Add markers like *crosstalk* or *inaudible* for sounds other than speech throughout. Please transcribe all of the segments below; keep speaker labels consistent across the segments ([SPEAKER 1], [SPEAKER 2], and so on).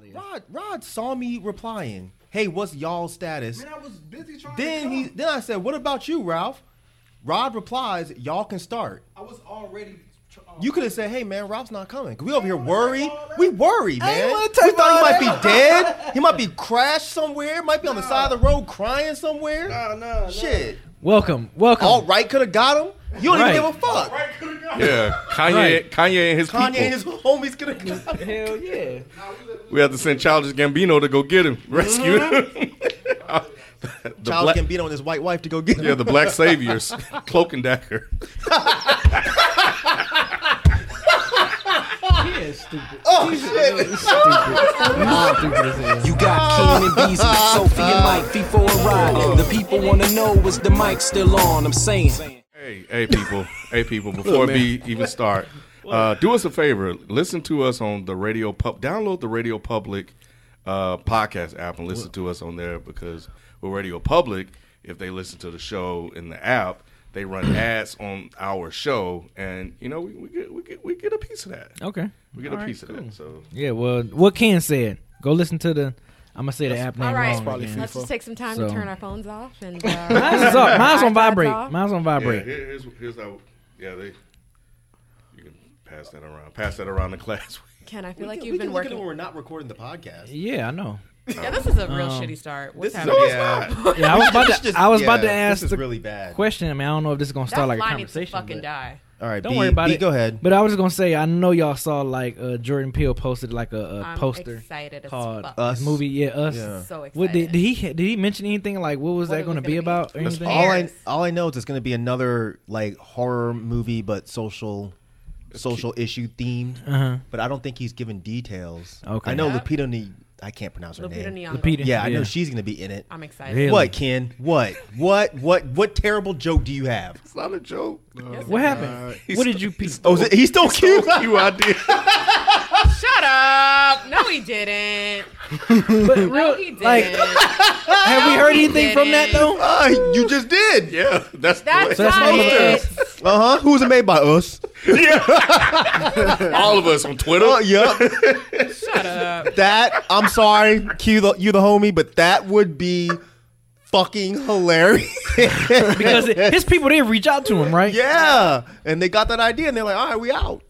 [SPEAKER 1] there.
[SPEAKER 2] Rod, Rod saw me replying, "Hey, what's y'all status?"
[SPEAKER 1] Man, I was busy trying to
[SPEAKER 2] Then
[SPEAKER 1] come.
[SPEAKER 2] he, then I said, "What about you, Ralph?" Rod replies, "Y'all can start."
[SPEAKER 1] I was already. tr- um,
[SPEAKER 2] You could have said, "Hey, man, Ralph's not coming." 'Cause We over here worried. We worried, man.
[SPEAKER 3] wanna
[SPEAKER 2] We
[SPEAKER 3] take all
[SPEAKER 2] thought he might
[SPEAKER 3] that.
[SPEAKER 2] be dead. He might *laughs* be crashed somewhere. Might be on the side of the road crying
[SPEAKER 1] *laughs*
[SPEAKER 2] somewhere.
[SPEAKER 1] Nah, nah, nah.
[SPEAKER 2] Shit.
[SPEAKER 3] Welcome, welcome.
[SPEAKER 2] All right, could have got him. You don't
[SPEAKER 3] Right.
[SPEAKER 2] even give a fuck.
[SPEAKER 1] Right, could have got.
[SPEAKER 4] Yeah, Kanye,
[SPEAKER 3] Right.
[SPEAKER 4] Kanye and his
[SPEAKER 2] Kanye
[SPEAKER 4] people.
[SPEAKER 2] and his homies could have *laughs* got him.
[SPEAKER 3] Hell yeah.
[SPEAKER 4] we have to send Childish Gambino to go get him, *laughs* rescue
[SPEAKER 2] Mm-hmm.
[SPEAKER 4] him. the
[SPEAKER 2] Child
[SPEAKER 4] black,
[SPEAKER 2] can beat on his white wife to go get him.
[SPEAKER 4] yeah, the black saviors, *laughs* cloak and dagger.
[SPEAKER 3] He is stupid.
[SPEAKER 2] *laughs*
[SPEAKER 3] Oh shit. He's stupid. He's stupid as hell.
[SPEAKER 5] You
[SPEAKER 2] Oh.
[SPEAKER 5] got Keenan and Beasley, Sophie and Mike, FIFO and Rod. The people wanna know is the mic still on? I'm saying.
[SPEAKER 4] Hey, hey, people, hey, people. Before we even start, uh, do us a favor. Listen to us on the Radio Pub. Download the Radio Public uh, podcast app and listen to us on there because with Radio Public, if they listen to the show in the app, they *clears throat* run ads on our show, and you know we, we get we get we get a piece of that.
[SPEAKER 3] Okay.
[SPEAKER 4] We get a piece of that. So
[SPEAKER 3] Yeah, well, what Ken said. Go listen to the. I'm gonna say the app name
[SPEAKER 6] All right,
[SPEAKER 3] wrong again.
[SPEAKER 6] let's just take some time
[SPEAKER 3] So-
[SPEAKER 6] to turn our phones off and. Uh,
[SPEAKER 3] Mine's is up. Mine's on
[SPEAKER 6] iPods
[SPEAKER 3] vibrate.
[SPEAKER 6] off.
[SPEAKER 3] Mine's on
[SPEAKER 4] yeah,
[SPEAKER 3] vibrate.
[SPEAKER 4] here- here's here's how. Yeah, they. You can pass that around. Pass that around the class. *laughs*
[SPEAKER 6] Ken, I feel
[SPEAKER 2] We
[SPEAKER 6] like
[SPEAKER 2] can-
[SPEAKER 6] you've
[SPEAKER 2] we
[SPEAKER 6] been
[SPEAKER 2] can look at it
[SPEAKER 6] working.
[SPEAKER 2] when we're not recording the podcast.
[SPEAKER 3] Yeah, I know.
[SPEAKER 6] Yeah, this is a real shitty start. What's
[SPEAKER 2] This is-
[SPEAKER 6] happening?
[SPEAKER 2] No,
[SPEAKER 6] That
[SPEAKER 2] it's not.
[SPEAKER 3] Yeah, I was about to. I was
[SPEAKER 2] yeah,
[SPEAKER 3] about to
[SPEAKER 2] this
[SPEAKER 3] ask
[SPEAKER 2] is
[SPEAKER 3] the
[SPEAKER 2] really bad.
[SPEAKER 3] question. I mean, I don't know if this is gonna start like a
[SPEAKER 6] fly
[SPEAKER 3] conversation.
[SPEAKER 6] needs to fucking
[SPEAKER 3] but-
[SPEAKER 6] die.
[SPEAKER 2] All right,
[SPEAKER 3] Don't
[SPEAKER 2] B,
[SPEAKER 3] worry about
[SPEAKER 2] B,
[SPEAKER 3] it.
[SPEAKER 2] Go ahead.
[SPEAKER 3] But I was just gonna say, I know y'all saw like uh, Jordan Peele posted like a, a
[SPEAKER 6] I'm
[SPEAKER 3] poster
[SPEAKER 6] excited as
[SPEAKER 3] called
[SPEAKER 6] fuck.
[SPEAKER 2] Us.
[SPEAKER 3] movie. Yeah, us.
[SPEAKER 2] Yeah.
[SPEAKER 6] So excited.
[SPEAKER 3] What did, did he did he mention anything like what was
[SPEAKER 6] What
[SPEAKER 3] that
[SPEAKER 6] it was
[SPEAKER 3] gonna,
[SPEAKER 6] gonna
[SPEAKER 3] be
[SPEAKER 6] be.
[SPEAKER 3] about or
[SPEAKER 2] That's
[SPEAKER 3] anything?
[SPEAKER 2] all I
[SPEAKER 6] Cares.
[SPEAKER 2] all I know is it's going to be another like horror movie, but social social issue themed.
[SPEAKER 3] Uh-huh.
[SPEAKER 2] But I don't think he's given details.
[SPEAKER 3] Okay.
[SPEAKER 2] I know
[SPEAKER 6] Yep.
[SPEAKER 2] Lupita. Ne- I can't pronounce her
[SPEAKER 6] Lupita
[SPEAKER 2] name.
[SPEAKER 6] Nyong'o.
[SPEAKER 3] Lupita.
[SPEAKER 2] Yeah, I
[SPEAKER 3] Yeah.
[SPEAKER 2] know she's going to be in it.
[SPEAKER 6] I'm excited.
[SPEAKER 3] Really?
[SPEAKER 2] What, Ken? What? What? What? What terrible joke do you have?
[SPEAKER 4] It's not a joke.
[SPEAKER 6] Yes,
[SPEAKER 3] What
[SPEAKER 6] it is.
[SPEAKER 2] Uh,
[SPEAKER 3] happened? what did you peep?
[SPEAKER 2] Oh, is it, he's still cute.
[SPEAKER 4] you idea.
[SPEAKER 6] Shut up! No, he didn't.
[SPEAKER 3] But
[SPEAKER 6] No,
[SPEAKER 3] real-
[SPEAKER 6] he didn't.
[SPEAKER 3] like, have we heard
[SPEAKER 6] he
[SPEAKER 3] anything from that
[SPEAKER 6] didn't.
[SPEAKER 3] though?
[SPEAKER 2] *laughs* Ah, you just did.
[SPEAKER 4] Yeah, that's
[SPEAKER 6] That's
[SPEAKER 3] So that's
[SPEAKER 6] not
[SPEAKER 3] all of
[SPEAKER 6] it.
[SPEAKER 2] Uh huh. Who was it made by us?
[SPEAKER 4] all of us on Twitter.
[SPEAKER 2] Oh, yep.
[SPEAKER 6] Shut up.
[SPEAKER 2] That I'm sorry, Q the you the homie, but that would be fucking hilarious.
[SPEAKER 3] Because it, his people didn't reach out to him, right?
[SPEAKER 2] *laughs* yeah, and they got that idea, and they're like, "All right, we out."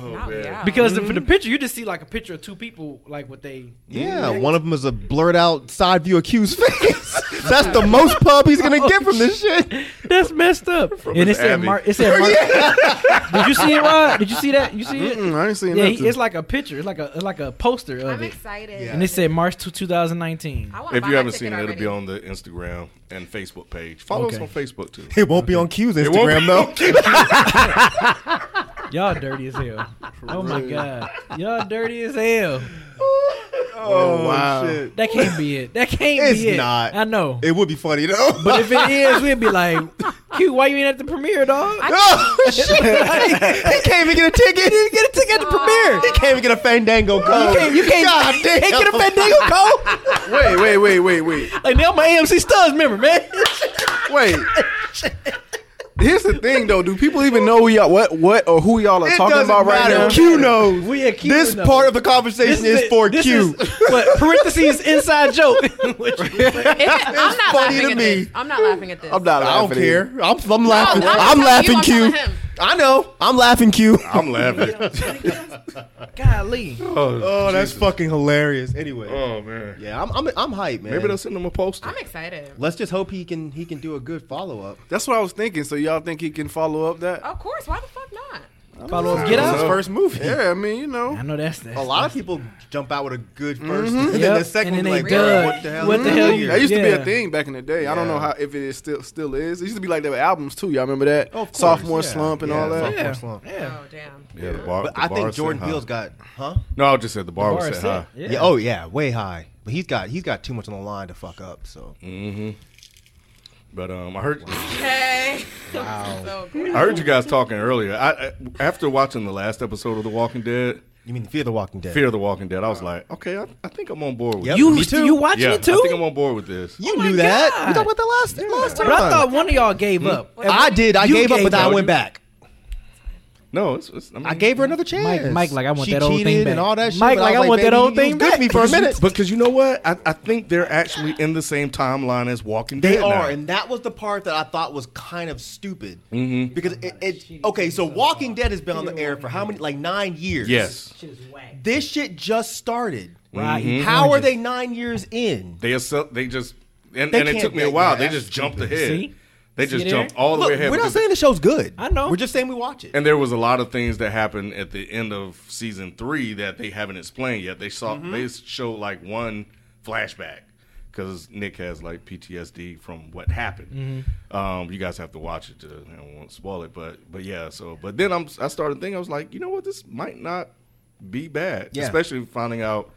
[SPEAKER 6] Not yeah.
[SPEAKER 3] Because the- for the picture, you just see like a picture of two people, like what they.
[SPEAKER 2] Yeah, one of them is a blurred out side view of Q's face. *laughs* That's the most pub he's gonna get from this shit.
[SPEAKER 3] That's messed up. and it
[SPEAKER 4] his
[SPEAKER 3] said,
[SPEAKER 4] Abby.
[SPEAKER 3] Mar- it said, Mar- "Did you see it, Rod? Did you see that? You see it?
[SPEAKER 7] Mm, I ain't seen
[SPEAKER 3] Yeah,
[SPEAKER 7] nothing.
[SPEAKER 3] he, it's like a picture. It's like a it's like a poster of
[SPEAKER 6] I'm
[SPEAKER 3] it,
[SPEAKER 6] excited.
[SPEAKER 3] and it said March to 2019.
[SPEAKER 6] I wanna
[SPEAKER 4] If
[SPEAKER 6] buy
[SPEAKER 4] you
[SPEAKER 6] my
[SPEAKER 4] haven't
[SPEAKER 6] ticket
[SPEAKER 4] seen it, it'll
[SPEAKER 6] already.
[SPEAKER 4] be on the Instagram and Facebook page. Follow us
[SPEAKER 3] Okay.
[SPEAKER 4] on Facebook too.
[SPEAKER 2] It won't be on Q's
[SPEAKER 4] won't
[SPEAKER 2] Instagram though.
[SPEAKER 3] Y'all dirty as hell. Oh my god, y'all dirty as hell.
[SPEAKER 2] Oh
[SPEAKER 7] wow.
[SPEAKER 2] shit!
[SPEAKER 3] That can't be it. That can't
[SPEAKER 2] It's
[SPEAKER 3] be it.
[SPEAKER 2] not.
[SPEAKER 3] I know.
[SPEAKER 2] It would be funny though.
[SPEAKER 3] but if it is, we'd be like, "Q, why you ain't at the premiere, dog?
[SPEAKER 2] *laughs* oh shit!
[SPEAKER 3] *laughs*
[SPEAKER 2] he can't even get a ticket. He
[SPEAKER 3] get a ticket at the premiere.
[SPEAKER 2] can't even get a Fandango code.
[SPEAKER 3] You can't. You can't.
[SPEAKER 2] God damn.
[SPEAKER 3] Can't get
[SPEAKER 2] *laughs*
[SPEAKER 3] a Fandango code.
[SPEAKER 7] Wait, wait, wait, wait, wait,
[SPEAKER 3] Like now, my AMC Studs
[SPEAKER 8] *laughs*
[SPEAKER 3] member, man.
[SPEAKER 7] wait. *laughs* Here's the thing, though. Do people even know who y'all, what, what, or who y'all are
[SPEAKER 2] It
[SPEAKER 7] talking
[SPEAKER 2] doesn't
[SPEAKER 7] about right
[SPEAKER 2] matter.
[SPEAKER 7] now?
[SPEAKER 2] Q knows.
[SPEAKER 3] We at Q
[SPEAKER 2] this
[SPEAKER 3] knows.
[SPEAKER 2] part of the conversation is,
[SPEAKER 3] it-
[SPEAKER 2] for
[SPEAKER 3] this
[SPEAKER 2] Q.
[SPEAKER 8] *laughs*
[SPEAKER 3] is- what parentheses inside joke? What you say?
[SPEAKER 6] If it- I'm not
[SPEAKER 2] funny
[SPEAKER 6] laughing
[SPEAKER 2] to
[SPEAKER 6] at
[SPEAKER 2] me.
[SPEAKER 6] this. I'm not laughing at this.
[SPEAKER 4] *laughs*
[SPEAKER 7] I'm not.
[SPEAKER 2] I don't
[SPEAKER 7] laughing either.
[SPEAKER 2] care. I'm, I'm laughing.
[SPEAKER 6] I'm
[SPEAKER 2] I'm,
[SPEAKER 6] telling
[SPEAKER 2] laughing,
[SPEAKER 6] you, I'm
[SPEAKER 2] Q.
[SPEAKER 6] telling him.
[SPEAKER 2] I know. I'm laughing, Q.
[SPEAKER 4] I'm laughing.
[SPEAKER 7] *laughs*
[SPEAKER 3] Golly.
[SPEAKER 2] Oh, that's fucking hilarious. Anyway,
[SPEAKER 4] Oh man.
[SPEAKER 2] yeah, I'm I'm I'm hyped, man.
[SPEAKER 4] Maybe they'll send them a poster.
[SPEAKER 6] I'm excited.
[SPEAKER 2] Let's just hope he can he can do a good follow up.
[SPEAKER 7] That's what I was thinking. So y'all think he can follow up
[SPEAKER 8] Oh.
[SPEAKER 7] that?
[SPEAKER 6] Of course. Why the fuck not?
[SPEAKER 3] Follow up. Get
[SPEAKER 2] His
[SPEAKER 3] out.
[SPEAKER 2] first movie.
[SPEAKER 7] Yeah, I mean, you
[SPEAKER 3] I
[SPEAKER 7] know,
[SPEAKER 3] know that's that.
[SPEAKER 2] A lot of people jump out with a good 1st Mm-hmm. and then
[SPEAKER 3] Yep.
[SPEAKER 2] the second
[SPEAKER 3] And then
[SPEAKER 2] one's
[SPEAKER 3] they
[SPEAKER 2] like,
[SPEAKER 3] dug.
[SPEAKER 2] what the hell?
[SPEAKER 3] What the hell you-
[SPEAKER 7] that used to be
[SPEAKER 3] Yeah.
[SPEAKER 7] a thing back in the day. I don't know
[SPEAKER 2] Yeah.
[SPEAKER 7] how if it is still still is. It used to be like there were albums too. Y'all remember that?
[SPEAKER 2] Oh, of course,
[SPEAKER 7] Sophomore
[SPEAKER 2] yeah.
[SPEAKER 7] slump and
[SPEAKER 2] Yeah,
[SPEAKER 7] all that.
[SPEAKER 2] sophomore
[SPEAKER 3] Yeah.
[SPEAKER 2] slump.
[SPEAKER 3] Yeah.
[SPEAKER 6] Oh damn.
[SPEAKER 4] yeah, the bar.
[SPEAKER 2] But
[SPEAKER 4] the
[SPEAKER 2] I
[SPEAKER 4] bar
[SPEAKER 2] think
[SPEAKER 4] set
[SPEAKER 2] Jordan
[SPEAKER 4] high.
[SPEAKER 2] Peele's got, huh?
[SPEAKER 4] No, I just said the bar,
[SPEAKER 3] Bar
[SPEAKER 4] was
[SPEAKER 3] set,
[SPEAKER 4] set high.
[SPEAKER 3] yeah.
[SPEAKER 2] Yeah. Oh yeah, way high. But he's got he's got too much on the line to fuck up. So
[SPEAKER 4] But um, I heard
[SPEAKER 6] Hey. Wow.
[SPEAKER 4] I heard you guys talking earlier. I, I after watching the last episode of The Walking Dead,
[SPEAKER 2] you mean Fear the Walking Dead?
[SPEAKER 4] Fear of the Walking Dead, I was like, okay, I, I think I'm on board with.
[SPEAKER 2] Yep.
[SPEAKER 4] this.
[SPEAKER 3] You
[SPEAKER 2] Me too.
[SPEAKER 3] you watching
[SPEAKER 4] Yeah,
[SPEAKER 3] it too?
[SPEAKER 4] I think I'm on board with this.
[SPEAKER 2] You
[SPEAKER 3] Oh my
[SPEAKER 2] knew that.
[SPEAKER 3] God.
[SPEAKER 2] We talked about that last last time.
[SPEAKER 3] But I thought one of y'all gave up.
[SPEAKER 2] I did. I
[SPEAKER 3] You
[SPEAKER 2] gave up,
[SPEAKER 3] gave
[SPEAKER 2] but then I
[SPEAKER 3] up.
[SPEAKER 2] went back.
[SPEAKER 4] No, it's, it's I, mean,
[SPEAKER 9] I gave her another chance.
[SPEAKER 8] Mike, Mike, like I want
[SPEAKER 9] She
[SPEAKER 8] that old
[SPEAKER 9] cheated
[SPEAKER 8] thing back.
[SPEAKER 9] and all that shit.
[SPEAKER 8] Mike,
[SPEAKER 9] but
[SPEAKER 8] like I,
[SPEAKER 9] was
[SPEAKER 8] want that
[SPEAKER 9] baby, you
[SPEAKER 8] old
[SPEAKER 9] was good
[SPEAKER 8] thing back.
[SPEAKER 9] to me for a minute.
[SPEAKER 4] because you know what? I, I think they're actually in the same timeline as Walking
[SPEAKER 2] They
[SPEAKER 4] Dead. now.
[SPEAKER 2] are, and that was the part that I thought was kind of stupid
[SPEAKER 4] Mm-hmm.
[SPEAKER 2] because it, it. Okay, so Walking Dead has been on the air for how many? Like nine years.
[SPEAKER 4] yes, Mm-hmm.
[SPEAKER 2] This shit just started.
[SPEAKER 8] Right.
[SPEAKER 2] How are they nine years in?
[SPEAKER 4] they accept, they just and,
[SPEAKER 2] They
[SPEAKER 4] and it
[SPEAKER 2] can't
[SPEAKER 4] took me a
[SPEAKER 2] think
[SPEAKER 4] while.
[SPEAKER 2] that.
[SPEAKER 4] They
[SPEAKER 2] That's
[SPEAKER 4] just jumped
[SPEAKER 8] stupid.
[SPEAKER 4] ahead.
[SPEAKER 8] See?
[SPEAKER 4] They
[SPEAKER 8] See
[SPEAKER 4] just
[SPEAKER 8] there?
[SPEAKER 4] jumped all the
[SPEAKER 2] Look,
[SPEAKER 4] way ahead.
[SPEAKER 2] we're not
[SPEAKER 4] because-
[SPEAKER 2] saying the show's good.
[SPEAKER 8] I know.
[SPEAKER 2] We're just saying we watch it.
[SPEAKER 4] and there was a lot of things that happened at the end of season three that they haven't explained yet. They saw
[SPEAKER 2] Mm-hmm.
[SPEAKER 4] they showed like one flashback because Nick has like PTSD from what happened.
[SPEAKER 2] Mm-hmm.
[SPEAKER 4] Um, you guys have to watch it to I won't spoil it, but but yeah. So but then I'm I started thinking I was like, you know what, this might not be bad,
[SPEAKER 2] Yeah.
[SPEAKER 4] especially finding out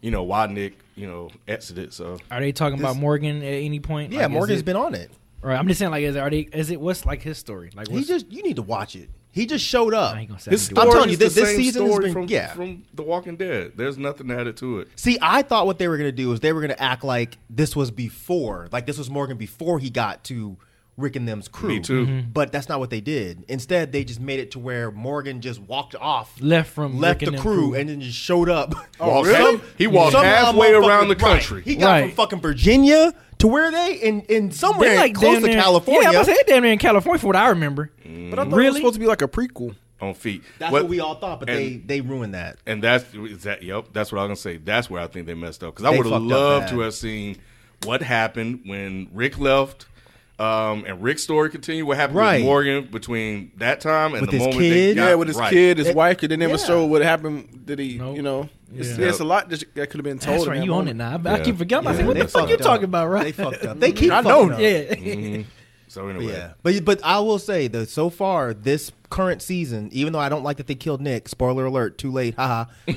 [SPEAKER 4] you know why Nick you know exited. So
[SPEAKER 8] Are they talking about Morgan at any point?
[SPEAKER 2] yeah,
[SPEAKER 8] Like, is
[SPEAKER 2] Morgan's
[SPEAKER 8] it-
[SPEAKER 2] been on it.
[SPEAKER 8] Or I'm just saying, like, is are they? Is it what's like his story? Like,
[SPEAKER 2] He
[SPEAKER 8] what's,
[SPEAKER 2] just you need to watch it. He just showed up.
[SPEAKER 8] I ain't gonna say
[SPEAKER 4] his
[SPEAKER 8] I'm
[SPEAKER 4] story
[SPEAKER 8] doing
[SPEAKER 2] I'm telling
[SPEAKER 4] is
[SPEAKER 2] you, this-
[SPEAKER 4] the
[SPEAKER 2] this
[SPEAKER 4] same
[SPEAKER 2] season has
[SPEAKER 4] story
[SPEAKER 2] been-
[SPEAKER 4] from
[SPEAKER 2] yeah.
[SPEAKER 4] from The Walking Dead. There's nothing added to it.
[SPEAKER 2] See, I thought what they were gonna do is they were gonna act like this was before, like this was Morgan before he got to Rick and them's crew.
[SPEAKER 4] Me too.
[SPEAKER 8] Mm-hmm.
[SPEAKER 4] Mhm.
[SPEAKER 2] But that's not what they did. Instead, they just made it to where Morgan just walked off,
[SPEAKER 8] Left from
[SPEAKER 2] left
[SPEAKER 8] Rick and
[SPEAKER 2] the
[SPEAKER 8] them
[SPEAKER 2] crew,
[SPEAKER 8] crew.
[SPEAKER 2] and then just showed
[SPEAKER 4] *laughs*
[SPEAKER 2] up.
[SPEAKER 4] Walked half- Oh, he walked
[SPEAKER 2] somehow
[SPEAKER 4] halfway
[SPEAKER 2] motherfucker-
[SPEAKER 4] around the
[SPEAKER 2] right.
[SPEAKER 4] country.
[SPEAKER 2] He got from
[SPEAKER 8] Right.
[SPEAKER 2] fucking Virginia to where they in in somewhere
[SPEAKER 8] They're like
[SPEAKER 2] close
[SPEAKER 8] damn
[SPEAKER 2] to
[SPEAKER 8] near-
[SPEAKER 2] California.
[SPEAKER 8] Yeah, I was saying damn near in California for what I remember.
[SPEAKER 7] But I thought it was
[SPEAKER 8] Really?
[SPEAKER 7] supposed to be like a prequel.
[SPEAKER 4] On feet.
[SPEAKER 2] that's what, we all thought, but
[SPEAKER 4] and-
[SPEAKER 2] they they ruined that.
[SPEAKER 4] And that's is that. Yep, that's what I was gonna say. That's where I think they messed up because I
[SPEAKER 2] They
[SPEAKER 4] would have
[SPEAKER 2] fucked up
[SPEAKER 4] loved
[SPEAKER 2] bad.
[SPEAKER 4] to have seen what happened when Rick left, um, and Rick's story continued. What happened
[SPEAKER 2] Right.
[SPEAKER 4] with Morgan between that time and
[SPEAKER 2] With
[SPEAKER 4] the
[SPEAKER 2] his
[SPEAKER 4] moment
[SPEAKER 2] kid?
[SPEAKER 4] They got,
[SPEAKER 2] Yeah,
[SPEAKER 7] Yeah, with his
[SPEAKER 4] right.
[SPEAKER 7] kid, his
[SPEAKER 2] It-
[SPEAKER 7] wife, because they never
[SPEAKER 2] yeah.
[SPEAKER 7] showed what happened. Did he,
[SPEAKER 8] Nope.
[SPEAKER 7] you know? It's,
[SPEAKER 8] Yeah.
[SPEAKER 7] it's a lot that, that could have been told.
[SPEAKER 8] That's
[SPEAKER 7] in
[SPEAKER 8] right.
[SPEAKER 7] that
[SPEAKER 8] You own it
[SPEAKER 7] moment.
[SPEAKER 8] now. I- I
[SPEAKER 4] Yeah.
[SPEAKER 8] keep forgetting. I
[SPEAKER 4] Yeah,
[SPEAKER 8] said, "What
[SPEAKER 2] they
[SPEAKER 8] the fuck
[SPEAKER 2] fucked
[SPEAKER 8] you
[SPEAKER 2] up.
[SPEAKER 8] talking about?"
[SPEAKER 2] They
[SPEAKER 8] Right?
[SPEAKER 2] fucked up. They keep
[SPEAKER 7] I
[SPEAKER 2] fucking
[SPEAKER 7] know
[SPEAKER 2] up.
[SPEAKER 7] that.
[SPEAKER 8] yeah.
[SPEAKER 4] So anyway,
[SPEAKER 2] Yeah, but but I will say that so far this current season, even though I don't like that they killed Nick, spoiler alert, too late, haha.
[SPEAKER 4] *laughs*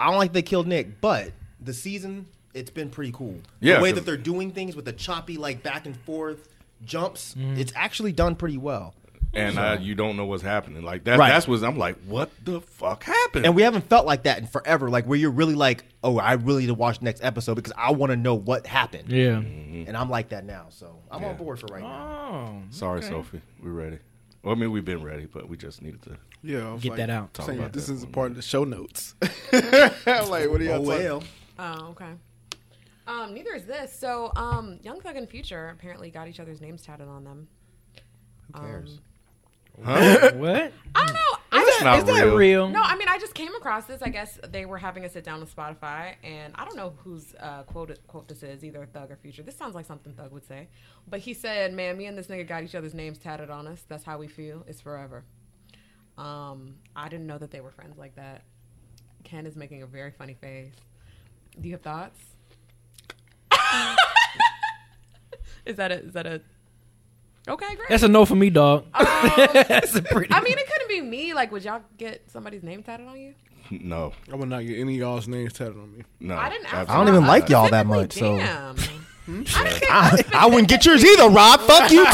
[SPEAKER 2] I don't like they killed Nick, but the season it's been pretty cool.
[SPEAKER 4] Yeah,
[SPEAKER 2] the way
[SPEAKER 4] 'cause-
[SPEAKER 2] that they're doing things with the choppy like back and forth jumps,
[SPEAKER 8] Mm-hmm.
[SPEAKER 2] it's actually done pretty well.
[SPEAKER 4] and uh, you don't know what's happening. Like that.
[SPEAKER 2] Right.
[SPEAKER 4] That's what I'm like. What the fuck happened?
[SPEAKER 2] And we haven't felt like that in forever, like where you're really like, oh, I really need to watch next episode because I want to know what happened.
[SPEAKER 8] Yeah.
[SPEAKER 2] And I'm like that now, so I'm on board for right now.
[SPEAKER 8] Oh,
[SPEAKER 4] Sorry, Sophie. We're ready. Well, I mean, we've been ready, but we just needed to.
[SPEAKER 7] Yeah, I was
[SPEAKER 8] Get that out.
[SPEAKER 7] saying,
[SPEAKER 4] Talk about
[SPEAKER 7] this
[SPEAKER 4] that
[SPEAKER 7] is
[SPEAKER 4] one.
[SPEAKER 7] part of the show notes. *laughs* I'm like, what are y'all
[SPEAKER 2] Oh
[SPEAKER 7] talking?
[SPEAKER 2] well,
[SPEAKER 6] Oh, okay. Um, neither is this. So, um, Young Thug and Future apparently got each other's names tatted on them. Who cares?
[SPEAKER 2] *laughs*
[SPEAKER 8] what?
[SPEAKER 6] I don't know. I
[SPEAKER 4] That's
[SPEAKER 6] just,
[SPEAKER 4] not
[SPEAKER 8] Is that
[SPEAKER 4] real.
[SPEAKER 8] real?
[SPEAKER 6] no, I mean, I just came across this. I guess they were having a sit down with Spotify, and I don't know whose uh, quote quote this is, either Thug or Future. This sounds like something Thug would say, but he said, "Man, me and this nigga got each other's names tatted on us. That's how we feel. It's forever." Um, I didn't know that they were friends like that. Ken is making a very funny face. Do you have thoughts? *laughs* is that a is that a okay? Great. Um,
[SPEAKER 8] That's a no for me, dog. *laughs* That's a pretty.
[SPEAKER 6] I mean, it couldn't be me. Like, would y'all get somebody's name tatted on you?
[SPEAKER 4] No,
[SPEAKER 7] I would not get any of y'all's names tatted on me.
[SPEAKER 4] no.
[SPEAKER 6] I didn't. Ask
[SPEAKER 4] absolutely
[SPEAKER 2] I don't even
[SPEAKER 6] y'all.
[SPEAKER 2] like y'all that
[SPEAKER 6] Specifically
[SPEAKER 2] much, so-
[SPEAKER 6] Damn. I didn't get
[SPEAKER 2] I, *laughs* I wouldn't get yours either, Rob. Fuck you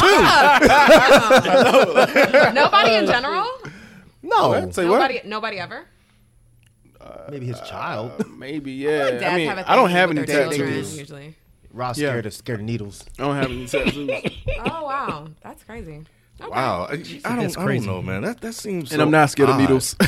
[SPEAKER 2] too.
[SPEAKER 6] *laughs* nobody in general.
[SPEAKER 2] No,
[SPEAKER 7] Say what?
[SPEAKER 6] Nobody. Nobody ever.
[SPEAKER 2] maybe
[SPEAKER 4] uh,
[SPEAKER 2] his child.
[SPEAKER 7] Maybe, yeah.
[SPEAKER 6] Dads
[SPEAKER 7] I mean,
[SPEAKER 6] have a
[SPEAKER 7] I don't
[SPEAKER 6] thing
[SPEAKER 7] have
[SPEAKER 6] with
[SPEAKER 7] any
[SPEAKER 6] their children,
[SPEAKER 7] tattoos.
[SPEAKER 6] Usually.
[SPEAKER 2] Rob's
[SPEAKER 7] Yeah.
[SPEAKER 2] scared of scared of needles.
[SPEAKER 7] I don't have any tattoos.
[SPEAKER 6] Oh wow, that's crazy. Okay.
[SPEAKER 4] Wow, I, I don't. I don't
[SPEAKER 8] crazy.
[SPEAKER 4] know, man. That that seems.
[SPEAKER 7] and
[SPEAKER 4] so
[SPEAKER 7] I'm not scared of
[SPEAKER 4] odd.
[SPEAKER 7] needles. *laughs* uh,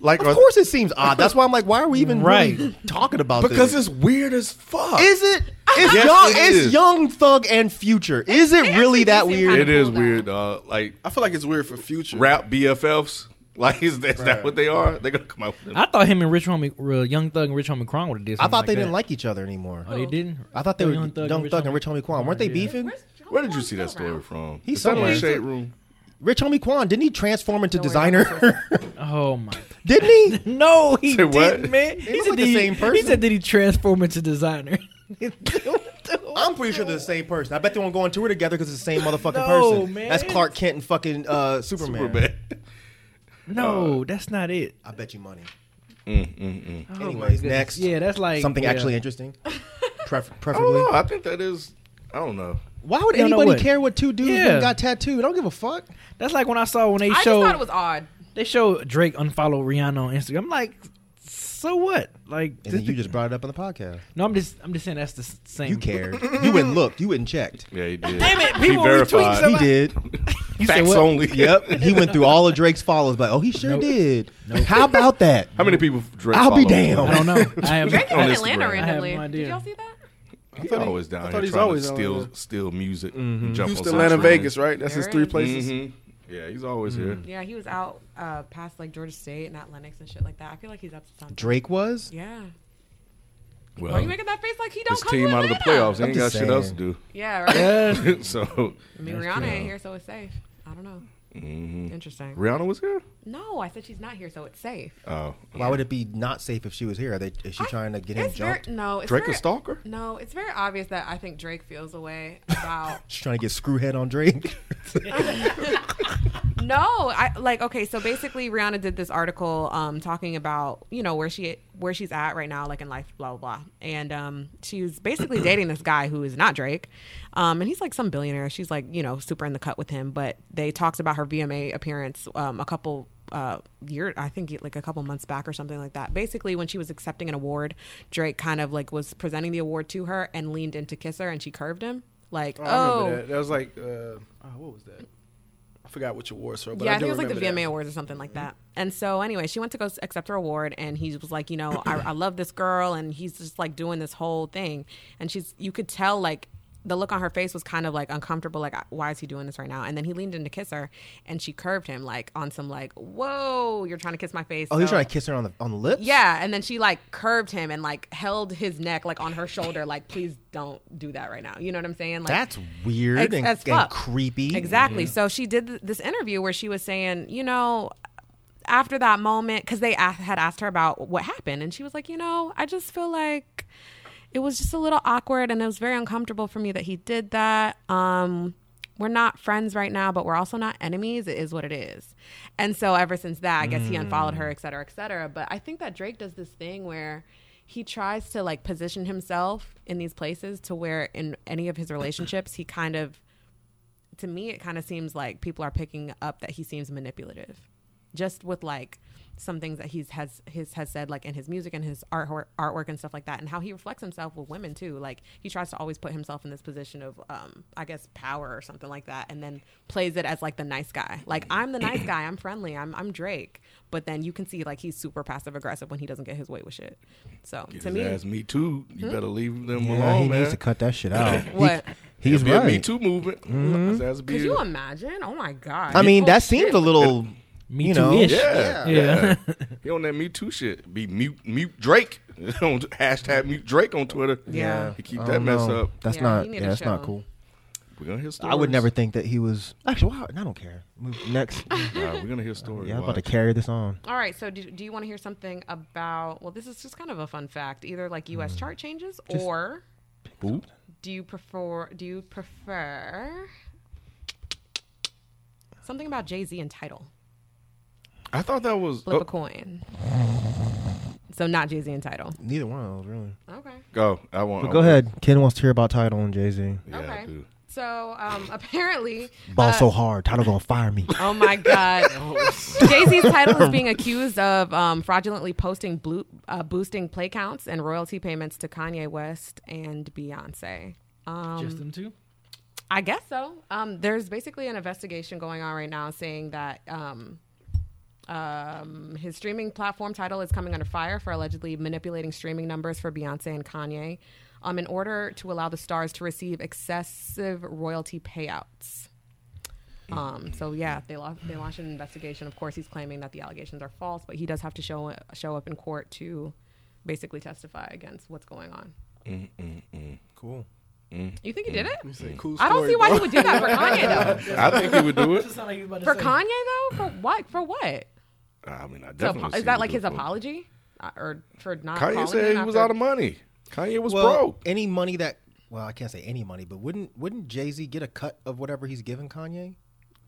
[SPEAKER 4] Like,
[SPEAKER 2] Of
[SPEAKER 4] are-
[SPEAKER 2] course, it seems odd. That's why I'm like, why are we even
[SPEAKER 8] Right.
[SPEAKER 2] really talking about
[SPEAKER 4] because
[SPEAKER 2] this?
[SPEAKER 4] it's weird as fuck.
[SPEAKER 2] is
[SPEAKER 6] *laughs*
[SPEAKER 2] it? It's
[SPEAKER 4] Yes,
[SPEAKER 2] young.
[SPEAKER 4] it
[SPEAKER 2] it's
[SPEAKER 4] is.
[SPEAKER 2] young thug and future. Is it
[SPEAKER 6] actually
[SPEAKER 2] really
[SPEAKER 6] do
[SPEAKER 2] that
[SPEAKER 6] seem
[SPEAKER 2] weird?
[SPEAKER 4] It is
[SPEAKER 6] Cool, though.
[SPEAKER 4] weird, dog. Like
[SPEAKER 7] I feel like it's weird for future.
[SPEAKER 4] rap BFFs. *laughs* Like is that, is that what they are? They're gonna come out. With
[SPEAKER 8] I thought him and Rich Homie, uh, Young Thug and Rich Homie Kron would have did.
[SPEAKER 2] I
[SPEAKER 8] something
[SPEAKER 2] thought they
[SPEAKER 8] that.
[SPEAKER 2] didn't like each other anymore.
[SPEAKER 8] Oh, they didn't.
[SPEAKER 2] I thought they were young
[SPEAKER 8] and
[SPEAKER 2] thug, and Rich Homie Quan. Weren't they
[SPEAKER 8] Yeah.
[SPEAKER 2] beefing?
[SPEAKER 6] Where's John
[SPEAKER 4] Where did you
[SPEAKER 6] Lawrence
[SPEAKER 4] see that
[SPEAKER 6] still
[SPEAKER 4] story
[SPEAKER 6] around?
[SPEAKER 4] from?
[SPEAKER 2] He's
[SPEAKER 4] Is that on
[SPEAKER 2] somewhere.
[SPEAKER 4] Shade Room.
[SPEAKER 2] Rich Homie Quan didn't he transform into
[SPEAKER 6] Don't worry,
[SPEAKER 2] designer?
[SPEAKER 8] Oh my!
[SPEAKER 2] didn't *laughs* he?
[SPEAKER 8] *laughs* No, he
[SPEAKER 4] Say what?
[SPEAKER 8] didn't, man. He
[SPEAKER 2] look
[SPEAKER 8] said
[SPEAKER 2] like the
[SPEAKER 8] did he-
[SPEAKER 2] same
[SPEAKER 8] He
[SPEAKER 2] person.
[SPEAKER 8] said, "Did he transform into
[SPEAKER 2] *laughs*
[SPEAKER 8] designer?"
[SPEAKER 6] *laughs*
[SPEAKER 2] I'm pretty sure they're the same person. I bet they won't go on tour together because it's the same motherfucking
[SPEAKER 8] No,
[SPEAKER 2] person.
[SPEAKER 8] man.
[SPEAKER 2] That's Clark Kent and fucking uh, Superman.
[SPEAKER 4] Superbad.
[SPEAKER 8] No, that's not it.
[SPEAKER 2] I bet you money.
[SPEAKER 8] Oh, my
[SPEAKER 2] Anyways,
[SPEAKER 8] goodness.
[SPEAKER 2] next.
[SPEAKER 8] Yeah, that's like
[SPEAKER 2] Something
[SPEAKER 8] yeah. *laughs*
[SPEAKER 2] actually interesting. Pref-
[SPEAKER 4] I don't
[SPEAKER 2] preferably.
[SPEAKER 4] know. I think that is. I don't know.
[SPEAKER 2] Why would
[SPEAKER 8] They don't know
[SPEAKER 2] anybody
[SPEAKER 8] what.
[SPEAKER 2] care what two dudes
[SPEAKER 8] Yeah.
[SPEAKER 2] got tattooed? I don't give a fuck.
[SPEAKER 8] That's like when I saw when they
[SPEAKER 6] I just
[SPEAKER 8] showed
[SPEAKER 6] thought it was odd.
[SPEAKER 8] they showed Drake unfollow Rihanna on Instagram. I'm like, so what? Like,
[SPEAKER 2] And
[SPEAKER 8] this-
[SPEAKER 2] then you just brought it up on the podcast.
[SPEAKER 8] no, I'm just I'm just saying that's the s- same. *laughs*
[SPEAKER 2] You cared. you wouldn't look. You wouldn't checked. Uh,
[SPEAKER 4] Yeah, he did.
[SPEAKER 8] Damn it!
[SPEAKER 4] He
[SPEAKER 8] People retweet
[SPEAKER 4] verified.
[SPEAKER 8] so
[SPEAKER 2] He
[SPEAKER 8] much.
[SPEAKER 2] did.
[SPEAKER 4] Facts
[SPEAKER 2] what?
[SPEAKER 4] only.
[SPEAKER 8] *laughs*
[SPEAKER 2] Yep. He went through all of Drake's follows, but oh, he sure did. How
[SPEAKER 8] *laughs*
[SPEAKER 2] about that?
[SPEAKER 4] *laughs* How many people Drake
[SPEAKER 2] I'll be
[SPEAKER 4] follow?
[SPEAKER 2] damned.
[SPEAKER 8] I don't know. I have. *laughs*
[SPEAKER 6] Drake is in
[SPEAKER 4] On
[SPEAKER 6] Atlanta
[SPEAKER 4] Instagram.
[SPEAKER 6] randomly.
[SPEAKER 8] I have no
[SPEAKER 6] Did
[SPEAKER 8] idea.
[SPEAKER 6] y'all see that?
[SPEAKER 4] He's always down
[SPEAKER 7] I
[SPEAKER 4] here
[SPEAKER 7] thought he's
[SPEAKER 4] trying
[SPEAKER 7] always
[SPEAKER 4] to
[SPEAKER 7] on
[SPEAKER 4] steal,
[SPEAKER 7] there.
[SPEAKER 4] steal music. and Jump
[SPEAKER 7] Houston,
[SPEAKER 4] on
[SPEAKER 7] Atlanta,
[SPEAKER 4] some
[SPEAKER 7] Vegas,
[SPEAKER 4] trends.
[SPEAKER 7] right? That's his
[SPEAKER 6] There
[SPEAKER 7] three
[SPEAKER 6] it is.
[SPEAKER 7] places.
[SPEAKER 4] Mhm. Yeah, he's always here.
[SPEAKER 6] Yeah, he was out uh, past like Georgia State and at Lenox and shit like that. I feel like he's up to something.
[SPEAKER 2] Drake was?
[SPEAKER 6] Yeah.
[SPEAKER 4] Well,
[SPEAKER 6] Why are you making that face like he don't
[SPEAKER 4] this
[SPEAKER 6] come
[SPEAKER 4] team
[SPEAKER 6] to
[SPEAKER 4] out of the
[SPEAKER 6] Atlanta?
[SPEAKER 4] playoffs. He ain't got
[SPEAKER 2] just
[SPEAKER 4] shit else to
[SPEAKER 2] saying.
[SPEAKER 4] do.
[SPEAKER 6] Yeah, right.
[SPEAKER 8] Yes.
[SPEAKER 4] *laughs* so
[SPEAKER 6] I mean, Rihanna ain't here, so it's safe. I don't know. Interesting.
[SPEAKER 4] Rihanna was here.
[SPEAKER 6] No, I said she's not here, so it's safe.
[SPEAKER 4] Oh,
[SPEAKER 2] Why would it be not safe if she was here? Are they, is she trying to get him
[SPEAKER 6] It's very,
[SPEAKER 2] jumped?
[SPEAKER 6] no, it's
[SPEAKER 4] Drake a
[SPEAKER 6] very,
[SPEAKER 4] stalker?
[SPEAKER 6] No, it's very obvious that I think Drake feels a way about
[SPEAKER 2] She's trying to get screwhead on Drake.
[SPEAKER 6] No, I like okay. So basically, Rihanna did this article um, talking about you know where she where she's at right now, like in life, blah blah blah. And um, she's
[SPEAKER 7] *clears throat*
[SPEAKER 6] basically dating this guy who is not Drake, um, and he's like some billionaire. She's like you know super in the cut with him, but they talked about her VMA appearance um, a couple. Uh, year I think like a couple months back or something like that. Basically, when she was accepting an award, Drake kind of like was presenting the award to her and leaned in to kiss her, and she curved him. Like,
[SPEAKER 7] Oh,
[SPEAKER 6] oh,
[SPEAKER 7] I remember that. That was like, uh, oh, what was that? I forgot what your awards were. But
[SPEAKER 6] yeah, I,
[SPEAKER 7] I,
[SPEAKER 6] think
[SPEAKER 7] do
[SPEAKER 6] it was like the VMA
[SPEAKER 7] remember that.
[SPEAKER 6] Awards or something like that. And so, anyway, she went to go s- accept her award, and he was like, you know, I, I love this girl, and he's just like doing this whole thing, and she's, you could tell like. The look on her face was kind of like uncomfortable, like why is he doing this right now? And then he leaned in to kiss her, and she curved him like on some like, whoa, you're trying to kiss my face.
[SPEAKER 2] *laughs* Oh, he's
[SPEAKER 6] so-
[SPEAKER 2] trying to kiss her on the on the lips.
[SPEAKER 6] yeah, and then she like curved him and like held his neck like on her shoulder, like please don't do that right now. You know what I'm saying? Like
[SPEAKER 2] that's weird
[SPEAKER 6] Ex-
[SPEAKER 2] and,
[SPEAKER 6] as
[SPEAKER 2] and
[SPEAKER 6] fuck.
[SPEAKER 2] creepy.
[SPEAKER 6] Exactly. So she did th- this interview where she was saying, you know, after that moment, because they a- had asked her about what happened, and she was like, you know, I just feel like it was just a little awkward and it was very uncomfortable for me that he did that. Um, we're not friends right now, but we're also not enemies. It is what it is. And so ever since that, I guess he unfollowed her, et cetera, et cetera. But I think that Drake does this thing where he tries to like position himself in these places to where in any of his relationships, he kind of to me it kind of seems like people are picking up that he seems manipulative just with like some things that he's has his has said like in his music and his artwork artwork and stuff like that and how he reflects himself with women too like he tries to always put himself in this position of um i guess power or something like that and then plays it as like the nice guy like i'm the nice guy i'm friendly i'm i'm drake but then you can see like he's super passive aggressive when he doesn't get his way with shit so
[SPEAKER 4] Get
[SPEAKER 6] to
[SPEAKER 4] his
[SPEAKER 6] me Hmm?
[SPEAKER 4] ass me too. You better leave them
[SPEAKER 2] Yeah,
[SPEAKER 4] alone,
[SPEAKER 2] he
[SPEAKER 4] man.
[SPEAKER 2] needs to cut that shit out. He-
[SPEAKER 6] *laughs* What?
[SPEAKER 2] he's
[SPEAKER 4] Be a Me
[SPEAKER 2] right. Mm-hmm.
[SPEAKER 4] Too movement. His ass be
[SPEAKER 6] could
[SPEAKER 4] a-
[SPEAKER 6] you imagine oh my god
[SPEAKER 2] I mean,
[SPEAKER 6] Oh,
[SPEAKER 2] that seems
[SPEAKER 6] shit.
[SPEAKER 2] a little.
[SPEAKER 8] Me
[SPEAKER 2] You
[SPEAKER 8] too
[SPEAKER 2] know.
[SPEAKER 8] ish.
[SPEAKER 4] Yeah,
[SPEAKER 8] Yeah.
[SPEAKER 4] He on that Me Too shit. Be mute mute Drake. *laughs* On hashtag mute Drake on Twitter.
[SPEAKER 6] Yeah.
[SPEAKER 4] He keep
[SPEAKER 2] I
[SPEAKER 4] that
[SPEAKER 2] don't
[SPEAKER 4] mess
[SPEAKER 2] know.
[SPEAKER 4] up.
[SPEAKER 2] That's
[SPEAKER 6] Yeah,
[SPEAKER 2] not.
[SPEAKER 6] he need
[SPEAKER 2] Yeah,
[SPEAKER 6] to
[SPEAKER 2] that's not
[SPEAKER 6] chill.
[SPEAKER 2] cool.
[SPEAKER 4] We're gonna hear stories.
[SPEAKER 2] I would never think that he was. Actually, wow, I don't care. Move
[SPEAKER 4] *laughs*
[SPEAKER 2] next.
[SPEAKER 4] Nah, we're gonna hear stories.
[SPEAKER 2] yeah, I'm about to
[SPEAKER 4] Watch.
[SPEAKER 2] carry this on.
[SPEAKER 6] All right, so do, do you want to hear something about? Well, this is just kind of a fun fact. Either like U.S.
[SPEAKER 4] Hmm.
[SPEAKER 6] chart changes, or
[SPEAKER 4] Ooh.
[SPEAKER 6] do you prefer? Do you prefer something about Jay Z and title?
[SPEAKER 4] I thought that was
[SPEAKER 6] Flip
[SPEAKER 4] oh,
[SPEAKER 6] a coin. So not Jay Z and title.
[SPEAKER 2] Neither one of those really.
[SPEAKER 6] Okay.
[SPEAKER 4] go. I want.
[SPEAKER 2] But go ahead. Ken wants to hear about title and Jay Z.
[SPEAKER 4] Oh, Yeah,
[SPEAKER 6] okay.
[SPEAKER 4] dude.
[SPEAKER 6] So um, *laughs* apparently,
[SPEAKER 2] Ball
[SPEAKER 6] uh,
[SPEAKER 2] so hard, title gonna fire me.
[SPEAKER 6] Oh
[SPEAKER 4] *laughs*
[SPEAKER 6] my God.
[SPEAKER 4] Oh,
[SPEAKER 6] Jay Z's title is being accused of um, fraudulently posting blue, uh, boosting play counts and royalty payments to Kanye West and Beyonce.
[SPEAKER 8] Just them two.
[SPEAKER 6] I guess so. Um, there's basically an investigation going on right now saying that um, um, his streaming platform title is coming under fire for allegedly manipulating streaming numbers for Beyonce and Kanye um, in order to allow the stars to receive excessive royalty payouts. Um, so yeah, they lost, they launched an investigation. Of course, he's claiming that the allegations are false, but he does have to show show up in court to basically testify against what's going on.
[SPEAKER 2] Cool.
[SPEAKER 6] You think he did it?
[SPEAKER 7] It's a cool
[SPEAKER 6] I don't
[SPEAKER 7] story,
[SPEAKER 6] see why
[SPEAKER 7] bro.
[SPEAKER 6] he would do that for
[SPEAKER 4] *laughs*
[SPEAKER 6] Kanye though.
[SPEAKER 4] I think he would do it.
[SPEAKER 6] For Kanye though, for what? For what?
[SPEAKER 4] I mean, I
[SPEAKER 6] To
[SPEAKER 4] definitely.
[SPEAKER 6] apo-
[SPEAKER 4] see
[SPEAKER 6] is that
[SPEAKER 4] him
[SPEAKER 6] like
[SPEAKER 4] do it
[SPEAKER 6] his
[SPEAKER 4] for-
[SPEAKER 6] apology, Uh, or for not?
[SPEAKER 4] Kanye
[SPEAKER 6] calling
[SPEAKER 4] said
[SPEAKER 6] him
[SPEAKER 4] he was
[SPEAKER 6] after-
[SPEAKER 4] out of money. Kanye was
[SPEAKER 2] Well,
[SPEAKER 4] broke.
[SPEAKER 2] any money that well, I can't say any money, but wouldn't wouldn't Jay Z get a cut of whatever he's giving Kanye?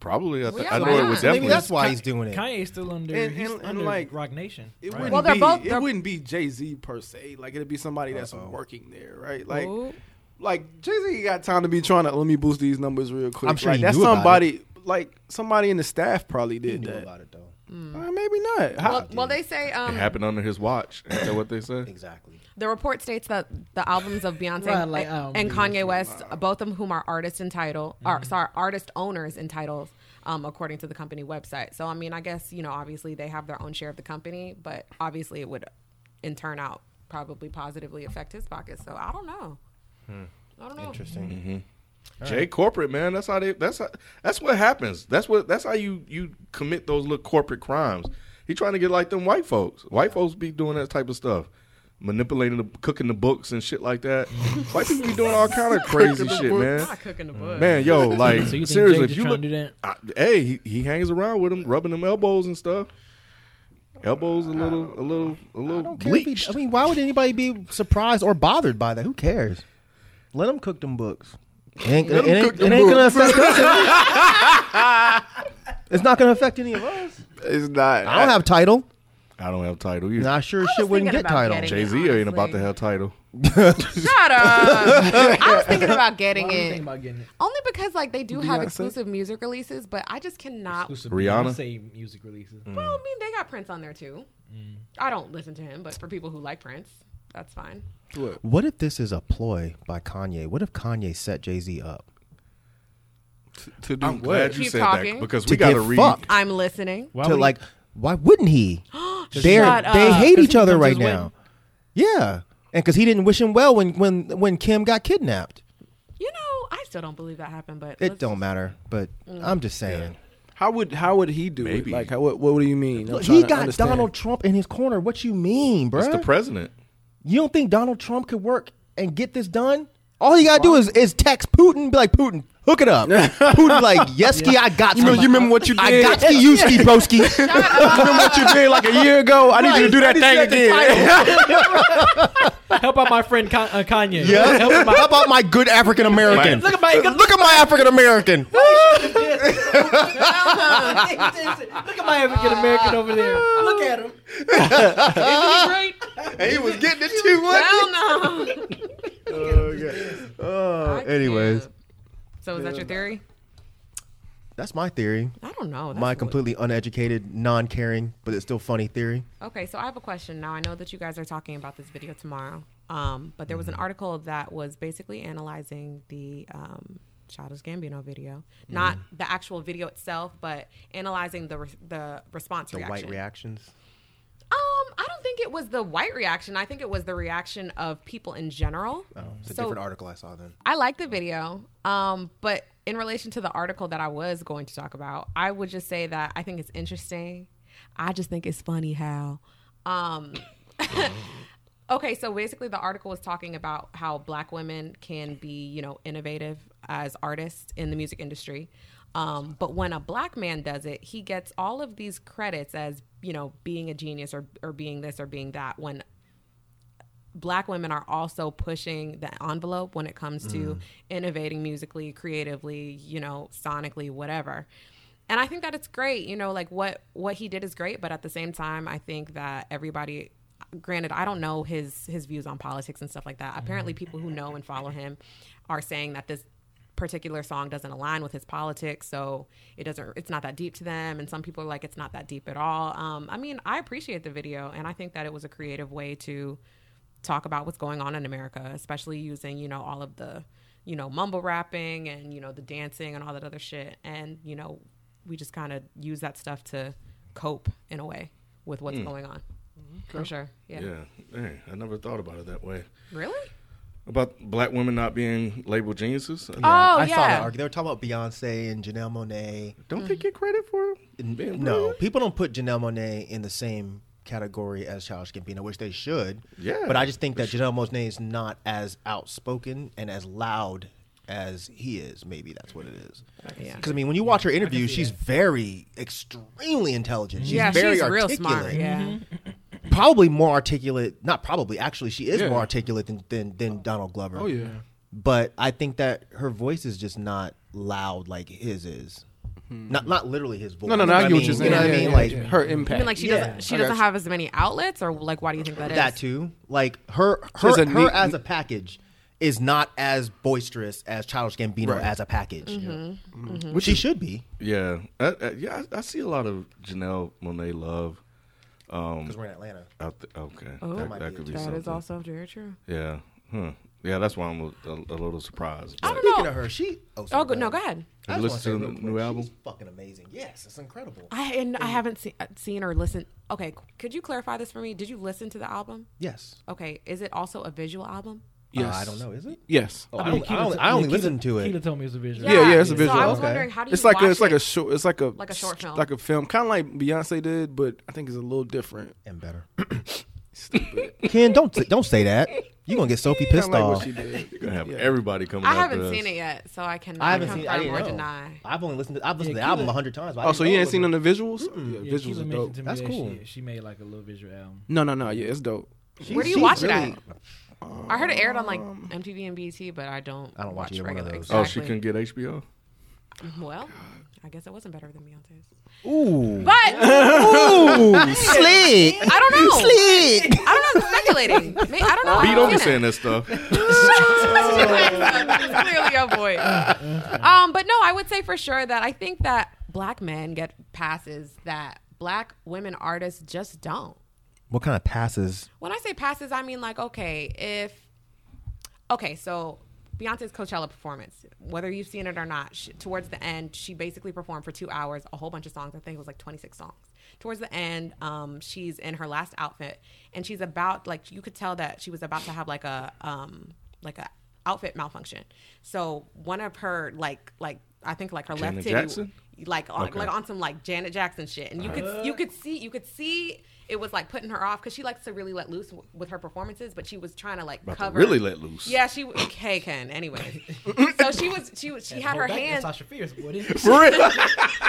[SPEAKER 4] Probably. I, th-
[SPEAKER 6] yeah,
[SPEAKER 4] I
[SPEAKER 6] why
[SPEAKER 4] know it
[SPEAKER 6] not?
[SPEAKER 4] was
[SPEAKER 2] Maybe
[SPEAKER 4] definitely.
[SPEAKER 2] that's why he's doing it.
[SPEAKER 8] Kanye's still under.
[SPEAKER 7] And-
[SPEAKER 8] he's
[SPEAKER 7] and- and
[SPEAKER 8] under
[SPEAKER 7] like-
[SPEAKER 8] Rock Nation.
[SPEAKER 7] It
[SPEAKER 8] right?
[SPEAKER 7] wouldn't
[SPEAKER 6] Well, they're
[SPEAKER 7] be,
[SPEAKER 6] both-
[SPEAKER 7] It
[SPEAKER 6] they're-
[SPEAKER 7] wouldn't be Jay Z per se. Like it'd be somebody that's working there, right? Like,
[SPEAKER 6] Ooh.
[SPEAKER 7] like Jay Z got time to be trying to let me boost these numbers real quick.
[SPEAKER 2] I'm sure
[SPEAKER 7] like,
[SPEAKER 2] he
[SPEAKER 7] that's
[SPEAKER 2] knew about
[SPEAKER 7] somebody. Like somebody in the staff probably
[SPEAKER 2] He
[SPEAKER 7] did
[SPEAKER 2] knew
[SPEAKER 7] that.
[SPEAKER 2] about it though.
[SPEAKER 7] Uh, maybe not. How-
[SPEAKER 6] Well, well, they say
[SPEAKER 4] It
[SPEAKER 6] um,
[SPEAKER 4] happened under his watch. Is that what they said?
[SPEAKER 2] Exactly.
[SPEAKER 6] The report states that the albums of Beyonce
[SPEAKER 3] Right, like,
[SPEAKER 6] and-
[SPEAKER 3] um,
[SPEAKER 6] and Kanye West, both of whom are artist entitled, or sorry, artist owners entitled, um, according to the company website. So I mean, I guess you know, obviously they have their own share of the company, but obviously it would, in turn out, probably positively affect his pockets. So I don't know.
[SPEAKER 4] Hmm.
[SPEAKER 6] I don't know.
[SPEAKER 2] Interesting.
[SPEAKER 4] Jay corporate man. That's how they. That's how, that's what happens. That's what. That's how you you commit those little corporate crimes. He trying to get like them white folks. White folks be doing that type of stuff, manipulating the cooking the books and shit
[SPEAKER 8] *laughs*
[SPEAKER 4] like that. white people be doing all kind of crazy shit, man.
[SPEAKER 6] Not cooking the book.
[SPEAKER 4] Man, yo, like
[SPEAKER 8] So you think
[SPEAKER 4] seriously,
[SPEAKER 8] Jay
[SPEAKER 4] if
[SPEAKER 8] just
[SPEAKER 4] you
[SPEAKER 8] trying
[SPEAKER 4] look,
[SPEAKER 8] to do that?
[SPEAKER 4] I, hey, he, he hangs around with them, rubbing them elbows and stuff. Elbows a little, a little, a little
[SPEAKER 2] care if he-
[SPEAKER 4] bleached.
[SPEAKER 2] I mean, why would anybody be surprised or bothered by that? Who cares? Let them cook them books. It ain't, it
[SPEAKER 4] them
[SPEAKER 2] ain't-
[SPEAKER 4] cook them
[SPEAKER 2] it ain't gonna affect us.
[SPEAKER 4] *laughs*
[SPEAKER 2] is it? it's not gonna affect any of us.
[SPEAKER 7] It's not.
[SPEAKER 2] I don't have title.
[SPEAKER 4] I don't have title.
[SPEAKER 2] And
[SPEAKER 4] either.
[SPEAKER 2] I sure
[SPEAKER 6] was
[SPEAKER 2] shit wouldn't
[SPEAKER 6] thinking
[SPEAKER 2] get
[SPEAKER 6] about
[SPEAKER 2] title.
[SPEAKER 6] getting-
[SPEAKER 4] Jay Z ain't about to have title.
[SPEAKER 6] Shut up. I was thinking about getting
[SPEAKER 3] Why are you
[SPEAKER 6] it.
[SPEAKER 3] thinking about getting it?
[SPEAKER 6] Only because like they do have
[SPEAKER 7] Beyonce?
[SPEAKER 6] exclusive music releases, but I just cannot.
[SPEAKER 3] Exclusive
[SPEAKER 4] Rihanna?
[SPEAKER 3] Beyonce music releases.
[SPEAKER 6] Well, I mean they got Prince on there too.
[SPEAKER 3] Mm.
[SPEAKER 6] I don't listen to him, but for people who like Prince, that's fine.
[SPEAKER 2] What if this is a ploy by Kanye? What if Kanye set Jay Z up?
[SPEAKER 7] to do
[SPEAKER 4] I'm glad you
[SPEAKER 6] Keep
[SPEAKER 4] said
[SPEAKER 6] talking.
[SPEAKER 4] that because
[SPEAKER 2] To
[SPEAKER 4] we got to
[SPEAKER 2] get
[SPEAKER 4] read.
[SPEAKER 2] fucked.
[SPEAKER 6] I'm listening.
[SPEAKER 8] Why
[SPEAKER 2] to
[SPEAKER 8] would he-
[SPEAKER 2] like, why
[SPEAKER 8] *gasps*
[SPEAKER 2] wouldn't he? They're,
[SPEAKER 6] Shut
[SPEAKER 2] they
[SPEAKER 6] up.
[SPEAKER 2] hate
[SPEAKER 8] uh, 'Cause
[SPEAKER 2] each
[SPEAKER 8] he
[SPEAKER 2] other
[SPEAKER 8] comes
[SPEAKER 2] right
[SPEAKER 8] his way.
[SPEAKER 2] now. Yeah, and because he didn't wish him well when when when Kim got kidnapped.
[SPEAKER 6] You know, I still don't believe that happened, but
[SPEAKER 2] It
[SPEAKER 6] let's-
[SPEAKER 2] don't matter, but
[SPEAKER 8] Mm.
[SPEAKER 2] I'm just saying.
[SPEAKER 7] How would how would he do
[SPEAKER 4] Maybe.
[SPEAKER 7] it? Like, how, what, what do you mean? I'm
[SPEAKER 2] Look,
[SPEAKER 7] trying
[SPEAKER 2] he
[SPEAKER 7] to
[SPEAKER 2] got
[SPEAKER 7] understand.
[SPEAKER 2] Donald Trump in his corner. What you mean, bro?
[SPEAKER 4] It's the president.
[SPEAKER 2] you don't think Donald Trump could work and get this done? All you gotta do is is text Putin, be like Putin, hook it
[SPEAKER 7] *laughs*
[SPEAKER 2] up. Putin, be like Yeski, I got you.
[SPEAKER 7] know- you remember what you
[SPEAKER 2] I
[SPEAKER 7] did?
[SPEAKER 2] got you, Yuski,
[SPEAKER 8] *laughs*
[SPEAKER 2] broski.
[SPEAKER 7] Remember what *laughs* you did like a year ago? I need you to do that thing
[SPEAKER 2] *laughs*
[SPEAKER 8] *laughs*
[SPEAKER 7] again.
[SPEAKER 8] help out my friend Con- uh, Kanye.
[SPEAKER 2] Yeah.
[SPEAKER 8] help out
[SPEAKER 2] *laughs* How
[SPEAKER 8] my
[SPEAKER 2] about my good African American?
[SPEAKER 8] look at my look
[SPEAKER 2] Look at my African American.
[SPEAKER 8] *laughs* at my African American over there.
[SPEAKER 3] Look at him.
[SPEAKER 9] He was getting it too
[SPEAKER 6] Hell no.
[SPEAKER 9] Oh,
[SPEAKER 6] *laughs* I
[SPEAKER 9] anyways,
[SPEAKER 6] can't. So is that your theory?
[SPEAKER 2] That's my theory.
[SPEAKER 6] I don't know. That's
[SPEAKER 2] My
[SPEAKER 6] what-
[SPEAKER 2] completely uneducated, non-caring, but it's still funny theory.
[SPEAKER 6] Okay, so I have a question. Now I know that you guys are talking about this video tomorrow, um, but there was an
[SPEAKER 2] Mm-hmm.
[SPEAKER 6] article that was basically analyzing the um, Childish Gambino video, not
[SPEAKER 2] Mm-hmm.
[SPEAKER 6] the actual video itself, but analyzing the re- the response
[SPEAKER 2] The
[SPEAKER 6] reaction.
[SPEAKER 2] white reactions.
[SPEAKER 6] Um, I don't think it was the white reaction. I think it was the reaction of people in general. Oh,
[SPEAKER 2] It's a different article I saw then.
[SPEAKER 6] I like the video, um, but in relation to the article that I was going to talk about, I would just say that I think it's interesting. I just think it's funny how. Um, *laughs* okay, so basically, the article was talking about how Black women can be, you know, innovative as artists in the music industry, um, but when a Black man does it, he gets all of these credits as, you know, being a genius or or being this or being that. When black women are also pushing the envelope when it comes to innovating musically, creatively, you know, sonically, whatever. And I think that it's great, you know, like what what he did is great, but at the same time, I think that everybody granted I don't know his his views on politics and stuff like that. Apparently people who know and follow him are saying that this particular song doesn't align with his politics so it doesn't it's not that deep to them and some people are like it's not that deep at all um, i mean i appreciate the video and i think that it was a creative way to talk about what's going on in America, especially using, you know, all of the, you know, mumble rapping and, you know, the dancing and all that other shit. And, you know, we just kind of use that stuff to cope in a way with
[SPEAKER 2] Hmm.
[SPEAKER 6] what's going on. For sure. Yeah.
[SPEAKER 4] Yeah, Dang, I never thought about it that way.
[SPEAKER 6] Really?
[SPEAKER 4] About black women not being labeled geniuses.
[SPEAKER 6] Oh,
[SPEAKER 2] I
[SPEAKER 6] yeah.
[SPEAKER 2] saw that article. They were talking about Beyonce and Janelle Monet.
[SPEAKER 4] Don't
[SPEAKER 6] Mm-hmm.
[SPEAKER 4] they get credit for it? Being
[SPEAKER 2] No,
[SPEAKER 4] brilliant?
[SPEAKER 2] people don't put Janelle Monet in the same category as Childish Gambino, which they should.
[SPEAKER 4] Yeah.
[SPEAKER 2] But I just think that Janelle Monet is not as outspoken and as loud as he is. Maybe that's what it is.
[SPEAKER 6] Yeah.
[SPEAKER 2] Because I mean, when you watch her interview, she's very extremely intelligent. She's
[SPEAKER 6] yeah,
[SPEAKER 2] very
[SPEAKER 6] she's real
[SPEAKER 2] articulate.
[SPEAKER 6] smart. Yeah.
[SPEAKER 2] Probably more articulate. Not probably. Actually, she is more articulate than than, than Donald Glover.
[SPEAKER 7] Oh yeah.
[SPEAKER 2] But I think that her voice is just not loud like his is. Not not literally his voice.
[SPEAKER 7] Hmm. No, no, no.
[SPEAKER 2] but
[SPEAKER 7] I get what
[SPEAKER 2] mean,
[SPEAKER 7] you're saying.
[SPEAKER 2] You know what
[SPEAKER 7] Yeah,
[SPEAKER 2] I mean?
[SPEAKER 7] yeah,
[SPEAKER 2] like
[SPEAKER 7] yeah. her impact.
[SPEAKER 6] I mean, like she
[SPEAKER 2] Yeah.
[SPEAKER 6] doesn't she
[SPEAKER 7] I
[SPEAKER 6] doesn't
[SPEAKER 7] gotcha.
[SPEAKER 6] have as many outlets, or like, why do you think that is?
[SPEAKER 2] that too. Like her,
[SPEAKER 7] There's
[SPEAKER 2] her,
[SPEAKER 7] a
[SPEAKER 2] her
[SPEAKER 7] neat-
[SPEAKER 2] as a package is not as boisterous as Childish Gambino
[SPEAKER 7] Right. Mm-hmm.
[SPEAKER 2] as a package,
[SPEAKER 6] Mm-hmm.
[SPEAKER 2] which she should be.
[SPEAKER 4] Yeah, I, I, yeah. I, I see a lot of Janelle Monet love. Um,
[SPEAKER 2] because we're in Atlanta.
[SPEAKER 4] I th- okay,
[SPEAKER 6] Oh.
[SPEAKER 4] that,
[SPEAKER 6] That
[SPEAKER 4] that could be
[SPEAKER 6] That
[SPEAKER 4] something.
[SPEAKER 6] is also very true.
[SPEAKER 4] Yeah, hmm. yeah, that's why I'm a, a, a little surprised.
[SPEAKER 6] I
[SPEAKER 4] but-
[SPEAKER 6] don't
[SPEAKER 2] Speaking
[SPEAKER 6] know.
[SPEAKER 2] of her, she. Oh, sorry,
[SPEAKER 6] Oh, go, no, go ahead.
[SPEAKER 4] Have you
[SPEAKER 2] I just
[SPEAKER 4] listened
[SPEAKER 2] wanna
[SPEAKER 4] to
[SPEAKER 2] say real
[SPEAKER 4] the new
[SPEAKER 2] quick,
[SPEAKER 4] album?
[SPEAKER 2] She's fucking amazing. Yes, it's incredible.
[SPEAKER 6] I and I haven't seen seen or listened. Okay, could you clarify this for me? Did you listen to the album?
[SPEAKER 2] Yes.
[SPEAKER 6] Okay, is it also a visual album?
[SPEAKER 2] Uh,
[SPEAKER 8] Yes.
[SPEAKER 2] I don't know. Is it?
[SPEAKER 8] Yes.
[SPEAKER 2] I only- I only- I only listened to it.
[SPEAKER 3] Keita told me it's a visual.
[SPEAKER 8] Yeah, yeah, it's a
[SPEAKER 6] So I
[SPEAKER 8] visual,
[SPEAKER 6] was
[SPEAKER 2] okay.
[SPEAKER 6] wondering how do you
[SPEAKER 8] It's like a,
[SPEAKER 6] watch
[SPEAKER 8] it's like
[SPEAKER 6] it?
[SPEAKER 8] a short, it's like a,
[SPEAKER 6] Like a short film.
[SPEAKER 8] like a film, kind of like Beyonce did, but I think it's a little different.
[SPEAKER 2] And better.
[SPEAKER 8] Stupid.
[SPEAKER 2] Ken, don't say- don't say that. You are gonna
[SPEAKER 8] *laughs*
[SPEAKER 2] get Sophie
[SPEAKER 8] I
[SPEAKER 2] pissed
[SPEAKER 8] like
[SPEAKER 2] off.
[SPEAKER 8] what she did.
[SPEAKER 4] You're gonna have everybody coming.
[SPEAKER 6] I
[SPEAKER 4] after
[SPEAKER 6] haven't
[SPEAKER 4] us.
[SPEAKER 6] seen it yet, so I cannot
[SPEAKER 2] I haven't seen. I
[SPEAKER 6] confirm
[SPEAKER 2] didn't
[SPEAKER 6] or
[SPEAKER 2] know.
[SPEAKER 6] deny.
[SPEAKER 2] I've only listened. To, I've listened
[SPEAKER 3] Yeah,
[SPEAKER 2] to the album
[SPEAKER 3] Keela-
[SPEAKER 2] a hundred times. but I
[SPEAKER 8] Oh,
[SPEAKER 2] didn't
[SPEAKER 8] so
[SPEAKER 2] know
[SPEAKER 8] you
[SPEAKER 2] it
[SPEAKER 8] ain't
[SPEAKER 2] was
[SPEAKER 8] seen
[SPEAKER 2] a-
[SPEAKER 8] none of the visuals? Yeah,
[SPEAKER 3] Yeah,
[SPEAKER 8] visuals
[SPEAKER 3] Keila
[SPEAKER 8] are
[SPEAKER 3] mentioned
[SPEAKER 8] dope.
[SPEAKER 3] to me
[SPEAKER 2] That's
[SPEAKER 3] that
[SPEAKER 2] cool.
[SPEAKER 3] She, she made like a little visual album.
[SPEAKER 8] No, no, no. Yeah, it's dope.
[SPEAKER 6] Where do you
[SPEAKER 2] she's
[SPEAKER 6] watch
[SPEAKER 2] really-
[SPEAKER 6] it at? I heard it aired on like
[SPEAKER 8] Um,
[SPEAKER 6] MTV and BT, but I don't.
[SPEAKER 2] I don't watch either one of
[SPEAKER 6] regular.
[SPEAKER 2] those.
[SPEAKER 4] Oh, she
[SPEAKER 6] exactly. Oh,
[SPEAKER 4] couldn't get HBO.
[SPEAKER 6] Well, I guess it wasn't better than Beyonce's,
[SPEAKER 2] Ooh,
[SPEAKER 6] but
[SPEAKER 8] *laughs*
[SPEAKER 6] I *laughs*
[SPEAKER 2] ooh, slick.
[SPEAKER 6] don't know.
[SPEAKER 2] Slick.
[SPEAKER 6] don't know. I'm speculating. May- I don't know.
[SPEAKER 4] B,
[SPEAKER 6] I've
[SPEAKER 4] don't be
[SPEAKER 6] seen
[SPEAKER 4] saying that
[SPEAKER 6] it.
[SPEAKER 4] stuff.
[SPEAKER 2] *laughs*
[SPEAKER 6] It's clearly a boy. Um, but no, I would say for sure that I think that black men get passes that black women artists just don't.
[SPEAKER 2] What kind of passes?
[SPEAKER 6] When I say passes, I mean like okay, if okay, so Beyonce's Coachella performance, whether you've seen it or not, she, towards the end, she basically performed for two hours a whole bunch of songs. I think it was like 26 songs. Towards the end, um, she's in her last outfit, and she's about like you could tell that she was about to have like a um, like a outfit malfunction. So one of her like like I think like her
[SPEAKER 4] Janet
[SPEAKER 6] left titty,
[SPEAKER 4] Jackson?
[SPEAKER 6] like on,
[SPEAKER 4] Okay. Ah.
[SPEAKER 6] like on some like Janet Jackson shit, and you could you could see you could see it was like putting her off because she likes to really let loose w- with her performances, but she was trying to like
[SPEAKER 4] About to
[SPEAKER 6] cover
[SPEAKER 4] really let loose.
[SPEAKER 6] Yeah, she w- hey Ken. Anyway, so she was she was she had her hand
[SPEAKER 3] Sasha Fierce, boy.
[SPEAKER 4] For real.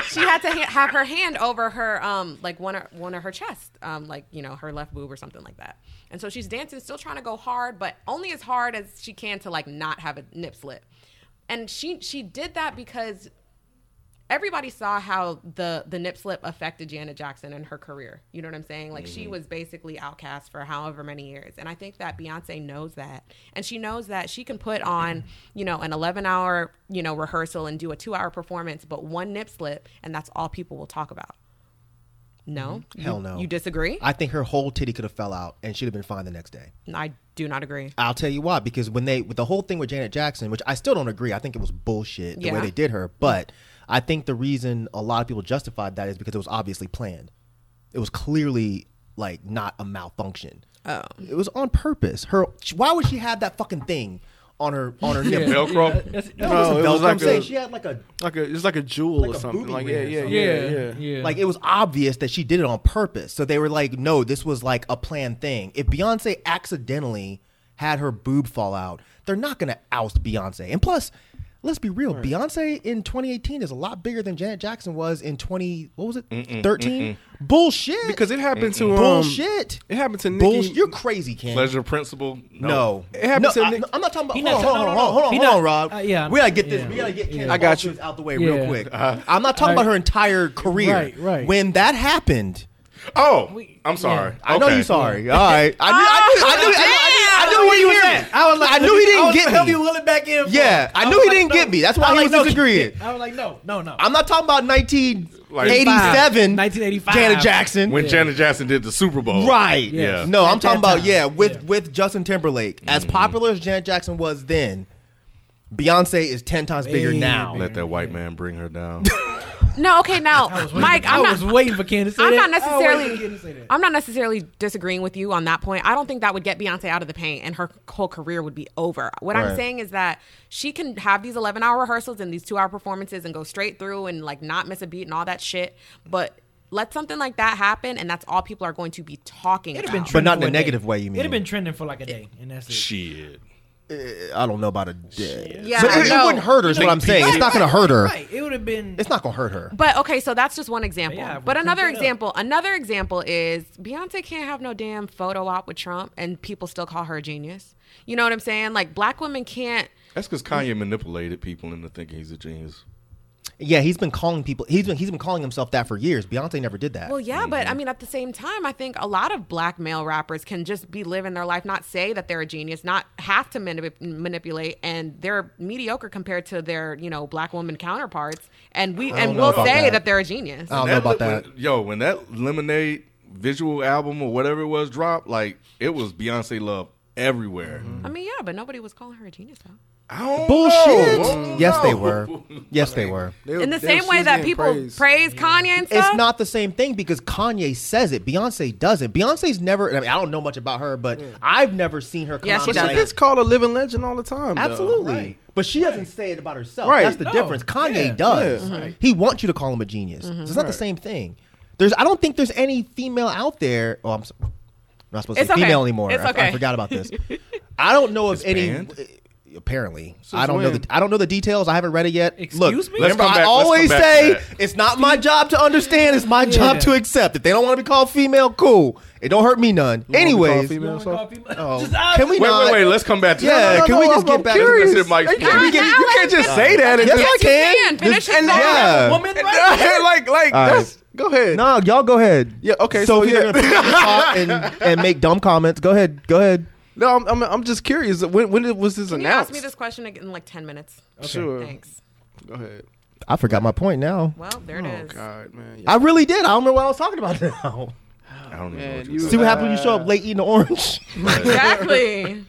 [SPEAKER 6] she had to ha- have her hand over her um like one of one of her chest um like you know her left boob or something like that, and so she's dancing still trying to go hard, but only as hard as she can to like not have a nip slip, and she she did that because everybody saw how the the nip slip affected Janet Jackson and her career. You know what I'm saying? Like she was basically outcast for however many years, and I think that Beyonce knows that, and she knows that she can put on you know an 11 hour you know rehearsal and do a two hour performance, but one nip slip, and that's all people will talk about. No, You-
[SPEAKER 2] Hell no.
[SPEAKER 6] You disagree? I,
[SPEAKER 2] I think her whole titty could have fell out, and she'd have been fine the next day.
[SPEAKER 6] do not agree.
[SPEAKER 2] I'll tell you why. Because when they with the whole thing with Janet Jackson, which I still don't agree, I think it was bullshit the
[SPEAKER 6] Yeah.
[SPEAKER 2] way they did her. But I think the reason a lot of people justified that is because it was obviously planned. It was clearly like not a malfunction. Oh, it was on purpose. Her why would she have that fucking thing on her on her nipple?
[SPEAKER 4] Velcro.
[SPEAKER 3] That's, that
[SPEAKER 8] No,
[SPEAKER 3] was
[SPEAKER 8] it
[SPEAKER 2] No,
[SPEAKER 8] was
[SPEAKER 2] I'm
[SPEAKER 8] like
[SPEAKER 2] saying
[SPEAKER 8] a,
[SPEAKER 2] she had like a
[SPEAKER 8] like a, it's like a jewel
[SPEAKER 2] Like
[SPEAKER 8] or
[SPEAKER 2] a
[SPEAKER 8] something.
[SPEAKER 2] booty
[SPEAKER 8] Like yeah,
[SPEAKER 2] ring or
[SPEAKER 8] yeah,
[SPEAKER 2] something.
[SPEAKER 8] yeah,
[SPEAKER 3] yeah,
[SPEAKER 8] yeah,
[SPEAKER 3] yeah.
[SPEAKER 2] Like it was obvious that she did it on purpose. So they were like, no, this was like a planned thing. If Beyonce accidentally had her boob fall out, they're not gonna oust Beyonce. And plus, let's be real, Beyonce in 2018 is a lot bigger than Janet Jackson was in 20 what was it? 13? Bullshit.
[SPEAKER 8] Because it happened to um,
[SPEAKER 2] bullshit.
[SPEAKER 8] It happened to Nicki.
[SPEAKER 2] Bullshit. You're crazy, Ken.
[SPEAKER 4] Pleasure principle.
[SPEAKER 2] No.
[SPEAKER 8] It happened
[SPEAKER 2] no,
[SPEAKER 8] to
[SPEAKER 2] I,
[SPEAKER 8] Nick-
[SPEAKER 2] am not talking about.
[SPEAKER 3] He
[SPEAKER 2] Hold on,
[SPEAKER 3] not-
[SPEAKER 2] hold on,
[SPEAKER 3] no,
[SPEAKER 2] hold
[SPEAKER 3] no, no,
[SPEAKER 2] on, hold on,
[SPEAKER 3] he
[SPEAKER 2] hold
[SPEAKER 3] not-
[SPEAKER 2] on, Rob.
[SPEAKER 3] uh, yeah, I'm-
[SPEAKER 2] we gotta get this.
[SPEAKER 3] yeah.
[SPEAKER 2] We gotta get. Ken
[SPEAKER 3] I
[SPEAKER 8] got you.
[SPEAKER 2] Baldwin's out the way
[SPEAKER 3] Yeah.
[SPEAKER 2] real quick. I'm not talking about her entire career.
[SPEAKER 3] Right, right.
[SPEAKER 2] When that happened,
[SPEAKER 4] Oh, I'm sorry.
[SPEAKER 2] I know
[SPEAKER 4] Okay.
[SPEAKER 2] you're sorry. All right, I knew, I knew, I knew, I knew, I knew, I knew where he was at. I was like, I knew he didn't get me.
[SPEAKER 3] it back in.
[SPEAKER 2] Yeah, I knew he didn't get me. That's why he was disagreeing.
[SPEAKER 3] I was like, no, no, no.
[SPEAKER 2] I'm not talking about 1987,
[SPEAKER 3] 1985.
[SPEAKER 2] Janet Jackson.
[SPEAKER 4] *laughs* When Janet Jackson did the Super Bowl.
[SPEAKER 2] Right.
[SPEAKER 4] Yeah.
[SPEAKER 2] No, I'm
[SPEAKER 3] At
[SPEAKER 2] talking
[SPEAKER 3] that
[SPEAKER 2] about
[SPEAKER 3] time.
[SPEAKER 2] yeah, with
[SPEAKER 3] Yeah.
[SPEAKER 2] with Justin Timberlake. As popular as Janet Jackson was then, Beyonce is ten times bigger
[SPEAKER 3] Way
[SPEAKER 2] now.
[SPEAKER 4] Let that white man bring
[SPEAKER 2] *laughs*
[SPEAKER 4] her down.
[SPEAKER 6] No, okay, now Mike, I'm
[SPEAKER 3] I
[SPEAKER 6] not.
[SPEAKER 3] was waiting for Ken to say
[SPEAKER 6] I'm
[SPEAKER 3] that.
[SPEAKER 6] not
[SPEAKER 3] I was waiting for Ken to say
[SPEAKER 6] necessarily.
[SPEAKER 3] that.
[SPEAKER 6] I'm not necessarily disagreeing with you on that point. I don't think that would get Beyonce out of the paint, and her whole career would be over. What I'm
[SPEAKER 2] Right.
[SPEAKER 6] saying is that she can have these 11 hour rehearsals and these two hour performances and go straight through and like not miss a beat and all that shit. But let something like that happen, and that's all people are going to be talking
[SPEAKER 3] It'd
[SPEAKER 6] about.
[SPEAKER 3] have been
[SPEAKER 2] But not in
[SPEAKER 3] trending
[SPEAKER 2] a
[SPEAKER 3] for day.
[SPEAKER 2] negative way, you mean.
[SPEAKER 3] It'd have been trending for like a day, and that's it.
[SPEAKER 4] Shit.
[SPEAKER 2] I don't know about a day.
[SPEAKER 6] Yeah,
[SPEAKER 2] but
[SPEAKER 6] I
[SPEAKER 2] it, it
[SPEAKER 6] know.
[SPEAKER 2] wouldn't hurt her. Is what I'm saying. It's not going to hurt her.
[SPEAKER 3] Right. It would have been.
[SPEAKER 2] It's not going to hurt her.
[SPEAKER 6] But okay, so that's just one example.
[SPEAKER 3] Yeah,
[SPEAKER 6] but
[SPEAKER 3] we'll
[SPEAKER 6] another
[SPEAKER 3] keep it up.
[SPEAKER 6] example, another example is Beyonce can't have no damn photo op with Trump, and people still call her a genius. You know what I'm saying? Like black women can't.
[SPEAKER 4] That's because Kanye manipulated people into thinking he's a genius.
[SPEAKER 2] Yeah, he's been calling people. He's been he's been calling himself that for years. Beyonce never did that.
[SPEAKER 6] Well, yeah, but
[SPEAKER 2] Mm-hmm.
[SPEAKER 6] I mean, at the same time, I think a lot of black male rappers can just be living their life, not say that they're a genius, not have to manip- manipulate, and they're mediocre compared to their you know black woman counterparts, and we
[SPEAKER 2] don't
[SPEAKER 6] and
[SPEAKER 2] know
[SPEAKER 6] we'll
[SPEAKER 2] about
[SPEAKER 6] say
[SPEAKER 2] that. Um,
[SPEAKER 6] that they're a genius.
[SPEAKER 2] I don't know about
[SPEAKER 4] li-
[SPEAKER 2] that.
[SPEAKER 4] when- yo, when that lemonade visual album or whatever it was dropped, like it was Beyonce love everywhere.
[SPEAKER 2] Mm-hmm.
[SPEAKER 6] I mean, yeah, but nobody was calling her a genius, though.
[SPEAKER 4] I don't
[SPEAKER 9] Bullshit.
[SPEAKER 4] know.
[SPEAKER 9] Yes, they
[SPEAKER 4] No.
[SPEAKER 9] were. Yes, they were.
[SPEAKER 7] They-
[SPEAKER 6] In the
[SPEAKER 7] they-
[SPEAKER 6] same
[SPEAKER 7] she
[SPEAKER 6] way
[SPEAKER 7] was
[SPEAKER 6] that
[SPEAKER 7] getting
[SPEAKER 6] people
[SPEAKER 7] praised.
[SPEAKER 6] praise Kanye and stuff.
[SPEAKER 2] It's not the same thing because Kanye says it. Beyonce doesn't. Beyonce's never. I mean, I don't know much about her, but I've never seen her. Come
[SPEAKER 6] Yeah,
[SPEAKER 2] out
[SPEAKER 6] she
[SPEAKER 2] and
[SPEAKER 7] But she
[SPEAKER 2] say,
[SPEAKER 6] does.
[SPEAKER 7] gets called a living legend all the time. though.
[SPEAKER 2] Absolutely. But she doesn't say it about herself.
[SPEAKER 7] Right.
[SPEAKER 2] That's the
[SPEAKER 3] No.
[SPEAKER 2] difference. Kanye
[SPEAKER 3] Yeah.
[SPEAKER 2] does.
[SPEAKER 3] Yeah. Right.
[SPEAKER 2] He wants you to call him a genius. So it's not the same thing. There's I don't think there's any female out there. Oh, I'm, so, I'm not supposed to
[SPEAKER 6] It's
[SPEAKER 2] say
[SPEAKER 6] okay.
[SPEAKER 2] female anymore.
[SPEAKER 6] It's
[SPEAKER 2] I, I
[SPEAKER 6] okay.
[SPEAKER 2] forgot about this. I don't know of
[SPEAKER 4] It's
[SPEAKER 2] any uh,
[SPEAKER 4] banned?
[SPEAKER 2] apparently. I don't know
[SPEAKER 7] when?
[SPEAKER 2] the I don't know the details. I haven't read it yet.
[SPEAKER 3] Excuse
[SPEAKER 2] Look,
[SPEAKER 3] me? Let's
[SPEAKER 2] remember
[SPEAKER 4] come
[SPEAKER 2] I
[SPEAKER 4] back- let's come
[SPEAKER 2] always
[SPEAKER 4] back to
[SPEAKER 2] say
[SPEAKER 4] that.
[SPEAKER 2] it's not my job to understand, it's my job to accept. If they don't want to be called female, cool. It don't hurt me none.
[SPEAKER 7] You wanna be called
[SPEAKER 2] Anyways,
[SPEAKER 7] female soft?
[SPEAKER 3] Just out.
[SPEAKER 2] Oh. can we
[SPEAKER 4] Wait,
[SPEAKER 2] not
[SPEAKER 4] wait, wait. Let's come back to
[SPEAKER 2] Yeah,
[SPEAKER 4] that.
[SPEAKER 2] can we just
[SPEAKER 7] I'm-
[SPEAKER 2] get
[SPEAKER 7] I'm
[SPEAKER 2] back-
[SPEAKER 7] curious.
[SPEAKER 4] Let's hit Mike's
[SPEAKER 7] You
[SPEAKER 4] point.
[SPEAKER 7] can't- you
[SPEAKER 6] Now,
[SPEAKER 7] can't- you
[SPEAKER 6] let's
[SPEAKER 7] can't just
[SPEAKER 6] get-
[SPEAKER 7] say that. and
[SPEAKER 2] Yes,
[SPEAKER 7] just-
[SPEAKER 2] I
[SPEAKER 6] Yes, you
[SPEAKER 2] can.
[SPEAKER 6] can. Finish
[SPEAKER 2] And-
[SPEAKER 6] your thought.
[SPEAKER 2] yeah.
[SPEAKER 3] Woman,
[SPEAKER 2] *laughs*
[SPEAKER 3] right?
[SPEAKER 7] like, like,
[SPEAKER 2] All right.
[SPEAKER 7] that's, go ahead.
[SPEAKER 2] No, y'all go ahead.
[SPEAKER 7] Yeah, okay,
[SPEAKER 2] So,
[SPEAKER 7] so
[SPEAKER 2] if you're
[SPEAKER 7] yeah.
[SPEAKER 2] gonna pick and
[SPEAKER 7] *laughs*
[SPEAKER 2] talk and, and make dumb comments. Go ahead. Go ahead.
[SPEAKER 7] No, I'm, I'm, I'm just curious. When, when it- was this
[SPEAKER 6] Can you
[SPEAKER 7] announced?
[SPEAKER 6] ask me this question again in like 10 minutes?
[SPEAKER 7] Sure.
[SPEAKER 6] Thanks.
[SPEAKER 7] Go ahead.
[SPEAKER 2] I forgot my point now.
[SPEAKER 6] Well, there it
[SPEAKER 7] Oh
[SPEAKER 6] is.
[SPEAKER 7] God, man. Yeah.
[SPEAKER 2] I really did. I don't remember what I was talking about *laughs* now.
[SPEAKER 4] I don't even know
[SPEAKER 7] Man,
[SPEAKER 4] what
[SPEAKER 7] you-
[SPEAKER 4] you
[SPEAKER 2] See
[SPEAKER 4] said.
[SPEAKER 2] what happens when you show up late eating an orange. *laughs*
[SPEAKER 6] Exactly.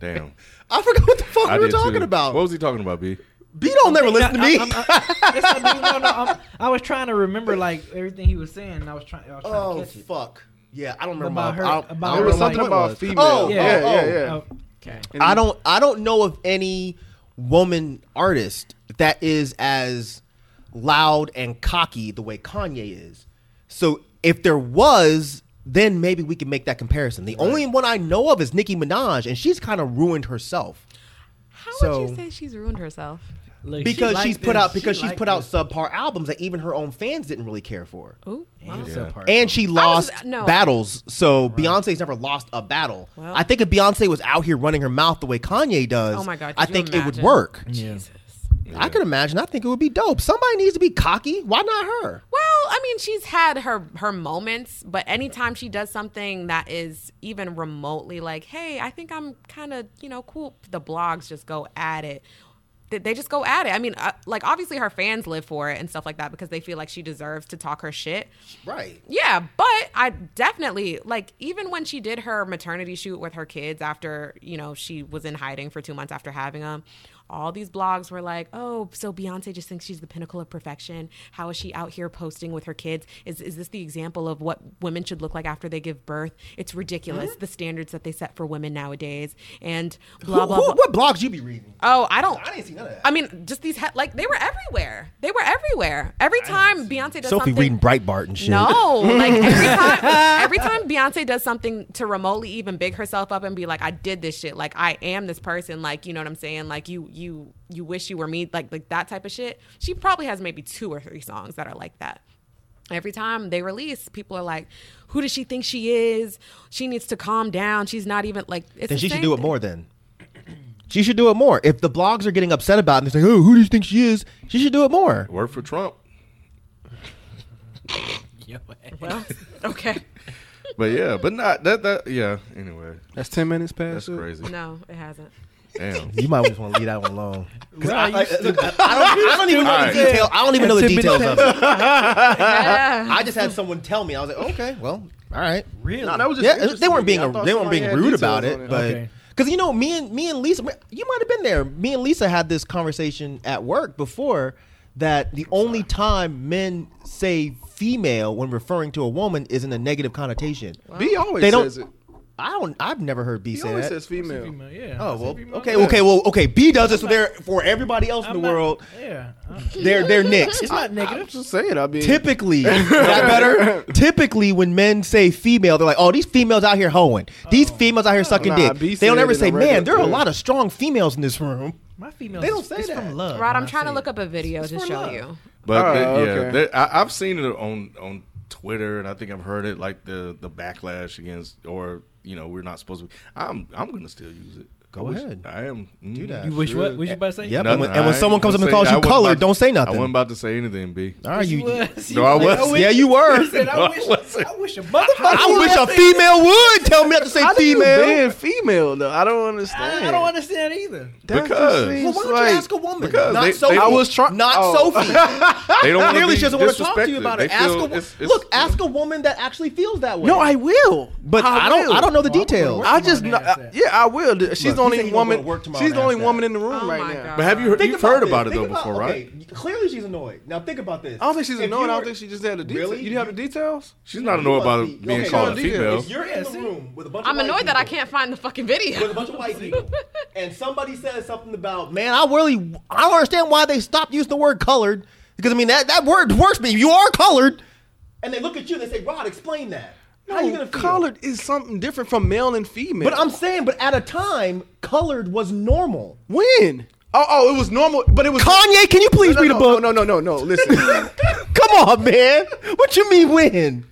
[SPEAKER 4] Damn.
[SPEAKER 2] I forgot what the fuck
[SPEAKER 4] I
[SPEAKER 2] we were
[SPEAKER 4] did too.
[SPEAKER 2] talking about.
[SPEAKER 4] What was he talking about, B?
[SPEAKER 2] B don't never listen to me.
[SPEAKER 3] I'm- I'm- it's not- no, no, I'm- I was trying to remember like everything he was saying. And I was trying. I was
[SPEAKER 2] *laughs*
[SPEAKER 3] trying
[SPEAKER 2] oh
[SPEAKER 3] to catch it.
[SPEAKER 2] fuck. Yeah, I don't remember
[SPEAKER 3] About
[SPEAKER 2] my-
[SPEAKER 3] her-
[SPEAKER 2] I don't-
[SPEAKER 3] about
[SPEAKER 2] I don't
[SPEAKER 3] her
[SPEAKER 7] There was
[SPEAKER 3] like-
[SPEAKER 7] something about
[SPEAKER 2] female.
[SPEAKER 7] female.
[SPEAKER 2] Oh,
[SPEAKER 7] yeah,
[SPEAKER 2] oh,
[SPEAKER 7] yeah,
[SPEAKER 2] oh.
[SPEAKER 7] yeah.
[SPEAKER 3] Okay.
[SPEAKER 7] And
[SPEAKER 2] I don't I don't know of any woman artist that is as loud and cocky the way Kanye is. So if there was, then maybe we can make that comparison. The only one I know of is Nicki Minaj, and she's kind of ruined herself
[SPEAKER 6] How would
[SPEAKER 2] So-
[SPEAKER 6] you say she's ruined herself?
[SPEAKER 3] Look, she
[SPEAKER 2] because
[SPEAKER 3] like
[SPEAKER 2] she's
[SPEAKER 3] this.
[SPEAKER 2] put out
[SPEAKER 3] She
[SPEAKER 2] because she's
[SPEAKER 3] like
[SPEAKER 2] put
[SPEAKER 3] this.
[SPEAKER 2] out subpar albums that even her own fans didn't really care for.
[SPEAKER 6] Ooh. wow.
[SPEAKER 3] And subpar.
[SPEAKER 2] And she lost
[SPEAKER 6] no.
[SPEAKER 2] battles, so Beyonce's never lost a battle.
[SPEAKER 6] Well-
[SPEAKER 2] I think if Beyonce was out here running her mouth the way Kanye does,
[SPEAKER 6] Oh my God,
[SPEAKER 2] I
[SPEAKER 6] could you
[SPEAKER 2] think it would
[SPEAKER 6] imagine?
[SPEAKER 2] work.
[SPEAKER 6] Jesus.
[SPEAKER 2] I could imagine. I think it would be dope. Somebody needs to be cocky. Why not her?
[SPEAKER 6] Well, I mean, she's had her her moments, but anytime she does something that is even remotely like, "Hey, I think I'm kind of you know cool," the blogs just go at it. They- They just go at it. I mean, uh, like obviously her fans live for it and stuff like that because they feel like she deserves to talk her shit.
[SPEAKER 2] Right.
[SPEAKER 6] Yeah, but I definitely like even when she did her maternity shoot with her kids after, you know, she was in hiding for 2 months after having them. All these blogs were like, "Oh, so Beyonce just thinks she's the pinnacle of perfection. How is she out here posting with her kids? Is is this the example of what women should look like after they give birth? It's ridiculous the standards that they set for women nowadays." And blah
[SPEAKER 2] Mm-hmm. who,
[SPEAKER 6] blah
[SPEAKER 2] who-
[SPEAKER 6] blah.
[SPEAKER 2] What blogs you be reading?
[SPEAKER 6] Oh, I don't.
[SPEAKER 2] I didn't see none of that.
[SPEAKER 6] I mean, just these he- like they were everywhere. They were everywhere. Every time Beyonce does something,
[SPEAKER 2] Breitbart and shit.
[SPEAKER 6] no, like every time, every time Beyonce does something to remotely even big herself up and be like, "I did this shit. Like I am this person. Like you know what I'm saying? Like you, you, you wish you were me. Like like that type of shit." She probably has maybe two or three songs that are like that. Every time they release, people are like, "Who does she think she is? She needs to calm down. She's not even like."
[SPEAKER 2] Then
[SPEAKER 6] It's the
[SPEAKER 2] she should
[SPEAKER 6] same
[SPEAKER 2] do it
[SPEAKER 6] thing.
[SPEAKER 2] more. Then *clears throat* she should do it more. If the blogs are getting upset about it, and they're saying, "Oh, who do you think she is?" She should do it more.
[SPEAKER 4] Work for Trump.
[SPEAKER 6] Well, okay.
[SPEAKER 4] But yeah, but not that that yeah. Anyway,
[SPEAKER 7] that's ten minutes
[SPEAKER 4] that's
[SPEAKER 7] past. it.
[SPEAKER 4] crazy.
[SPEAKER 6] No, it hasn't.
[SPEAKER 4] Damn.
[SPEAKER 2] You might just want to leave that one *laughs* alone. 'Cause I, I- look,
[SPEAKER 3] I don't,
[SPEAKER 2] I don't even know the
[SPEAKER 4] Alright.
[SPEAKER 2] detail. I don't even know the
[SPEAKER 3] Ten minutes
[SPEAKER 2] details of it.
[SPEAKER 6] Ah.
[SPEAKER 2] I just
[SPEAKER 6] *laughs*
[SPEAKER 2] had someone tell me. I was like, okay, well, all right.
[SPEAKER 3] Really?
[SPEAKER 7] No, that was just
[SPEAKER 2] Yeah,
[SPEAKER 7] interesting
[SPEAKER 2] they
[SPEAKER 7] to
[SPEAKER 2] weren't
[SPEAKER 7] me.
[SPEAKER 2] being
[SPEAKER 7] I thought
[SPEAKER 2] they weren't
[SPEAKER 7] somebody
[SPEAKER 2] being
[SPEAKER 7] had
[SPEAKER 2] rude
[SPEAKER 7] details
[SPEAKER 2] about
[SPEAKER 7] on
[SPEAKER 2] it, but
[SPEAKER 3] Okay.
[SPEAKER 2] because you know me and me and Lisa, you might have been there. Me and Lisa had this conversation at work before that the only time men say female when referring to a woman is in a negative connotation.
[SPEAKER 7] B always
[SPEAKER 2] They don't-
[SPEAKER 7] says it.
[SPEAKER 2] I don't. I've never heard B
[SPEAKER 7] He
[SPEAKER 2] say
[SPEAKER 7] always
[SPEAKER 2] that.
[SPEAKER 7] says female.
[SPEAKER 3] female, yeah.
[SPEAKER 2] Oh
[SPEAKER 3] It's a
[SPEAKER 2] well,
[SPEAKER 3] female.
[SPEAKER 2] okay, okay, well, okay. B does it, so there for everybody else in the
[SPEAKER 3] I'm not-
[SPEAKER 2] world,
[SPEAKER 3] Yeah. Uh,
[SPEAKER 2] they're
[SPEAKER 3] *laughs*
[SPEAKER 2] they're next.
[SPEAKER 3] It's not
[SPEAKER 7] I'm
[SPEAKER 3] negative.
[SPEAKER 7] just saying. I mean,
[SPEAKER 2] Typically, is that better? Typically, when men say female, they're like, "Oh, these females out here hoeing. These females out here sucking
[SPEAKER 7] Nah, B
[SPEAKER 2] dick." They don't
[SPEAKER 7] said
[SPEAKER 2] ever
[SPEAKER 7] it
[SPEAKER 2] say,
[SPEAKER 7] in a regular-
[SPEAKER 2] "Man, there are a
[SPEAKER 7] yeah.
[SPEAKER 2] lot of strong females in this room."
[SPEAKER 3] My female.
[SPEAKER 2] They don't say
[SPEAKER 3] it's
[SPEAKER 2] that.
[SPEAKER 3] From love.
[SPEAKER 6] Rod,
[SPEAKER 3] when
[SPEAKER 6] I'm
[SPEAKER 3] I
[SPEAKER 6] trying to
[SPEAKER 3] say
[SPEAKER 6] look
[SPEAKER 3] it.
[SPEAKER 6] up a video to
[SPEAKER 2] for
[SPEAKER 6] show
[SPEAKER 2] love.
[SPEAKER 6] you.
[SPEAKER 4] But
[SPEAKER 7] Oh,
[SPEAKER 4] they- yeah,
[SPEAKER 7] okay.
[SPEAKER 4] they- I, I've seen it on on Twitter, and I think I've heard it like the the backlash against or you know we're not supposed to. Be, I'm I'm gonna still use it.
[SPEAKER 2] Go
[SPEAKER 4] I wish-
[SPEAKER 2] ahead.
[SPEAKER 4] I am. mm.
[SPEAKER 2] Do that.
[SPEAKER 3] You wish what? What you about to say?
[SPEAKER 2] Yep.
[SPEAKER 4] Nothing.
[SPEAKER 2] And when- and when
[SPEAKER 4] I
[SPEAKER 2] someone
[SPEAKER 4] ain't
[SPEAKER 2] comes up and
[SPEAKER 4] gonna
[SPEAKER 2] calls
[SPEAKER 4] say-
[SPEAKER 2] you
[SPEAKER 4] I wasn't
[SPEAKER 2] colored,
[SPEAKER 4] about-
[SPEAKER 2] don't say
[SPEAKER 4] I
[SPEAKER 2] nothing.
[SPEAKER 4] wasn't about to say anything, B.
[SPEAKER 2] All right,
[SPEAKER 3] You
[SPEAKER 2] you.
[SPEAKER 3] was.
[SPEAKER 4] No, I
[SPEAKER 3] was.
[SPEAKER 4] wasn't.
[SPEAKER 2] Yeah, you were.
[SPEAKER 3] He said, I wish, I wish a motherfucker.
[SPEAKER 2] I wish a
[SPEAKER 3] would.
[SPEAKER 2] female would tell me not to say
[SPEAKER 7] How do you
[SPEAKER 2] female.
[SPEAKER 7] ban female though? I don't understand.
[SPEAKER 3] I, I don't understand either.
[SPEAKER 7] That
[SPEAKER 4] Because-
[SPEAKER 7] just seems
[SPEAKER 10] Well, why don't
[SPEAKER 7] like-
[SPEAKER 10] you ask a woman?
[SPEAKER 4] because
[SPEAKER 10] not
[SPEAKER 4] they-
[SPEAKER 10] Sophie.
[SPEAKER 4] they- I
[SPEAKER 7] was try-
[SPEAKER 10] Not
[SPEAKER 7] Oh.
[SPEAKER 10] Sophie.
[SPEAKER 4] They don't
[SPEAKER 10] Clearly,
[SPEAKER 4] really
[SPEAKER 10] she doesn't
[SPEAKER 4] want
[SPEAKER 10] to talk to you about it. Ask a, look, ask a woman that actually feels that way.
[SPEAKER 7] No, I will.
[SPEAKER 2] But I don't.
[SPEAKER 7] will.
[SPEAKER 2] I don't know the details.
[SPEAKER 7] I just
[SPEAKER 3] Come
[SPEAKER 7] kno-
[SPEAKER 3] on, man,
[SPEAKER 7] yeah, I will. do- She's the
[SPEAKER 2] he said
[SPEAKER 7] only
[SPEAKER 2] he gonna go to
[SPEAKER 7] woman.
[SPEAKER 2] work tomorrow
[SPEAKER 7] She's
[SPEAKER 2] and
[SPEAKER 7] the only
[SPEAKER 2] ask
[SPEAKER 7] woman
[SPEAKER 2] that.
[SPEAKER 7] in the room
[SPEAKER 6] Oh
[SPEAKER 7] right
[SPEAKER 6] my
[SPEAKER 7] now.
[SPEAKER 6] God.
[SPEAKER 4] But have you heard,
[SPEAKER 2] Think
[SPEAKER 4] you've heard
[SPEAKER 2] this.
[SPEAKER 4] about it though
[SPEAKER 2] Think
[SPEAKER 4] before,
[SPEAKER 2] about-
[SPEAKER 4] right?
[SPEAKER 2] okay, Clearly, she's annoyed. Now think about this.
[SPEAKER 7] I don't think she's
[SPEAKER 2] If
[SPEAKER 7] annoying. I
[SPEAKER 2] you're-
[SPEAKER 7] don't think she just had the detail.
[SPEAKER 2] Really?
[SPEAKER 7] You didn't have the details.
[SPEAKER 4] She's not annoyed about
[SPEAKER 2] Okay,
[SPEAKER 4] being
[SPEAKER 2] no,
[SPEAKER 4] called a
[SPEAKER 7] no,
[SPEAKER 4] female.
[SPEAKER 2] If you're in the room with a bunch of
[SPEAKER 6] I'm
[SPEAKER 2] white
[SPEAKER 6] annoyed that I
[SPEAKER 2] people-
[SPEAKER 6] can't find the fucking
[SPEAKER 2] with a
[SPEAKER 6] video.
[SPEAKER 2] bunch of white
[SPEAKER 6] *laughs*
[SPEAKER 2] people, and somebody says something about, man, I really, I don't understand why they stopped using the word colored because I mean that that word works. Me, you are colored, and they look at you and they say, Rod, explain that. How you
[SPEAKER 7] No,
[SPEAKER 2] gonna feel?
[SPEAKER 7] colored is something different from male and female.
[SPEAKER 2] But I'm saying, but at a time, colored was normal.
[SPEAKER 7] when? Oh, oh, it was normal, but it was
[SPEAKER 2] Kanye, can you please
[SPEAKER 7] No, no,
[SPEAKER 2] read
[SPEAKER 7] no,
[SPEAKER 2] a book?
[SPEAKER 7] No, no, no, no. Listen,
[SPEAKER 2] *laughs* Come on, man. What you mean when?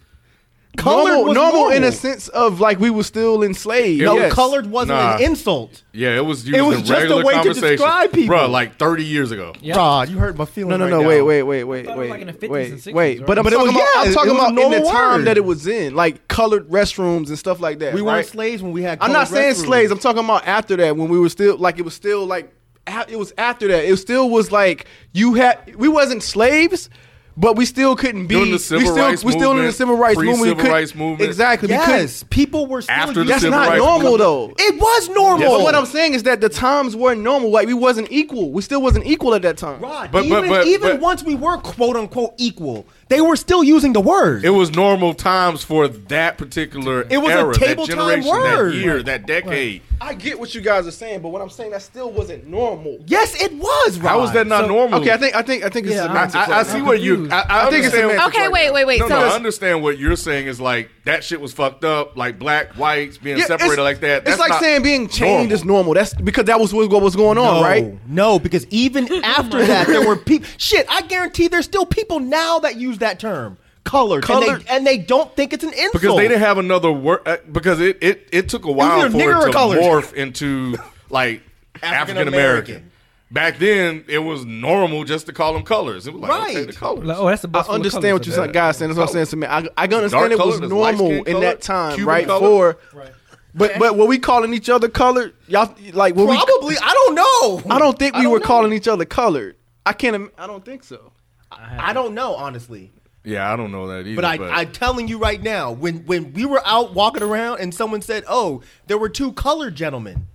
[SPEAKER 2] Colored
[SPEAKER 7] normal, normal,
[SPEAKER 2] was
[SPEAKER 7] in a sense of like we were still enslaved.
[SPEAKER 2] No,
[SPEAKER 7] yes.
[SPEAKER 2] colored wasn't
[SPEAKER 4] Nah.
[SPEAKER 2] an insult.
[SPEAKER 4] Yeah, it was used
[SPEAKER 2] It was
[SPEAKER 4] in
[SPEAKER 2] just a
[SPEAKER 4] regular
[SPEAKER 2] way to
[SPEAKER 4] conversation.
[SPEAKER 2] describe people.
[SPEAKER 4] Bruh, like 30 years ago.
[SPEAKER 2] Rod, you hurt my feelings.
[SPEAKER 7] No, no,
[SPEAKER 2] right
[SPEAKER 7] no.
[SPEAKER 2] now.
[SPEAKER 7] Wait, wait, wait, wait,
[SPEAKER 3] thought it was like in the
[SPEAKER 7] wait,
[SPEAKER 3] 50s and
[SPEAKER 7] wait,
[SPEAKER 3] 60s,
[SPEAKER 7] wait.
[SPEAKER 3] right?
[SPEAKER 7] But I'm
[SPEAKER 2] But it
[SPEAKER 7] talking
[SPEAKER 2] was-
[SPEAKER 7] about,
[SPEAKER 2] yeah,
[SPEAKER 7] I'm
[SPEAKER 2] it
[SPEAKER 7] talking
[SPEAKER 2] was a
[SPEAKER 7] about in the
[SPEAKER 2] normal
[SPEAKER 7] time
[SPEAKER 2] word.
[SPEAKER 7] that it was in, like colored restrooms and stuff like that.
[SPEAKER 2] We
[SPEAKER 7] right?
[SPEAKER 2] weren't slaves when we had.
[SPEAKER 7] I'm not
[SPEAKER 2] colored
[SPEAKER 7] saying
[SPEAKER 2] restrooms.
[SPEAKER 7] slaves. I'm talking about after that when we were still like it was still like a- it was after that. It still was like you had we wasn't slaves. But we still couldn't be.
[SPEAKER 4] During the
[SPEAKER 7] we
[SPEAKER 4] civil
[SPEAKER 7] still,
[SPEAKER 4] rights
[SPEAKER 7] we still in the
[SPEAKER 4] movement,
[SPEAKER 7] civil rights
[SPEAKER 4] pre-
[SPEAKER 7] movement. we
[SPEAKER 4] civil
[SPEAKER 7] couldn't-
[SPEAKER 4] rights movement.
[SPEAKER 7] Exactly. we couldn't-
[SPEAKER 2] Yes, people were still
[SPEAKER 4] After the
[SPEAKER 7] That's
[SPEAKER 4] civil
[SPEAKER 7] not
[SPEAKER 4] rights
[SPEAKER 7] normal
[SPEAKER 4] movement.
[SPEAKER 7] though.
[SPEAKER 2] It was normal.
[SPEAKER 4] Yes,
[SPEAKER 7] But what I'm saying is that the times were normal. Like we wasn't equal. We still wasn't equal at that time.
[SPEAKER 2] Rod,
[SPEAKER 4] But- but-
[SPEAKER 2] even,
[SPEAKER 4] but-
[SPEAKER 2] even
[SPEAKER 4] but-
[SPEAKER 2] once we were quote unquote equal, they were still using the word.
[SPEAKER 4] It was normal times for that particular
[SPEAKER 2] It was a
[SPEAKER 4] era,
[SPEAKER 2] tabletop
[SPEAKER 4] that generation,
[SPEAKER 2] word.
[SPEAKER 4] that year, that decade.
[SPEAKER 7] I get what you guys are saying, but what I'm saying that still wasn't normal.
[SPEAKER 2] yes, it was. Rod.
[SPEAKER 4] How is that not normal?
[SPEAKER 7] Okay, I think I think I think it's
[SPEAKER 3] Yeah,
[SPEAKER 7] a
[SPEAKER 3] I'm-
[SPEAKER 7] semantics
[SPEAKER 4] I, I
[SPEAKER 7] right
[SPEAKER 4] see
[SPEAKER 7] now.
[SPEAKER 4] where you.
[SPEAKER 3] confused.
[SPEAKER 4] I, I,
[SPEAKER 7] I think it's
[SPEAKER 4] understand-
[SPEAKER 7] semantics
[SPEAKER 6] Okay,
[SPEAKER 7] right
[SPEAKER 6] wait,
[SPEAKER 7] now.
[SPEAKER 6] wait, wait.
[SPEAKER 4] No,
[SPEAKER 6] so
[SPEAKER 4] no, I
[SPEAKER 6] it's-
[SPEAKER 4] understand what you're saying is like that shit was fucked up, like black, whites being
[SPEAKER 7] Yeah, it's-
[SPEAKER 4] separated like that. That's
[SPEAKER 7] it's like
[SPEAKER 4] not
[SPEAKER 7] saying being chained
[SPEAKER 4] normal.
[SPEAKER 7] is normal. That's because that was what, what was going
[SPEAKER 2] No,
[SPEAKER 7] on, right?
[SPEAKER 2] no, because
[SPEAKER 4] *laughs*
[SPEAKER 2] even
[SPEAKER 4] Oh
[SPEAKER 2] after that, there were people. Shit, I guarantee there's still people now that use that term, colored,
[SPEAKER 7] Colored.
[SPEAKER 2] And, they, and they don't think it's an insult.
[SPEAKER 4] because they didn't have another word. Uh, because it, it it took a while
[SPEAKER 2] either
[SPEAKER 4] for
[SPEAKER 2] nigger or
[SPEAKER 4] it to
[SPEAKER 2] colored.
[SPEAKER 4] morph into like
[SPEAKER 2] African
[SPEAKER 4] African American. Back then, it was normal just to call them colors. It was like okay,
[SPEAKER 2] Right.
[SPEAKER 4] the colors.
[SPEAKER 3] Like, oh, that's a
[SPEAKER 7] I
[SPEAKER 3] bus full of
[SPEAKER 7] understand
[SPEAKER 3] colors
[SPEAKER 7] what
[SPEAKER 3] in
[SPEAKER 7] you're
[SPEAKER 3] there.
[SPEAKER 7] saying, guys. Saying that's what I'm saying to me. I, I can understand it
[SPEAKER 4] color,
[SPEAKER 7] was
[SPEAKER 4] there's
[SPEAKER 7] normal
[SPEAKER 4] light-skinned
[SPEAKER 7] in
[SPEAKER 4] color,
[SPEAKER 7] that time,
[SPEAKER 4] Cuban
[SPEAKER 7] right?
[SPEAKER 4] color.
[SPEAKER 7] For but but were we calling each other colored? Y'all like were we?
[SPEAKER 2] Probably, I don't know.
[SPEAKER 7] I don't think we
[SPEAKER 2] don't
[SPEAKER 7] were
[SPEAKER 2] know.
[SPEAKER 7] calling each other colored. I can't. im- I don't think so.
[SPEAKER 2] I don't know, honestly.
[SPEAKER 4] Yeah, I don't know that either.
[SPEAKER 2] But I, I'm telling you right now, when when we were out walking around and someone said, "Oh, there were two colored gentlemen,"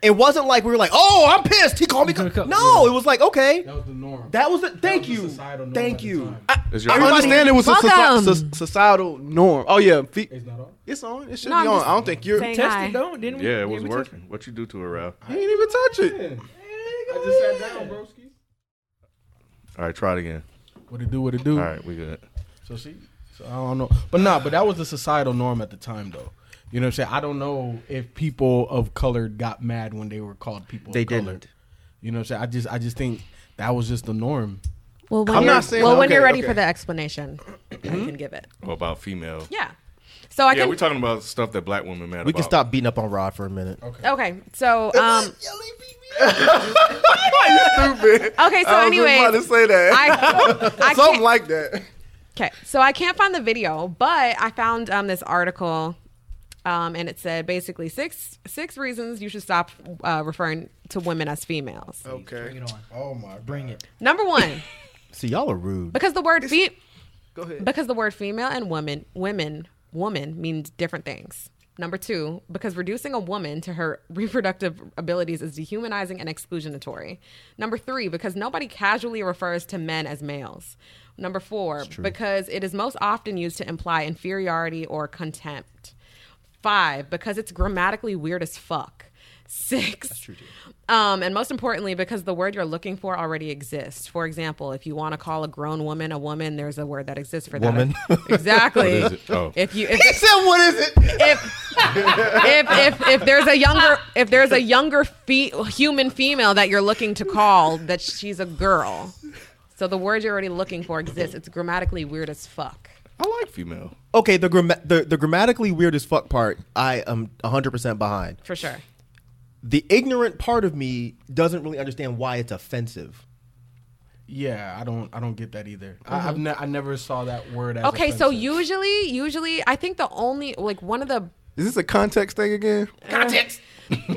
[SPEAKER 2] it wasn't like we were like, "Oh, I'm pissed." He
[SPEAKER 5] *laughs*
[SPEAKER 2] called me.
[SPEAKER 3] He
[SPEAKER 2] Co-.
[SPEAKER 3] called-
[SPEAKER 2] No, it was like, okay,
[SPEAKER 5] That was the norm.
[SPEAKER 2] that was the
[SPEAKER 5] That
[SPEAKER 2] thank
[SPEAKER 5] was the
[SPEAKER 2] you,
[SPEAKER 5] societal norm at
[SPEAKER 2] thank
[SPEAKER 5] the
[SPEAKER 2] you.
[SPEAKER 5] time.
[SPEAKER 4] Is your-
[SPEAKER 7] I understand it was a soci-
[SPEAKER 6] Welcome.
[SPEAKER 7] so- societal norm. Oh yeah, fe-
[SPEAKER 5] It's not on.
[SPEAKER 7] it's on. It should
[SPEAKER 6] No,
[SPEAKER 7] be
[SPEAKER 6] I'm
[SPEAKER 7] on.
[SPEAKER 6] just
[SPEAKER 7] I don't think you're.
[SPEAKER 6] saying-
[SPEAKER 7] You
[SPEAKER 3] Tested
[SPEAKER 6] Hi.
[SPEAKER 3] though, didn't we?
[SPEAKER 4] yeah, it was
[SPEAKER 3] Didn't we test
[SPEAKER 4] working. What you do to it, Ralph?
[SPEAKER 7] ain't even touch it.
[SPEAKER 5] Yeah. I just sat down, broski.
[SPEAKER 4] All right, try it again.
[SPEAKER 5] What it do? What it do?
[SPEAKER 4] All right, we good.
[SPEAKER 5] So she, so I don't know, but nah, but that was the societal norm at the time, though. You know what I'm saying? I don't know if people of color got mad when they were called people.
[SPEAKER 2] They
[SPEAKER 5] of color.
[SPEAKER 2] didn't.
[SPEAKER 5] You know what I'm saying? I just, I just think that was just the norm.
[SPEAKER 6] Well, when
[SPEAKER 7] I'm
[SPEAKER 6] you're,
[SPEAKER 7] not saying-
[SPEAKER 6] well, when
[SPEAKER 7] okay,
[SPEAKER 6] you're ready
[SPEAKER 7] okay.
[SPEAKER 6] for the explanation, I can give it.
[SPEAKER 4] Oh, about female.
[SPEAKER 6] Yeah. So I
[SPEAKER 4] Yeah,
[SPEAKER 6] can.
[SPEAKER 4] we're talking about stuff that black women mad
[SPEAKER 2] We
[SPEAKER 4] about.
[SPEAKER 2] can stop beating up on Rod for a minute.
[SPEAKER 6] okay. *laughs* So um.
[SPEAKER 7] Stupid.
[SPEAKER 6] Okay. So
[SPEAKER 7] I was just
[SPEAKER 6] anyway.
[SPEAKER 7] about to say that.
[SPEAKER 6] I,
[SPEAKER 7] *laughs*
[SPEAKER 6] I
[SPEAKER 7] Something
[SPEAKER 6] can't-
[SPEAKER 7] like
[SPEAKER 6] *laughs*
[SPEAKER 7] that.
[SPEAKER 6] Okay, so I can't find the video, but I found um, this article, um, and it said basically six six reasons you should stop uh, referring to women as females.
[SPEAKER 7] Okay.
[SPEAKER 5] Oh my! Bring it.
[SPEAKER 6] Number one,
[SPEAKER 2] See, y'all are rude.
[SPEAKER 6] because the word fe-
[SPEAKER 7] Go ahead.
[SPEAKER 6] because the word female and woman women woman means different things. Number two, because reducing a woman to her *laughs* reproductive abilities is dehumanizing and exclusionatory. Number three, because nobody casually refers to men as males. Number four, because it is most often used to imply inferiority or contempt. Five, because it's grammatically weird as fuck. Six, um, and most importantly, because the word you're looking for already exists. For example, if you want to call a grown woman a woman, there's a word that exists for
[SPEAKER 2] Woman.
[SPEAKER 6] that. *laughs* Exactly.
[SPEAKER 4] What is it? *laughs* Oh.
[SPEAKER 6] If you, if, he said, "What is it?" If if, if if there's a younger if there's a younger fe- human female that you're looking to call, that she's a girl. So the word you're already looking for exists. It's grammatically weird as fuck.
[SPEAKER 4] I like female.
[SPEAKER 2] Okay, the, gramma- the the grammatically weird as fuck part, I am 100 percent behind.
[SPEAKER 6] For sure.
[SPEAKER 2] the ignorant part of me doesn't really understand why it's offensive.
[SPEAKER 5] Yeah, I don't. I don't get that either. I,
[SPEAKER 2] Mm-hmm.
[SPEAKER 5] I've ne- I never saw that word. As
[SPEAKER 6] Okay, so
[SPEAKER 5] offensive.
[SPEAKER 6] usually, usually, I think the only like one of the
[SPEAKER 7] Is this a context thing again?
[SPEAKER 6] Uh,
[SPEAKER 7] Context. *laughs*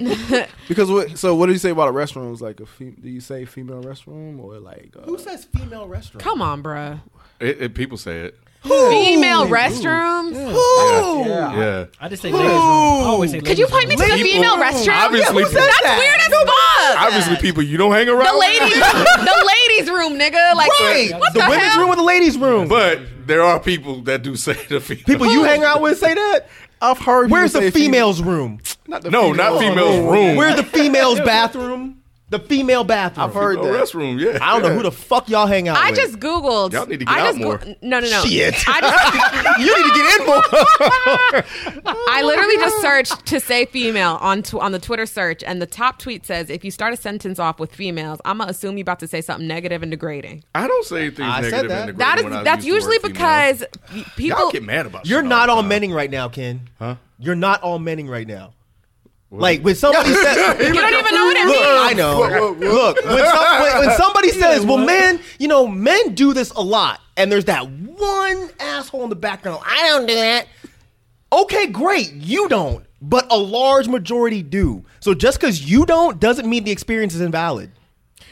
[SPEAKER 7] because what? So what do you say about a restroom? It's like a fe- do you say female restroom or like? Uh,
[SPEAKER 2] Who says female restaurant?
[SPEAKER 6] come on, bruh,
[SPEAKER 4] It, it, people say it.
[SPEAKER 6] female restrooms.
[SPEAKER 4] Yeah.
[SPEAKER 5] Yeah.
[SPEAKER 4] Yeah.
[SPEAKER 3] I just say ladies' room. I always say
[SPEAKER 6] Could
[SPEAKER 3] ladies'
[SPEAKER 6] you point me to the
[SPEAKER 4] People-
[SPEAKER 6] female restroom?
[SPEAKER 4] Obviously,
[SPEAKER 6] that's weird as fuck.
[SPEAKER 4] Obviously, people you don't hang around.
[SPEAKER 6] The
[SPEAKER 4] with.
[SPEAKER 6] ladies, *laughs* the ladies' room, nigga. Like, what the,
[SPEAKER 2] women's
[SPEAKER 6] hell?
[SPEAKER 2] room or the ladies' room?
[SPEAKER 4] But there are people that do say the female.
[SPEAKER 2] People
[SPEAKER 4] *laughs*
[SPEAKER 2] you hang out with say that.
[SPEAKER 7] I've heard. people
[SPEAKER 2] Where's the
[SPEAKER 7] say fem-
[SPEAKER 2] females' room?
[SPEAKER 7] Not the
[SPEAKER 4] No, not females' room.
[SPEAKER 2] Where's the
[SPEAKER 7] *laughs*
[SPEAKER 2] females' bathroom? The female bathroom.
[SPEAKER 7] I've heard
[SPEAKER 4] Oh,
[SPEAKER 7] that.
[SPEAKER 4] restroom. Yeah.
[SPEAKER 2] I don't know who the fuck y'all hang out
[SPEAKER 6] I
[SPEAKER 2] with.
[SPEAKER 6] just googled.
[SPEAKER 4] Y'all need to
[SPEAKER 6] I
[SPEAKER 4] get out
[SPEAKER 6] just
[SPEAKER 4] more.
[SPEAKER 6] no, no, no.
[SPEAKER 2] Shit.
[SPEAKER 6] I, just,
[SPEAKER 2] you need to get in
[SPEAKER 4] *laughs*
[SPEAKER 2] more.
[SPEAKER 6] I literally just searched to say female on tw- on the Twitter search, and the top tweet says, "If you start a sentence off with females, I'm gonna assume you're about to say something negative and degrading."
[SPEAKER 4] I don't say things
[SPEAKER 2] I said
[SPEAKER 4] negative
[SPEAKER 2] that.
[SPEAKER 4] and degrading
[SPEAKER 6] That is
[SPEAKER 4] when I
[SPEAKER 6] that's
[SPEAKER 4] use the
[SPEAKER 6] usually
[SPEAKER 4] word female.
[SPEAKER 6] because y- people
[SPEAKER 4] y'all get mad about.
[SPEAKER 2] You're
[SPEAKER 4] shit
[SPEAKER 2] not
[SPEAKER 4] all
[SPEAKER 2] all
[SPEAKER 4] the time.
[SPEAKER 2] menning right now, Ken.
[SPEAKER 4] Huh?
[SPEAKER 2] You're not all menning right now. Like when
[SPEAKER 4] *laughs*
[SPEAKER 2] somebody says,
[SPEAKER 6] you don't even know what it
[SPEAKER 2] Look,
[SPEAKER 6] means.
[SPEAKER 2] I know. Look, when, some, when,
[SPEAKER 4] *laughs*
[SPEAKER 2] when somebody says, "Well, men, you know, men do this a lot," and there's that one asshole in the background, I don't do that. Okay, great, you don't, but a large majority do. So just because you don't doesn't mean the experience is invalid.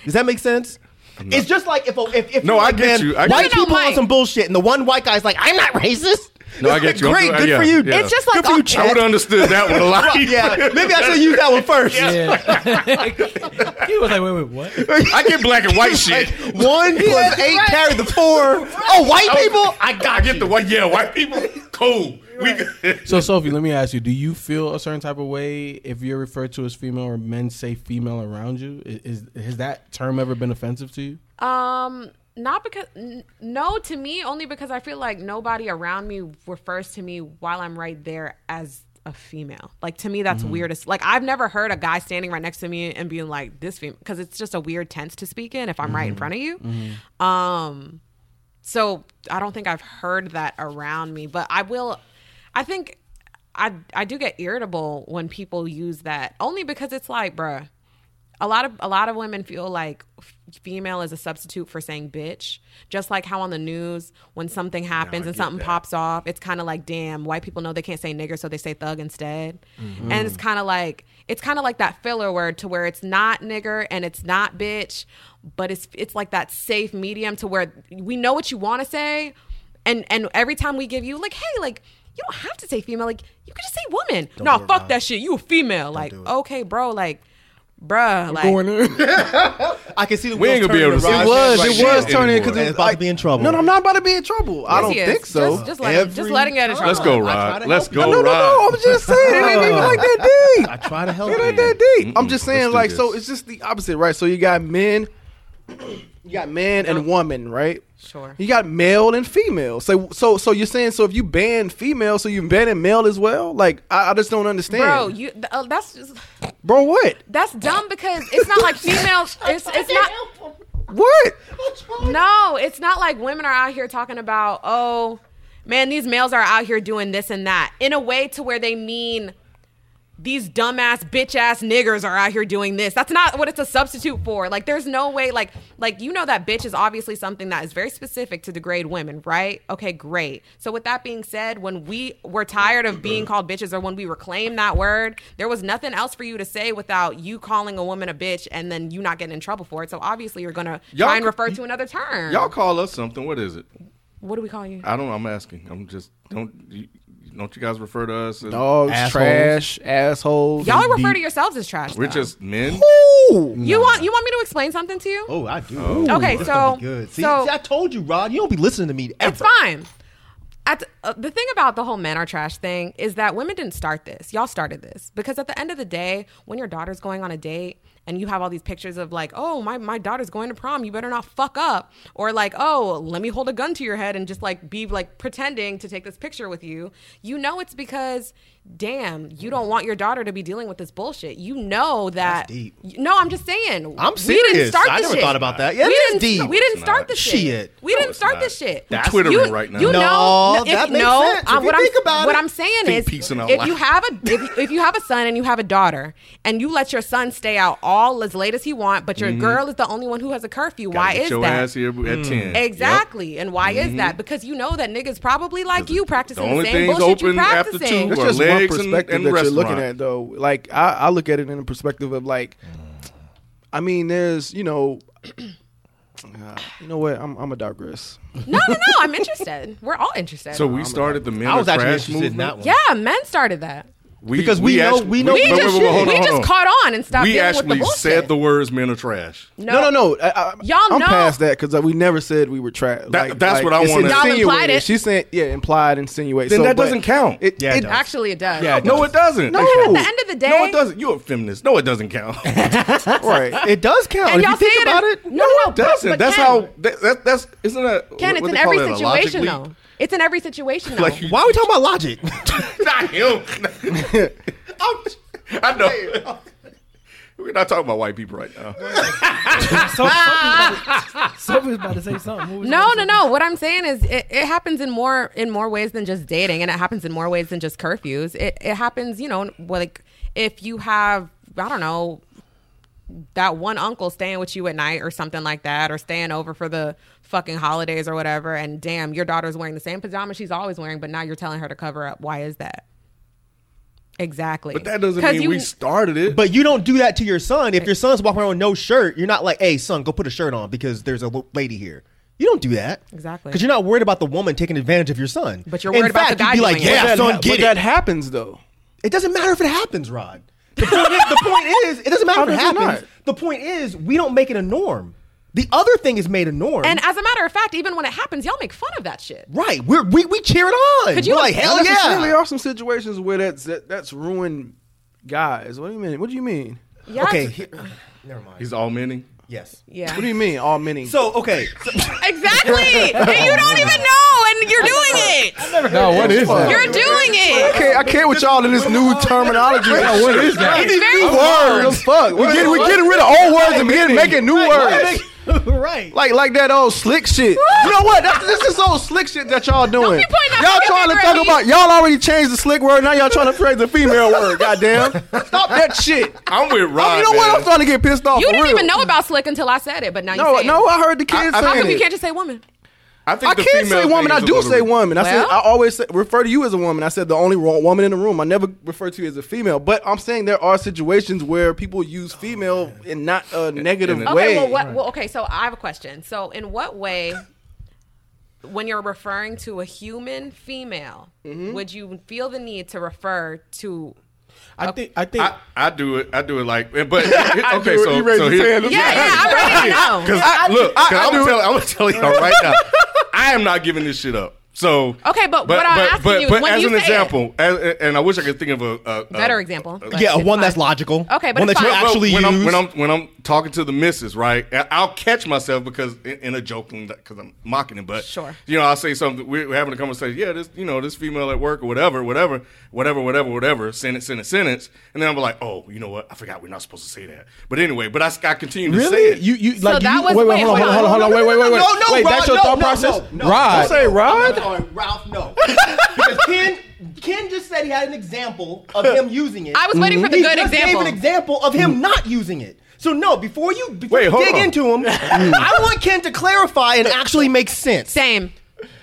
[SPEAKER 2] Does that make sense? It's just like if a, if, if
[SPEAKER 4] No,
[SPEAKER 2] you're
[SPEAKER 4] I
[SPEAKER 2] like,
[SPEAKER 4] get
[SPEAKER 2] man,
[SPEAKER 4] you. I get
[SPEAKER 2] white
[SPEAKER 4] you.
[SPEAKER 2] people on
[SPEAKER 6] Mike.
[SPEAKER 2] some bullshit, and the one white guy's like, "I'm not racist."
[SPEAKER 4] No, I get you. I'm
[SPEAKER 2] Great,
[SPEAKER 4] doing-
[SPEAKER 2] good
[SPEAKER 4] yeah,
[SPEAKER 2] for you.
[SPEAKER 4] yeah. It's
[SPEAKER 6] just like
[SPEAKER 2] good for you,
[SPEAKER 6] on-
[SPEAKER 4] I
[SPEAKER 2] Chad.
[SPEAKER 4] would have understood
[SPEAKER 2] *laughs*
[SPEAKER 4] that one a lot.
[SPEAKER 2] Yeah, maybe I should use that one first.
[SPEAKER 3] room. He was like, wait, wait, what?
[SPEAKER 4] *laughs* I get black
[SPEAKER 2] *laughs*
[SPEAKER 4] and white shit.
[SPEAKER 2] One plus eight carry *laughs* the four. Oh, white people?
[SPEAKER 4] I got I get the white. Yeah, white people. Cool. We good.
[SPEAKER 5] So Sophie, let me ask you: Do you feel a certain type of way if you're referred to as female or men say female around you? I- Is, is has that term ever been offensive to you?
[SPEAKER 6] Um, not because n- no to me, only because I feel like nobody around me refers to me while I'm right there as a female. Like to me, that's
[SPEAKER 4] Mm-hmm.
[SPEAKER 6] weirdest. Like I've never heard a guy standing right next to me and being like this female because it's just a weird tense to speak in if I'm right in
[SPEAKER 4] Mm-hmm.
[SPEAKER 6] front of you. Um, so I don't think I've heard that around me, but I will. I think I I do get irritable when people use that only because it's like, bruh a lot of a lot of women feel like f- female is a substitute for saying bitch just like how on the news when something happens and something pops off it's kind of like damn white people know they can't say nigger so they say thug instead and it's kind of like it's kind of like that filler word to where it's not nigger and it's not bitch but it's it's like that safe medium to where we know what you want to say and and every time we give you like hey like you don't have to say female like you could just say woman no fuck that shit you a female like okay bro like bruh like
[SPEAKER 9] *laughs*
[SPEAKER 2] I can see the
[SPEAKER 4] We ain't gonna be able to see
[SPEAKER 7] It was. It was
[SPEAKER 4] Shit
[SPEAKER 7] turning
[SPEAKER 4] anymore.
[SPEAKER 7] because
[SPEAKER 2] And it's about to be in trouble.
[SPEAKER 7] No, no, I'm not about to be in trouble. I
[SPEAKER 6] Yes,
[SPEAKER 7] don't
[SPEAKER 6] he is.
[SPEAKER 7] think so.
[SPEAKER 6] Just, just, let him, just let him get
[SPEAKER 4] *laughs*
[SPEAKER 6] it.
[SPEAKER 4] Let's go, Rod. Let's go,
[SPEAKER 7] no, no, no.
[SPEAKER 4] Rod.
[SPEAKER 7] I'm just saying. It ain't even like that deep.
[SPEAKER 2] I try to help.
[SPEAKER 7] It ain't
[SPEAKER 2] you.
[SPEAKER 7] that deep. I'm
[SPEAKER 4] Mm-mm.
[SPEAKER 7] just
[SPEAKER 4] Let's
[SPEAKER 7] saying,
[SPEAKER 4] do
[SPEAKER 7] like, so
[SPEAKER 4] this.
[SPEAKER 7] it's just the opposite, right? So you got men, you got man and woman, right?
[SPEAKER 6] Sure.
[SPEAKER 7] You got male and female. So, so, so you're saying, so if you ban female, so you banning male as well? Like, I, I just don't understand,
[SPEAKER 6] Bro, you th- uh, that's just,
[SPEAKER 7] Bro, what?
[SPEAKER 6] that's dumb because it's not like females. It's
[SPEAKER 7] *laughs*
[SPEAKER 6] it's not
[SPEAKER 7] What?
[SPEAKER 6] no. It's not like women are out here talking about oh man, these males are out here doing this and that in a way to where they mean these dumbass bitch ass niggers are out here doing this. That's not what it's a substitute for. Like there's no way like like you know that bitch is obviously something that is very specific to degrade women, right? Okay, great. So with that being said, when we were tired of being called bitches or when we reclaimed that word, there was nothing else for you to say without you calling a woman a bitch and then you not getting in trouble for it. So obviously you're going to
[SPEAKER 4] Y'all
[SPEAKER 6] try and
[SPEAKER 4] c-
[SPEAKER 6] refer to another term.
[SPEAKER 4] Y'all call us something. What is it?
[SPEAKER 6] what do we call you?
[SPEAKER 4] I don't. I'm asking. I'm just don't. You, don't you guys refer to us? As,
[SPEAKER 7] Dogs, trash, assholes.
[SPEAKER 6] Y'all refer to yourselves as trash.
[SPEAKER 4] We're
[SPEAKER 6] though.
[SPEAKER 4] just men.
[SPEAKER 6] You want you want me to explain something to you?
[SPEAKER 2] Oh, I do.
[SPEAKER 6] Okay,
[SPEAKER 2] That's
[SPEAKER 6] so-
[SPEAKER 2] gonna be good. See,
[SPEAKER 6] so-
[SPEAKER 2] see, I told you, Rod, you don't be listening to me. Ever.
[SPEAKER 6] It's fine. At the, uh, the thing about the whole men are trash thing is that women didn't start this. Y'all started this because at the end of the day, when your daughter's going on a date and you have all these pictures of like, oh my my daughter's going to prom, you better not fuck up, or like, oh let me hold a gun to your head and just like be like pretending to take this picture with you. You know it's because damn, you don't want your daughter to be dealing with this bullshit. You know that.
[SPEAKER 2] That's deep.
[SPEAKER 6] No, I'm just saying.
[SPEAKER 2] I'm
[SPEAKER 6] We
[SPEAKER 2] serious.
[SPEAKER 6] didn't start
[SPEAKER 2] I
[SPEAKER 6] this
[SPEAKER 2] never
[SPEAKER 6] shit.
[SPEAKER 2] thought about that. Yeah,
[SPEAKER 6] we
[SPEAKER 2] that's
[SPEAKER 6] didn't,
[SPEAKER 2] deep.
[SPEAKER 6] We didn't
[SPEAKER 4] it's
[SPEAKER 6] start
[SPEAKER 4] not.
[SPEAKER 6] this
[SPEAKER 2] Shit.
[SPEAKER 6] We didn't start this shit.
[SPEAKER 4] That's- Twittering right now.
[SPEAKER 6] You
[SPEAKER 2] No,
[SPEAKER 6] know,
[SPEAKER 2] that
[SPEAKER 6] if,
[SPEAKER 2] makes
[SPEAKER 9] makes
[SPEAKER 6] no,
[SPEAKER 9] sense.
[SPEAKER 6] I'm-
[SPEAKER 9] if you
[SPEAKER 6] what
[SPEAKER 9] think
[SPEAKER 6] I'm
[SPEAKER 9] about
[SPEAKER 6] what
[SPEAKER 9] it,
[SPEAKER 6] I'm saying
[SPEAKER 4] Think
[SPEAKER 6] is,
[SPEAKER 4] peace in our
[SPEAKER 6] if
[SPEAKER 4] life.
[SPEAKER 6] you have a if, if you have a son and you have a daughter, and you let your son stay out all as late as he want, but your girl is the only one who has a curfew.
[SPEAKER 4] Mm-hmm.
[SPEAKER 6] why
[SPEAKER 4] Get
[SPEAKER 6] is
[SPEAKER 4] your
[SPEAKER 6] that?
[SPEAKER 4] ass here at ten?
[SPEAKER 6] Exactly, and why is that? Because you know that niggas probably like you
[SPEAKER 4] the
[SPEAKER 6] practicing the,
[SPEAKER 4] only
[SPEAKER 6] same
[SPEAKER 4] things
[SPEAKER 6] bullshit you
[SPEAKER 4] open after two *laughs*
[SPEAKER 6] practicing.
[SPEAKER 4] are
[SPEAKER 7] That's just one
[SPEAKER 4] legs and-
[SPEAKER 7] perspective
[SPEAKER 4] and
[SPEAKER 7] that you're
[SPEAKER 4] restaurant.
[SPEAKER 7] looking at, though. Like I, I look at it in the perspective of like, I mean, there's you know, *clears throat* uh, you know what? I'm, I'm a digress.
[SPEAKER 6] No, no, no. I'm interested. We're all interested.
[SPEAKER 4] So we started the men
[SPEAKER 9] I
[SPEAKER 4] are
[SPEAKER 9] was actually
[SPEAKER 4] trash
[SPEAKER 9] interested in that
[SPEAKER 4] movement.
[SPEAKER 9] one.
[SPEAKER 6] yeah, men started that.
[SPEAKER 4] We,
[SPEAKER 9] Because we know- we know-
[SPEAKER 6] We
[SPEAKER 4] wait, wait,
[SPEAKER 6] just
[SPEAKER 4] wait, wait, hold on,
[SPEAKER 6] we
[SPEAKER 4] hold
[SPEAKER 6] just
[SPEAKER 4] on.
[SPEAKER 6] caught on and stopped
[SPEAKER 4] We
[SPEAKER 6] dealing with the
[SPEAKER 4] actually
[SPEAKER 6] bullshit.
[SPEAKER 4] said the words "men are trash."
[SPEAKER 7] No, no, no. I, I,
[SPEAKER 6] Y'all
[SPEAKER 7] I'm
[SPEAKER 6] know-
[SPEAKER 7] past that because we never said we were trapped.
[SPEAKER 4] That- that's what I wanna- Y'all
[SPEAKER 6] implied it.
[SPEAKER 7] She's saying, yeah, implied, insinuate.
[SPEAKER 4] Then
[SPEAKER 7] so,
[SPEAKER 4] that
[SPEAKER 7] but
[SPEAKER 4] doesn't count.
[SPEAKER 7] It,
[SPEAKER 2] Yeah, it
[SPEAKER 7] it-
[SPEAKER 2] does.
[SPEAKER 6] Actually, it does.
[SPEAKER 2] Yeah, it
[SPEAKER 4] No, it doesn't.
[SPEAKER 7] No.
[SPEAKER 6] At the end of the day,
[SPEAKER 4] No, it doesn't. You're a feminist. No, it doesn't count.
[SPEAKER 6] *laughs*
[SPEAKER 7] right.
[SPEAKER 2] It does
[SPEAKER 4] Oh,
[SPEAKER 2] count.
[SPEAKER 6] And
[SPEAKER 2] if
[SPEAKER 6] y'all
[SPEAKER 2] you think
[SPEAKER 6] see it
[SPEAKER 2] about
[SPEAKER 6] in-
[SPEAKER 2] it,
[SPEAKER 6] No, no, no.
[SPEAKER 4] it doesn't.
[SPEAKER 6] but
[SPEAKER 4] that's
[SPEAKER 6] Ken-
[SPEAKER 4] how. That, that, that's isn't that.
[SPEAKER 6] Ken,
[SPEAKER 4] what-
[SPEAKER 6] it's
[SPEAKER 4] what
[SPEAKER 6] in
[SPEAKER 4] they call
[SPEAKER 6] every
[SPEAKER 4] that, a logic
[SPEAKER 6] situation
[SPEAKER 4] leap?
[SPEAKER 6] though. It's in every situation
[SPEAKER 4] *laughs*
[SPEAKER 6] though.
[SPEAKER 4] Like
[SPEAKER 7] *laughs*
[SPEAKER 4] you-
[SPEAKER 2] why are we talking about logic?
[SPEAKER 4] Not him. *laughs* I'm- i know. *laughs* We're not talking about white people right now.
[SPEAKER 3] Sophie's about to say something. What was
[SPEAKER 6] no,
[SPEAKER 3] you
[SPEAKER 4] *laughs*
[SPEAKER 6] no,
[SPEAKER 3] gonna
[SPEAKER 6] no. What I'm saying is, it, it happens in more in more ways than just dating, and it happens in more ways than just curfews. It it happens, you know, like if you have, I don't know, that one uncle staying with you at night or something like that, or staying over for the fucking holidays or whatever. And damn, your daughter's wearing the same pajama she's always wearing, but now you're telling her to cover up. Why is that? Exactly.
[SPEAKER 4] But that doesn't
[SPEAKER 6] 'Cause
[SPEAKER 4] mean
[SPEAKER 6] you-
[SPEAKER 4] we started
[SPEAKER 2] *laughs*
[SPEAKER 4] it.
[SPEAKER 2] But you don't do that to your son. If your son's walking around with no shirt, you're not like, "Hey, son, go put a shirt on because there's a lo- lady here." You don't do that
[SPEAKER 6] Exactly.
[SPEAKER 2] because you're not worried about the woman taking advantage of your son.
[SPEAKER 6] But you're
[SPEAKER 2] In
[SPEAKER 6] worried about
[SPEAKER 2] fact,
[SPEAKER 6] the guy
[SPEAKER 2] You'd be like,
[SPEAKER 6] doing it.
[SPEAKER 2] "Yeah,
[SPEAKER 7] But that-
[SPEAKER 2] son,
[SPEAKER 7] but
[SPEAKER 2] get
[SPEAKER 7] that
[SPEAKER 2] it."
[SPEAKER 7] happens though.
[SPEAKER 2] It doesn't matter if it happens, Rod. The point is, the point is it doesn't matter
[SPEAKER 7] How
[SPEAKER 2] if it
[SPEAKER 7] does it
[SPEAKER 2] happens. the point is, we don't make it a norm. The other thing is made a norm.
[SPEAKER 6] And as a matter of fact, even when it happens, y'all make fun of that shit.
[SPEAKER 2] right, we're, we we cheer it on.
[SPEAKER 6] Could you-
[SPEAKER 2] We're like,
[SPEAKER 4] Oh,
[SPEAKER 2] hell
[SPEAKER 7] There necessarily
[SPEAKER 2] yeah.
[SPEAKER 7] are some situations where that's that, that's ruined guys. What do you mean? What do you mean?
[SPEAKER 6] Yeah.
[SPEAKER 2] Okay, here- *sighs* never mind.
[SPEAKER 4] He's all meaning.
[SPEAKER 2] Yes.
[SPEAKER 6] Yeah.
[SPEAKER 7] What do you mean? All many.
[SPEAKER 2] So okay, *laughs* so-
[SPEAKER 7] *laughs*
[SPEAKER 6] Exactly. and you don't even know, and you're doing it.
[SPEAKER 5] No, what is that?
[SPEAKER 6] You're doing it.
[SPEAKER 7] Okay, I can't with y'all in this new terminology.
[SPEAKER 5] Yeah, what is that?
[SPEAKER 7] These
[SPEAKER 6] Very
[SPEAKER 7] new
[SPEAKER 6] hard.
[SPEAKER 7] words. Fuck. We're getting, we're getting rid of old words and getting, making new words.
[SPEAKER 2] right.
[SPEAKER 7] Like like that old slick shit. You know what? That's, this is old slick shit that y'all doing.
[SPEAKER 6] be pointing that
[SPEAKER 7] y'all
[SPEAKER 6] fucking
[SPEAKER 7] trying to
[SPEAKER 6] finger
[SPEAKER 7] talk
[SPEAKER 6] at me.
[SPEAKER 7] about y'all already changed the slick word. Now y'all trying to phrase the female word. Goddamn! Stop that shit. Oh,
[SPEAKER 4] I'm with Rod.
[SPEAKER 7] you know
[SPEAKER 4] man.
[SPEAKER 7] what? I'm starting to get pissed off.
[SPEAKER 6] You
[SPEAKER 7] for
[SPEAKER 6] didn't
[SPEAKER 7] real.
[SPEAKER 6] even know about slick until I said it, but now you
[SPEAKER 7] No,
[SPEAKER 6] say it.
[SPEAKER 7] no, I heard the kids
[SPEAKER 4] I- I-
[SPEAKER 6] How
[SPEAKER 7] saying
[SPEAKER 6] come you
[SPEAKER 7] it.
[SPEAKER 6] can't just say woman?
[SPEAKER 4] I, think
[SPEAKER 7] I
[SPEAKER 4] the
[SPEAKER 7] can't
[SPEAKER 4] female
[SPEAKER 7] say woman.
[SPEAKER 4] thing
[SPEAKER 7] I
[SPEAKER 4] is a
[SPEAKER 7] do
[SPEAKER 4] little
[SPEAKER 7] say
[SPEAKER 4] bit-
[SPEAKER 7] woman. I said
[SPEAKER 6] Well-
[SPEAKER 7] I always say, refer to you as a woman. I said the only wrong woman in the room. I never refer to you as a female. But I'm saying there are situations where people use female in not a negative
[SPEAKER 4] in a-
[SPEAKER 7] way.
[SPEAKER 6] Okay, well, what, well, okay. So I have a question. So, in what way, when you're referring to a human female,
[SPEAKER 7] Mm-hmm.
[SPEAKER 6] would you feel the need to refer to?
[SPEAKER 5] I think I think
[SPEAKER 4] I, I do it. I do it
[SPEAKER 7] *laughs*
[SPEAKER 4] like, but okay.
[SPEAKER 7] do it.
[SPEAKER 4] So,
[SPEAKER 7] You raise
[SPEAKER 4] so
[SPEAKER 7] his
[SPEAKER 4] here,
[SPEAKER 7] hand.
[SPEAKER 6] Yeah, yeah.
[SPEAKER 7] *laughs*
[SPEAKER 6] I'm ready to know.
[SPEAKER 4] Because I, look,
[SPEAKER 7] I-
[SPEAKER 4] I,
[SPEAKER 7] I
[SPEAKER 4] am
[SPEAKER 7] do it.
[SPEAKER 4] telling, I'm telling y'all right now, I am not giving this shit up. So
[SPEAKER 6] Okay, but what I'm asking you is when
[SPEAKER 4] as
[SPEAKER 6] you
[SPEAKER 4] an
[SPEAKER 6] say
[SPEAKER 4] example, as, and I wish I could think of a, a, a
[SPEAKER 6] Better example. but
[SPEAKER 2] yeah,
[SPEAKER 6] it's
[SPEAKER 2] one that's
[SPEAKER 6] fine.
[SPEAKER 2] logical.
[SPEAKER 6] Okay, but
[SPEAKER 2] one
[SPEAKER 6] it's
[SPEAKER 2] that you
[SPEAKER 6] fine.
[SPEAKER 2] actually
[SPEAKER 4] when I'm,
[SPEAKER 2] use.
[SPEAKER 4] when I'm when I'm talking to the missus, right? I- I'll catch myself because in, in a joking because I'm mocking it, but
[SPEAKER 6] Sure.
[SPEAKER 4] you know, I'll say something. We're, we're having a conversation. Yeah, this you know this female at work or whatever, whatever, whatever, whatever, whatever. Sentence, sentence, sentence, and then I'm like, oh, you know what? I forgot we're not supposed to say that. But anyway, but I, I continue to say
[SPEAKER 5] really
[SPEAKER 4] it.
[SPEAKER 5] you you like
[SPEAKER 6] that
[SPEAKER 5] you,
[SPEAKER 6] was-
[SPEAKER 5] wait wait
[SPEAKER 6] wait,
[SPEAKER 5] hold on hold
[SPEAKER 6] hold
[SPEAKER 5] on hold on wait wait wait wait
[SPEAKER 9] No, no,
[SPEAKER 5] wait
[SPEAKER 9] Rod,
[SPEAKER 5] that's your
[SPEAKER 9] no,
[SPEAKER 5] thought
[SPEAKER 9] no,
[SPEAKER 5] process
[SPEAKER 9] no, no.
[SPEAKER 5] Rod
[SPEAKER 7] Say Rod.
[SPEAKER 9] I'm sorry, Ralph,
[SPEAKER 2] *laughs*
[SPEAKER 9] no. because Ken, Ken just said he had an example of
[SPEAKER 4] *laughs*
[SPEAKER 9] him using it.
[SPEAKER 6] I was waiting for the
[SPEAKER 9] he
[SPEAKER 6] good
[SPEAKER 9] just
[SPEAKER 6] example.
[SPEAKER 9] gave an example of him not using it. So no, before you, before
[SPEAKER 4] Wait,
[SPEAKER 9] you
[SPEAKER 4] hold
[SPEAKER 9] dig
[SPEAKER 4] on.
[SPEAKER 9] into
[SPEAKER 4] *laughs*
[SPEAKER 9] him, I want Ken to clarify and
[SPEAKER 2] actually makes sense.
[SPEAKER 6] Same.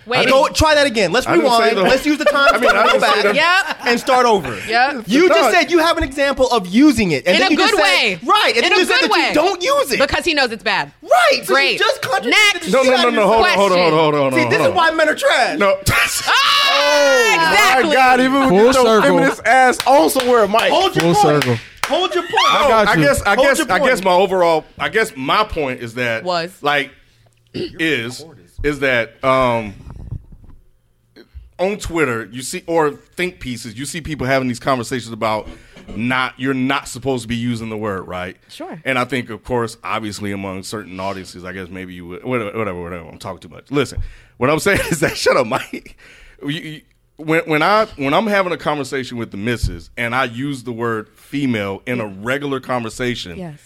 [SPEAKER 6] Wait.
[SPEAKER 2] Go try that again. Let's
[SPEAKER 4] I didn't say
[SPEAKER 2] rewind.
[SPEAKER 4] the-
[SPEAKER 2] Let's use the time
[SPEAKER 4] *laughs* I mean, I
[SPEAKER 2] to go
[SPEAKER 4] didn't
[SPEAKER 2] back
[SPEAKER 4] say the-
[SPEAKER 6] Yep.
[SPEAKER 2] and start over.
[SPEAKER 6] Yep.
[SPEAKER 2] You
[SPEAKER 4] Dog.
[SPEAKER 2] just said you have an example of using it, and
[SPEAKER 6] In
[SPEAKER 2] then
[SPEAKER 6] a
[SPEAKER 2] you just
[SPEAKER 6] good
[SPEAKER 2] said-
[SPEAKER 6] way.
[SPEAKER 2] right? And
[SPEAKER 6] In
[SPEAKER 2] then
[SPEAKER 6] a
[SPEAKER 2] you said
[SPEAKER 6] good
[SPEAKER 2] that
[SPEAKER 6] way.
[SPEAKER 2] you don't use it.
[SPEAKER 6] Because he knows it's bad.
[SPEAKER 2] right? So
[SPEAKER 6] Great.
[SPEAKER 2] you just contradicted
[SPEAKER 6] Next.
[SPEAKER 2] the
[SPEAKER 4] No,
[SPEAKER 2] shit
[SPEAKER 4] no,
[SPEAKER 2] out
[SPEAKER 4] no,
[SPEAKER 2] of
[SPEAKER 4] no. Hold on,
[SPEAKER 2] yourself.
[SPEAKER 4] hold on, hold on, hold on.
[SPEAKER 2] See,
[SPEAKER 4] hold
[SPEAKER 2] this
[SPEAKER 4] on.
[SPEAKER 2] is why men are trash.
[SPEAKER 4] No. *laughs* Oh,
[SPEAKER 6] Ah, exactly.
[SPEAKER 7] My God, even with
[SPEAKER 5] Full
[SPEAKER 7] your
[SPEAKER 5] circle.
[SPEAKER 7] feminist ass on somewhere, Mike.
[SPEAKER 9] hold your
[SPEAKER 5] Full
[SPEAKER 9] point.
[SPEAKER 5] circle.
[SPEAKER 9] Hold your point.
[SPEAKER 4] I,
[SPEAKER 5] got you.
[SPEAKER 4] guess I
[SPEAKER 9] Hold
[SPEAKER 4] guess
[SPEAKER 9] your
[SPEAKER 4] I guess
[SPEAKER 9] point.
[SPEAKER 4] my overall I guess my point is that
[SPEAKER 6] Was.
[SPEAKER 4] like is is that um on Twitter you see or think pieces you see people having these conversations about not you're not supposed to be using the word right
[SPEAKER 6] Sure.
[SPEAKER 4] and I think of course obviously among certain audiences I guess maybe you would whatever whatever, whatever I'm talking too much listen what I'm *laughs* saying is that shut up Mike You- you- when when I when I'm having a conversation with the missus and I use the word female in a regular conversation
[SPEAKER 6] Yes.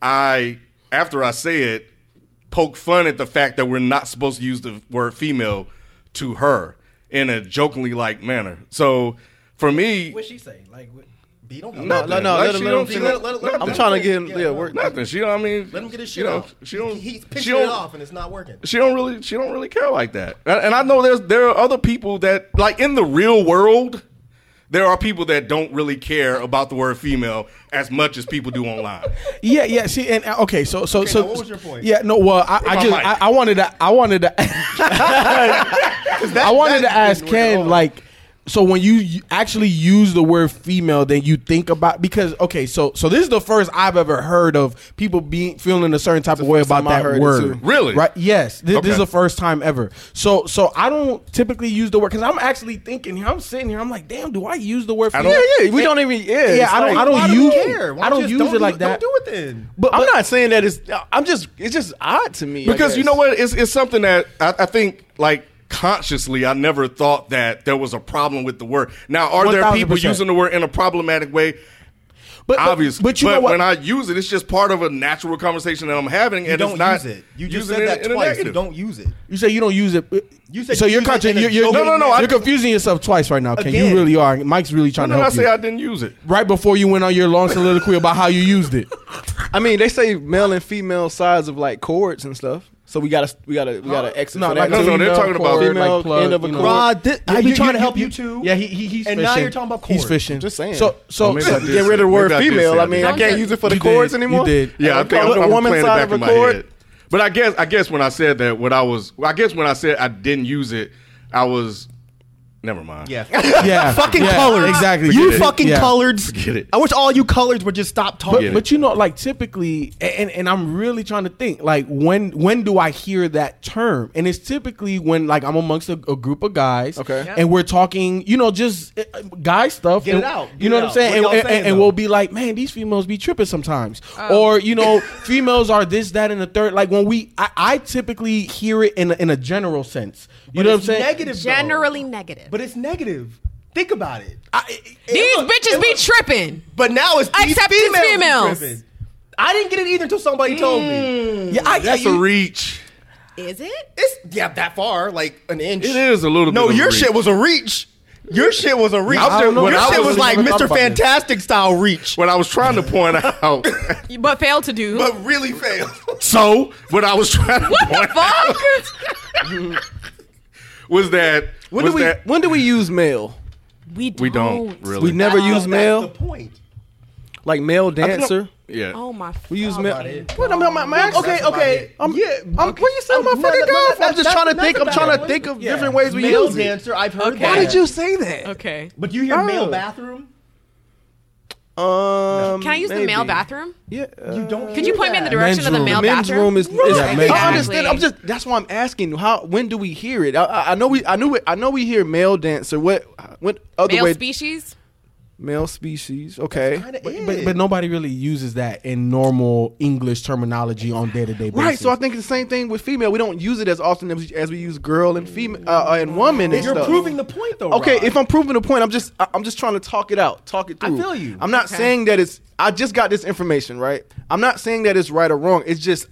[SPEAKER 4] I after I say it, poke fun at the fact that we're not supposed to use the word female to her. in a jokingly like manner. So for me,
[SPEAKER 3] What she say? Like, what,
[SPEAKER 2] B, don't
[SPEAKER 4] nothing.
[SPEAKER 7] no, no,
[SPEAKER 4] Like,
[SPEAKER 7] let
[SPEAKER 4] she
[SPEAKER 7] him- let
[SPEAKER 4] don't
[SPEAKER 7] him
[SPEAKER 4] feel-
[SPEAKER 7] finish.
[SPEAKER 2] Let- let- let him
[SPEAKER 7] I'm
[SPEAKER 2] finish.
[SPEAKER 7] trying to get him.
[SPEAKER 2] Yeah,
[SPEAKER 7] Yeah, work.
[SPEAKER 4] nothing. She don't. I mean,
[SPEAKER 2] Let him get his
[SPEAKER 4] you
[SPEAKER 2] shit
[SPEAKER 4] know,
[SPEAKER 2] off.
[SPEAKER 4] She don't.
[SPEAKER 2] He- he's
[SPEAKER 4] she
[SPEAKER 2] pinching
[SPEAKER 4] don't,
[SPEAKER 2] it off and it's not working.
[SPEAKER 4] She don't really. She don't really care like that. And, and I know there's there are other people that like in the real world. There are people that don't really care about the word female as much as people
[SPEAKER 2] *laughs*
[SPEAKER 4] do online.
[SPEAKER 5] Yeah, yeah. See, and uh, okay, so so so.
[SPEAKER 9] now, what was your point?
[SPEAKER 5] Yeah, no. Well, I, I
[SPEAKER 4] my
[SPEAKER 5] just
[SPEAKER 4] mic.
[SPEAKER 5] I, I wanted to I wanted to *laughs* I wanted to ask Ken like. So when you y- actually use the word female, then you think about because okay, so so this is the first I've ever heard of people being feeling a certain type of way
[SPEAKER 7] first
[SPEAKER 5] about
[SPEAKER 7] time I
[SPEAKER 5] that
[SPEAKER 7] heard it,
[SPEAKER 5] word.
[SPEAKER 7] too.
[SPEAKER 4] Really?
[SPEAKER 5] Right? Yes. This, this is
[SPEAKER 4] Okay.
[SPEAKER 5] the first time ever. So so I don't typically use the word because I'm actually thinking here. I'm sitting here. I'm like, damn, do I use the word?
[SPEAKER 4] I
[SPEAKER 5] Female?
[SPEAKER 4] don't-
[SPEAKER 7] Yeah, yeah. We don't even. Yeah,
[SPEAKER 5] Yeah,
[SPEAKER 7] it's
[SPEAKER 5] I don't.
[SPEAKER 7] like-
[SPEAKER 5] I don't
[SPEAKER 2] Why do we
[SPEAKER 5] use.
[SPEAKER 2] care? Why
[SPEAKER 5] I don't
[SPEAKER 2] just
[SPEAKER 5] use it like that.
[SPEAKER 2] Don't do it then.
[SPEAKER 5] But,
[SPEAKER 7] I'm not saying that it's. I'm just. It's just odd to me I
[SPEAKER 4] because you
[SPEAKER 7] guess.
[SPEAKER 4] know what it's, it's something that I, I think like consciously i never thought that there was a problem with the word now are there people
[SPEAKER 5] 1000%.
[SPEAKER 4] using the word in a problematic way
[SPEAKER 5] but,
[SPEAKER 4] obviously
[SPEAKER 5] But, you know what?
[SPEAKER 4] when i use it it's just part of a natural conversation that i'm having
[SPEAKER 2] You
[SPEAKER 4] and
[SPEAKER 2] don't
[SPEAKER 4] it's
[SPEAKER 2] use
[SPEAKER 4] not
[SPEAKER 2] it. You just
[SPEAKER 4] using
[SPEAKER 2] said
[SPEAKER 4] it
[SPEAKER 2] that
[SPEAKER 4] in a
[SPEAKER 2] twice. You
[SPEAKER 4] negative.
[SPEAKER 2] don't use it.
[SPEAKER 5] You say you don't use it. but-
[SPEAKER 2] You said
[SPEAKER 5] so.
[SPEAKER 2] you
[SPEAKER 5] You're
[SPEAKER 2] use it
[SPEAKER 5] contra-
[SPEAKER 2] in a
[SPEAKER 5] you're, you're,
[SPEAKER 2] joking
[SPEAKER 5] no, no, no.
[SPEAKER 2] manner.
[SPEAKER 5] You're confusing yourself twice right now. Ken.
[SPEAKER 2] Again.
[SPEAKER 5] you really are? Mike's really trying
[SPEAKER 4] no,
[SPEAKER 5] to
[SPEAKER 4] no, i
[SPEAKER 5] help
[SPEAKER 4] say
[SPEAKER 5] you.
[SPEAKER 4] i didn't use it
[SPEAKER 5] right before you went on your long soliloquy about how you used it.
[SPEAKER 7] I mean, they say male and female sides of like chords and stuff. So we gotta, we gotta, we gotta exit.
[SPEAKER 5] No,
[SPEAKER 7] for
[SPEAKER 5] like
[SPEAKER 7] that.
[SPEAKER 4] no, no, they're
[SPEAKER 5] female
[SPEAKER 4] talking about
[SPEAKER 5] cord,
[SPEAKER 7] female
[SPEAKER 5] like plug,
[SPEAKER 7] end of a
[SPEAKER 5] you know.
[SPEAKER 7] cord.
[SPEAKER 2] Rod, thi- I be trying to help you too.
[SPEAKER 5] Yeah, he, he he's
[SPEAKER 2] And
[SPEAKER 5] fishing.
[SPEAKER 2] now you're talking about
[SPEAKER 5] he's
[SPEAKER 2] cord.
[SPEAKER 5] fishing.
[SPEAKER 7] Just saying.
[SPEAKER 5] So so
[SPEAKER 4] Or maybe
[SPEAKER 5] so
[SPEAKER 4] I did
[SPEAKER 7] Get rid of the word
[SPEAKER 4] Maybe I did say
[SPEAKER 7] female.
[SPEAKER 4] I
[SPEAKER 7] I mean, I
[SPEAKER 6] did.
[SPEAKER 7] can't use it for the
[SPEAKER 5] You
[SPEAKER 7] chords
[SPEAKER 5] did. You
[SPEAKER 7] anymore.
[SPEAKER 5] did.
[SPEAKER 4] Yeah, I
[SPEAKER 7] I'm
[SPEAKER 4] think I'm,
[SPEAKER 7] calling it
[SPEAKER 4] I'm
[SPEAKER 7] woman's
[SPEAKER 4] playing it
[SPEAKER 7] side
[SPEAKER 4] back
[SPEAKER 7] of
[SPEAKER 4] in
[SPEAKER 7] a
[SPEAKER 4] my
[SPEAKER 7] chord.
[SPEAKER 4] head. But I guess I guess when I said that, what I was well, I guess when I said I didn't use it, I was never mind.
[SPEAKER 2] Yeah.
[SPEAKER 5] yeah,
[SPEAKER 2] fucking
[SPEAKER 5] yeah,
[SPEAKER 2] colored.
[SPEAKER 5] exactly.
[SPEAKER 2] You
[SPEAKER 4] Forget it.
[SPEAKER 2] fucking
[SPEAKER 5] Yeah.
[SPEAKER 2] coloreds.
[SPEAKER 4] Forget it.
[SPEAKER 2] I wish all you coloreds would just stop talking.
[SPEAKER 5] But, but you know, like typically, and and I'm really trying to think, like when when do I hear that term? And it's typically when like I'm amongst a, a group of guys,
[SPEAKER 7] Okay.
[SPEAKER 6] Yep.
[SPEAKER 5] and we're talking, you know, just uh, uh, guy stuff.
[SPEAKER 2] Get
[SPEAKER 5] and-
[SPEAKER 2] it out. Get
[SPEAKER 5] You know
[SPEAKER 2] it
[SPEAKER 5] what I'm
[SPEAKER 2] out.
[SPEAKER 5] saying?
[SPEAKER 2] What
[SPEAKER 5] and,
[SPEAKER 2] y'all
[SPEAKER 5] and-
[SPEAKER 2] saying,
[SPEAKER 5] and
[SPEAKER 2] though?
[SPEAKER 5] we'll be like, man, these females be tripping sometimes, or you know, *laughs* females are this, that, and the third. Like when we, I, I typically hear it in a, in a general sense. You know what I'm
[SPEAKER 2] it's
[SPEAKER 5] saying?
[SPEAKER 2] Negative. though.
[SPEAKER 6] Generally negative.
[SPEAKER 2] But it's negative. Think about it.
[SPEAKER 5] I-
[SPEAKER 6] These bitches be tripping.
[SPEAKER 2] But now it's these
[SPEAKER 6] Except it's
[SPEAKER 2] females.
[SPEAKER 6] females. Mm.
[SPEAKER 2] driven. I didn't get it either until somebody told me.
[SPEAKER 5] yeah, I,
[SPEAKER 4] That's a reach.
[SPEAKER 6] Is it?
[SPEAKER 2] It's yeah, that far, like an inch.
[SPEAKER 4] It is a little bit
[SPEAKER 2] No,
[SPEAKER 4] of a
[SPEAKER 2] your
[SPEAKER 4] reach.
[SPEAKER 2] shit was a reach. Your shit was a reach.
[SPEAKER 4] I don't know.
[SPEAKER 2] your
[SPEAKER 4] When I
[SPEAKER 2] shit
[SPEAKER 4] was-
[SPEAKER 2] was, like
[SPEAKER 5] never thought
[SPEAKER 2] Mr.
[SPEAKER 5] about this.
[SPEAKER 2] Fantastic style reach,
[SPEAKER 4] What I was trying
[SPEAKER 2] *laughs*
[SPEAKER 4] to point out.
[SPEAKER 6] But failed to do.
[SPEAKER 2] but really failed.
[SPEAKER 4] so what I was trying to
[SPEAKER 6] what
[SPEAKER 4] point
[SPEAKER 6] the fuck?
[SPEAKER 4] out was that
[SPEAKER 7] When
[SPEAKER 4] was
[SPEAKER 7] do we?
[SPEAKER 4] that-
[SPEAKER 7] When do we use male?
[SPEAKER 6] *laughs* We don't.
[SPEAKER 4] we don't really
[SPEAKER 7] We never use
[SPEAKER 2] That's
[SPEAKER 7] male.
[SPEAKER 2] the point.
[SPEAKER 7] Like male
[SPEAKER 4] I think I'm-
[SPEAKER 7] dancer.
[SPEAKER 4] Yeah.
[SPEAKER 6] Oh my.
[SPEAKER 7] We use male.
[SPEAKER 2] What about my,
[SPEAKER 7] Okay, okay. I'm, yeah. I'm, what you saying, my
[SPEAKER 2] I'm- no,
[SPEAKER 7] fucking
[SPEAKER 2] no,
[SPEAKER 7] girl?
[SPEAKER 2] no,
[SPEAKER 7] I'm just
[SPEAKER 2] that's-
[SPEAKER 7] trying to
[SPEAKER 2] that's
[SPEAKER 7] think. I'm
[SPEAKER 2] a
[SPEAKER 7] trying to
[SPEAKER 2] bad
[SPEAKER 7] think
[SPEAKER 2] way.
[SPEAKER 7] of different ways we
[SPEAKER 2] male
[SPEAKER 7] use it.
[SPEAKER 2] dancer. I've heard
[SPEAKER 6] Okay.
[SPEAKER 2] that.
[SPEAKER 7] Why did you say that?
[SPEAKER 6] Okay.
[SPEAKER 2] But you hear male
[SPEAKER 7] Oh.
[SPEAKER 2] bathroom?
[SPEAKER 7] Um,
[SPEAKER 6] Can I use the
[SPEAKER 7] maybe.
[SPEAKER 6] male bathroom?
[SPEAKER 7] Yeah. uh,
[SPEAKER 2] You don't.
[SPEAKER 6] Could you
[SPEAKER 2] hear
[SPEAKER 6] point me in the
[SPEAKER 2] that.
[SPEAKER 6] direction
[SPEAKER 5] Men's
[SPEAKER 6] of the
[SPEAKER 5] room.
[SPEAKER 6] male
[SPEAKER 7] men's
[SPEAKER 6] bathroom?
[SPEAKER 7] room is, is
[SPEAKER 5] Yeah,
[SPEAKER 6] men's
[SPEAKER 7] I
[SPEAKER 6] room.
[SPEAKER 7] understand. I'm just that's why I'm asking how when do we hear it? I, I, I know we I knew it, I know we hear male dancer. What what other
[SPEAKER 6] Male
[SPEAKER 7] way?
[SPEAKER 6] species.
[SPEAKER 7] male species. Okay.
[SPEAKER 2] Kinda
[SPEAKER 5] But,
[SPEAKER 2] is.
[SPEAKER 5] but, but nobody really uses that in normal English terminology on day to day basis.
[SPEAKER 7] Right, so I think it's the same thing with female. We don't use it as often as we, as we use girl and female uh, uh, and woman and
[SPEAKER 2] You're
[SPEAKER 7] stuff.
[SPEAKER 2] proving the point, though.
[SPEAKER 7] okay,
[SPEAKER 2] Rod.
[SPEAKER 7] if I'm proving the point, I'm just I- I'm just trying to talk it out, talk it
[SPEAKER 2] I
[SPEAKER 7] through.
[SPEAKER 2] feel you.
[SPEAKER 7] I'm not
[SPEAKER 6] Okay.
[SPEAKER 7] saying that it's. I just got this information right. I'm not saying that it's right or wrong. It's just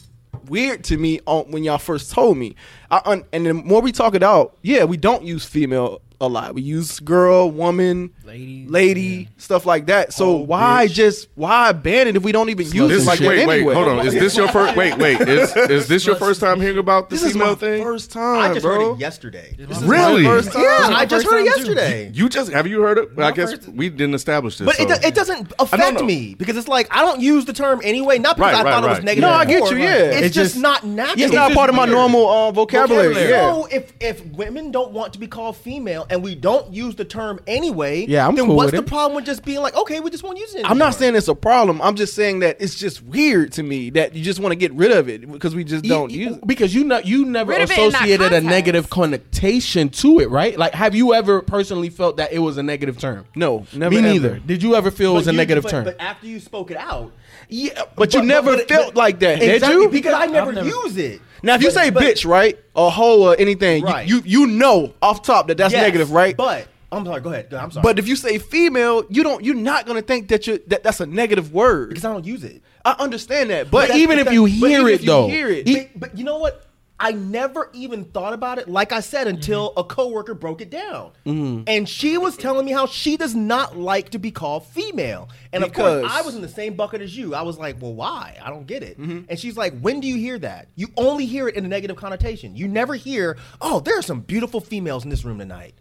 [SPEAKER 7] weird to me on, when y'all first told me. I un, and the more we talk it out, yeah, we don't use female a lot. We use girl, woman,
[SPEAKER 3] Lady,
[SPEAKER 7] lady,
[SPEAKER 3] yeah.
[SPEAKER 7] stuff like that. So why just why ban it if we don't even use
[SPEAKER 4] This
[SPEAKER 7] it like
[SPEAKER 4] is, wait,
[SPEAKER 7] that
[SPEAKER 4] wait,
[SPEAKER 7] anyway?
[SPEAKER 4] hold on. Is this your first? Wait, wait. Is, is this your first time hearing about the
[SPEAKER 7] This is
[SPEAKER 4] female
[SPEAKER 7] my
[SPEAKER 4] thing?
[SPEAKER 7] first time,
[SPEAKER 2] I just
[SPEAKER 7] bro.
[SPEAKER 2] heard it yesterday. Yeah,
[SPEAKER 7] This is my
[SPEAKER 4] Really?
[SPEAKER 7] first time.
[SPEAKER 2] I just heard it yesterday.
[SPEAKER 4] You just have you heard it? I
[SPEAKER 3] My
[SPEAKER 4] guess
[SPEAKER 3] first-
[SPEAKER 4] we didn't establish this.
[SPEAKER 2] But it,
[SPEAKER 4] so-
[SPEAKER 2] do- it doesn't
[SPEAKER 4] don't
[SPEAKER 2] affect
[SPEAKER 4] know.
[SPEAKER 2] me because it's like I don't use the term anyway. Not because
[SPEAKER 4] Right,
[SPEAKER 2] I
[SPEAKER 4] right,
[SPEAKER 2] thought it
[SPEAKER 4] right.
[SPEAKER 2] was negative.
[SPEAKER 7] No, I get
[SPEAKER 2] before.
[SPEAKER 7] you, yeah.
[SPEAKER 2] it's
[SPEAKER 5] It's
[SPEAKER 2] just
[SPEAKER 5] just-
[SPEAKER 2] not natural.
[SPEAKER 7] It's not part of my
[SPEAKER 5] weird.
[SPEAKER 7] normal uh, vocabulary.
[SPEAKER 5] Vocabulary.
[SPEAKER 7] Yeah.
[SPEAKER 2] So if if women don't want to be called female and we don't use the term anyway,
[SPEAKER 5] Yeah, I'm
[SPEAKER 2] then
[SPEAKER 5] cool
[SPEAKER 2] what's
[SPEAKER 5] with
[SPEAKER 2] the
[SPEAKER 5] it.
[SPEAKER 2] problem with just being like, okay, we just won't use it?
[SPEAKER 7] I'm not
[SPEAKER 2] anymore?
[SPEAKER 7] saying it's a problem. I'm just saying that it's just weird to me that you just want to get rid of it because we just
[SPEAKER 5] You-
[SPEAKER 7] don't
[SPEAKER 5] you-
[SPEAKER 7] use it.
[SPEAKER 5] because you know you never
[SPEAKER 6] Rid of it in that
[SPEAKER 5] associated a
[SPEAKER 6] context.
[SPEAKER 5] negative connotation to it, right? Like, have you ever personally felt that it was a negative term?
[SPEAKER 7] No, never
[SPEAKER 5] Me
[SPEAKER 7] ever.
[SPEAKER 5] neither. Did you ever feel it was
[SPEAKER 2] But
[SPEAKER 5] a
[SPEAKER 2] you-
[SPEAKER 5] negative
[SPEAKER 2] but-
[SPEAKER 5] term?
[SPEAKER 2] But after you spoke it out,
[SPEAKER 5] yeah, but,
[SPEAKER 7] you never felt like that, did
[SPEAKER 5] exactly,
[SPEAKER 7] you?
[SPEAKER 2] because I never,
[SPEAKER 5] never-
[SPEAKER 2] use it.
[SPEAKER 7] Now, if you
[SPEAKER 2] But-
[SPEAKER 7] say
[SPEAKER 2] but-
[SPEAKER 7] bitch, right, or hoe, or anything, you-
[SPEAKER 2] Right.
[SPEAKER 7] you, you know off top that that's
[SPEAKER 2] yes,
[SPEAKER 7] negative, right?
[SPEAKER 2] But I'm sorry. Go ahead. I'm sorry.
[SPEAKER 7] But if you say female, you don't. You're not gonna think that you that that's a negative word.
[SPEAKER 2] because I don't use it.
[SPEAKER 7] I understand that, but,
[SPEAKER 5] even if you
[SPEAKER 7] but
[SPEAKER 5] hear
[SPEAKER 7] even
[SPEAKER 5] it
[SPEAKER 7] if you
[SPEAKER 5] though,
[SPEAKER 7] hear it.
[SPEAKER 5] e-
[SPEAKER 2] But, but you know what?
[SPEAKER 9] I never even thought about it, like I said, until
[SPEAKER 7] Mm-hmm.
[SPEAKER 9] a coworker broke it down. And she was telling me how she does not like to be called female. And of
[SPEAKER 7] Because- Mm-hmm.
[SPEAKER 9] course, I was in the same bucket as you. I was like, well, why? I don't get it. And she's like, when do you hear that? You only hear it in a negative connotation. You never hear, oh, there are some beautiful females in this room tonight.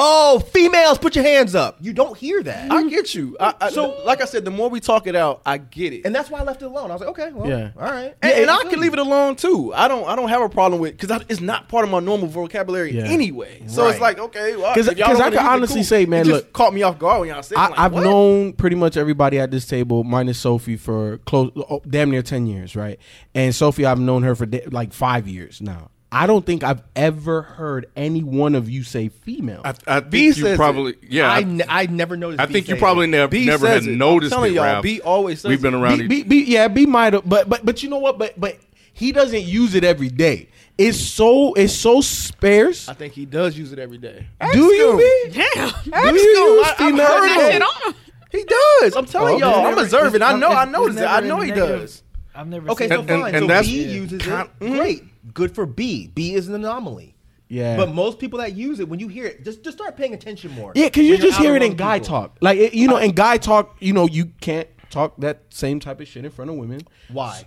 [SPEAKER 9] Oh, females, put your hands up. You don't hear that.
[SPEAKER 7] I get you. I, I,
[SPEAKER 9] So-
[SPEAKER 7] like I said, the more we talk it out, I get it.
[SPEAKER 9] and that's why I left it alone. I was like, okay, well,
[SPEAKER 5] Yeah.
[SPEAKER 9] all right.
[SPEAKER 7] and, and I can leave it alone too. I don't. I don't have a problem with because it's not part of my normal vocabulary
[SPEAKER 5] Yeah.
[SPEAKER 7] anyway. So it's
[SPEAKER 9] Right.
[SPEAKER 7] like okay, well,
[SPEAKER 5] 'Cause-
[SPEAKER 7] if y'all
[SPEAKER 5] 'cause
[SPEAKER 7] don't wanna
[SPEAKER 5] I can
[SPEAKER 7] use it,
[SPEAKER 5] honestly
[SPEAKER 7] cool.
[SPEAKER 5] say, man,
[SPEAKER 7] It just
[SPEAKER 5] look,
[SPEAKER 7] caught me off guard when y'all said. it.
[SPEAKER 5] I,
[SPEAKER 7] like,
[SPEAKER 5] I've
[SPEAKER 7] what?
[SPEAKER 5] known pretty much everybody at this table, minus Sophie, for close, oh, damn near ten years, right? And Sophie, I've known her for da- like five years now. I don't think I've ever heard any one of you say female.
[SPEAKER 4] I, I
[SPEAKER 7] B
[SPEAKER 4] think you
[SPEAKER 7] says it.
[SPEAKER 4] probably yeah.
[SPEAKER 9] I,
[SPEAKER 4] I,
[SPEAKER 9] ne- I never noticed.
[SPEAKER 4] I
[SPEAKER 9] B
[SPEAKER 4] think you
[SPEAKER 9] saying
[SPEAKER 4] probably
[SPEAKER 9] it.
[SPEAKER 4] never
[SPEAKER 7] B
[SPEAKER 4] never
[SPEAKER 7] says
[SPEAKER 4] had
[SPEAKER 7] it. I'm
[SPEAKER 4] noticed
[SPEAKER 7] telling
[SPEAKER 4] it.
[SPEAKER 7] y'all,
[SPEAKER 4] Ralph.
[SPEAKER 7] B always says
[SPEAKER 4] We've been
[SPEAKER 7] it.
[SPEAKER 4] around.
[SPEAKER 5] B,
[SPEAKER 4] each-
[SPEAKER 5] B, B, yeah, B might have, but but but you know what? But but he doesn't use it every day. It's so it's so sparse.
[SPEAKER 7] I think he does use it every day.
[SPEAKER 5] Do you?
[SPEAKER 6] *laughs*
[SPEAKER 5] B?
[SPEAKER 6] Damn.
[SPEAKER 5] Do you use
[SPEAKER 7] I- I've
[SPEAKER 5] female?
[SPEAKER 7] heard
[SPEAKER 5] at
[SPEAKER 7] it.
[SPEAKER 5] all?
[SPEAKER 6] Shit on.
[SPEAKER 7] He does. I'm telling
[SPEAKER 5] Well,
[SPEAKER 7] y'all.
[SPEAKER 5] it's
[SPEAKER 7] I'm
[SPEAKER 5] never-
[SPEAKER 7] observing. I
[SPEAKER 3] It's-
[SPEAKER 7] know. I
[SPEAKER 3] it's-
[SPEAKER 7] know he
[SPEAKER 3] it's
[SPEAKER 7] does. I
[SPEAKER 3] never
[SPEAKER 7] know
[SPEAKER 3] in
[SPEAKER 7] he
[SPEAKER 3] the negative.
[SPEAKER 5] *laughs*
[SPEAKER 7] does.
[SPEAKER 3] I've never.
[SPEAKER 9] Okay,
[SPEAKER 3] seen
[SPEAKER 9] so
[SPEAKER 3] it.
[SPEAKER 4] and-
[SPEAKER 9] fine.
[SPEAKER 4] and
[SPEAKER 9] so
[SPEAKER 4] that's-
[SPEAKER 9] B uses
[SPEAKER 4] Con-
[SPEAKER 9] it. Great. Good for B. B is an anomaly.
[SPEAKER 5] Yeah.
[SPEAKER 9] But most people that use it, when you hear it, just just start paying attention more.
[SPEAKER 5] Yeah, because you
[SPEAKER 9] When you're
[SPEAKER 5] just
[SPEAKER 9] out
[SPEAKER 5] hear it in
[SPEAKER 9] among
[SPEAKER 5] guy
[SPEAKER 9] people.
[SPEAKER 5] talk. Like, it, you know, in guy talk, you know, you can't talk that same type of shit in front of women.
[SPEAKER 9] Why?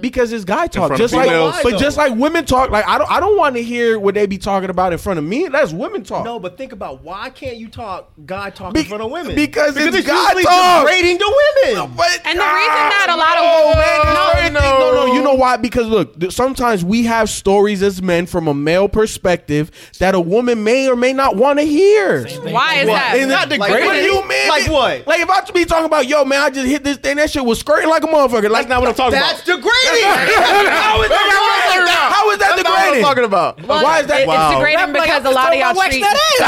[SPEAKER 5] Because it's guy talk,
[SPEAKER 4] front of
[SPEAKER 5] just like,
[SPEAKER 4] females.
[SPEAKER 5] but just like women talk. Like I don't, I don't want to hear what they be talking about in front of me. That's women talk.
[SPEAKER 9] No, but think about why can't you talk guy talk
[SPEAKER 5] Be-
[SPEAKER 9] in front of women?
[SPEAKER 5] because it's guy
[SPEAKER 9] usually
[SPEAKER 5] talk.
[SPEAKER 9] degrading the women.
[SPEAKER 6] And the reason that a lot of
[SPEAKER 5] no, no, no, no. You know why? Because look, th- sometimes we have stories as men from a male perspective that a woman may or may not want to hear.
[SPEAKER 6] Why is that?
[SPEAKER 5] And not
[SPEAKER 9] Like
[SPEAKER 5] degrading.
[SPEAKER 9] what?
[SPEAKER 5] What do you mean?
[SPEAKER 9] Like what?
[SPEAKER 5] Like if I be talking about, yo, man, I just hit this thing. That shit was skirting like a motherfucker. Like not what I'm talking
[SPEAKER 9] That's
[SPEAKER 5] about.
[SPEAKER 9] degrading. *laughs*
[SPEAKER 5] how is that? How is that
[SPEAKER 7] That's not what I'm
[SPEAKER 5] degrading?
[SPEAKER 7] talking about.
[SPEAKER 6] Well,
[SPEAKER 5] Why is that?
[SPEAKER 6] it- It's degrading because a lot of y'all treat. *laughs*
[SPEAKER 5] *laughs*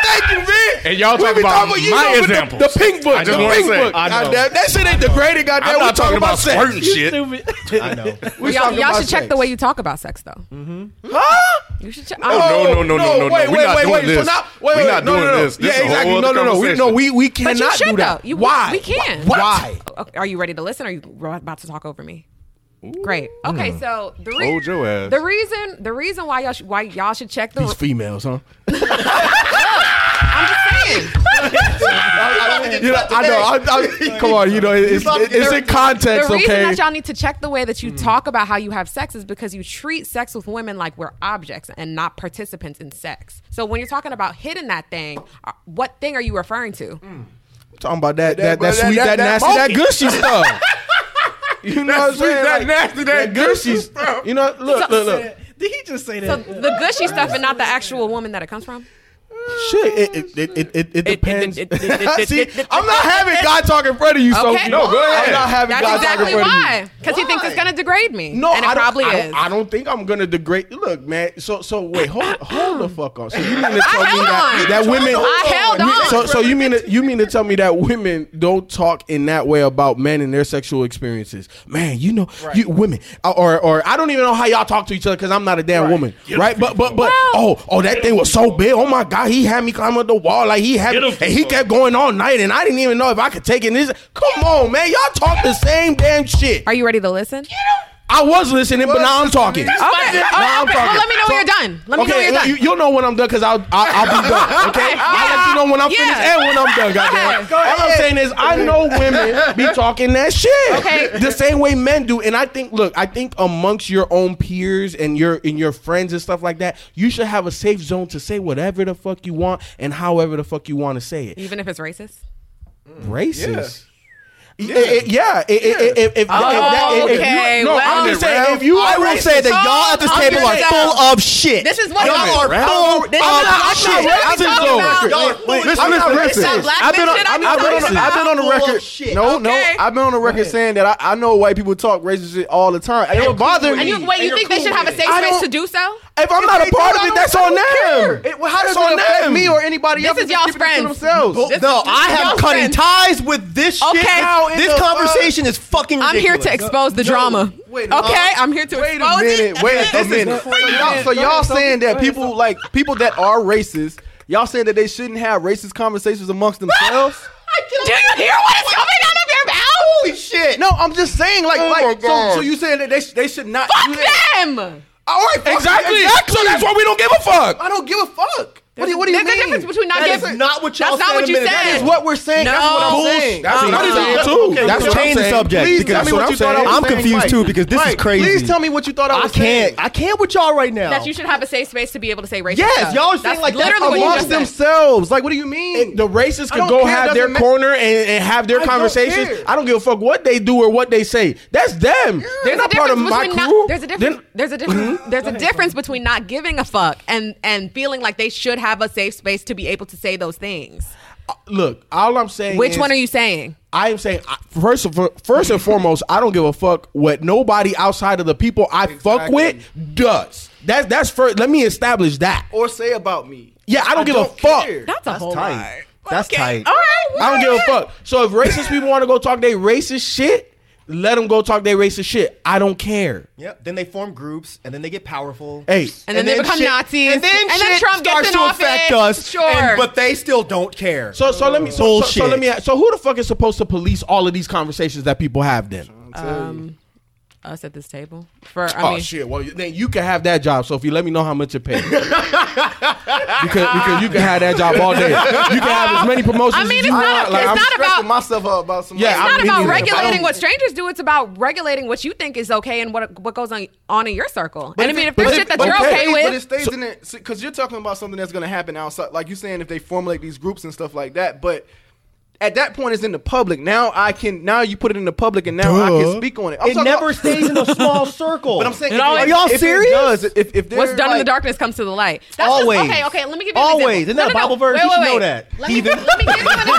[SPEAKER 5] Thank you, man.
[SPEAKER 4] And y'all
[SPEAKER 5] We
[SPEAKER 4] talk
[SPEAKER 5] be
[SPEAKER 4] about
[SPEAKER 5] you
[SPEAKER 4] my
[SPEAKER 5] know, with the-
[SPEAKER 4] examples.
[SPEAKER 5] The, pink book.
[SPEAKER 4] I just
[SPEAKER 5] the
[SPEAKER 4] wanna
[SPEAKER 5] pink
[SPEAKER 4] say,
[SPEAKER 5] book.
[SPEAKER 4] I know.
[SPEAKER 5] Goddamn, that shit ain't degrading. Goddamn,
[SPEAKER 4] I'm
[SPEAKER 5] we
[SPEAKER 4] not talking about
[SPEAKER 5] sex.
[SPEAKER 4] squirting shit.
[SPEAKER 3] Stupid.
[SPEAKER 9] I know.
[SPEAKER 5] We
[SPEAKER 6] Y'all,
[SPEAKER 5] talking
[SPEAKER 6] y'all
[SPEAKER 5] about
[SPEAKER 6] should
[SPEAKER 5] sex. Mm-hmm.
[SPEAKER 6] check the way you talk about sex, though.
[SPEAKER 5] Huh?
[SPEAKER 6] You should Oh, check.
[SPEAKER 4] no, no, no, no, no,
[SPEAKER 5] Wait,
[SPEAKER 4] we're
[SPEAKER 5] wait,
[SPEAKER 4] not
[SPEAKER 5] wait,
[SPEAKER 4] doing
[SPEAKER 5] wait. So
[SPEAKER 4] this.
[SPEAKER 5] now, wait,
[SPEAKER 4] We're
[SPEAKER 5] wait,
[SPEAKER 4] not
[SPEAKER 5] no,
[SPEAKER 4] doing
[SPEAKER 5] no, no.
[SPEAKER 4] this. This is
[SPEAKER 5] yeah,
[SPEAKER 4] a whole
[SPEAKER 5] exactly. No,
[SPEAKER 4] other
[SPEAKER 5] no, no. We, no,
[SPEAKER 4] conversation.
[SPEAKER 5] we we
[SPEAKER 6] But you
[SPEAKER 5] cannot
[SPEAKER 6] should
[SPEAKER 5] do that.
[SPEAKER 6] though. You,
[SPEAKER 5] Why?
[SPEAKER 6] We can. Oh,
[SPEAKER 5] Why? Why?
[SPEAKER 6] Okay, Are you ready to listen? Or are you about to talk over me? Great.
[SPEAKER 5] Mm.
[SPEAKER 6] Okay, so the re-
[SPEAKER 4] Hold your ass.
[SPEAKER 6] the reason the reason why y'all sh- why y'all should check the
[SPEAKER 5] These females, huh?
[SPEAKER 6] I'm just saying.
[SPEAKER 5] You know, I know. I, I, come on, you know, it's, it's, in
[SPEAKER 6] the
[SPEAKER 5] context,
[SPEAKER 6] reason
[SPEAKER 5] okay? Mm.
[SPEAKER 6] that y'all need to check the way that you talk about how you have sex is because you treat sex with women like we're objects and not participants in sex. So when you're talking about hitting that thing, uh, what thing are you referring to?
[SPEAKER 5] Mm. talking about that, that, that,
[SPEAKER 7] that-
[SPEAKER 5] sweet, that,
[SPEAKER 7] that- that
[SPEAKER 5] nasty, that *laughs* gushy stuff. You know what I'm
[SPEAKER 4] sweet,
[SPEAKER 5] saying?
[SPEAKER 4] that
[SPEAKER 5] Like,
[SPEAKER 4] nasty, that
[SPEAKER 5] gushy stuff. You know, look, look, look.
[SPEAKER 3] Did he just say
[SPEAKER 6] So
[SPEAKER 3] that?
[SPEAKER 6] the gushy stuff and not the actual woman that it comes from.
[SPEAKER 5] Shit, it it it it, it, it depends.
[SPEAKER 6] it- it- it-
[SPEAKER 5] *laughs*
[SPEAKER 6] it-
[SPEAKER 5] See,
[SPEAKER 6] it- it-
[SPEAKER 5] I'm not having God talk in front of you, so
[SPEAKER 6] Okay,
[SPEAKER 5] no, go
[SPEAKER 6] why?
[SPEAKER 5] ahead. I'm not having
[SPEAKER 6] That's
[SPEAKER 5] God
[SPEAKER 6] exactly
[SPEAKER 5] talk in front of you.
[SPEAKER 6] why, because he thinks it's gonna degrade me.
[SPEAKER 5] No,
[SPEAKER 6] and it
[SPEAKER 5] I don't-
[SPEAKER 6] probably
[SPEAKER 5] I don't,
[SPEAKER 6] is.
[SPEAKER 5] I don't think I'm gonna degrade. Look, man. So, so wait, hold, hold the fuck on. So you mean to tell me
[SPEAKER 6] I held
[SPEAKER 5] that,
[SPEAKER 6] on.
[SPEAKER 5] that women?
[SPEAKER 6] I held on.
[SPEAKER 5] So, so you mean to, you mean to tell me that women don't talk in that way about men and their sexual experiences? Man, you know, you women or, or or I don't even know how y'all talk to each other because I'm not a damn woman, right? But but but
[SPEAKER 6] Well-
[SPEAKER 5] oh oh that thing was so big. Oh my god, he had me climb up the wall like he had, and he kept going all night, and I didn't even know if I could take it. This come on, man, y'all talk the same damn shit.
[SPEAKER 6] Are you ready to listen?
[SPEAKER 5] I was listening, but now I'm talking. Okay,
[SPEAKER 6] Okay.
[SPEAKER 5] now I'm
[SPEAKER 6] okay.
[SPEAKER 5] talking.
[SPEAKER 6] Well, let me know when you're done. Let me know when you're done.
[SPEAKER 5] You, will know when I'm done because I'll, I'll I'll be done.
[SPEAKER 6] *laughs*
[SPEAKER 5] Okay, I'll let you know when I'm
[SPEAKER 6] Yeah.
[SPEAKER 5] finished and when I'm done. Goddamn.
[SPEAKER 6] Okay.
[SPEAKER 5] it. All I'm saying is I know women
[SPEAKER 6] *laughs*
[SPEAKER 5] be talking that shit.
[SPEAKER 6] Okay.
[SPEAKER 5] The same way men do, and I think look, I think amongst your own peers and your and your friends and stuff like that, you should have a safe zone to say whatever the fuck you want and however the fuck you want to say it.
[SPEAKER 6] Even if it's racist.
[SPEAKER 5] Racist. Yeah, it, yeah. it- it- it- if- if- if that- if- if you-
[SPEAKER 6] Oh, Okay,
[SPEAKER 5] no,
[SPEAKER 6] well-
[SPEAKER 5] I'm just saying if you
[SPEAKER 9] I
[SPEAKER 5] are
[SPEAKER 9] will
[SPEAKER 5] racist,
[SPEAKER 9] say that y'all at this
[SPEAKER 6] Hold
[SPEAKER 9] table
[SPEAKER 6] on,
[SPEAKER 9] are
[SPEAKER 6] y'all.
[SPEAKER 9] full of shit.
[SPEAKER 6] This is what
[SPEAKER 9] y'all
[SPEAKER 6] I'm-
[SPEAKER 9] are full
[SPEAKER 5] Ralph, I'm not-
[SPEAKER 9] of
[SPEAKER 5] I'm
[SPEAKER 9] shit.
[SPEAKER 5] not
[SPEAKER 6] I've been
[SPEAKER 5] racist,
[SPEAKER 6] talking
[SPEAKER 5] though.
[SPEAKER 6] about-
[SPEAKER 9] Y'all are full of
[SPEAKER 5] I'm not
[SPEAKER 6] It's not
[SPEAKER 5] racist.
[SPEAKER 6] black
[SPEAKER 7] I've been
[SPEAKER 6] bitch
[SPEAKER 7] on,
[SPEAKER 6] shit, I
[SPEAKER 7] I've
[SPEAKER 6] be
[SPEAKER 7] been, on,
[SPEAKER 6] talking about.
[SPEAKER 7] I've been on the
[SPEAKER 9] Full of
[SPEAKER 7] record.
[SPEAKER 9] shit.
[SPEAKER 7] No,
[SPEAKER 6] Okay.
[SPEAKER 7] no, I've been on the record saying that I, I know white people talk racist shit all the time. It don't bother
[SPEAKER 6] And
[SPEAKER 7] me.
[SPEAKER 6] you, wait, you think they should have a safe
[SPEAKER 5] I
[SPEAKER 6] space
[SPEAKER 5] don't-
[SPEAKER 6] to do so?
[SPEAKER 5] If I'm
[SPEAKER 7] If
[SPEAKER 5] not
[SPEAKER 7] they
[SPEAKER 5] a part
[SPEAKER 7] do,
[SPEAKER 5] of
[SPEAKER 7] I
[SPEAKER 5] it,
[SPEAKER 7] don't-
[SPEAKER 5] that's
[SPEAKER 7] I
[SPEAKER 5] on
[SPEAKER 7] don't
[SPEAKER 5] them.
[SPEAKER 7] care. It- well, how does
[SPEAKER 5] That's
[SPEAKER 7] it
[SPEAKER 5] on
[SPEAKER 7] affect
[SPEAKER 5] them.
[SPEAKER 7] me or anybody
[SPEAKER 6] This
[SPEAKER 7] else?
[SPEAKER 6] is
[SPEAKER 7] They
[SPEAKER 6] y'all's
[SPEAKER 7] keep it to
[SPEAKER 6] friends.
[SPEAKER 7] Themselves.
[SPEAKER 6] This-
[SPEAKER 9] No, I
[SPEAKER 6] this
[SPEAKER 9] am
[SPEAKER 6] y'all's
[SPEAKER 9] cutting
[SPEAKER 6] friends.
[SPEAKER 9] ties with this shit.
[SPEAKER 6] Okay. How in
[SPEAKER 9] This
[SPEAKER 7] uh,
[SPEAKER 6] the
[SPEAKER 9] conversation is fucking ridiculous.
[SPEAKER 6] I'm here to expose the drama.
[SPEAKER 7] wait a minute.
[SPEAKER 6] okay, I'm here to
[SPEAKER 7] Wait a
[SPEAKER 6] expose
[SPEAKER 7] minute.
[SPEAKER 6] it.
[SPEAKER 7] Wait
[SPEAKER 6] This
[SPEAKER 7] a
[SPEAKER 6] is-
[SPEAKER 7] minute. So y'all, so
[SPEAKER 3] Go
[SPEAKER 7] y'all
[SPEAKER 3] ahead, Sophie.
[SPEAKER 7] saying
[SPEAKER 3] Go
[SPEAKER 7] that
[SPEAKER 3] ahead,
[SPEAKER 7] people
[SPEAKER 3] Sophie.
[SPEAKER 7] like people that are racist, y'all saying that they shouldn't have racist conversations amongst themselves?
[SPEAKER 6] Do you hear what is coming out of your mouth?
[SPEAKER 7] Holy shit! No, I'm just saying like like so, so you saying that they sh- they should not do that.
[SPEAKER 6] Fuck them.
[SPEAKER 7] All right, fuck
[SPEAKER 5] Exactly.
[SPEAKER 7] you, exactly.
[SPEAKER 5] So that's why we don't give a fuck.
[SPEAKER 7] I don't give a fuck. What do, you- what do you
[SPEAKER 6] There's a
[SPEAKER 7] mean?
[SPEAKER 6] difference between not
[SPEAKER 7] That is
[SPEAKER 6] giving-
[SPEAKER 9] not what y'all
[SPEAKER 6] That's not
[SPEAKER 9] said
[SPEAKER 6] what
[SPEAKER 9] a
[SPEAKER 6] you
[SPEAKER 9] minute.
[SPEAKER 6] said.
[SPEAKER 9] That
[SPEAKER 7] That is what we're saying. That's
[SPEAKER 6] No.
[SPEAKER 7] what I'm
[SPEAKER 6] That's-
[SPEAKER 7] saying.
[SPEAKER 4] That's what
[SPEAKER 7] That
[SPEAKER 4] I'm
[SPEAKER 7] is-
[SPEAKER 4] saying too.
[SPEAKER 9] okay,
[SPEAKER 4] that's
[SPEAKER 9] we'll
[SPEAKER 4] what I'm
[SPEAKER 2] change the
[SPEAKER 4] saying.
[SPEAKER 2] subject
[SPEAKER 7] Please
[SPEAKER 2] because
[SPEAKER 7] tell me
[SPEAKER 4] that's what
[SPEAKER 7] what
[SPEAKER 4] I'm
[SPEAKER 7] you thought I
[SPEAKER 4] saying.
[SPEAKER 7] was
[SPEAKER 2] I'm
[SPEAKER 7] saying,
[SPEAKER 2] confused
[SPEAKER 7] Mike.
[SPEAKER 2] too because this is
[SPEAKER 7] Mike,
[SPEAKER 2] crazy.
[SPEAKER 7] Please tell me what you thought I
[SPEAKER 9] I
[SPEAKER 7] was saying.
[SPEAKER 9] can't. I can't with y'all right now.
[SPEAKER 6] That you should have a safe space to be able to say racist
[SPEAKER 9] Yes,
[SPEAKER 6] stuff.
[SPEAKER 9] y'all are
[SPEAKER 6] That's
[SPEAKER 9] saying like that's
[SPEAKER 6] literally what you
[SPEAKER 7] Amongst
[SPEAKER 6] just said.
[SPEAKER 7] themselves. Like, what do you mean?
[SPEAKER 5] The racists
[SPEAKER 7] I don't
[SPEAKER 5] can go
[SPEAKER 7] care,
[SPEAKER 5] have their
[SPEAKER 7] doesn't ma-
[SPEAKER 5] corner and, and have their
[SPEAKER 7] I don't
[SPEAKER 5] conversations.
[SPEAKER 7] care.
[SPEAKER 5] I don't give a fuck what they do or what they say. That's them. They're
[SPEAKER 6] There's
[SPEAKER 5] not
[SPEAKER 6] a
[SPEAKER 5] part of
[SPEAKER 6] difference
[SPEAKER 5] my
[SPEAKER 6] between not-
[SPEAKER 5] crew.
[SPEAKER 6] there's a difference.
[SPEAKER 5] Then-
[SPEAKER 6] there's a difference. there's a difference between not giving a fuck and and feeling like they should have a safe space to be able to say those things.
[SPEAKER 5] uh, look, all I'm saying.
[SPEAKER 6] Which
[SPEAKER 5] is-
[SPEAKER 6] one are you saying?
[SPEAKER 5] I am saying I- first and for, first and foremost, I don't give a fuck what nobody outside of the people I fuck
[SPEAKER 7] Exactly.
[SPEAKER 5] with does. That's that's first. Let me establish that.
[SPEAKER 7] Or say about me.
[SPEAKER 5] Yeah, I don't give a fuck.
[SPEAKER 6] That's a whole
[SPEAKER 2] tight.
[SPEAKER 6] lot.
[SPEAKER 2] That's
[SPEAKER 6] Okay.
[SPEAKER 2] tight.
[SPEAKER 6] All right.
[SPEAKER 5] I don't give a
[SPEAKER 6] whatever.
[SPEAKER 5] fuck. So if racist people want to go talk their racist shit, let them go talk their racist shit. I don't care.
[SPEAKER 2] Yep. Then they form groups and then they get powerful.
[SPEAKER 5] Hey,
[SPEAKER 6] And then they become
[SPEAKER 2] shit-
[SPEAKER 6] Nazis.
[SPEAKER 2] And then,
[SPEAKER 6] And then
[SPEAKER 2] shit
[SPEAKER 6] Trump
[SPEAKER 2] starts
[SPEAKER 6] gets in
[SPEAKER 2] to
[SPEAKER 6] office.
[SPEAKER 2] affect us.
[SPEAKER 6] Sure.
[SPEAKER 2] and- but they still don't care.
[SPEAKER 5] so so let me so, so, so
[SPEAKER 2] Bullshit.
[SPEAKER 5] let me ask- so who the fuck is supposed to police all of these conversations that people have then?
[SPEAKER 6] Um, us at this table for I
[SPEAKER 5] Oh
[SPEAKER 6] mean,
[SPEAKER 5] shit! Well, then you can have that job, Sophie. Let me know how much you pay.
[SPEAKER 6] *laughs*
[SPEAKER 5] because because you can have that job all day. You can have as many promotions.
[SPEAKER 6] I mean,
[SPEAKER 5] as
[SPEAKER 6] it's
[SPEAKER 5] you
[SPEAKER 6] not
[SPEAKER 5] want.
[SPEAKER 6] a-
[SPEAKER 5] Like,
[SPEAKER 6] it's
[SPEAKER 5] I'm-
[SPEAKER 6] not
[SPEAKER 7] Stressing
[SPEAKER 6] about-
[SPEAKER 7] myself out about some.
[SPEAKER 5] Yeah,
[SPEAKER 6] It's
[SPEAKER 5] I'm
[SPEAKER 6] not
[SPEAKER 5] meaning
[SPEAKER 6] about
[SPEAKER 5] that. I
[SPEAKER 6] regulating
[SPEAKER 5] don't-
[SPEAKER 6] what strangers do. It's about regulating what you think is okay and what what goes on on in your circle. and I
[SPEAKER 7] if
[SPEAKER 6] mean,
[SPEAKER 7] it-
[SPEAKER 6] if there's
[SPEAKER 7] but
[SPEAKER 6] shit
[SPEAKER 7] it-
[SPEAKER 6] that you're
[SPEAKER 7] but it
[SPEAKER 6] okay
[SPEAKER 7] stays-
[SPEAKER 6] with,
[SPEAKER 7] but it stays in it because you're talking about something that's going to happen outside. Like you're saying, if they formulate these groups and stuff like that, but. At that point, it's in the public. Now I can. Now you put it in the public, and now I
[SPEAKER 5] Duh.
[SPEAKER 7] can speak on it. I'm
[SPEAKER 2] it
[SPEAKER 7] talking
[SPEAKER 2] never
[SPEAKER 7] about-
[SPEAKER 2] stays in a *laughs* small circle.
[SPEAKER 7] But *laughs* I'm saying,
[SPEAKER 6] It
[SPEAKER 7] if
[SPEAKER 6] always-
[SPEAKER 7] it-
[SPEAKER 6] Are y'all
[SPEAKER 7] if it
[SPEAKER 2] serious?
[SPEAKER 7] does, if, if
[SPEAKER 6] what's
[SPEAKER 7] they're
[SPEAKER 6] done in the
[SPEAKER 7] like-
[SPEAKER 6] darkness comes to the light. That's just-
[SPEAKER 2] Always.
[SPEAKER 6] okay, okay. Let me give you an
[SPEAKER 2] Always.
[SPEAKER 6] example.
[SPEAKER 2] Isn't that a Bible verse?
[SPEAKER 6] Wait,
[SPEAKER 2] You
[SPEAKER 6] wait,
[SPEAKER 2] should know
[SPEAKER 6] wait.
[SPEAKER 2] that.
[SPEAKER 6] Let me, let me give you an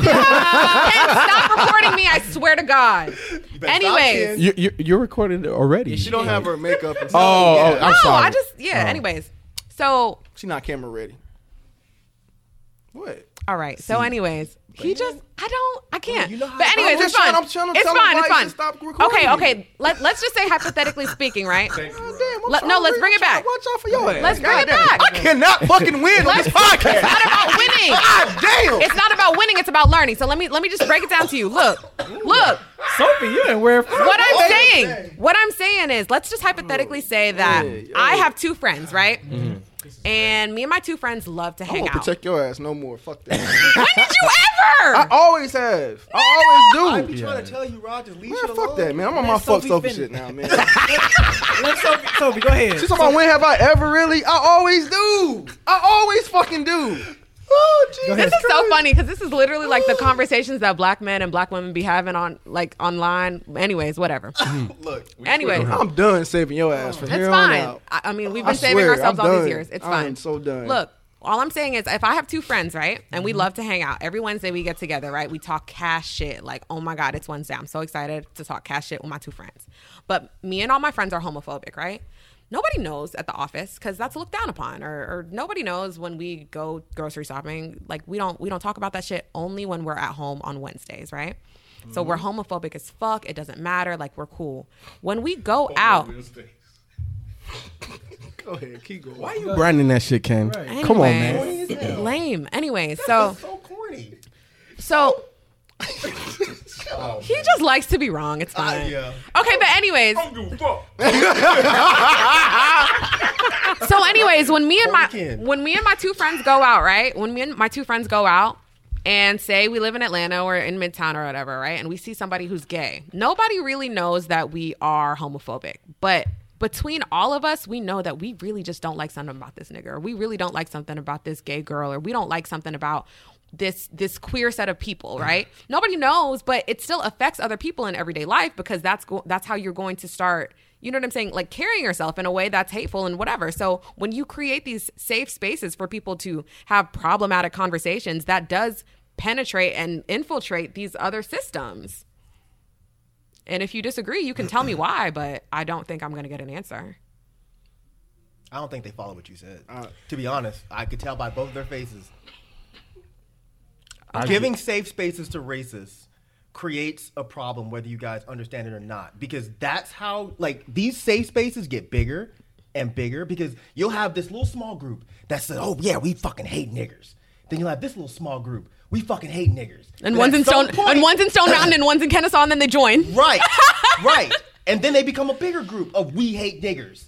[SPEAKER 6] example. Ken, stop recording me. I swear to God. Anyways,
[SPEAKER 5] you, you, you're recording it already.
[SPEAKER 7] She don't have her makeup. And stuff.
[SPEAKER 5] Oh, oh, I'm
[SPEAKER 6] no,
[SPEAKER 5] sorry.
[SPEAKER 6] I just yeah. Anyways, so
[SPEAKER 7] She not camera ready. What?
[SPEAKER 6] all right. So anyways, he just I don't I can't.
[SPEAKER 7] you know how-
[SPEAKER 6] but anyways,
[SPEAKER 7] I'm
[SPEAKER 6] it's
[SPEAKER 7] just trying-
[SPEAKER 6] fine.
[SPEAKER 7] I'm trying to
[SPEAKER 6] it's
[SPEAKER 7] tell
[SPEAKER 6] fine.
[SPEAKER 7] him
[SPEAKER 6] It's
[SPEAKER 7] why he
[SPEAKER 6] fine.
[SPEAKER 7] should stop recording.
[SPEAKER 6] okay, okay. Let let's just say hypothetically speaking, right?
[SPEAKER 7] God damn, I'm
[SPEAKER 6] Let-
[SPEAKER 7] trying
[SPEAKER 6] no,
[SPEAKER 7] to
[SPEAKER 6] let's
[SPEAKER 7] read-
[SPEAKER 6] bring it
[SPEAKER 7] I'm trying to
[SPEAKER 6] back.
[SPEAKER 7] Watch out for your ass.
[SPEAKER 6] Let's bring it
[SPEAKER 7] damn.
[SPEAKER 6] back.
[SPEAKER 7] I cannot fucking win on this
[SPEAKER 6] It's
[SPEAKER 7] podcast.
[SPEAKER 6] not about winning.
[SPEAKER 7] God damn.
[SPEAKER 6] It's not about winning. It's about learning. So let me let me just break it down to you. Look, look.
[SPEAKER 3] Sophie, you didn't wear.
[SPEAKER 6] What I'm saying, what I'm saying is, let's just hypothetically
[SPEAKER 7] Oh,
[SPEAKER 6] say that I have two friends, right?
[SPEAKER 7] Mm-hmm.
[SPEAKER 6] And me and my two friends love to
[SPEAKER 7] I'm
[SPEAKER 6] hang
[SPEAKER 7] gonna
[SPEAKER 6] out.
[SPEAKER 7] protect your ass no more. Fuck that.
[SPEAKER 6] When did you
[SPEAKER 7] *laughs*
[SPEAKER 6] ever?
[SPEAKER 7] I always have. I always do.
[SPEAKER 2] trying to tell you, Rod, just leave
[SPEAKER 7] Man, fuck that, man. I'm on my
[SPEAKER 3] Let
[SPEAKER 7] fuck
[SPEAKER 3] Sophie
[SPEAKER 7] Sophie
[SPEAKER 3] finish.
[SPEAKER 7] shit now,
[SPEAKER 6] *laughs*
[SPEAKER 7] man.
[SPEAKER 3] Let Sophie, Sophie, go ahead.
[SPEAKER 7] She's talking about when have I ever really? I always do. I always fucking
[SPEAKER 6] *laughs*
[SPEAKER 7] do. Oh, Jesus
[SPEAKER 6] This is so
[SPEAKER 7] Christ.
[SPEAKER 6] funny because this is literally like the conversations that black men and black women be having on like online. Anyways, whatever.
[SPEAKER 7] Look,
[SPEAKER 6] Anyways,
[SPEAKER 7] I'm done saving your ass from
[SPEAKER 6] That's
[SPEAKER 7] here on
[SPEAKER 6] fine.
[SPEAKER 7] out.
[SPEAKER 6] I, I mean, we've
[SPEAKER 7] I
[SPEAKER 6] been saving
[SPEAKER 7] swear,
[SPEAKER 6] ourselves
[SPEAKER 7] I'm
[SPEAKER 6] all these
[SPEAKER 7] done.
[SPEAKER 6] years. It's
[SPEAKER 7] I
[SPEAKER 6] fine.
[SPEAKER 7] am so done. Mm-hmm.
[SPEAKER 6] Look, all I'm saying is, if I have two friends, right, and we love to hang out every Wednesday, we get together, right? We talk cash shit. Like, oh my god, it's Wednesday. I'm so excited to talk cash shit with my two friends. But me and all my friends are homophobic, right? Nobody knows at the office because that's looked down upon, or, or nobody knows when we go grocery shopping. Like we don't we don't talk about that shit only when we're at home on Wednesdays, right? So we're
[SPEAKER 7] Mm-hmm.
[SPEAKER 6] homophobic as fuck. It doesn't matter. Like we're cool. When we go out,
[SPEAKER 7] Go ahead, keep going.
[SPEAKER 5] *laughs* Why you branding that shit, Ken? Come on, man.
[SPEAKER 6] Anyways, Lame. Anyway, so
[SPEAKER 2] So corny.
[SPEAKER 6] so he just likes to be wrong. It's fine.
[SPEAKER 2] yeah.
[SPEAKER 6] Okay, but anyways. *laughs* so anyways, when me and my
[SPEAKER 2] Pumpkin.
[SPEAKER 6] when me and my two friends go out, right? When me and my two friends go out and say we live in Atlanta or in Midtown or whatever, right? And we see somebody who's gay. Nobody really knows that we are homophobic, but between all of us, we know that we really just don't like something about this nigga, or we really don't like something about this gay girl, or we don't like something about this this queer set of people,
[SPEAKER 2] Mm-hmm.
[SPEAKER 6] right? Nobody knows, but it still affects other people in everyday life because that's go- that's how you're going to start you know what I'm saying? Like carrying yourself in a way that's hateful and whatever. So when you create these safe spaces for people to have problematic conversations, that does penetrate and infiltrate these other systems. And if you disagree, you can
[SPEAKER 2] *clears throat*
[SPEAKER 6] tell me why, but I don't think I'm going to get an answer.
[SPEAKER 2] I don't think they follow what you said. to be honest, I could tell by both of their faces. Giving safe spaces to racists creates a problem, whether you guys understand it or not, because that's how like these safe spaces get bigger and bigger. Because you'll have this little small group that says, "Oh yeah, we fucking hate niggers." Then you'll have this little small group, "We fucking hate niggers."
[SPEAKER 6] And
[SPEAKER 2] Then
[SPEAKER 6] one's
[SPEAKER 2] at
[SPEAKER 6] in
[SPEAKER 2] some
[SPEAKER 6] Stone
[SPEAKER 2] point-
[SPEAKER 6] and one's
[SPEAKER 2] *laughs*
[SPEAKER 6] in Stone Mountain and one's
[SPEAKER 9] *laughs*
[SPEAKER 6] in Kennesaw and then they join.
[SPEAKER 2] Right, right. And then they become a bigger group of we hate niggers.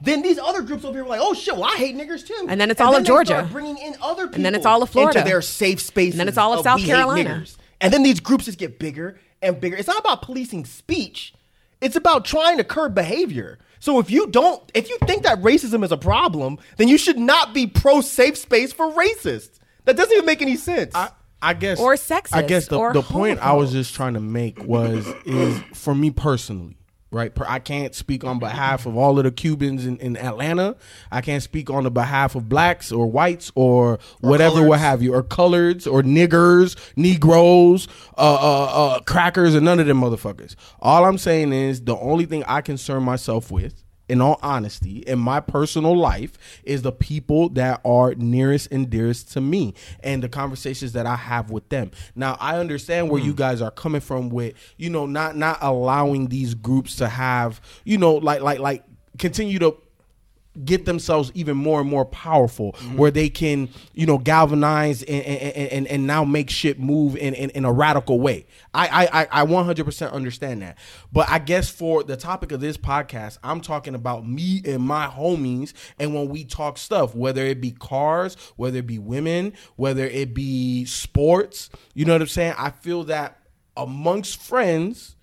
[SPEAKER 9] Then these other groups over here were like, "Oh shit, well I hate niggers too."
[SPEAKER 6] And then it's all of
[SPEAKER 9] they start
[SPEAKER 6] Georgia.
[SPEAKER 9] bringing in other people,
[SPEAKER 6] then it's all of Florida.
[SPEAKER 9] into their safe spaces,
[SPEAKER 6] And then it's all of South
[SPEAKER 9] "We hate
[SPEAKER 6] Carolina."
[SPEAKER 9] niggers." And then these groups just get bigger and bigger. It's not about policing speech; it's about trying to curb behavior. So if you don't, if you think that racism is a problem, then you should not be pro safe space for racists. That doesn't even make any sense.
[SPEAKER 5] I, I guess
[SPEAKER 6] Or
[SPEAKER 5] I
[SPEAKER 6] sexist,
[SPEAKER 5] guess the,
[SPEAKER 6] or
[SPEAKER 5] the point I
[SPEAKER 6] homophobe.
[SPEAKER 5] was just trying to make was is for me personally, right? Per, I can't speak on behalf of all of the Cubans in, in Atlanta. I can't speak on the behalf of blacks or whites or, whatever, what have you, or coloreds or niggers, negroes, uh, uh, uh, crackers, and none of them motherfuckers. All I'm saying is the only thing I concern myself with in all honesty, in my personal life, is the people that are nearest and dearest to me and the conversations that I have with them. Now, I understand where you guys are coming from with, you know, not not allowing these groups to have, you know, like like like continue to get themselves even more and more powerful where they can you know galvanize and and, and, and now make shit move in, in, in a radical way I, I i I 100% understand that but i guess for the topic of this podcast i'm talking about me and my homies and when we talk stuff whether it be cars whether it be women whether it be sports you know what i'm saying i feel that amongst friends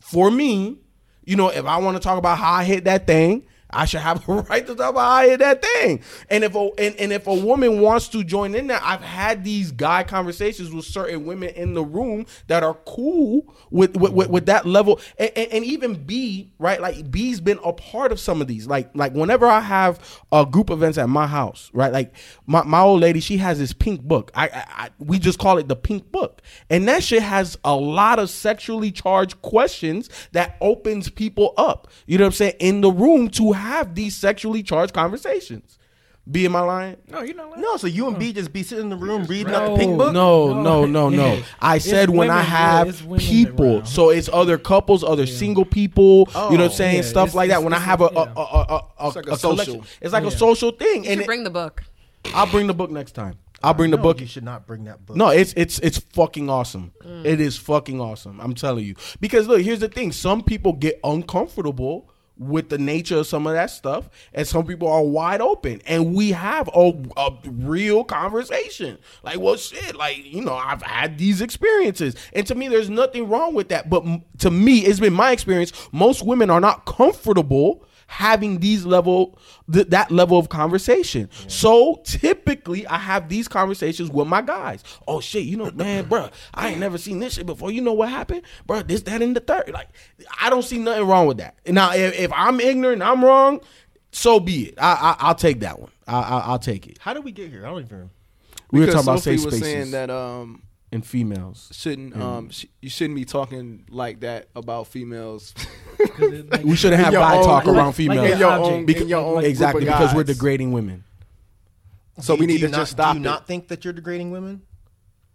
[SPEAKER 5] for me, you know, if I want to talk about how I hit that thing, I should have a *laughs* right to talk about how I hit that thing. And if a and, and if a woman wants to join in that, I've had these guy conversations with certain women in the room that are cool with with, with, with that level. And, and, and even B, right? Like B's been a part of some of these. Like like whenever I have a group events at my house, right? Like my, my old lady, she has this pink book. I, I, I we just call it the pink book. And that shit has a lot of sexually charged questions that opens people up, you know what I'm saying, in the room to have these sexually charged conversations. Be in my line?
[SPEAKER 3] No, you know what?
[SPEAKER 9] no, so you and B just be sitting in the room reading out
[SPEAKER 3] No,
[SPEAKER 9] the pink book.
[SPEAKER 5] No, no,
[SPEAKER 3] No.
[SPEAKER 5] no, no. I
[SPEAKER 3] It's
[SPEAKER 5] said when I
[SPEAKER 3] women, yeah,
[SPEAKER 5] have
[SPEAKER 3] it's women
[SPEAKER 5] people,
[SPEAKER 3] around.
[SPEAKER 5] so it's other couples, other single people. you know what I'm saying?
[SPEAKER 3] Oh, Yeah,
[SPEAKER 5] Stuff
[SPEAKER 3] it's-
[SPEAKER 5] like that.
[SPEAKER 3] it's-
[SPEAKER 5] When I
[SPEAKER 3] it's-
[SPEAKER 5] have a a,
[SPEAKER 3] yeah.
[SPEAKER 5] a, a, a,
[SPEAKER 7] like a
[SPEAKER 5] a collection,
[SPEAKER 7] social.
[SPEAKER 5] it's like a social thing.
[SPEAKER 6] You
[SPEAKER 5] And
[SPEAKER 6] should
[SPEAKER 5] it-
[SPEAKER 6] bring the book.
[SPEAKER 5] I'll bring the book next time. I'll bring the
[SPEAKER 9] No,
[SPEAKER 5] book.
[SPEAKER 9] You should not bring that book. Mm.
[SPEAKER 5] No, it's it's it's fucking awesome. It is fucking awesome. I'm telling you. Because look, here's the thing: some people get uncomfortable with the nature of some of that stuff, and some people are wide open. And we have a, a real conversation. Like, well, shit. Like, you know, I've had these experiences, and to me, there's nothing wrong with that. But m- to me, it's been my experience. Most women are not comfortable having these level th- that level of conversation. So typically, I have these conversations with my guys. Oh shit, you know, man, bruh, I ain't never seen this shit before. You know what happened, bruh? This, that, and the third. Like, I don't see nothing wrong with that. Now, if, if I'm ignorant, I'm wrong. So be it. I, I I'll take that one. I, I I'll take it.
[SPEAKER 9] How did we get here? I don't even.
[SPEAKER 5] We were
[SPEAKER 7] Because
[SPEAKER 5] talking about
[SPEAKER 7] Sophie
[SPEAKER 5] safe
[SPEAKER 7] was
[SPEAKER 5] spaces
[SPEAKER 7] saying that um
[SPEAKER 5] and females.
[SPEAKER 7] shouldn't um sh- you shouldn't be talking like that
[SPEAKER 9] *laughs*
[SPEAKER 7] about females. *laughs*
[SPEAKER 5] We shouldn't have
[SPEAKER 7] Your
[SPEAKER 5] guy
[SPEAKER 7] own
[SPEAKER 5] talk
[SPEAKER 7] group.
[SPEAKER 5] around
[SPEAKER 3] your
[SPEAKER 5] females.
[SPEAKER 7] in your
[SPEAKER 3] object.
[SPEAKER 7] own,
[SPEAKER 5] Beca-
[SPEAKER 7] in your own group
[SPEAKER 5] exactly
[SPEAKER 7] of
[SPEAKER 5] because we're
[SPEAKER 7] guys.
[SPEAKER 5] degrading women.
[SPEAKER 7] So we need to
[SPEAKER 9] not,
[SPEAKER 7] just stop
[SPEAKER 9] Do you
[SPEAKER 7] it.
[SPEAKER 9] not think that you're degrading women?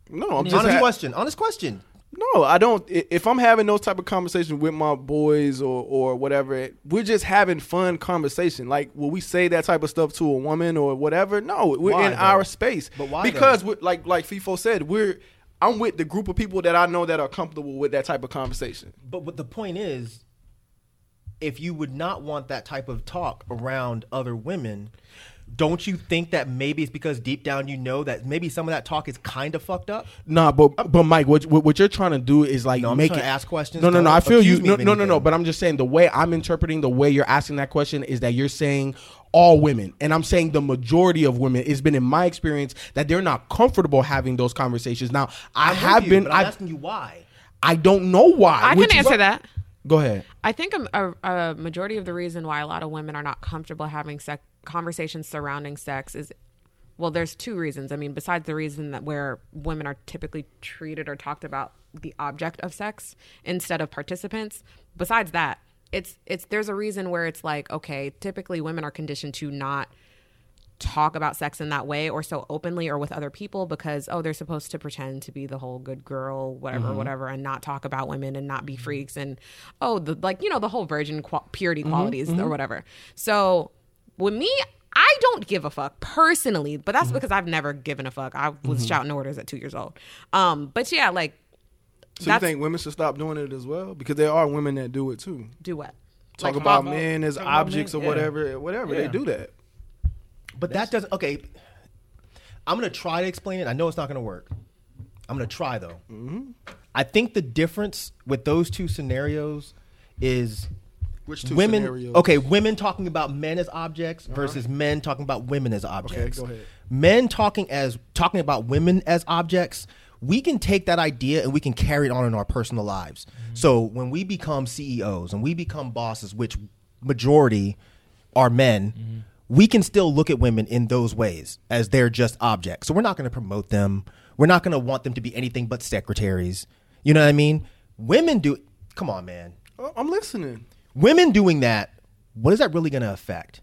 [SPEAKER 7] No, I'm just
[SPEAKER 9] honest
[SPEAKER 7] ha-
[SPEAKER 9] question. Honest question.
[SPEAKER 7] No, I don't. i- If I'm having those type of conversations with my boys or or whatever, we're just having fun conversation. Like, will we say that type of stuff to a woman or whatever? No, we're
[SPEAKER 9] Why,
[SPEAKER 7] in
[SPEAKER 9] though?
[SPEAKER 7] our space.
[SPEAKER 9] But why,
[SPEAKER 7] Because we're, like like FIFO said, we're I'm with the group of people that I know that are comfortable with that type of conversation.
[SPEAKER 9] But what the point is, if you would not want that type of talk around other women, don't you think that maybe it's because deep down you know that maybe some of that talk is kind of fucked up?
[SPEAKER 5] Nah, but but Mike, what what what you're trying to do is like
[SPEAKER 9] No, I'm
[SPEAKER 5] make
[SPEAKER 9] trying
[SPEAKER 5] it,
[SPEAKER 9] to ask questions.
[SPEAKER 5] No, no, no.
[SPEAKER 9] Don't
[SPEAKER 5] I feel you.
[SPEAKER 9] accuse me
[SPEAKER 5] No,
[SPEAKER 9] of
[SPEAKER 5] no, no, no.
[SPEAKER 9] anything.
[SPEAKER 5] But I'm just saying the way I'm interpreting the way you're asking that question is that you're saying all women, and I'm saying the majority of women. It's been in my experience that they're not comfortable having those conversations. Now
[SPEAKER 9] I'm
[SPEAKER 5] I
[SPEAKER 9] with
[SPEAKER 5] have
[SPEAKER 9] you,
[SPEAKER 5] been.
[SPEAKER 9] But I'm
[SPEAKER 5] I
[SPEAKER 9] asking you why.
[SPEAKER 5] I don't know why.
[SPEAKER 6] I
[SPEAKER 5] which
[SPEAKER 6] can
[SPEAKER 5] is-
[SPEAKER 6] answer that.
[SPEAKER 5] Go ahead.
[SPEAKER 6] I think a, a, a majority of the reason why a lot of women are not comfortable having sex conversations surrounding sex is well, there's two reasons. I mean, besides the reason that where women are typically treated or talked about the object of sex instead of participants, besides that, it's it's there's a reason where it's like, okay, typically women are conditioned to not talk about sex in that way or so openly or with other people because oh they're supposed to pretend to be the whole good girl whatever
[SPEAKER 2] Mm-hmm.
[SPEAKER 6] whatever and not talk about women and not be freaks and oh the like you know the whole virgin qua purity
[SPEAKER 2] Mm-hmm.
[SPEAKER 6] qualities or whatever so with me I don't give a fuck personally but
[SPEAKER 2] Mm-hmm.
[SPEAKER 6] that's because I've never given a fuck I was shouting orders at 2 years old um but yeah like
[SPEAKER 7] So
[SPEAKER 6] That's-
[SPEAKER 7] you think women should stop doing it as well? Because there are women that do it too.
[SPEAKER 6] do what
[SPEAKER 7] talk
[SPEAKER 3] Like
[SPEAKER 7] about
[SPEAKER 3] Mama-
[SPEAKER 7] men as
[SPEAKER 3] talk about
[SPEAKER 7] objects
[SPEAKER 3] men,
[SPEAKER 7] or
[SPEAKER 3] yeah.
[SPEAKER 7] whatever, whatever. They
[SPEAKER 3] Yeah.
[SPEAKER 7] do that.
[SPEAKER 2] But that doesn't. Okay, I'm gonna try to explain it. I know it's not gonna work. I'm gonna try though.
[SPEAKER 7] Mm-hmm.
[SPEAKER 2] I think the difference with those two scenarios is
[SPEAKER 7] Which two
[SPEAKER 2] women.
[SPEAKER 7] scenarios?
[SPEAKER 2] Okay, women talking about men as objects versus men talking about women as objects.
[SPEAKER 7] Uh-huh. go ahead.
[SPEAKER 2] Men talking as talking about women as objects. We can take that idea and we can carry it on in our personal lives.
[SPEAKER 7] Mm-hmm.
[SPEAKER 2] So when we become CEOs and we become bosses, which majority are men,
[SPEAKER 7] Mm-hmm.
[SPEAKER 2] we can still look at women in those ways as they're just objects. So we're not going to promote them. We're not going to want them to be anything but secretaries. You know what I mean? Women do. Come on, man
[SPEAKER 7] Oh, I'm listening.
[SPEAKER 2] women doing that, what is that really going to affect?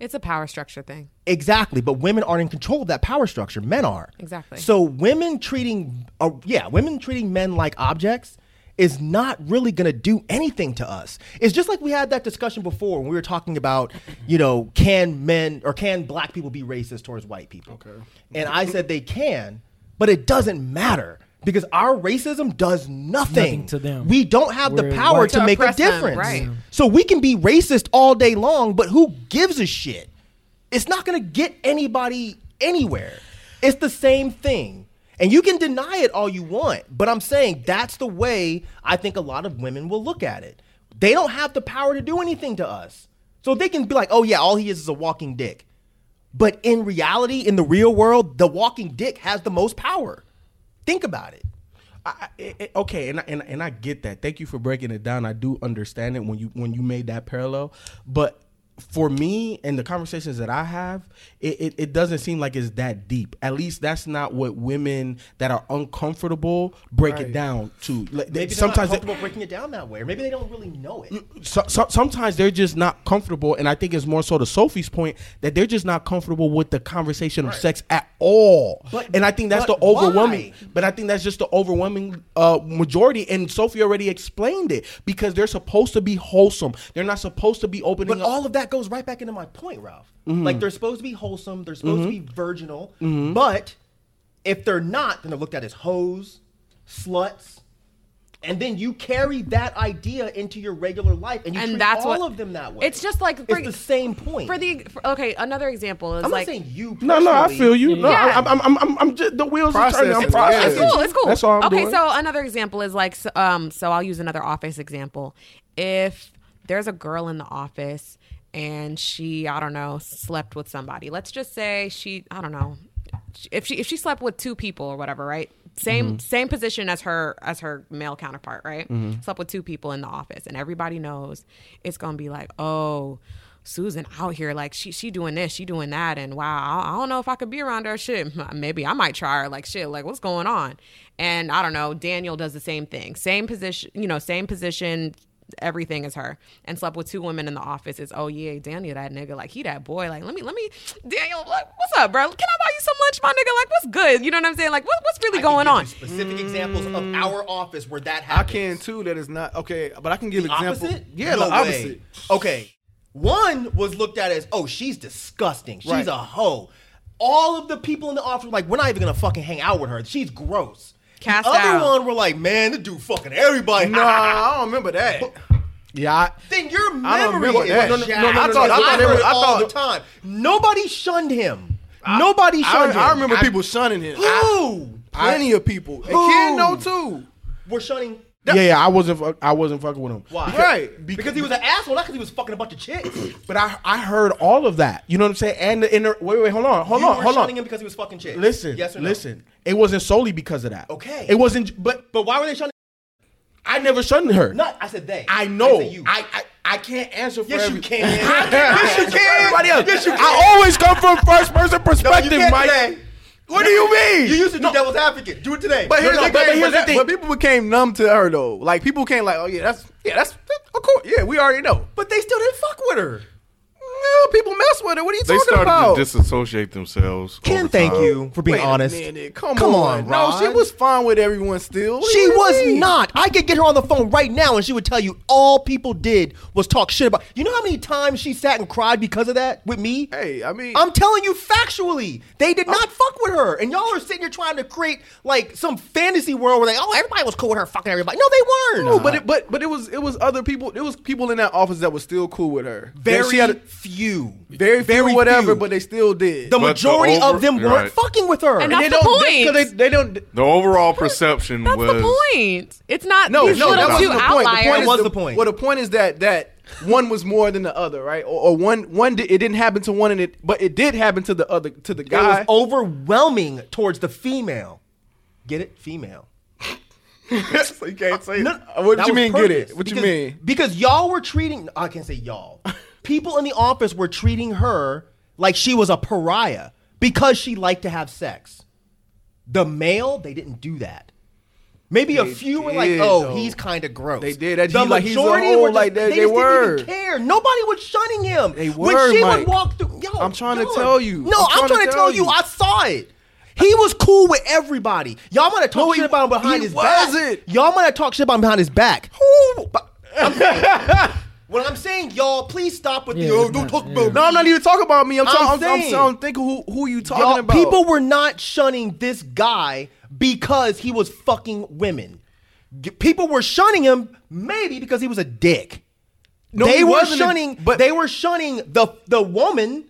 [SPEAKER 6] It's a power structure thing.
[SPEAKER 2] Exactly, but women aren't in control of that power structure. Men are.
[SPEAKER 6] Exactly.
[SPEAKER 2] So women treating, uh, yeah, women treating men like objects is not really going to do anything to us. It's just like we had that discussion before when we were talking about, you know, can men or can black people be racist towards white people? Okay. And I said they can, but it doesn't matter because our racism does nothing,
[SPEAKER 3] Nothing to them.
[SPEAKER 2] We don't have the
[SPEAKER 3] We're
[SPEAKER 2] power
[SPEAKER 3] white.
[SPEAKER 2] to,
[SPEAKER 6] To
[SPEAKER 2] make a
[SPEAKER 6] oppress them,
[SPEAKER 2] difference.
[SPEAKER 6] right.
[SPEAKER 2] So we can be racist all day long, but who gives a shit? It's not going to get anybody anywhere. It's the same thing. And you can deny it all you want, but I'm saying that's the way I think a lot of women will look at it. They don't have the power to do anything to us. So they can be like, oh, yeah, all he is is a walking dick. But in reality, in the real world, the walking dick has the most power. Think about it.
[SPEAKER 5] I, I, I- okay, and I, and and I get that. Thank you for breaking it down. I do understand it when you when you made that parallel, but for me and the conversations that I have, it, it, it doesn't seem like it's that deep. At least that's not what women that are uncomfortable break it down to. Like, they-
[SPEAKER 2] Maybe they're
[SPEAKER 5] sometimes
[SPEAKER 2] not
[SPEAKER 5] they-
[SPEAKER 2] comfortable breaking it down that way, or maybe they don't really know it.
[SPEAKER 5] so, so, sometimes they're just not comfortable, and I think it's more so to Sophie's point that they're just not comfortable with the conversation of sex at all.
[SPEAKER 2] But-
[SPEAKER 5] and I think that's
[SPEAKER 2] but
[SPEAKER 5] the overwhelming.
[SPEAKER 2] why?
[SPEAKER 5] But I think that's just the overwhelming uh, majority. And Sophie already explained it because they're supposed to be wholesome. They're not supposed to be opening
[SPEAKER 2] But
[SPEAKER 5] up. Mm-hmm.
[SPEAKER 2] all of that goes right back into my point, Ralph. Like they're supposed to be wholesome, they're supposed to be virginal, but if they're not, then they're looked at as hoes, sluts, and then you carry that idea into your regular life, and you
[SPEAKER 6] And
[SPEAKER 2] treat
[SPEAKER 6] that's
[SPEAKER 2] all
[SPEAKER 6] what-
[SPEAKER 2] of them that way.
[SPEAKER 6] It's just like-
[SPEAKER 2] it's the same point.
[SPEAKER 6] For the for, okay, another example is
[SPEAKER 2] I'm
[SPEAKER 6] like
[SPEAKER 2] not saying you.
[SPEAKER 5] no, no, I
[SPEAKER 2] personally.
[SPEAKER 5] feel you. No,
[SPEAKER 6] Yeah.
[SPEAKER 5] I'm, I'm, I'm, I'm, I'm just the wheels are turning.
[SPEAKER 7] Processing, yeah.
[SPEAKER 5] I'm processing.
[SPEAKER 6] It's cool. It's cool.
[SPEAKER 5] That's all I'm
[SPEAKER 6] okay,
[SPEAKER 5] doing.
[SPEAKER 6] so another example is like, so, um, so I'll use another office example. If there's a girl in the office and she, I don't know, slept with somebody. Let's just say she, I don't know, if she if she slept with two people or whatever, right? Same
[SPEAKER 5] Mm-hmm.
[SPEAKER 6] same position as her as her male counterpart, right?
[SPEAKER 5] Mm-hmm.
[SPEAKER 6] Slept with two people in the office, and everybody knows it's gonna be like, oh. Susan out here like she she doing this, she doing that, and wow, I, I don't know if I could be around her. Shit, maybe I might try her. Like shit, like what's going on? And I don't know. Daniel does the same thing, same position, you know, same position, everything as her, and slept with two women in the office. Is oh yeah, Daniel that nigga, like he that boy, like let me let me Daniel, like what's up, bro? Can I buy you some lunch, my nigga? Like what's good? You know what I'm saying? Like what, what's really
[SPEAKER 2] I can
[SPEAKER 6] going
[SPEAKER 2] give you
[SPEAKER 6] on?
[SPEAKER 2] Specific examples of
[SPEAKER 5] Mm.
[SPEAKER 2] our office where that
[SPEAKER 7] I
[SPEAKER 2] happens.
[SPEAKER 7] can too. That is not okay, but I can give examples.
[SPEAKER 2] opposite?
[SPEAKER 7] Yeah,
[SPEAKER 2] No
[SPEAKER 7] the
[SPEAKER 2] way.
[SPEAKER 7] opposite.
[SPEAKER 2] Okay. One was looked at as, oh, she's disgusting. She's
[SPEAKER 7] Right.
[SPEAKER 2] a hoe. All of the people in the office were like, we're not even gonna fucking hang out with her. She's gross.
[SPEAKER 6] Cast
[SPEAKER 2] the other
[SPEAKER 6] out.
[SPEAKER 2] one were like, man, the dude fucking everybody.
[SPEAKER 7] Nah, I don't remember that.
[SPEAKER 5] Yeah, I-
[SPEAKER 2] Then your memory
[SPEAKER 7] I don't remember
[SPEAKER 2] is
[SPEAKER 7] that. No, no, no,
[SPEAKER 2] jacked.
[SPEAKER 7] no, no,
[SPEAKER 2] I
[SPEAKER 7] no,
[SPEAKER 2] thought,
[SPEAKER 7] no, no,
[SPEAKER 2] I
[SPEAKER 7] no,
[SPEAKER 2] heard
[SPEAKER 7] no,
[SPEAKER 2] it
[SPEAKER 7] I
[SPEAKER 2] all
[SPEAKER 7] thought-
[SPEAKER 2] the time. Nobody shunned him. Nobody
[SPEAKER 7] I,
[SPEAKER 2] shunned him.
[SPEAKER 7] I remember people shunning him.
[SPEAKER 2] Who?
[SPEAKER 7] Plenty of people. And
[SPEAKER 2] Who?
[SPEAKER 7] Ken know too.
[SPEAKER 2] were shunning.
[SPEAKER 5] yeah, yeah. I wasn't, fuck- I wasn't fucking with him.
[SPEAKER 2] Why?
[SPEAKER 7] Right.
[SPEAKER 2] Because, he was an asshole, not because he was fucking a bunch of chicks.
[SPEAKER 5] But I, I heard all of that. You know what I'm saying? And the inner. Wait, wait, hold on, hold
[SPEAKER 2] you
[SPEAKER 5] on,
[SPEAKER 2] were
[SPEAKER 5] hold on.
[SPEAKER 2] shunning him because he was fucking chicks.
[SPEAKER 5] Listen,
[SPEAKER 2] Yes or no?
[SPEAKER 5] listen. It wasn't solely because of that.
[SPEAKER 2] Okay.
[SPEAKER 5] It wasn't, but
[SPEAKER 2] But why were they shunning?
[SPEAKER 5] I never shunned her.
[SPEAKER 2] Not. I said they.
[SPEAKER 5] I know.
[SPEAKER 2] said you.
[SPEAKER 5] I, I I can't answer for
[SPEAKER 2] Yes, you
[SPEAKER 5] every- *laughs*
[SPEAKER 2] can.
[SPEAKER 5] I can't
[SPEAKER 2] Yes, you
[SPEAKER 5] answer for
[SPEAKER 2] can.
[SPEAKER 5] everybody else.
[SPEAKER 2] Yes, you
[SPEAKER 5] I
[SPEAKER 2] can.
[SPEAKER 5] always come from first person perspective,
[SPEAKER 2] can't do
[SPEAKER 5] Mike.
[SPEAKER 2] that.
[SPEAKER 5] What do you mean?
[SPEAKER 2] you used to do devil's advocate. Do it today.
[SPEAKER 7] But here's,
[SPEAKER 5] no,
[SPEAKER 7] the,
[SPEAKER 5] but-
[SPEAKER 7] thing,
[SPEAKER 5] but here's
[SPEAKER 7] but
[SPEAKER 5] the
[SPEAKER 7] that-
[SPEAKER 5] thing.
[SPEAKER 7] But people became numb to her though. Like people came like, oh yeah, that's yeah, that's, that's of course. Yeah, we already know.
[SPEAKER 2] but they still didn't fuck with her.
[SPEAKER 7] No, people mess with it. What are you
[SPEAKER 4] They
[SPEAKER 7] talking
[SPEAKER 4] started
[SPEAKER 7] about?
[SPEAKER 4] to disassociate themselves.
[SPEAKER 2] Ken,
[SPEAKER 4] over
[SPEAKER 2] thank
[SPEAKER 4] time.
[SPEAKER 2] you for being
[SPEAKER 7] Wait a
[SPEAKER 2] honest.
[SPEAKER 7] minute, come,
[SPEAKER 2] Come
[SPEAKER 7] on,
[SPEAKER 2] on,
[SPEAKER 7] no, she
[SPEAKER 2] Rod.
[SPEAKER 7] was fine with everyone still. What do
[SPEAKER 2] She
[SPEAKER 7] you
[SPEAKER 2] was
[SPEAKER 7] mean?
[SPEAKER 2] not. I could get her on the phone right now and she would tell you all people did was talk shit about. You know how many times she sat and cried because of that with me?
[SPEAKER 7] Hey, I mean-
[SPEAKER 2] I'm telling you factually, they did not fuck with her. And y'all are sitting here trying to create like some fantasy world where they, oh, everybody was cool with her fucking everybody. No, they weren't.
[SPEAKER 7] No, but it, but but it was it was other people. It was people in that office that was still cool with her. That
[SPEAKER 2] very
[SPEAKER 7] she had a-
[SPEAKER 2] few.
[SPEAKER 7] very few,
[SPEAKER 2] very
[SPEAKER 7] whatever,
[SPEAKER 2] few.
[SPEAKER 7] but they still did.
[SPEAKER 2] The
[SPEAKER 4] But the
[SPEAKER 2] majority
[SPEAKER 4] over-
[SPEAKER 2] of them weren't
[SPEAKER 4] right.
[SPEAKER 2] fucking with her. And
[SPEAKER 6] And that's
[SPEAKER 7] they
[SPEAKER 6] the
[SPEAKER 7] don't they, 'cause
[SPEAKER 6] point.
[SPEAKER 7] they, they don't.
[SPEAKER 4] The overall perception
[SPEAKER 6] That's
[SPEAKER 4] was
[SPEAKER 6] the point. It's not
[SPEAKER 7] No,
[SPEAKER 6] these
[SPEAKER 7] no, that
[SPEAKER 6] little
[SPEAKER 7] wasn't
[SPEAKER 6] two
[SPEAKER 7] the point.
[SPEAKER 6] outliers.
[SPEAKER 7] The point is
[SPEAKER 2] was the point.
[SPEAKER 7] Well, the point is that that one was more than the other, right? Or, or one one did, it didn't happen to one, and it but it did happen to the other to the
[SPEAKER 2] it was
[SPEAKER 7] guy. *laughs*
[SPEAKER 2] overwhelming towards the female. Get it? Female.
[SPEAKER 7] you can't say
[SPEAKER 2] Uh,
[SPEAKER 7] Uh,
[SPEAKER 2] No,
[SPEAKER 7] What
[SPEAKER 2] that
[SPEAKER 7] you
[SPEAKER 2] was
[SPEAKER 7] mean? Get
[SPEAKER 2] purpose.
[SPEAKER 7] it? What
[SPEAKER 2] because,
[SPEAKER 7] you mean?
[SPEAKER 2] Because y'all were treating I can't say
[SPEAKER 7] *laughs*
[SPEAKER 2] y'all. People in the office were treating her like she was a pariah because she liked to have sex. The male, they didn't do that. Maybe a
[SPEAKER 7] They
[SPEAKER 2] few were like,
[SPEAKER 7] did,
[SPEAKER 2] "Oh,
[SPEAKER 7] though.
[SPEAKER 2] he's kind of gross."
[SPEAKER 7] They did. That he- like, he's a hoe, like, they-
[SPEAKER 2] they,
[SPEAKER 7] they
[SPEAKER 2] just
[SPEAKER 7] were.
[SPEAKER 2] didn't even care. Nobody was shunning him.
[SPEAKER 7] They were,
[SPEAKER 2] When she
[SPEAKER 7] Mike.
[SPEAKER 2] would walk through, yo,
[SPEAKER 7] I'm trying to
[SPEAKER 2] yo.
[SPEAKER 7] tell you.
[SPEAKER 2] No,
[SPEAKER 7] I'm
[SPEAKER 2] I'm, trying, to tell you. I saw it. He was cool with everybody. Y'all want to talk
[SPEAKER 7] No, he-
[SPEAKER 2] shit about him behind
[SPEAKER 7] he
[SPEAKER 2] his
[SPEAKER 7] wasn't.
[SPEAKER 2] back? Y'all might have talked shit about him behind his back. Who? But I'm saying- *laughs* when I'm saying y'all, please stop with the
[SPEAKER 3] Yeah,
[SPEAKER 2] oh,
[SPEAKER 3] it's
[SPEAKER 2] don't
[SPEAKER 3] not-
[SPEAKER 2] talk
[SPEAKER 3] yeah.
[SPEAKER 2] about
[SPEAKER 7] No, I'm not even talking about me. I'm
[SPEAKER 2] I'm
[SPEAKER 7] talking. I'm, I'm,
[SPEAKER 2] saying-
[SPEAKER 7] I'm thinking who who you talking
[SPEAKER 2] y'all.
[SPEAKER 7] about?
[SPEAKER 2] People were not shunning this guy because he was fucking women. G- People were shunning him maybe because he was a dick.
[SPEAKER 7] he
[SPEAKER 2] they were
[SPEAKER 7] wasn't a-
[SPEAKER 2] shunning,
[SPEAKER 7] but-
[SPEAKER 2] but they were shunning the the woman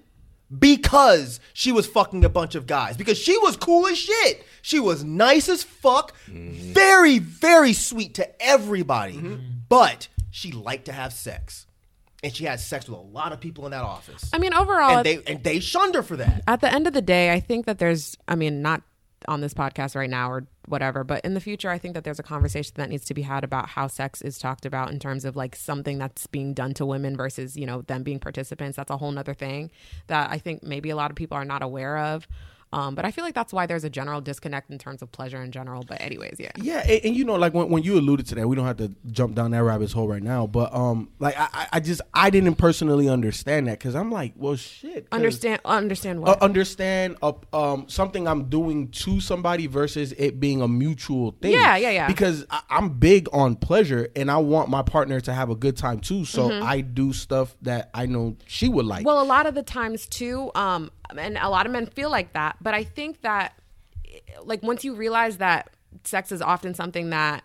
[SPEAKER 2] because she was fucking a bunch of guys. Because she was cool as shit. She was nice as fuck,
[SPEAKER 7] Mm-hmm.
[SPEAKER 2] very very sweet to everybody. But she liked to have sex, and she had sex with a lot of people in that office.
[SPEAKER 6] I mean, overall,
[SPEAKER 2] and they and they shunned her for that.
[SPEAKER 6] at the end of the day, I think that there's, I mean, not on this podcast right now or whatever, but in the future, I think that there's a conversation that needs to be had about how sex is talked about in terms of like something that's being done to women versus, you know, them being participants. That's a whole nother thing that I think maybe a lot of people are not aware of. Um, but I feel like that's why there's a general disconnect in terms of pleasure in general. But, anyways, yeah.
[SPEAKER 5] Yeah, and, and you know, like when, when you alluded to that, we don't have to jump down that rabbit's hole right now. But um, like I- I, I just I didn't personally understand that because I'm like, well, shit. 'cause-
[SPEAKER 6] Understand, understand
[SPEAKER 5] uh,
[SPEAKER 6] what?
[SPEAKER 5] understand uh, um, something I'm doing to somebody versus it being a mutual thing.
[SPEAKER 6] Yeah, yeah, yeah.
[SPEAKER 5] Because I, I'm big on pleasure and I want my partner to have a good time too. So I do stuff that I know she would like.
[SPEAKER 6] Mm-hmm. Well, a lot of the times too, um, and a lot of men feel like that. But I think that, like, once you realize that sex is often something that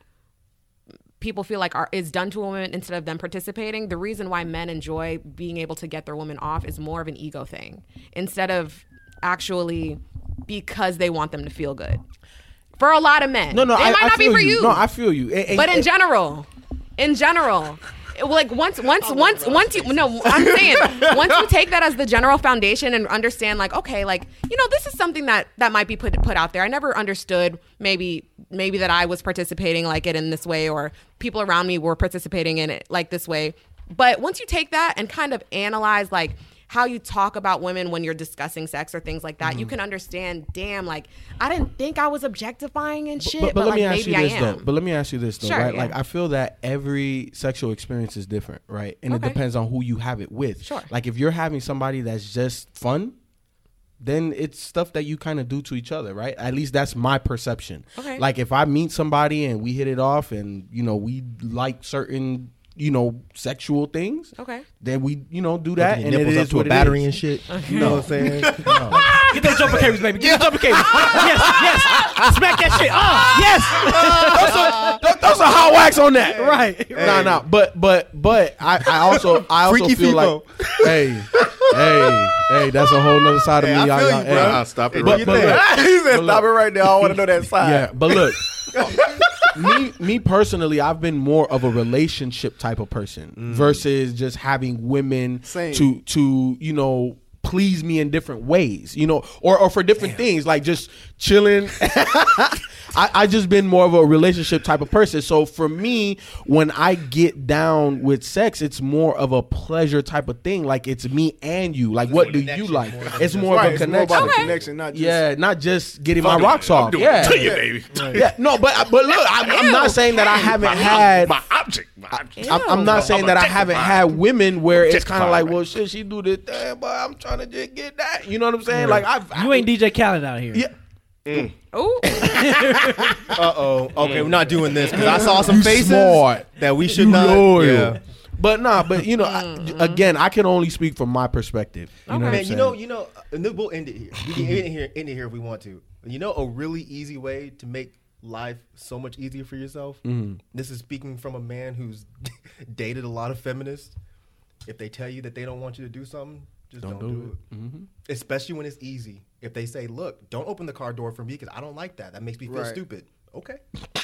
[SPEAKER 6] people feel like are is done to a woman instead of them participating. The reason why men enjoy being able to get their woman off is more of an ego thing instead of actually because they want them to feel good. For a lot of men,
[SPEAKER 5] no, no,
[SPEAKER 6] it
[SPEAKER 5] I,
[SPEAKER 6] might
[SPEAKER 5] I
[SPEAKER 6] not be
[SPEAKER 5] feel
[SPEAKER 6] for you.
[SPEAKER 5] No, I feel you. And- and-
[SPEAKER 6] But in
[SPEAKER 5] and-
[SPEAKER 6] general, in general, it- like once, once, once, once you no, I'm saying once you take that as the general foundation and understand, like, okay, like you know, this is something that that might be put put out there. I never understood maybe maybe that I was participating like it in this way, or people around me were participating in it like this way. But once you take that and kind of analyze, like how you talk about women when you're discussing sex or things like that, you can understand. Damn, like I didn't think I was objectifying and shit, but, like maybe I
[SPEAKER 5] you this
[SPEAKER 6] am.
[SPEAKER 5] though. But let me ask you this though,
[SPEAKER 6] Sure,
[SPEAKER 5] right?
[SPEAKER 6] yeah.
[SPEAKER 5] Like I feel that every sexual experience is different, right? And it
[SPEAKER 6] Okay.
[SPEAKER 5] depends on who you have it with.
[SPEAKER 6] Sure.
[SPEAKER 5] Like if you're having somebody that's just fun, then it's stuff that you kind of do to each other, right? At least that's my perception.
[SPEAKER 6] Okay.
[SPEAKER 5] Like if I meet somebody and we hit it off and you know we like certain you know sexual things,
[SPEAKER 6] Okay.
[SPEAKER 5] Then we you know do that and it
[SPEAKER 2] nipples
[SPEAKER 5] is
[SPEAKER 2] up to
[SPEAKER 5] what
[SPEAKER 2] a
[SPEAKER 5] it
[SPEAKER 2] battery
[SPEAKER 5] is.
[SPEAKER 2] and
[SPEAKER 6] *laughs*
[SPEAKER 2] shit. You know what I'm *laughs* saying?
[SPEAKER 3] Get those jumper cables, baby. Get those jumper cables. yes, yes. Smack that shit. *laughs* Oh, yes.
[SPEAKER 5] Throw some hot wax on that.
[SPEAKER 3] right.
[SPEAKER 5] No, no, but but but I, I also I also
[SPEAKER 2] Freaky
[SPEAKER 5] feel
[SPEAKER 2] Fibo.
[SPEAKER 5] like hey hey hey that's a whole nother side of me.
[SPEAKER 9] I
[SPEAKER 5] y'all,
[SPEAKER 9] feel
[SPEAKER 5] y'all-
[SPEAKER 9] you,
[SPEAKER 5] hey.
[SPEAKER 9] bro.
[SPEAKER 4] Nah, stop it
[SPEAKER 5] But-
[SPEAKER 7] *laughs*
[SPEAKER 4] right
[SPEAKER 5] but
[SPEAKER 4] there.
[SPEAKER 5] look,
[SPEAKER 9] he said, "Stop it right now. I want to know
[SPEAKER 2] *laughs*
[SPEAKER 9] that side."
[SPEAKER 5] yeah, but look, me me personally, I've been more of a relationship type of person versus just having women
[SPEAKER 7] Same.
[SPEAKER 5] to to you know please me in different ways, you know, or or for different things like just chilling. *laughs* I, I just been more of a relationship type of person. So for me, when I get down with sex, it's more of a pleasure type of thing. Like it's me and you. Like what do you like? It's more
[SPEAKER 7] Right,
[SPEAKER 5] of a
[SPEAKER 7] it's more
[SPEAKER 5] connection.
[SPEAKER 7] about the
[SPEAKER 6] Okay.
[SPEAKER 7] connection, not just
[SPEAKER 5] yeah, not just getting my
[SPEAKER 4] I'm doing
[SPEAKER 5] rocks
[SPEAKER 4] it. I'm
[SPEAKER 5] off.
[SPEAKER 4] doing it
[SPEAKER 5] yeah. uh,
[SPEAKER 4] To you, baby.
[SPEAKER 5] Yeah, no, but but look, I'm, I'm not saying that I haven't had.
[SPEAKER 4] my object.
[SPEAKER 5] I'm, I'm not saying that I haven't had women where it's kind of
[SPEAKER 4] Objectify,
[SPEAKER 5] like,
[SPEAKER 4] right.
[SPEAKER 5] well, shit, she do this thing, but I'm trying to just get that. You know what I'm saying? Like, I've, I,
[SPEAKER 3] You ain't DJ Khaled out here.
[SPEAKER 6] Ooh,
[SPEAKER 2] Oh, okay, we're not doing this because I saw some
[SPEAKER 5] You
[SPEAKER 2] faces
[SPEAKER 5] smart.
[SPEAKER 2] that we should
[SPEAKER 5] You
[SPEAKER 2] not.
[SPEAKER 5] loyal.
[SPEAKER 2] Yeah.
[SPEAKER 5] But nah, but you know, I, again, I can only speak from my perspective. You know what
[SPEAKER 2] Mm-hmm.
[SPEAKER 5] I'm
[SPEAKER 2] Man, you know,
[SPEAKER 5] saying?
[SPEAKER 2] you know, uh, and then we'll end it here. We can end it here, end it here if we want to. You know, a really easy way to make life so much easier for yourself. This is speaking from a man who's *laughs* dated a lot of feminists. If they tell you that they don't want you to do something, just don't, do it. Especially when it's easy. If they say, "Look, don't open the car door for me because I don't like that. That makes me feel
[SPEAKER 7] Right.
[SPEAKER 2] stupid." Okay,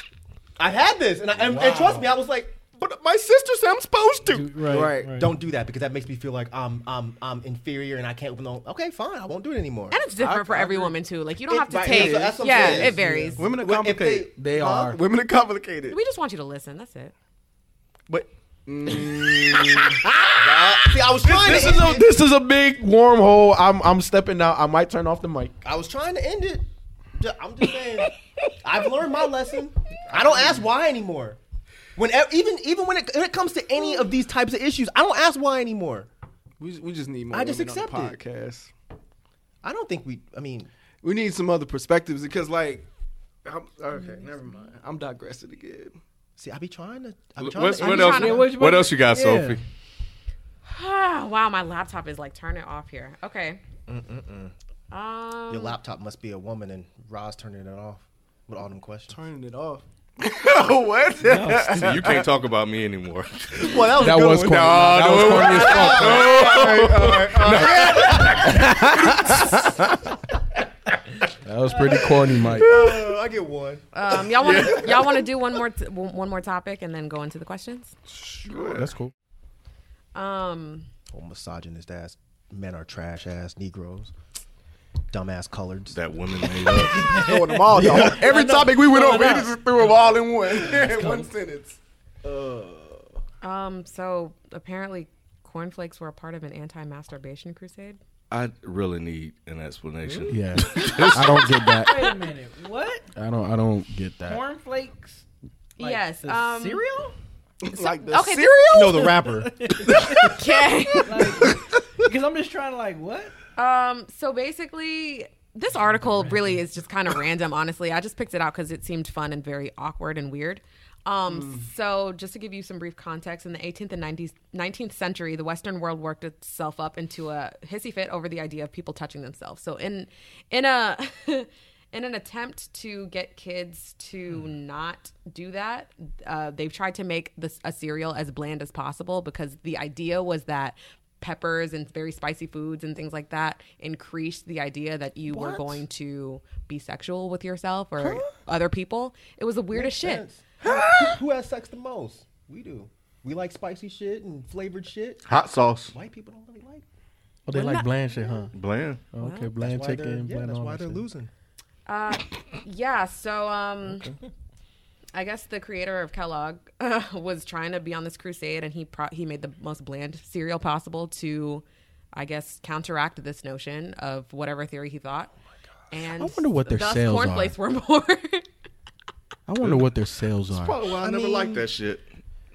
[SPEAKER 2] *laughs* I had this, and, I, and, and trust me, I was like, "But my sister said I'm supposed to."
[SPEAKER 7] Right.
[SPEAKER 2] Don't do that because that makes me feel like I'm I'm I'm inferior and I can't open the. Okay, fine, I won't do it anymore.
[SPEAKER 6] and it's different for every woman too. Like you don't
[SPEAKER 2] It-
[SPEAKER 6] have to
[SPEAKER 2] right,
[SPEAKER 6] take.
[SPEAKER 2] yeah, that's what I'm
[SPEAKER 6] yeah,
[SPEAKER 2] saying.
[SPEAKER 6] it varies.
[SPEAKER 7] Women are
[SPEAKER 2] Well, if they-
[SPEAKER 7] complicated.
[SPEAKER 5] They
[SPEAKER 2] Huh?
[SPEAKER 5] are.
[SPEAKER 7] Women are complicated.
[SPEAKER 6] We just want you to listen. That's it. *sighs*
[SPEAKER 2] But see, I was trying
[SPEAKER 5] This
[SPEAKER 2] to
[SPEAKER 5] is
[SPEAKER 2] end
[SPEAKER 5] a
[SPEAKER 2] it.
[SPEAKER 5] this is a big wormhole. I'm I'm stepping out. I might turn off the mic.
[SPEAKER 2] I was trying to end it. Ju- I'm just
[SPEAKER 6] *laughs*
[SPEAKER 2] saying, I've learned my lesson. I don't ask why anymore. When e- even even when it, when it comes to any of these types of issues, I don't ask why anymore.
[SPEAKER 7] We, just- we just need more.
[SPEAKER 2] I just
[SPEAKER 7] women on the
[SPEAKER 2] accept it.
[SPEAKER 7] podcast.
[SPEAKER 2] I don't think we. I mean,
[SPEAKER 7] We need some other perspectives because, like, I'm,
[SPEAKER 8] Mm.
[SPEAKER 7] okay, never mind. I'm digressing again.
[SPEAKER 2] see, I be trying to. I be
[SPEAKER 4] What's-
[SPEAKER 2] trying
[SPEAKER 4] What,
[SPEAKER 2] to end
[SPEAKER 6] I'm
[SPEAKER 4] else?
[SPEAKER 6] trying to-
[SPEAKER 4] what, else you got,
[SPEAKER 3] Yeah.
[SPEAKER 4] Sophie?
[SPEAKER 6] Ah, wow, my laptop is like turning off here. Okay. Um,
[SPEAKER 2] Your laptop must be a woman, and Roz turning it off with all them questions.
[SPEAKER 7] Turning it *laughs* off.
[SPEAKER 4] what?
[SPEAKER 8] *laughs*
[SPEAKER 4] you can't talk about me anymore.
[SPEAKER 2] Well, that was
[SPEAKER 5] *laughs* That was corny. that was corny
[SPEAKER 2] *laughs*
[SPEAKER 4] *laughs*
[SPEAKER 5] as fuck. That was pretty corny, Mike.
[SPEAKER 2] *laughs* I get one.
[SPEAKER 6] um,
[SPEAKER 2] *laughs*
[SPEAKER 6] y'all want to y'all want to do one more t- one more topic and then go into the questions.
[SPEAKER 5] That's cool.
[SPEAKER 6] Um,
[SPEAKER 2] Oh, misogynist ass men are trash ass Negroes, dumbass coloreds.
[SPEAKER 4] that woman made up.
[SPEAKER 7] Throwing them all. down. Every topic we went over, he just threw them all
[SPEAKER 8] *laughs*
[SPEAKER 7] in one, in one sentence.
[SPEAKER 4] Uh,
[SPEAKER 6] um, so apparently cornflakes were a part of an anti-masturbation crusade.
[SPEAKER 4] I really need an explanation.
[SPEAKER 5] Yeah, I don't get that.
[SPEAKER 3] Wait a minute. What?
[SPEAKER 5] I don't. I don't get that.
[SPEAKER 3] Cornflakes?
[SPEAKER 6] yes.
[SPEAKER 3] The
[SPEAKER 6] um,
[SPEAKER 3] cereal?
[SPEAKER 4] *laughs*
[SPEAKER 7] like the
[SPEAKER 6] okay,
[SPEAKER 7] cereal.
[SPEAKER 2] No, the rapper.
[SPEAKER 6] *laughs* Okay.
[SPEAKER 3] Because I'm just trying to like what?
[SPEAKER 6] Um, so basically, this article really is just kind of random, honestly. I just picked it out because it seemed fun and very awkward and weird. Um, So, just to give you some brief context, in the 18th and 90s, 19th century, the Western world worked itself up into a hissy fit over the idea of people touching themselves. So, in in a *laughs* in an attempt to get kids to not do that, uh, they've tried to make this a cereal as bland as possible because the idea was that peppers and very spicy foods and things like that increased the idea that you were going to be sexual with yourself or other people. It was the weirdest shit.
[SPEAKER 2] Who has sex the most? We do. We like spicy shit and flavored shit.
[SPEAKER 4] Hot sauce.
[SPEAKER 2] White people don't really like. it.
[SPEAKER 5] Oh, they like bland shit, huh?
[SPEAKER 4] Bland.
[SPEAKER 5] Okay, bland
[SPEAKER 2] Why they're,
[SPEAKER 5] chicken,
[SPEAKER 2] yeah,
[SPEAKER 5] bland
[SPEAKER 2] that's
[SPEAKER 5] all
[SPEAKER 2] why
[SPEAKER 5] that
[SPEAKER 2] they're
[SPEAKER 5] shit.
[SPEAKER 2] losing.
[SPEAKER 6] Yeah, so um I guess the creator of Kellogg uh, was trying to be on this crusade and he pro- he made the most bland cereal possible to I guess counteract this notion of whatever theory he thought. And
[SPEAKER 5] I wonder what their
[SPEAKER 6] thus
[SPEAKER 5] sales are.
[SPEAKER 6] cornflakes were *laughs* more
[SPEAKER 5] I wonder what their sales are.
[SPEAKER 4] Probably why I, never liked that shit.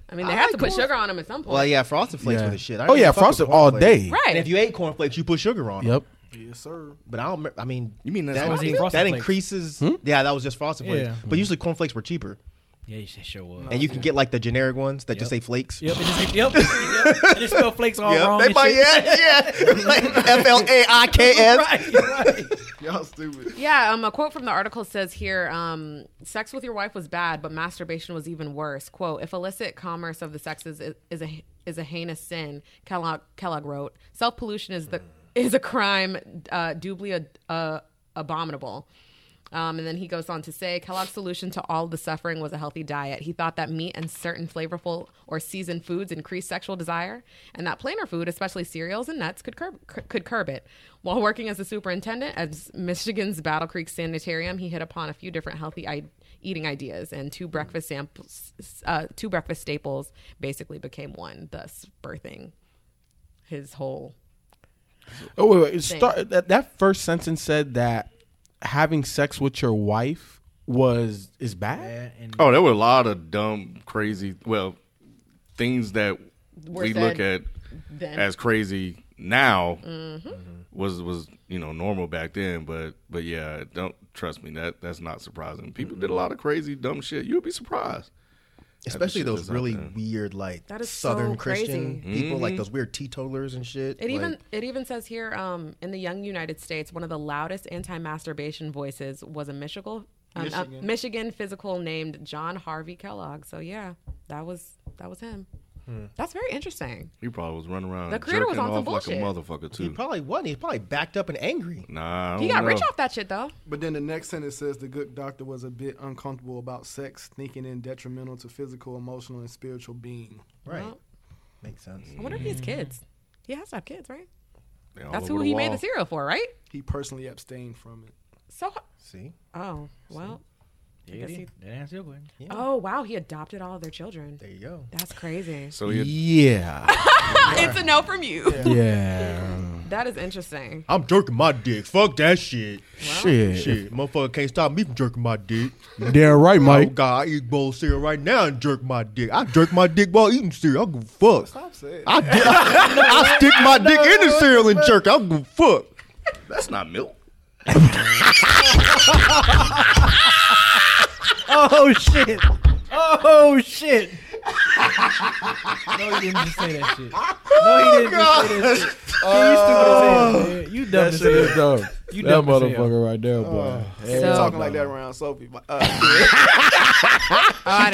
[SPEAKER 6] I mean, they have to put sugar on them at some point.
[SPEAKER 2] Well, yeah, frosted flakes
[SPEAKER 5] Yeah.
[SPEAKER 2] were the shit. I
[SPEAKER 5] Oh yeah,
[SPEAKER 2] didn't fuck with
[SPEAKER 5] frosted all
[SPEAKER 2] cornflakes.
[SPEAKER 5] day.
[SPEAKER 6] Right.
[SPEAKER 2] And if you ate cornflakes, you put sugar on. 'em.
[SPEAKER 5] Yep.
[SPEAKER 7] Yes, sir.
[SPEAKER 2] But I don't. me- I mean,
[SPEAKER 4] You mean that's
[SPEAKER 2] that,
[SPEAKER 4] all
[SPEAKER 2] that,
[SPEAKER 3] they- Frosted Flakes. Hmm?
[SPEAKER 2] increases? Yeah, that was just frosted flakes.
[SPEAKER 3] Yeah.
[SPEAKER 2] But usually cornflakes were cheaper,
[SPEAKER 3] Yeah, you should sure would.
[SPEAKER 2] and you can get like the generic ones that just say flakes.
[SPEAKER 3] Yep, it just, yep, yep. It just spell flakes all
[SPEAKER 2] Yeah,
[SPEAKER 3] wrong.
[SPEAKER 2] they
[SPEAKER 3] and
[SPEAKER 2] might,
[SPEAKER 3] shit.
[SPEAKER 2] *laughs* yeah, yeah. *laughs* Like F L A I K
[SPEAKER 3] *laughs*
[SPEAKER 2] S.
[SPEAKER 3] Right, right.
[SPEAKER 7] Y'all stupid.
[SPEAKER 6] Yeah, um, a quote from the article says here um, sex with your wife was bad, but masturbation was even worse. Quote If illicit commerce of the sexes is, is, a, is a heinous sin, Kellogg, Kellogg wrote, self pollution is, the is a crime uh, doubly ad- uh, abominable. Um, and then he goes on to say Kellogg's solution to all the suffering was a healthy diet. He thought that meat and certain flavorful or seasoned foods increased sexual desire, and that plainer food, especially cereals and nuts, could curb, c- could curb it. While working as a superintendent at Michigan's Battle Creek Sanitarium, he hit upon a few different healthy I- eating ideas, and two breakfast samples, uh, two breakfast staples basically became one, thus birthing his whole.
[SPEAKER 5] Oh wait, wait. It Start, that, that first sentence said that having sex with your wife was is bad.
[SPEAKER 4] Oh, there were a lot of dumb, crazy. Well, things that
[SPEAKER 6] Were
[SPEAKER 4] we look at
[SPEAKER 6] said then. Mm-hmm.
[SPEAKER 4] as crazy now was was you know normal back then. But but yeah, don't trust me. That that's not surprising. People did a lot of crazy dumb shit. You'll be surprised.
[SPEAKER 2] Especially
[SPEAKER 4] shit
[SPEAKER 2] those
[SPEAKER 4] that's out
[SPEAKER 2] really
[SPEAKER 4] there.
[SPEAKER 2] weird, like
[SPEAKER 6] That is so
[SPEAKER 2] Southern Christian
[SPEAKER 6] crazy.
[SPEAKER 2] people, like those weird teetotalers and shit.
[SPEAKER 6] It
[SPEAKER 2] like-
[SPEAKER 6] even it even says here um, in the young United States, one of the loudest anti-masturbation voices was a Michigan um, Michigan. Michigan physical named John Harvey Kellogg. So yeah, that was that was him. That's very interesting.
[SPEAKER 4] He probably was running around
[SPEAKER 6] The creator
[SPEAKER 4] jerking
[SPEAKER 6] was on
[SPEAKER 4] off
[SPEAKER 6] some
[SPEAKER 4] like a
[SPEAKER 6] bullshit.
[SPEAKER 4] motherfucker
[SPEAKER 2] he
[SPEAKER 4] too.
[SPEAKER 2] probably wasn't. He's probably backed up and angry.
[SPEAKER 4] Nah, I
[SPEAKER 6] He
[SPEAKER 4] don't
[SPEAKER 6] got
[SPEAKER 4] know.
[SPEAKER 6] rich off that shit though.
[SPEAKER 8] But then the next sentence says the good doctor was a bit uncomfortable about sex sneaking in detrimental to physical, emotional, and spiritual being.
[SPEAKER 2] Right,
[SPEAKER 6] Well,
[SPEAKER 2] makes sense.
[SPEAKER 4] Mm-hmm.
[SPEAKER 6] I wonder if he has kids. He has to have kids, right?
[SPEAKER 4] They all
[SPEAKER 6] That's
[SPEAKER 4] over
[SPEAKER 6] who
[SPEAKER 4] the
[SPEAKER 6] he made
[SPEAKER 4] wall.
[SPEAKER 6] the cereal for, right?
[SPEAKER 8] He personally abstained from it.
[SPEAKER 6] So
[SPEAKER 2] See,
[SPEAKER 6] oh well. I guess he-
[SPEAKER 3] That answers your question.
[SPEAKER 6] oh wow, he adopted all of their children.
[SPEAKER 2] there you go.
[SPEAKER 6] That's crazy.
[SPEAKER 4] So he
[SPEAKER 5] Yeah.
[SPEAKER 6] it's a no from you.
[SPEAKER 5] Yeah.
[SPEAKER 6] *laughs* That is interesting.
[SPEAKER 2] I'm jerking my dick. Fuck that shit.
[SPEAKER 5] Shit.
[SPEAKER 2] Shit, motherfucker can't stop me from jerking my
[SPEAKER 4] *laughs*
[SPEAKER 2] dick.
[SPEAKER 5] Damn right,
[SPEAKER 2] Oh
[SPEAKER 5] Mike.
[SPEAKER 2] God, I eat bowl of cereal right now and jerk my dick. I jerk my dick while eating cereal. I don't give a fuck.
[SPEAKER 8] Stop saying.
[SPEAKER 2] I, di- *laughs* I stick my dick in the cereal and jerk. it. I don't give a fuck.
[SPEAKER 4] that's not milk.
[SPEAKER 3] Oh shit. Oh shit. *laughs* no, he didn't just say that shit.
[SPEAKER 5] Oh,
[SPEAKER 3] No, he didn't just say that shit. you stupid as hell, man. You dumb as hell.
[SPEAKER 5] dumb.
[SPEAKER 3] You
[SPEAKER 5] that
[SPEAKER 3] dumb as hell.
[SPEAKER 5] motherfucker right there,
[SPEAKER 2] Oh.
[SPEAKER 5] boy.
[SPEAKER 6] So
[SPEAKER 8] Talking like that around Sophie. but, Uh, *laughs*
[SPEAKER 6] I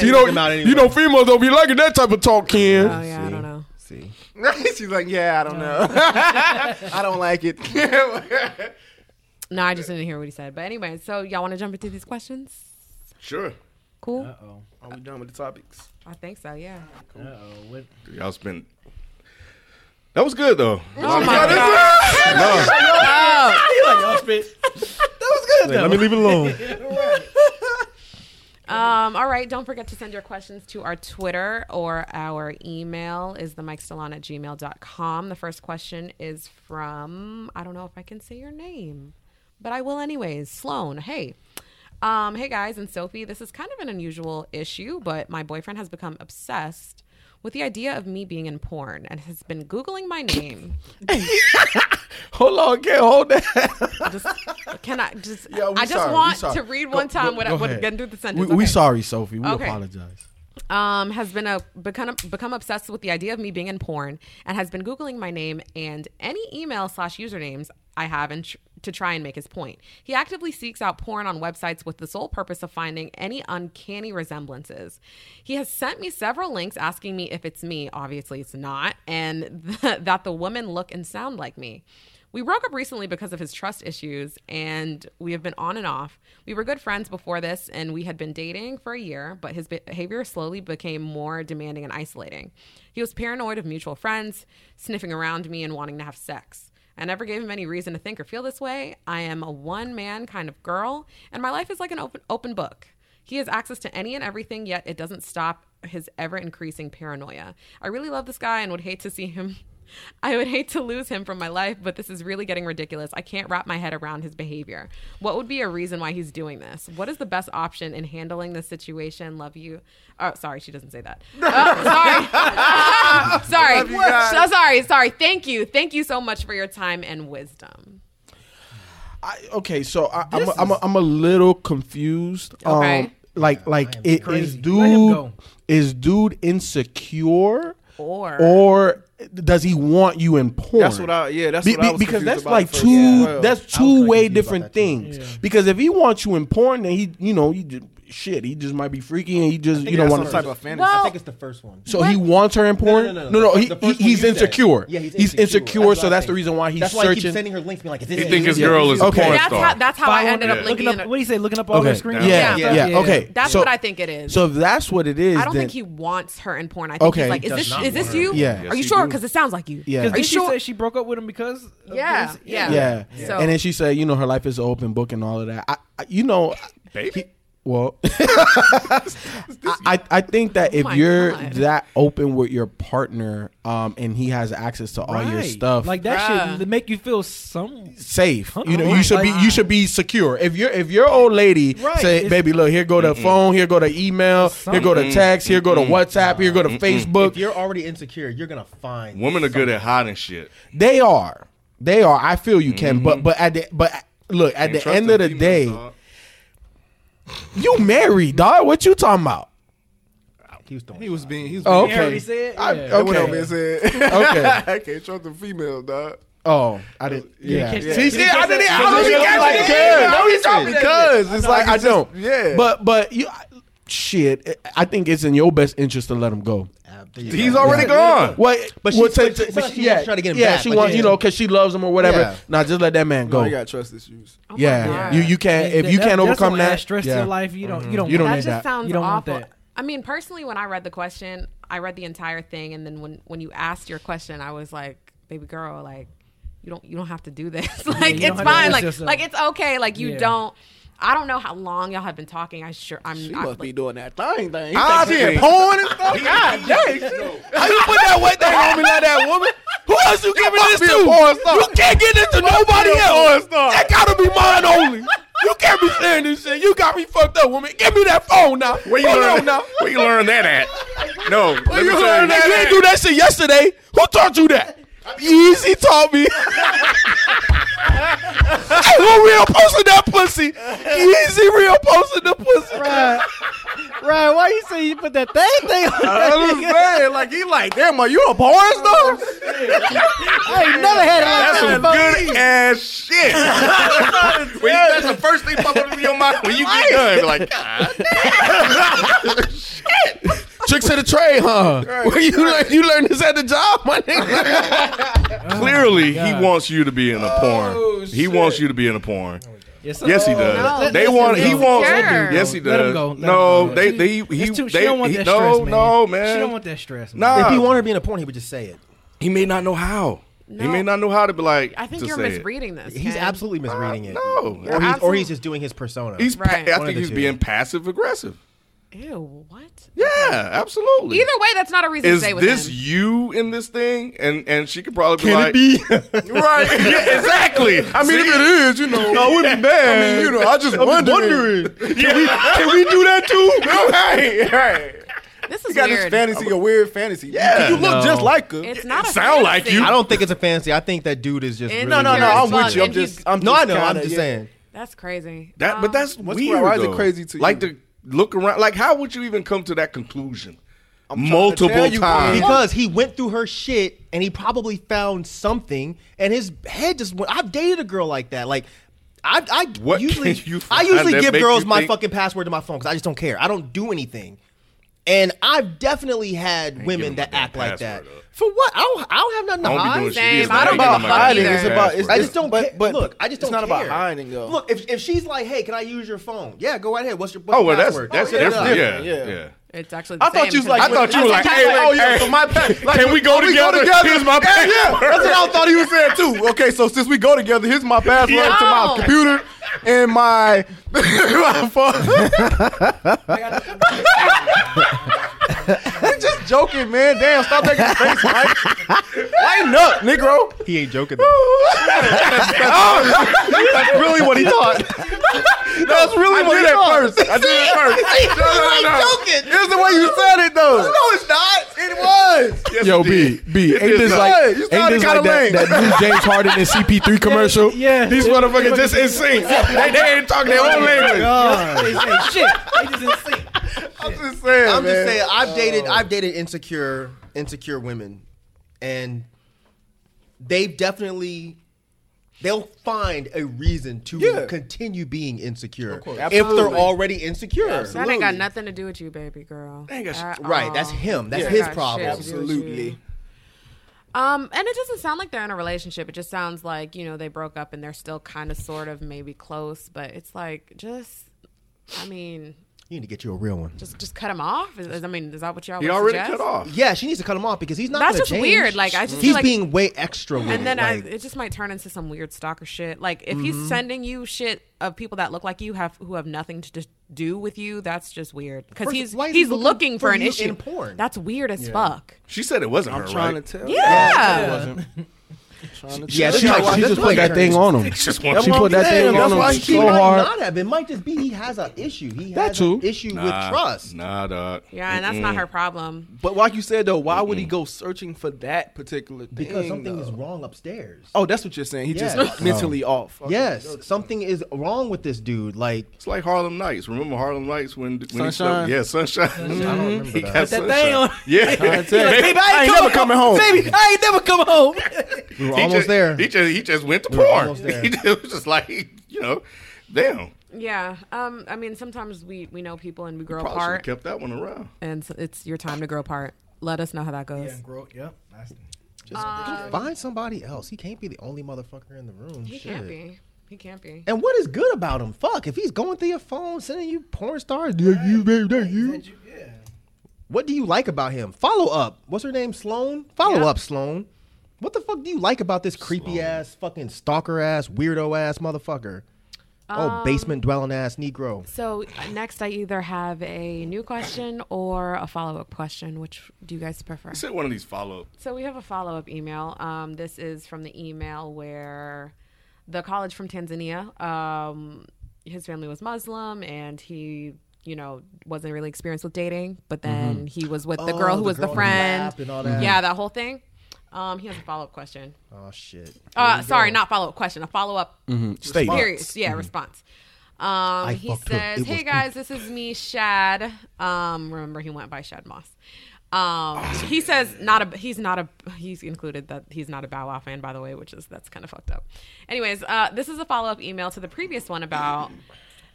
[SPEAKER 5] you
[SPEAKER 6] didn't-
[SPEAKER 5] know, you know, females don't be liking that type of talk, Ken.
[SPEAKER 6] Oh yeah, I don't know.
[SPEAKER 8] she's like, yeah, I don't know. *laughs* I don't like it. *laughs*
[SPEAKER 6] No, I just didn't hear what he said. But anyway, so y'all want to jump into these questions?
[SPEAKER 4] Sure.
[SPEAKER 6] Cool.
[SPEAKER 3] Uh-oh.
[SPEAKER 8] Are we done with the topics?
[SPEAKER 6] I think so. Yeah.
[SPEAKER 3] Uh-oh. What?
[SPEAKER 4] Y'all spent. That was good
[SPEAKER 6] *laughs*
[SPEAKER 4] though.
[SPEAKER 6] Oh my god.
[SPEAKER 3] y'all spit.
[SPEAKER 2] Let me leave it alone.
[SPEAKER 6] Um. All right. Don't forget to send your questions to our Twitter or our email is the Mike Stallone at gmail.com. The first question is from I don't know if I can say your name, but I will anyways. Sloan. Hey. Um, hey guys and Sophie, this is kind of an unusual issue, but my boyfriend has become obsessed with the idea of me being in porn and has been Googling my name.
[SPEAKER 5] Hold on, Ken. Hold that.
[SPEAKER 6] just can I just
[SPEAKER 5] Yeah, we
[SPEAKER 6] I just
[SPEAKER 5] sorry, we
[SPEAKER 6] want
[SPEAKER 5] sorry.
[SPEAKER 6] to read one time what I
[SPEAKER 5] Go
[SPEAKER 6] what
[SPEAKER 5] ahead.
[SPEAKER 6] again through the
[SPEAKER 5] We,
[SPEAKER 6] sentence.
[SPEAKER 5] we
[SPEAKER 6] Okay.
[SPEAKER 5] sorry, Sophie. We
[SPEAKER 6] Okay.
[SPEAKER 5] apologize.
[SPEAKER 6] Um has been a become become obsessed with the idea of me being in porn and has been googling my name and any email slash usernames I have and tr- to try and make his point. He actively seeks out porn on websites with the sole purpose of finding any uncanny resemblances. He has sent me several links asking me if it's me. Obviously, it's not, and *laughs* that the women look and sound like me. We broke up recently because of his trust issues, and we have been on and off. We were good friends before this, and we had been dating for a year, but his behavior slowly became more demanding and isolating. He was paranoid of mutual friends, sniffing around me, and wanting to have sex. I never gave him any reason to think or feel this way. I am a one man kind of girl, and my life is like an open, open book. He has access to any and everything, yet it doesn't stop his ever increasing paranoia. I really love this guy and would hate to see him. *laughs* I would hate to lose him from my life, but this is really getting ridiculous. I can't wrap my head around his behavior. What would be a reason why he's doing this? What is the best option in handling this situation? Love you. Oh, sorry, she doesn't say that. Oh, *laughs* sorry. sorry. So sorry, sorry. Thank you. Thank you so much for your time and wisdom.
[SPEAKER 5] I, okay, so I, I'm, a, I'm, a, I'm a little confused.
[SPEAKER 6] Okay.
[SPEAKER 5] Um, like, like
[SPEAKER 2] am
[SPEAKER 5] it, is
[SPEAKER 2] crazy.
[SPEAKER 3] Let him go.
[SPEAKER 5] dude is dude insecure,
[SPEAKER 6] Or-
[SPEAKER 5] or does he want you in porn?
[SPEAKER 7] That's what I. Yeah, that's
[SPEAKER 5] Be-
[SPEAKER 7] what I
[SPEAKER 5] be-
[SPEAKER 7] was
[SPEAKER 5] because
[SPEAKER 7] confused
[SPEAKER 5] that's
[SPEAKER 7] about
[SPEAKER 5] like
[SPEAKER 7] at first.
[SPEAKER 5] two.
[SPEAKER 7] Yeah.
[SPEAKER 5] That's
[SPEAKER 2] I was
[SPEAKER 5] two
[SPEAKER 2] kinda
[SPEAKER 5] way
[SPEAKER 2] confused about
[SPEAKER 5] different
[SPEAKER 2] that, too.
[SPEAKER 5] things. Because if he wants you in porn, then he, you know, you just, shit, he just might be freaky and he just, you don't
[SPEAKER 7] that's
[SPEAKER 5] want
[SPEAKER 7] some
[SPEAKER 5] to
[SPEAKER 7] type of fantasy.
[SPEAKER 2] I
[SPEAKER 6] Well,
[SPEAKER 2] think it's the first one.
[SPEAKER 5] So he wants her in porn?
[SPEAKER 2] no, no, no. The-
[SPEAKER 5] he,
[SPEAKER 2] the first
[SPEAKER 5] he-
[SPEAKER 2] one
[SPEAKER 5] he's
[SPEAKER 2] you said.
[SPEAKER 5] insecure.
[SPEAKER 2] Yeah, he's insecure.
[SPEAKER 5] insecure.
[SPEAKER 2] That's what
[SPEAKER 5] so
[SPEAKER 2] I
[SPEAKER 5] that's the
[SPEAKER 2] think.
[SPEAKER 5] reason why he's
[SPEAKER 2] That's why he keeps
[SPEAKER 5] searching.
[SPEAKER 2] sending her links, being like, "Is this
[SPEAKER 4] You
[SPEAKER 2] it?
[SPEAKER 4] think his
[SPEAKER 2] Is it-
[SPEAKER 4] girl is a
[SPEAKER 5] Okay.
[SPEAKER 4] porn
[SPEAKER 6] that's
[SPEAKER 4] star?
[SPEAKER 6] how that's how I ended up
[SPEAKER 3] looking
[SPEAKER 6] linking
[SPEAKER 3] up.
[SPEAKER 6] it.
[SPEAKER 3] What do you say? Looking up all
[SPEAKER 5] okay.
[SPEAKER 3] the screens.
[SPEAKER 5] Yeah.
[SPEAKER 6] Yeah.
[SPEAKER 5] Yeah.
[SPEAKER 3] Yeah.
[SPEAKER 5] Okay.
[SPEAKER 6] That's
[SPEAKER 5] so,
[SPEAKER 6] what I think it is.
[SPEAKER 5] So if that's what it is,
[SPEAKER 6] I don't
[SPEAKER 5] then,
[SPEAKER 6] think he wants her in porn. I think
[SPEAKER 5] Okay.
[SPEAKER 6] he's like,
[SPEAKER 5] He
[SPEAKER 6] is
[SPEAKER 2] does
[SPEAKER 6] this
[SPEAKER 2] not
[SPEAKER 6] is this
[SPEAKER 2] want her.
[SPEAKER 6] you?
[SPEAKER 5] Yeah.
[SPEAKER 6] Are you
[SPEAKER 4] Yes, he
[SPEAKER 6] sure?
[SPEAKER 4] do.
[SPEAKER 6] Because it sounds like you.
[SPEAKER 5] Yeah.
[SPEAKER 6] Are
[SPEAKER 3] Because
[SPEAKER 6] you
[SPEAKER 3] she
[SPEAKER 6] sure?
[SPEAKER 3] said she broke up with him because. of
[SPEAKER 6] Yeah,
[SPEAKER 3] this?
[SPEAKER 6] yeah.
[SPEAKER 5] Yeah.
[SPEAKER 6] So-
[SPEAKER 5] And then she said, you know, her life is an open book and all of that. I, I you know,
[SPEAKER 4] Baby?
[SPEAKER 5] he-
[SPEAKER 3] *laughs*
[SPEAKER 5] Well, *laughs* I, I think that
[SPEAKER 6] Oh
[SPEAKER 5] if
[SPEAKER 6] my
[SPEAKER 5] you're
[SPEAKER 6] God.
[SPEAKER 5] that open with your partner, um, and he has access to all your stuff,
[SPEAKER 3] Like that
[SPEAKER 6] Bruh.
[SPEAKER 3] shit to make you feel some.
[SPEAKER 5] safe.
[SPEAKER 3] Huh?
[SPEAKER 5] You know,
[SPEAKER 3] Oh
[SPEAKER 5] you
[SPEAKER 3] my
[SPEAKER 5] should be you should be secure. If your if your old lady
[SPEAKER 3] Right.
[SPEAKER 5] say,
[SPEAKER 3] It's-
[SPEAKER 5] "Baby, look, here go the phone, here go the email, here go the text, here go the WhatsApp, here go the Facebook."
[SPEAKER 2] If you're already insecure, you're gonna find
[SPEAKER 4] Women are good at hiding shit.
[SPEAKER 5] They are. They are. I feel you, Ken. But but at the but look at
[SPEAKER 4] Can't
[SPEAKER 5] the
[SPEAKER 4] trust
[SPEAKER 5] end of the
[SPEAKER 4] females,
[SPEAKER 5] day,
[SPEAKER 4] dog.
[SPEAKER 5] you married, dog. What you talking about?
[SPEAKER 2] He was doing
[SPEAKER 8] He was being. He was
[SPEAKER 5] Oh,
[SPEAKER 8] being.
[SPEAKER 5] okay.
[SPEAKER 3] He said,
[SPEAKER 5] I-
[SPEAKER 3] yeah.
[SPEAKER 8] I went over
[SPEAKER 5] okay.
[SPEAKER 8] and said,
[SPEAKER 4] *laughs*
[SPEAKER 5] Okay.
[SPEAKER 8] I can't trust the female, dog.
[SPEAKER 5] Oh, I didn't. Yeah.
[SPEAKER 3] catch
[SPEAKER 5] yeah.
[SPEAKER 3] that.
[SPEAKER 5] See,
[SPEAKER 3] You
[SPEAKER 5] see,
[SPEAKER 3] didn't
[SPEAKER 5] I
[SPEAKER 3] catch
[SPEAKER 5] didn't.
[SPEAKER 3] that.
[SPEAKER 5] I don't
[SPEAKER 3] Because
[SPEAKER 5] even
[SPEAKER 3] you
[SPEAKER 5] catch
[SPEAKER 3] don't
[SPEAKER 5] it.
[SPEAKER 3] like
[SPEAKER 5] Yeah,
[SPEAKER 3] it.
[SPEAKER 5] no, he's dropping that
[SPEAKER 8] Because
[SPEAKER 5] shit.
[SPEAKER 8] it's
[SPEAKER 5] I know,
[SPEAKER 8] like,
[SPEAKER 5] I
[SPEAKER 8] I just-
[SPEAKER 5] don't.
[SPEAKER 8] yeah.
[SPEAKER 5] But but you shit. I think it's in your best interest to let him go.
[SPEAKER 4] He's already gone.
[SPEAKER 5] What?
[SPEAKER 2] But
[SPEAKER 5] what
[SPEAKER 2] she-
[SPEAKER 5] take-
[SPEAKER 2] but she- but she
[SPEAKER 5] yeah,
[SPEAKER 2] wants to try to get him
[SPEAKER 5] yeah,
[SPEAKER 2] back,
[SPEAKER 5] she
[SPEAKER 2] but
[SPEAKER 5] wants
[SPEAKER 2] yeah.
[SPEAKER 5] you know because she loves him or whatever.
[SPEAKER 2] Yeah.
[SPEAKER 5] Nah, just let that man go.
[SPEAKER 8] I Oh, got trust
[SPEAKER 4] *laughs*
[SPEAKER 8] issues.
[SPEAKER 6] Oh my
[SPEAKER 5] yeah,
[SPEAKER 6] God.
[SPEAKER 5] you you can't if you
[SPEAKER 3] That-
[SPEAKER 5] can't
[SPEAKER 3] that's
[SPEAKER 5] overcome
[SPEAKER 3] gonna add
[SPEAKER 5] that.
[SPEAKER 3] stress to
[SPEAKER 5] yeah. Mm-hmm.
[SPEAKER 3] your life, you don't. You don't.
[SPEAKER 5] You don't
[SPEAKER 3] want
[SPEAKER 5] need
[SPEAKER 6] that
[SPEAKER 5] that.
[SPEAKER 6] just sounds
[SPEAKER 3] You don't want
[SPEAKER 5] *laughs*
[SPEAKER 6] awful.
[SPEAKER 3] that.
[SPEAKER 6] I mean, personally, when I read the question, I read the entire thing, and then when when you asked your question, I was like, "Baby girl, like you don't you don't have to do this. *laughs* like
[SPEAKER 3] you don't
[SPEAKER 6] it's
[SPEAKER 3] have to
[SPEAKER 6] fine.
[SPEAKER 3] force
[SPEAKER 6] Like
[SPEAKER 3] yourself.
[SPEAKER 6] like it's okay. Like you
[SPEAKER 3] Yeah.
[SPEAKER 6] don't. I don't know how long y'all have been talking. I sure I'm.
[SPEAKER 7] She
[SPEAKER 6] I,
[SPEAKER 7] must be doing that thing thing.
[SPEAKER 5] Ah,
[SPEAKER 4] I think-
[SPEAKER 7] porn and stuff. God
[SPEAKER 5] *laughs*
[SPEAKER 7] dang. How you put that wet thing on me like that woman?
[SPEAKER 5] Who else you giving
[SPEAKER 7] must
[SPEAKER 5] this
[SPEAKER 7] be a
[SPEAKER 5] to?
[SPEAKER 7] porn star.
[SPEAKER 5] You can't get this to nobody
[SPEAKER 7] be a
[SPEAKER 5] else.
[SPEAKER 7] porn star.
[SPEAKER 5] That gotta be mine only. You can't be saying this shit. You got me fucked up, woman. Give me that phone now.
[SPEAKER 4] Where you
[SPEAKER 5] Hold
[SPEAKER 4] learn
[SPEAKER 5] on now.
[SPEAKER 4] Where you learn that at? No, let me
[SPEAKER 5] you
[SPEAKER 4] tell
[SPEAKER 5] learn that? You ain't
[SPEAKER 4] at.
[SPEAKER 5] do that shit yesterday. Who taught you that? Easy taught me. *laughs* Ain't no real posting that pussy. Easy real posting the pussy.
[SPEAKER 3] Right? Why you say you put that thing thing *laughs* on?
[SPEAKER 7] I'm just saying, like he like, damn, are you a porn star?
[SPEAKER 3] I ain't never had it
[SPEAKER 4] That's some good ass shit. *laughs* When you- that's the first thing pop up in your mind when you get done. Be like, God.
[SPEAKER 5] Tricks of the trade, huh? Well, you learn you learn this at the job, my nigga.
[SPEAKER 4] clearly he wants you to be in a porn. he wants you to be in a porn.
[SPEAKER 3] Yes,
[SPEAKER 4] Yes, he does.
[SPEAKER 6] No,
[SPEAKER 3] Oh,
[SPEAKER 6] let-
[SPEAKER 4] they
[SPEAKER 6] let
[SPEAKER 4] want.
[SPEAKER 6] him
[SPEAKER 4] He
[SPEAKER 6] go.
[SPEAKER 4] wants.
[SPEAKER 6] Let him go.
[SPEAKER 4] Yes, he does.
[SPEAKER 3] Let him go. Let him
[SPEAKER 4] no,
[SPEAKER 3] go.
[SPEAKER 4] they. They. He.
[SPEAKER 3] It's too,
[SPEAKER 4] they
[SPEAKER 3] she don't want
[SPEAKER 4] he,
[SPEAKER 3] that
[SPEAKER 4] no,
[SPEAKER 3] stress, man.
[SPEAKER 4] no, man.
[SPEAKER 3] She don't want that stress. Man.
[SPEAKER 4] Nah.
[SPEAKER 2] If he wanted to be in a porn, he would just say it.
[SPEAKER 4] He may not know how. He
[SPEAKER 6] No.
[SPEAKER 4] may not know how to be like.
[SPEAKER 6] I think
[SPEAKER 4] to
[SPEAKER 6] you're
[SPEAKER 4] say it.
[SPEAKER 6] misreading this.
[SPEAKER 2] He's
[SPEAKER 6] Ken.
[SPEAKER 2] absolutely misreading it.
[SPEAKER 4] No,
[SPEAKER 2] Or he's, or
[SPEAKER 6] absolute-
[SPEAKER 2] he's just doing his persona.
[SPEAKER 4] he's.
[SPEAKER 6] Right.
[SPEAKER 4] Pa- I
[SPEAKER 6] One
[SPEAKER 2] of
[SPEAKER 4] think
[SPEAKER 2] the
[SPEAKER 4] he's
[SPEAKER 2] two.
[SPEAKER 4] being passive aggressive.
[SPEAKER 6] Ew. What?
[SPEAKER 4] Yeah, absolutely.
[SPEAKER 6] Either way, that's not a reason
[SPEAKER 4] is
[SPEAKER 6] to stay with
[SPEAKER 4] this
[SPEAKER 6] him.
[SPEAKER 4] you in this thing? And and she could probably be like, right? *laughs*
[SPEAKER 8] *laughs*
[SPEAKER 4] Yeah, exactly. I mean,
[SPEAKER 8] If it is, you
[SPEAKER 4] *laughs*
[SPEAKER 8] know.
[SPEAKER 4] I wouldn't be mad.
[SPEAKER 8] I mean, you know, I just wondering.
[SPEAKER 4] Can, we, can we do that *laughs* too? right, right.
[SPEAKER 6] This
[SPEAKER 8] You
[SPEAKER 6] is
[SPEAKER 8] got
[SPEAKER 6] weird.
[SPEAKER 8] this fantasy, a weird fantasy.
[SPEAKER 4] Yeah.
[SPEAKER 8] you look just like her.
[SPEAKER 6] It's not a
[SPEAKER 4] sound like
[SPEAKER 6] fantasy.
[SPEAKER 4] you.
[SPEAKER 2] I don't think it's a fantasy. I think that dude is just.
[SPEAKER 6] Insecure
[SPEAKER 2] Really
[SPEAKER 6] No, no, no,
[SPEAKER 2] weird.
[SPEAKER 6] I'm with you. I'm And just- he's-
[SPEAKER 2] I'm no, I know. I'm just saying.
[SPEAKER 6] That's crazy.
[SPEAKER 4] That, but
[SPEAKER 6] Um,
[SPEAKER 4] that's
[SPEAKER 8] what's-
[SPEAKER 4] weird.
[SPEAKER 8] why is it
[SPEAKER 4] though.
[SPEAKER 8] crazy to
[SPEAKER 4] Like
[SPEAKER 8] you?
[SPEAKER 4] to look around. Like, how would you even come to that conclusion? Multiple
[SPEAKER 8] tell you,
[SPEAKER 4] times.
[SPEAKER 2] Because he went through her shit and he probably found something, and his head just went. I've dated a girl like that. Like, I, I
[SPEAKER 4] What
[SPEAKER 2] usually,
[SPEAKER 4] can you
[SPEAKER 2] I
[SPEAKER 4] find
[SPEAKER 2] usually
[SPEAKER 4] that
[SPEAKER 2] give
[SPEAKER 4] make
[SPEAKER 2] girls
[SPEAKER 4] you
[SPEAKER 2] my
[SPEAKER 4] think-
[SPEAKER 2] fucking password to my phone because I just don't care. I don't do anything. And I've definitely had
[SPEAKER 4] giving
[SPEAKER 2] women that
[SPEAKER 4] my
[SPEAKER 2] act
[SPEAKER 4] damn
[SPEAKER 2] like that.
[SPEAKER 4] password up.
[SPEAKER 2] For what? I don't. I don't have nothing
[SPEAKER 4] I
[SPEAKER 2] to
[SPEAKER 4] don't be
[SPEAKER 2] hide.
[SPEAKER 4] doing shit.
[SPEAKER 6] Same.
[SPEAKER 4] either.
[SPEAKER 6] I
[SPEAKER 7] It's
[SPEAKER 6] don't
[SPEAKER 4] Like,
[SPEAKER 7] about
[SPEAKER 4] give me my
[SPEAKER 7] hiding. It's
[SPEAKER 4] password.
[SPEAKER 7] about. It's,
[SPEAKER 2] I just don't
[SPEAKER 7] But,
[SPEAKER 2] care.
[SPEAKER 7] but
[SPEAKER 2] Look, I just
[SPEAKER 7] it's
[SPEAKER 2] don't
[SPEAKER 7] not about
[SPEAKER 2] care.
[SPEAKER 7] hiding though.
[SPEAKER 2] Look, if, if she's like, "Hey, can I use your phone?" Yeah, go right ahead. What's your what's
[SPEAKER 4] Oh
[SPEAKER 2] your
[SPEAKER 4] well, that's
[SPEAKER 2] password?
[SPEAKER 4] that's
[SPEAKER 2] Oh, yeah,
[SPEAKER 4] different. Yeah,
[SPEAKER 7] yeah.
[SPEAKER 4] yeah.
[SPEAKER 6] It's actually. The
[SPEAKER 7] I thought
[SPEAKER 6] same
[SPEAKER 7] you was like.
[SPEAKER 4] I thought you were like, hey,
[SPEAKER 7] oh yeah,
[SPEAKER 4] hey.
[SPEAKER 7] so my pa- like,
[SPEAKER 4] *laughs* Can we go together? Here's my
[SPEAKER 7] Yeah,
[SPEAKER 4] *laughs*
[SPEAKER 7] yeah.
[SPEAKER 4] password.
[SPEAKER 7] That's what I thought he was saying too.
[SPEAKER 8] Ooh, okay, so since we go together, here's my password to my
[SPEAKER 6] No.
[SPEAKER 8] computer and my, *laughs* my phone. *laughs* I'm just joking, man. Damn, stop taking the face, Mike. Lighten up, Negro.
[SPEAKER 2] He ain't joking. Though.
[SPEAKER 8] *laughs* That's really what he thought. That's really what he thought. First. I did it first.
[SPEAKER 2] joking.
[SPEAKER 8] Here's the way you said it, though.
[SPEAKER 2] No, it's not.
[SPEAKER 8] It was.
[SPEAKER 4] Yes,
[SPEAKER 5] Yo,
[SPEAKER 4] it
[SPEAKER 5] B,
[SPEAKER 4] did. *laughs*
[SPEAKER 5] B,
[SPEAKER 4] It
[SPEAKER 5] ain't
[SPEAKER 4] did
[SPEAKER 5] this
[SPEAKER 4] not.
[SPEAKER 5] like,
[SPEAKER 8] Hey, you
[SPEAKER 5] ain't
[SPEAKER 8] sound
[SPEAKER 5] this
[SPEAKER 8] kinda
[SPEAKER 5] like that,
[SPEAKER 8] lame.
[SPEAKER 5] that new James Harden and CP3 commercial?
[SPEAKER 3] Yeah.
[SPEAKER 5] These motherfuckers just in sync. They, they ain't talking
[SPEAKER 7] *laughs*
[SPEAKER 5] their own
[SPEAKER 4] Oh
[SPEAKER 5] language.
[SPEAKER 3] God. they say shit. They just insane.
[SPEAKER 8] I'm just saying,
[SPEAKER 2] I'm
[SPEAKER 8] man.
[SPEAKER 2] just saying. I've dated. I've dated insecure, insecure women, and they've definitely. They'll find a reason to
[SPEAKER 8] Yeah.
[SPEAKER 2] continue being insecure if
[SPEAKER 8] Absolutely.
[SPEAKER 2] they're already insecure.
[SPEAKER 6] That ain't got nothing to do with you, baby girl. At
[SPEAKER 2] Right, that's
[SPEAKER 6] all.
[SPEAKER 2] him. That's
[SPEAKER 6] That
[SPEAKER 2] his
[SPEAKER 6] got shit
[SPEAKER 2] problem.
[SPEAKER 6] to do with you. Um, and it doesn't sound like they're in a relationship. It just sounds like you know they broke up and they're still kind of, sort of, maybe close. But it's like just, I mean,
[SPEAKER 2] You need to get you a real one.
[SPEAKER 6] Just just cut him off. Is, is- I mean, is that what y'all?
[SPEAKER 4] He
[SPEAKER 6] would
[SPEAKER 4] already
[SPEAKER 6] suggest?
[SPEAKER 4] cut off.
[SPEAKER 2] Yeah, she needs to cut him off because he's not.
[SPEAKER 6] That's
[SPEAKER 2] gonna
[SPEAKER 6] just
[SPEAKER 2] change.
[SPEAKER 6] weird. Like, I just
[SPEAKER 2] he's
[SPEAKER 6] feel like-
[SPEAKER 2] being way extra. With
[SPEAKER 6] And then
[SPEAKER 2] it.
[SPEAKER 6] I,
[SPEAKER 2] Like, Mm-hmm.
[SPEAKER 6] it just might turn into some weird stalker shit. Like if he's sending you shit of people that look like you have who have nothing to just do with you, that's just weird. Because
[SPEAKER 2] First,
[SPEAKER 6] he's
[SPEAKER 2] why is
[SPEAKER 6] he's
[SPEAKER 2] he
[SPEAKER 6] looking,
[SPEAKER 2] looking
[SPEAKER 6] for,
[SPEAKER 2] for
[SPEAKER 6] an
[SPEAKER 2] you
[SPEAKER 6] issue.
[SPEAKER 2] in porn?
[SPEAKER 6] That's weird as fuck.
[SPEAKER 4] She said it wasn't
[SPEAKER 7] I'm
[SPEAKER 4] her,
[SPEAKER 7] trying
[SPEAKER 4] right?
[SPEAKER 7] to tell.
[SPEAKER 6] Yeah.
[SPEAKER 2] yeah, she,
[SPEAKER 5] She,
[SPEAKER 2] she
[SPEAKER 5] just put that thing on him.
[SPEAKER 4] It's just
[SPEAKER 5] She
[SPEAKER 4] one.
[SPEAKER 5] put that
[SPEAKER 2] saying,
[SPEAKER 5] thing
[SPEAKER 2] that's
[SPEAKER 5] on
[SPEAKER 2] why
[SPEAKER 5] him
[SPEAKER 2] he
[SPEAKER 5] so
[SPEAKER 2] might
[SPEAKER 5] hard.
[SPEAKER 2] Not have. It might just be he has an issue. He
[SPEAKER 5] That
[SPEAKER 2] has
[SPEAKER 5] too.
[SPEAKER 2] an issue
[SPEAKER 4] Nah,
[SPEAKER 2] with trust.
[SPEAKER 4] Nah, dog.
[SPEAKER 6] Yeah, and that's not her problem.
[SPEAKER 7] But like you said though, why would he go searching for that particular thing?
[SPEAKER 2] Because something is
[SPEAKER 7] though?
[SPEAKER 2] wrong upstairs.
[SPEAKER 7] Oh, that's what you're saying. He
[SPEAKER 2] Yes.
[SPEAKER 7] just *laughs* mentally off. Okay.
[SPEAKER 2] yes, something is wrong with this dude. Like
[SPEAKER 4] It's like Harlem Nights. Remember Harlem Nights when, when he
[SPEAKER 7] Sunshine?
[SPEAKER 4] slept? Yeah, sunshine. *laughs*
[SPEAKER 2] I
[SPEAKER 5] Mm-hmm.
[SPEAKER 2] don't remember
[SPEAKER 4] he
[SPEAKER 2] that.
[SPEAKER 3] Put
[SPEAKER 4] got
[SPEAKER 3] that
[SPEAKER 4] sunshine.
[SPEAKER 3] thing on.
[SPEAKER 4] Yeah,
[SPEAKER 3] Baby, I ain't, never coming home. Baby, I ain't never coming home.
[SPEAKER 2] we were
[SPEAKER 4] He
[SPEAKER 2] almost
[SPEAKER 4] just-
[SPEAKER 2] there.
[SPEAKER 4] He just he just went to
[SPEAKER 2] were
[SPEAKER 4] porn.
[SPEAKER 2] almost there.
[SPEAKER 4] *laughs* He just, it was just like you know, damn.
[SPEAKER 6] Yeah. Um. I mean, sometimes we we know people and we grow
[SPEAKER 4] Probably should have
[SPEAKER 6] apart,
[SPEAKER 4] kept that one around.
[SPEAKER 6] and so it's your time to grow apart. Let us know how that goes.
[SPEAKER 8] Grow, yep.
[SPEAKER 2] Just find somebody else. He can't be the only motherfucker in the room.
[SPEAKER 6] Uh, He
[SPEAKER 2] Shit.
[SPEAKER 6] can't be. He can't be.
[SPEAKER 2] And what is good about him? Fuck, if he's going through your phone, sending you porn stars, "Yeah, you, babe, that you. What do you like about him? Follow up. What's her name? Sloan? Follow
[SPEAKER 6] Yeah.
[SPEAKER 2] up, Sloan. What the fuck do you like about this creepy ass, fucking stalker ass, weirdo ass motherfucker? oh, basement dwelling ass Negro.
[SPEAKER 6] So uh, next, I either have a new question or a follow up question. Which do you guys prefer?
[SPEAKER 4] Send one of these follow up.
[SPEAKER 6] So we have a follow up email. Um, this is from the email where the college from Tanzania, um, his family was Muslim and he, you know, wasn't really experienced with dating, but then he was with the
[SPEAKER 2] Oh,
[SPEAKER 6] girl who
[SPEAKER 2] the
[SPEAKER 6] was
[SPEAKER 2] girl
[SPEAKER 6] the
[SPEAKER 2] who
[SPEAKER 6] friend.
[SPEAKER 2] lapped and all that.
[SPEAKER 6] Yeah, that whole thing. Um, he has a follow up question.
[SPEAKER 2] Oh, shit.
[SPEAKER 6] Uh, sorry, not follow up question, a follow up
[SPEAKER 5] Statement.
[SPEAKER 6] Serious, yeah,
[SPEAKER 2] Mm-hmm.
[SPEAKER 6] response. Um, he
[SPEAKER 2] fucked her.
[SPEAKER 6] says,
[SPEAKER 2] It
[SPEAKER 6] "Hey
[SPEAKER 2] was-
[SPEAKER 6] guys, this is me, Shad. Um, remember he went by Shad Moss. Um, he says not a he's not a he's included that he's not a Bow Wow fan by the way, which is that's kind of fucked up. Anyways, uh, this is a follow up email to the previous one about."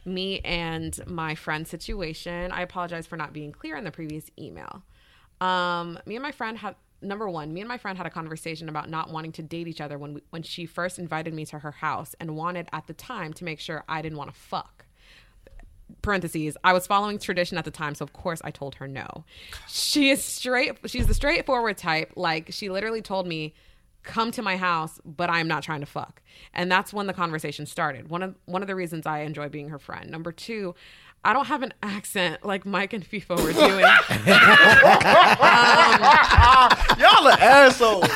[SPEAKER 6] Me and my friend situation. I apologize for not being clear in the previous email. Um, me and my friend had number one. Me and my friend had a conversation about not wanting to date each other when we, when she first invited me to her house and wanted at the time to make sure I didn't want to fuck. Parentheses. I was following tradition at the time, so of course I told her no. She is straight. She's the straightforward type. Like she literally told me, "Come to my house," but I'm not trying to fuck. And that's when the conversation started. One of one of the reasons I enjoy being her friend. Number two. I don't have an accent like Mike and FIFO were doing.
[SPEAKER 7] Y'all are assholes.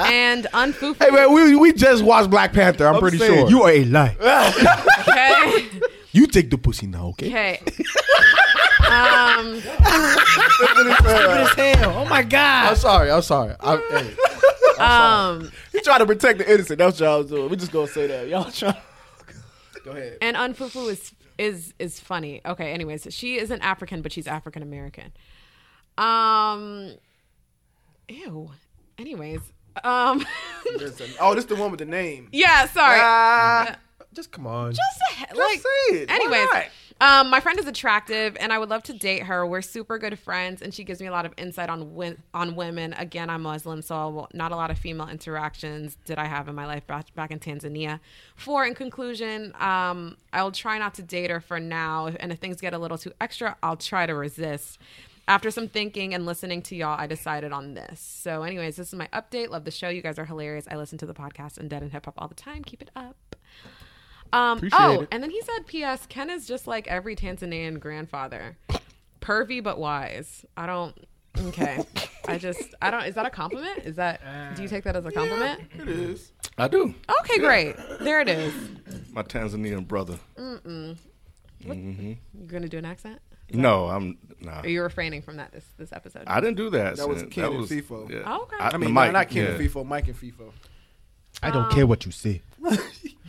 [SPEAKER 6] and unfoo
[SPEAKER 5] Hey man, we, we just watched Black Panther. I'm, pretty
[SPEAKER 7] saying,
[SPEAKER 5] sure
[SPEAKER 7] you
[SPEAKER 5] are a lie.
[SPEAKER 6] okay.
[SPEAKER 5] You take the pussy now, okay?
[SPEAKER 6] Okay.
[SPEAKER 3] Oh my god.
[SPEAKER 7] I'm sorry. I'm sorry. I'm, hey,
[SPEAKER 6] Um,
[SPEAKER 7] he trying to protect the innocent. That's what y'all doing. We just gonna say that. Y'all trying.
[SPEAKER 6] and unfufu is is is funny. Okay. Anyways, she isn't African, but she's African American. Um. Ew. Anyways. Um.
[SPEAKER 7] *laughs*
[SPEAKER 6] *laughs*
[SPEAKER 7] Oh, this the one with the name.
[SPEAKER 6] yeah. Sorry.
[SPEAKER 7] Ah.
[SPEAKER 2] Just come on.
[SPEAKER 6] Just a- like,
[SPEAKER 7] say it. Why
[SPEAKER 6] Anyways,
[SPEAKER 7] not?
[SPEAKER 6] um, my friend is attractive, and I would love to date her. We're super good friends, and she gives me a lot of insight on win- on women. Again, I'm Muslim, so not a lot of female interactions did I have in my life back, back in Tanzania. Four, in conclusion, um, I'll try not to date her for now, and if things get a little too extra, I'll try to resist. After some thinking and listening to y'all, I decided on this. So, anyways, this is my update. Love the show. You guys are hilarious. I listen to the podcast and Dead and Hip Hop all the time. Keep it up. Um, oh, and then he said, "P.S. Ken is just like every Tanzanian grandfather, pervy but wise." I don't. Okay, I just I don't. Is that a compliment? Is that? Do you take that as a compliment?
[SPEAKER 4] I do.
[SPEAKER 6] Okay, great. There it is.
[SPEAKER 4] My Tanzanian brother.
[SPEAKER 6] You gonna do an accent?
[SPEAKER 4] No, I'm nah.
[SPEAKER 6] Are you refraining from that this this episode?
[SPEAKER 4] I didn't do that.
[SPEAKER 8] That was
[SPEAKER 4] Sid.
[SPEAKER 8] Ken
[SPEAKER 4] that
[SPEAKER 8] and
[SPEAKER 4] was,
[SPEAKER 8] Fifo.
[SPEAKER 4] Yeah.
[SPEAKER 6] Oh, okay.
[SPEAKER 4] I,
[SPEAKER 8] I
[SPEAKER 4] mean,
[SPEAKER 8] mean,
[SPEAKER 4] Mike,
[SPEAKER 8] not Ken and
[SPEAKER 4] yeah.
[SPEAKER 8] FIFO, Mike and FIFO.
[SPEAKER 2] I don't care what you say.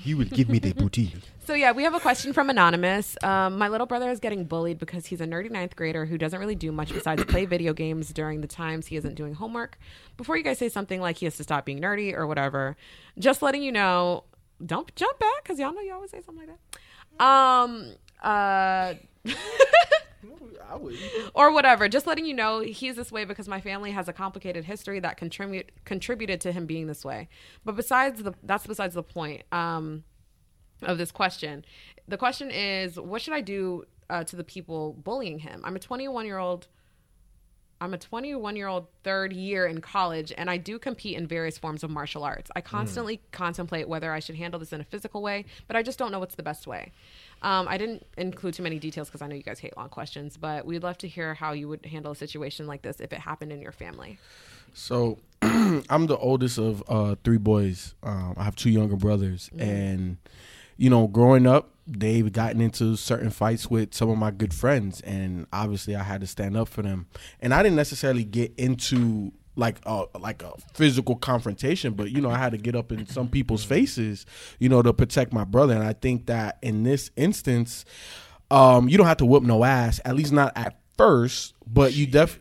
[SPEAKER 2] you will give me the booty.
[SPEAKER 6] So yeah, we have a question from anonymous. Um, my little brother is getting bullied because he's a nerdy ninth grader who doesn't really do much besides play video games during the times he isn't doing homework. Before you guys say something like he has to stop being nerdy or whatever, just letting you know, don't jump back because y'all know y'all would say something like that. Um, uh, *laughs* or whatever. Just letting you know he's this way because my family has a complicated history that contribute contributed to him being this way. But besides the that's besides the point. Um of this question. The question is, what should I do uh, to the people bullying him. I'm a 21 year old. I'm a 21 year old third year in college, and I do compete in various forms of martial arts. I constantly contemplate whether I should handle this in a physical way, but I just don't know what's the best way. Um, I didn't include too many details because I know you guys hate long questions, but we'd love to hear how you would handle a situation like this if it happened in your family.
[SPEAKER 5] So *clears throat* I'm the oldest of uh, three boys. Um, I have two younger brothers, and you know, growing up, they've gotten into certain fights with some of my good friends, and obviously, I had to stand up for them. And I didn't necessarily get into like a like a physical confrontation, but you know, I had to get up in some people's faces, you know, to protect my brother. And I think that in this instance, um, you don't have to whoop no ass, at least not at first, but you def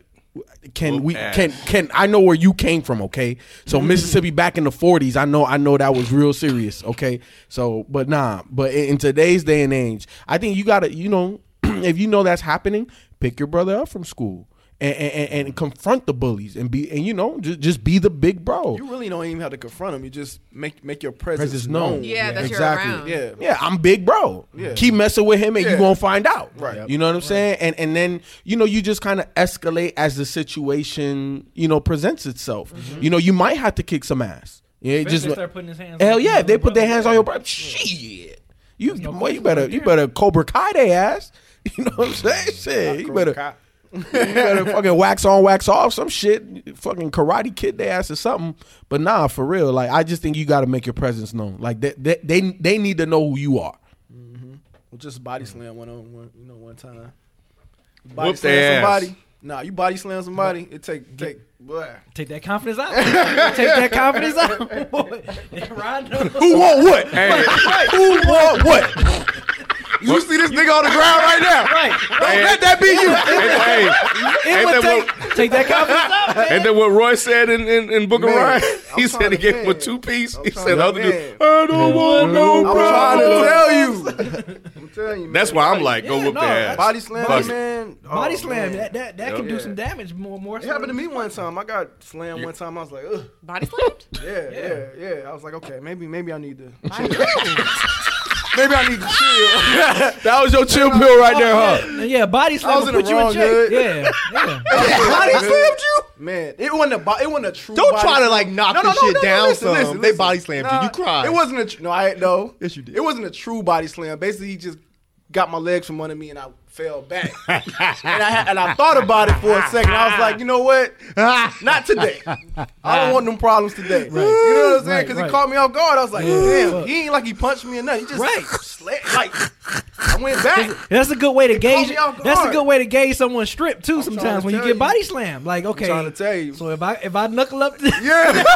[SPEAKER 5] can we
[SPEAKER 4] ass.
[SPEAKER 5] can can I know where you came from, okay? So Mississippi back in the forties, I know I know that was real serious, okay? So but nah, but in, in today's day and age, I think you gotta, you know, *clears throat* if you know that's happening, pick your brother up from school. And, and, and- and confront the bullies and be and you know just, just be the big bro.
[SPEAKER 7] You really don't even have to confront him. You just make make your presence,
[SPEAKER 5] Presence known.
[SPEAKER 7] known.
[SPEAKER 6] Yeah, that you're
[SPEAKER 5] exactly.
[SPEAKER 6] around.
[SPEAKER 7] Yeah.
[SPEAKER 5] Yeah, I'm big bro.
[SPEAKER 7] Yeah.
[SPEAKER 5] Keep messing with him and you
[SPEAKER 7] Yeah.
[SPEAKER 5] gonna find out.
[SPEAKER 7] Right.
[SPEAKER 5] You know what I'm saying? And and then, you know, you just kind of escalate as the situation, you know, presents itself.
[SPEAKER 7] Mm-hmm.
[SPEAKER 5] You know, you might have to kick some ass. Yeah, it
[SPEAKER 3] Just
[SPEAKER 5] just
[SPEAKER 3] start putting his hands.
[SPEAKER 5] Hell
[SPEAKER 3] on-
[SPEAKER 5] yeah,
[SPEAKER 3] on
[SPEAKER 5] if they
[SPEAKER 3] your
[SPEAKER 5] put their
[SPEAKER 3] brother.
[SPEAKER 5] hands on your brother. Shit. You,
[SPEAKER 3] no
[SPEAKER 5] boy, you
[SPEAKER 3] question
[SPEAKER 5] better
[SPEAKER 3] right
[SPEAKER 5] you
[SPEAKER 3] there.
[SPEAKER 5] better Cobra Kai they ass. *laughs* You know what I'm saying? Shit. You better you better fucking wax on, wax off, some shit. Fucking karate kid their ass or something. But nah, for real. Like I just think you got to make your presence known. Like they they, they they need to know who you are.
[SPEAKER 7] Well, just body slam one on one, you know, one time. Body
[SPEAKER 4] Whoop their ass.
[SPEAKER 7] somebody. Nah, you body slam somebody. It take take. Blah.
[SPEAKER 3] Take that confidence out. Take that confidence *laughs* out. boy. Ron knows.
[SPEAKER 5] Who want
[SPEAKER 4] *laughs*
[SPEAKER 5] what?
[SPEAKER 4] Hey,
[SPEAKER 5] who want what?
[SPEAKER 7] You see this nigga on the ground right now.
[SPEAKER 3] Right.
[SPEAKER 4] hey,
[SPEAKER 7] Let that be you.
[SPEAKER 4] hey, hey,
[SPEAKER 3] It
[SPEAKER 4] ain't
[SPEAKER 3] would
[SPEAKER 4] that
[SPEAKER 3] take, take that confidence out.
[SPEAKER 4] *laughs* what- ain't that what Roy said in, in, in Book of
[SPEAKER 7] Man,
[SPEAKER 4] Ryan?
[SPEAKER 7] I'm
[SPEAKER 4] He
[SPEAKER 7] trying to
[SPEAKER 4] said he gave him a
[SPEAKER 7] think.
[SPEAKER 4] two piece.
[SPEAKER 7] trying
[SPEAKER 4] He
[SPEAKER 7] to-
[SPEAKER 4] said the other dude,
[SPEAKER 7] man.
[SPEAKER 4] I don't want no
[SPEAKER 7] I'm trying
[SPEAKER 4] problem.
[SPEAKER 7] to tell you. *laughs* I'm telling you. Man.
[SPEAKER 4] That's why I'm like, go
[SPEAKER 3] Yeah,
[SPEAKER 4] whoop
[SPEAKER 3] no,
[SPEAKER 4] their ass.
[SPEAKER 7] body slam,
[SPEAKER 4] Fuck it.
[SPEAKER 7] man. Oh,
[SPEAKER 3] Body slam.
[SPEAKER 7] man.
[SPEAKER 3] That that, that can do
[SPEAKER 7] Yeah.
[SPEAKER 3] some damage more more.
[SPEAKER 7] It happened to me one time. I got slammed one time. I was like, ugh. *laughs*
[SPEAKER 6] Body slammed?
[SPEAKER 7] Yeah, yeah, yeah, I was like, okay, maybe, maybe I need to. chill. *laughs* maybe I need to chill.
[SPEAKER 5] That was your chill pill right there, huh?
[SPEAKER 3] Yeah, body slam
[SPEAKER 7] was
[SPEAKER 3] will
[SPEAKER 7] in the
[SPEAKER 3] put you in
[SPEAKER 7] wrong
[SPEAKER 3] check.
[SPEAKER 7] hood.
[SPEAKER 3] Yeah, yeah.
[SPEAKER 7] body
[SPEAKER 9] slammed
[SPEAKER 7] you, man. It wasn't a, bo- it wasn't a true.
[SPEAKER 9] Don't
[SPEAKER 7] body
[SPEAKER 9] try to
[SPEAKER 7] slam.
[SPEAKER 9] like knock
[SPEAKER 7] No, no,
[SPEAKER 9] the
[SPEAKER 7] no,
[SPEAKER 9] shit
[SPEAKER 7] no, no,
[SPEAKER 9] down.
[SPEAKER 7] listen,
[SPEAKER 9] some.
[SPEAKER 7] listen,
[SPEAKER 9] they
[SPEAKER 7] listen.
[SPEAKER 9] body slammed
[SPEAKER 7] Nah,
[SPEAKER 9] you. You cried.
[SPEAKER 7] It wasn't a tr- no. I no.
[SPEAKER 9] Yes, you did.
[SPEAKER 7] It wasn't a true body slam. Basically, he just got my legs from under me and I
[SPEAKER 9] *laughs*
[SPEAKER 7] fell back. and I had, and I thought about it for a second. I was like, you know what? Not today. I don't want them problems today. You know what I'm saying?
[SPEAKER 3] Right,
[SPEAKER 7] Because
[SPEAKER 3] right.
[SPEAKER 7] he caught me off guard. I was like, damn, he ain't like he punched me or nothing. He just
[SPEAKER 3] Right.
[SPEAKER 7] sla- like I went back.
[SPEAKER 3] That's a good way to gauge.
[SPEAKER 7] me off
[SPEAKER 3] That's a
[SPEAKER 7] guard.
[SPEAKER 3] good way to gauge someone's strip too.
[SPEAKER 7] trying
[SPEAKER 3] sometimes
[SPEAKER 7] to
[SPEAKER 3] when you
[SPEAKER 7] tell
[SPEAKER 3] get
[SPEAKER 7] you.
[SPEAKER 3] body slammed, like okay,
[SPEAKER 7] trying to tell you.
[SPEAKER 3] So if I if I knuckle up, no,
[SPEAKER 4] *laughs*
[SPEAKER 7] Yeah, *laughs*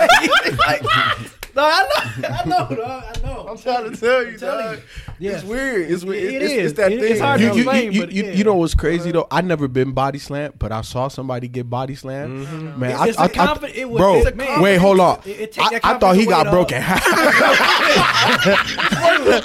[SPEAKER 3] I know, I know, dog, I know.
[SPEAKER 7] I'm trying to tell you,
[SPEAKER 3] telling
[SPEAKER 7] dog.
[SPEAKER 3] Yeah.
[SPEAKER 7] It's weird. It's weird.
[SPEAKER 3] It
[SPEAKER 7] It- it's,
[SPEAKER 3] is.
[SPEAKER 7] It's that
[SPEAKER 3] It-
[SPEAKER 7] thing.
[SPEAKER 3] it's hard to
[SPEAKER 5] You, you, you,
[SPEAKER 3] Explain,
[SPEAKER 5] you,
[SPEAKER 3] but
[SPEAKER 5] you,
[SPEAKER 3] yeah.
[SPEAKER 5] you know what's crazy though? I never been body slammed, but I saw somebody get body slammed. Man,
[SPEAKER 3] Mm-hmm. It's-
[SPEAKER 5] I,
[SPEAKER 3] it's a
[SPEAKER 5] I, I-
[SPEAKER 3] confi- it was-
[SPEAKER 5] bro,
[SPEAKER 3] it's a confidence-
[SPEAKER 5] wait, hold on.
[SPEAKER 3] it- it take
[SPEAKER 5] I,
[SPEAKER 3] that
[SPEAKER 5] I thought he
[SPEAKER 3] confidence
[SPEAKER 5] got
[SPEAKER 3] away,
[SPEAKER 5] broken.
[SPEAKER 7] yeah,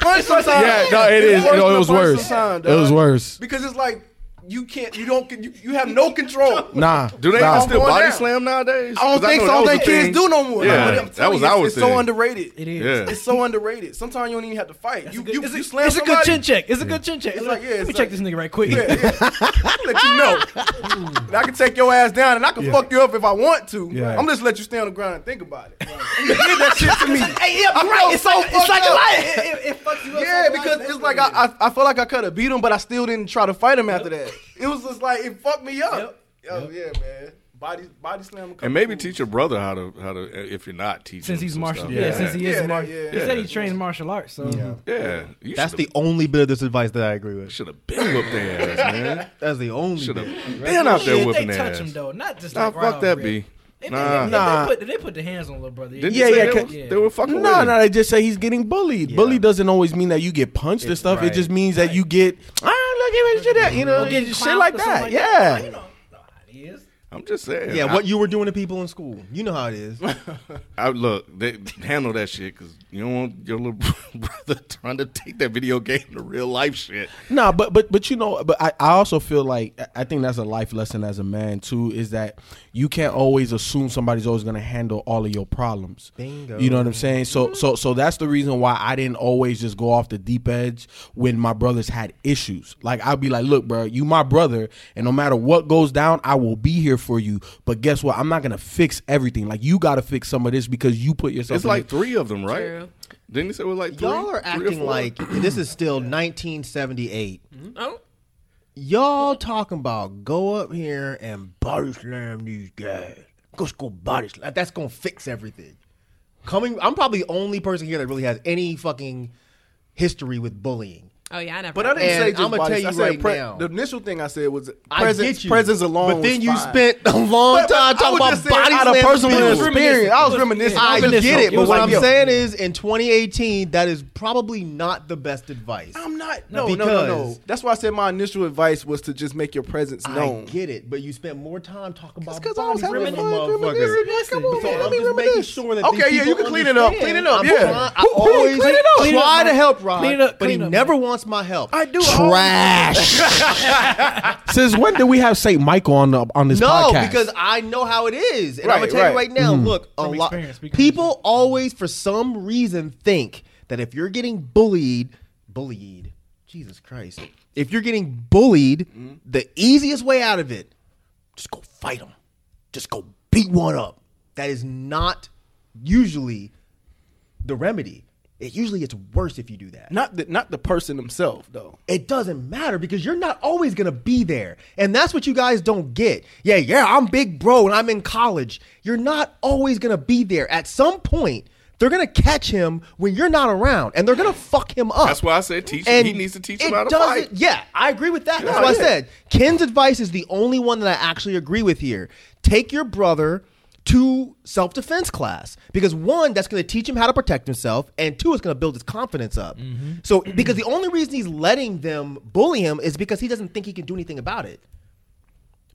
[SPEAKER 5] *laughs*
[SPEAKER 3] *laughs*
[SPEAKER 5] no, it is. No, it was worse. It was worse.
[SPEAKER 7] Because it's like you can't, you don't, you, you have no control.
[SPEAKER 5] Nah.
[SPEAKER 4] Do they
[SPEAKER 5] nah.
[SPEAKER 4] even still
[SPEAKER 7] going
[SPEAKER 4] body
[SPEAKER 7] down.
[SPEAKER 4] slam nowadays?
[SPEAKER 7] I don't
[SPEAKER 4] 'Cause
[SPEAKER 7] think
[SPEAKER 4] know
[SPEAKER 7] so. I
[SPEAKER 4] that
[SPEAKER 7] don't
[SPEAKER 4] was
[SPEAKER 7] think
[SPEAKER 4] the
[SPEAKER 7] kids
[SPEAKER 4] thing.
[SPEAKER 7] do no more.
[SPEAKER 4] Yeah,
[SPEAKER 7] Like, I'm
[SPEAKER 4] that
[SPEAKER 7] telling
[SPEAKER 4] was
[SPEAKER 7] you, it's,
[SPEAKER 4] our
[SPEAKER 7] it's so
[SPEAKER 4] thing.
[SPEAKER 7] underrated.
[SPEAKER 3] It is.
[SPEAKER 4] Yeah.
[SPEAKER 7] It's so underrated. Sometimes you don't even have to fight. you you,
[SPEAKER 3] it's,
[SPEAKER 7] you
[SPEAKER 3] a,
[SPEAKER 7] slam
[SPEAKER 3] it's a good
[SPEAKER 7] somebody,
[SPEAKER 3] chin check. It's a good chin check.
[SPEAKER 7] like, yeah,
[SPEAKER 3] Let
[SPEAKER 7] it's
[SPEAKER 3] me check
[SPEAKER 7] like-
[SPEAKER 3] this nigga
[SPEAKER 7] *laughs*
[SPEAKER 3] right quick.
[SPEAKER 7] Yeah, yeah. I'll let you know. And I can take your ass down and I can fuck you up if I want to.
[SPEAKER 5] Yeah.
[SPEAKER 7] I'm just let you stay on the ground and think about it. you did that shit to *laughs* me.
[SPEAKER 3] Hey, yeah,
[SPEAKER 7] I'm
[SPEAKER 3] right.
[SPEAKER 7] so fucked
[SPEAKER 3] It's like it's like a
[SPEAKER 7] up.
[SPEAKER 3] lion. It, it, it fucks you up.
[SPEAKER 7] Yeah,
[SPEAKER 3] so much.
[SPEAKER 7] because it's like I, I I felt like I could have beat him, but I still didn't try to fight him after that. It was just like it fucked me up. Oh yeah, man. Body body slam.
[SPEAKER 4] And maybe teach your brother how to how to if you're not teaching.
[SPEAKER 3] since
[SPEAKER 4] him
[SPEAKER 3] he's
[SPEAKER 4] some
[SPEAKER 3] martial,
[SPEAKER 4] stuff.
[SPEAKER 3] yeah, since he is
[SPEAKER 7] Yeah,
[SPEAKER 3] martial,
[SPEAKER 7] yeah,
[SPEAKER 3] he said he
[SPEAKER 4] yeah.
[SPEAKER 3] trains martial arts. So
[SPEAKER 4] yeah. You
[SPEAKER 9] That's the
[SPEAKER 4] should've-
[SPEAKER 9] only bit of this advice that I agree with.
[SPEAKER 4] should have been whooped their ass, man.
[SPEAKER 9] That's the only
[SPEAKER 4] Should
[SPEAKER 9] bit.
[SPEAKER 4] have been out there
[SPEAKER 3] Shit, they
[SPEAKER 4] whooping
[SPEAKER 3] touch
[SPEAKER 4] their ass.
[SPEAKER 3] him though, not just
[SPEAKER 4] Nah,
[SPEAKER 3] like right
[SPEAKER 4] fuck
[SPEAKER 3] off
[SPEAKER 4] that
[SPEAKER 3] rip.
[SPEAKER 4] B.
[SPEAKER 3] If They,
[SPEAKER 4] Nah.
[SPEAKER 3] if
[SPEAKER 5] Nah.
[SPEAKER 3] They, put, if they put the hands on little brother.
[SPEAKER 4] Didn't
[SPEAKER 5] Yeah,
[SPEAKER 4] you say
[SPEAKER 5] yeah,
[SPEAKER 4] they,
[SPEAKER 5] can-
[SPEAKER 4] were, they were fucking with
[SPEAKER 5] No,
[SPEAKER 4] him.
[SPEAKER 5] no, they just say he's getting bullied. Bully doesn't always mean that you get punched and stuff. It
[SPEAKER 9] right,
[SPEAKER 5] just means that you get ah, look at me, shit, that," you know,
[SPEAKER 3] Or getting
[SPEAKER 5] shit
[SPEAKER 3] clowned
[SPEAKER 5] like
[SPEAKER 3] or something
[SPEAKER 5] that.
[SPEAKER 3] Like that.
[SPEAKER 5] Yeah.
[SPEAKER 3] You know, nah, he is.
[SPEAKER 4] I'm just saying.
[SPEAKER 2] Yeah,
[SPEAKER 4] I-
[SPEAKER 2] what you were doing to people in school. You know how it is.
[SPEAKER 4] I look, they handle that shit because you don't want your little *laughs* brother trying to take that video game to real life shit.
[SPEAKER 5] No, but but but you know, but I, I also feel like I- I think that's a life lesson as a man too, is that you can't always assume somebody's always gonna handle all of your problems.
[SPEAKER 2] Bingo.
[SPEAKER 5] You know what I'm saying? So so so that's the reason why I didn't always just go off the deep edge when my brothers had issues. Like I'd be like, look, bro, you my brother, and no matter what goes down, I will be here for you. But guess what? I'm not gonna fix everything. Like you gotta fix some of this because you put yourself
[SPEAKER 4] It's
[SPEAKER 5] in
[SPEAKER 4] like
[SPEAKER 5] it.
[SPEAKER 4] three of them, right?
[SPEAKER 6] True.
[SPEAKER 4] Didn't you say it was like three?
[SPEAKER 2] Y'all are
[SPEAKER 4] Three or
[SPEAKER 2] acting
[SPEAKER 4] four?
[SPEAKER 2] like this is still 1978.
[SPEAKER 6] Oh,
[SPEAKER 2] Y'all talking about go up here and body slam these guys. Let's go body slam. That's gonna fix everything. Coming, I'm probably the only person here that really has any fucking history with bullying.
[SPEAKER 6] oh yeah, I never.
[SPEAKER 7] But I didn't
[SPEAKER 2] And
[SPEAKER 7] say just
[SPEAKER 2] I'ma
[SPEAKER 7] bodies.
[SPEAKER 2] tell you
[SPEAKER 7] I said
[SPEAKER 2] right
[SPEAKER 7] pre-
[SPEAKER 2] now.
[SPEAKER 7] The initial thing I said was
[SPEAKER 2] I
[SPEAKER 7] presence.
[SPEAKER 2] get you.
[SPEAKER 7] Presence alone.
[SPEAKER 2] But then
[SPEAKER 7] was
[SPEAKER 2] you
[SPEAKER 7] fine.
[SPEAKER 2] spent a long
[SPEAKER 7] But- but
[SPEAKER 2] time
[SPEAKER 7] I
[SPEAKER 2] talking
[SPEAKER 7] was
[SPEAKER 2] Oh, about
[SPEAKER 7] just saying
[SPEAKER 2] body
[SPEAKER 7] out of
[SPEAKER 2] slam
[SPEAKER 7] personal
[SPEAKER 2] people.
[SPEAKER 7] experience. I was reminiscing.
[SPEAKER 2] I
[SPEAKER 7] was
[SPEAKER 2] get it,
[SPEAKER 7] reminiscing.
[SPEAKER 2] but
[SPEAKER 7] was
[SPEAKER 2] what
[SPEAKER 7] like,
[SPEAKER 2] I'm
[SPEAKER 7] yo,
[SPEAKER 2] saying is, in 2018, that is probably not the best advice.
[SPEAKER 7] I'm not. No, no, no, no.
[SPEAKER 2] Because-
[SPEAKER 7] That's why I said my initial advice was to just make your presence
[SPEAKER 2] I
[SPEAKER 7] known.
[SPEAKER 2] get it, but you spent more time talking about
[SPEAKER 7] That's 'cause I was
[SPEAKER 2] body
[SPEAKER 7] having
[SPEAKER 2] rimming
[SPEAKER 7] fun reminiscing.
[SPEAKER 2] motherfuckers.
[SPEAKER 7] Come
[SPEAKER 2] So
[SPEAKER 7] on, man, let
[SPEAKER 2] I'm
[SPEAKER 7] me
[SPEAKER 2] just making
[SPEAKER 7] reminisce.
[SPEAKER 2] sure that
[SPEAKER 7] Okay,
[SPEAKER 2] these
[SPEAKER 7] yeah, you
[SPEAKER 2] people
[SPEAKER 7] can clean it up, clean it up,
[SPEAKER 2] understand.
[SPEAKER 7] yeah.
[SPEAKER 2] I'm trying- I
[SPEAKER 7] Who- who-
[SPEAKER 2] always
[SPEAKER 7] clean it up? Clean it
[SPEAKER 2] try
[SPEAKER 3] up,
[SPEAKER 2] to
[SPEAKER 3] man.
[SPEAKER 2] help Rod,
[SPEAKER 3] Clean it up,
[SPEAKER 2] but he
[SPEAKER 3] clean it up,
[SPEAKER 2] never wants my help.
[SPEAKER 7] I do. I always-
[SPEAKER 2] *laughs* Trash.
[SPEAKER 5] Since when did we have Saint Michael on the, on this
[SPEAKER 2] no,
[SPEAKER 5] podcast? Mm-hmm.
[SPEAKER 2] because uh, I know how it is, and I'm
[SPEAKER 7] Right,
[SPEAKER 2] gonna tell
[SPEAKER 7] right.
[SPEAKER 2] you right now. Look, a lot
[SPEAKER 3] experience, because-
[SPEAKER 2] people always, for some reason, think that if you're getting bullied, bullied, Jesus Christ, if you're getting bullied,
[SPEAKER 7] Mm-hmm.
[SPEAKER 2] the easiest way out of it, just go fight them, just go beat one up. That is not usually the remedy. It usually it's worse if you do that
[SPEAKER 7] Not the not the person himself though.
[SPEAKER 2] it doesn't matter because you're not always going to be there. And that's what you guys don't get. Yeah, yeah, I'm big bro and I'm in college. You're not always going to be there. At some point, they're going to catch him when you're not around and they're going to fuck him up.
[SPEAKER 4] That's why I said teach- he needs to teach him
[SPEAKER 2] it
[SPEAKER 4] how to
[SPEAKER 2] doesn't-
[SPEAKER 4] fight.
[SPEAKER 2] Yeah, I agree with that. That's what I said. Ken's advice is the only one that I actually agree with here. Take your brother to self defense class because one, that's going to teach him how to protect himself, and two, it's going to build his confidence up.
[SPEAKER 4] Mm-hmm.
[SPEAKER 2] So, because the only reason he's letting them bully him is because he doesn't think he can do anything about it.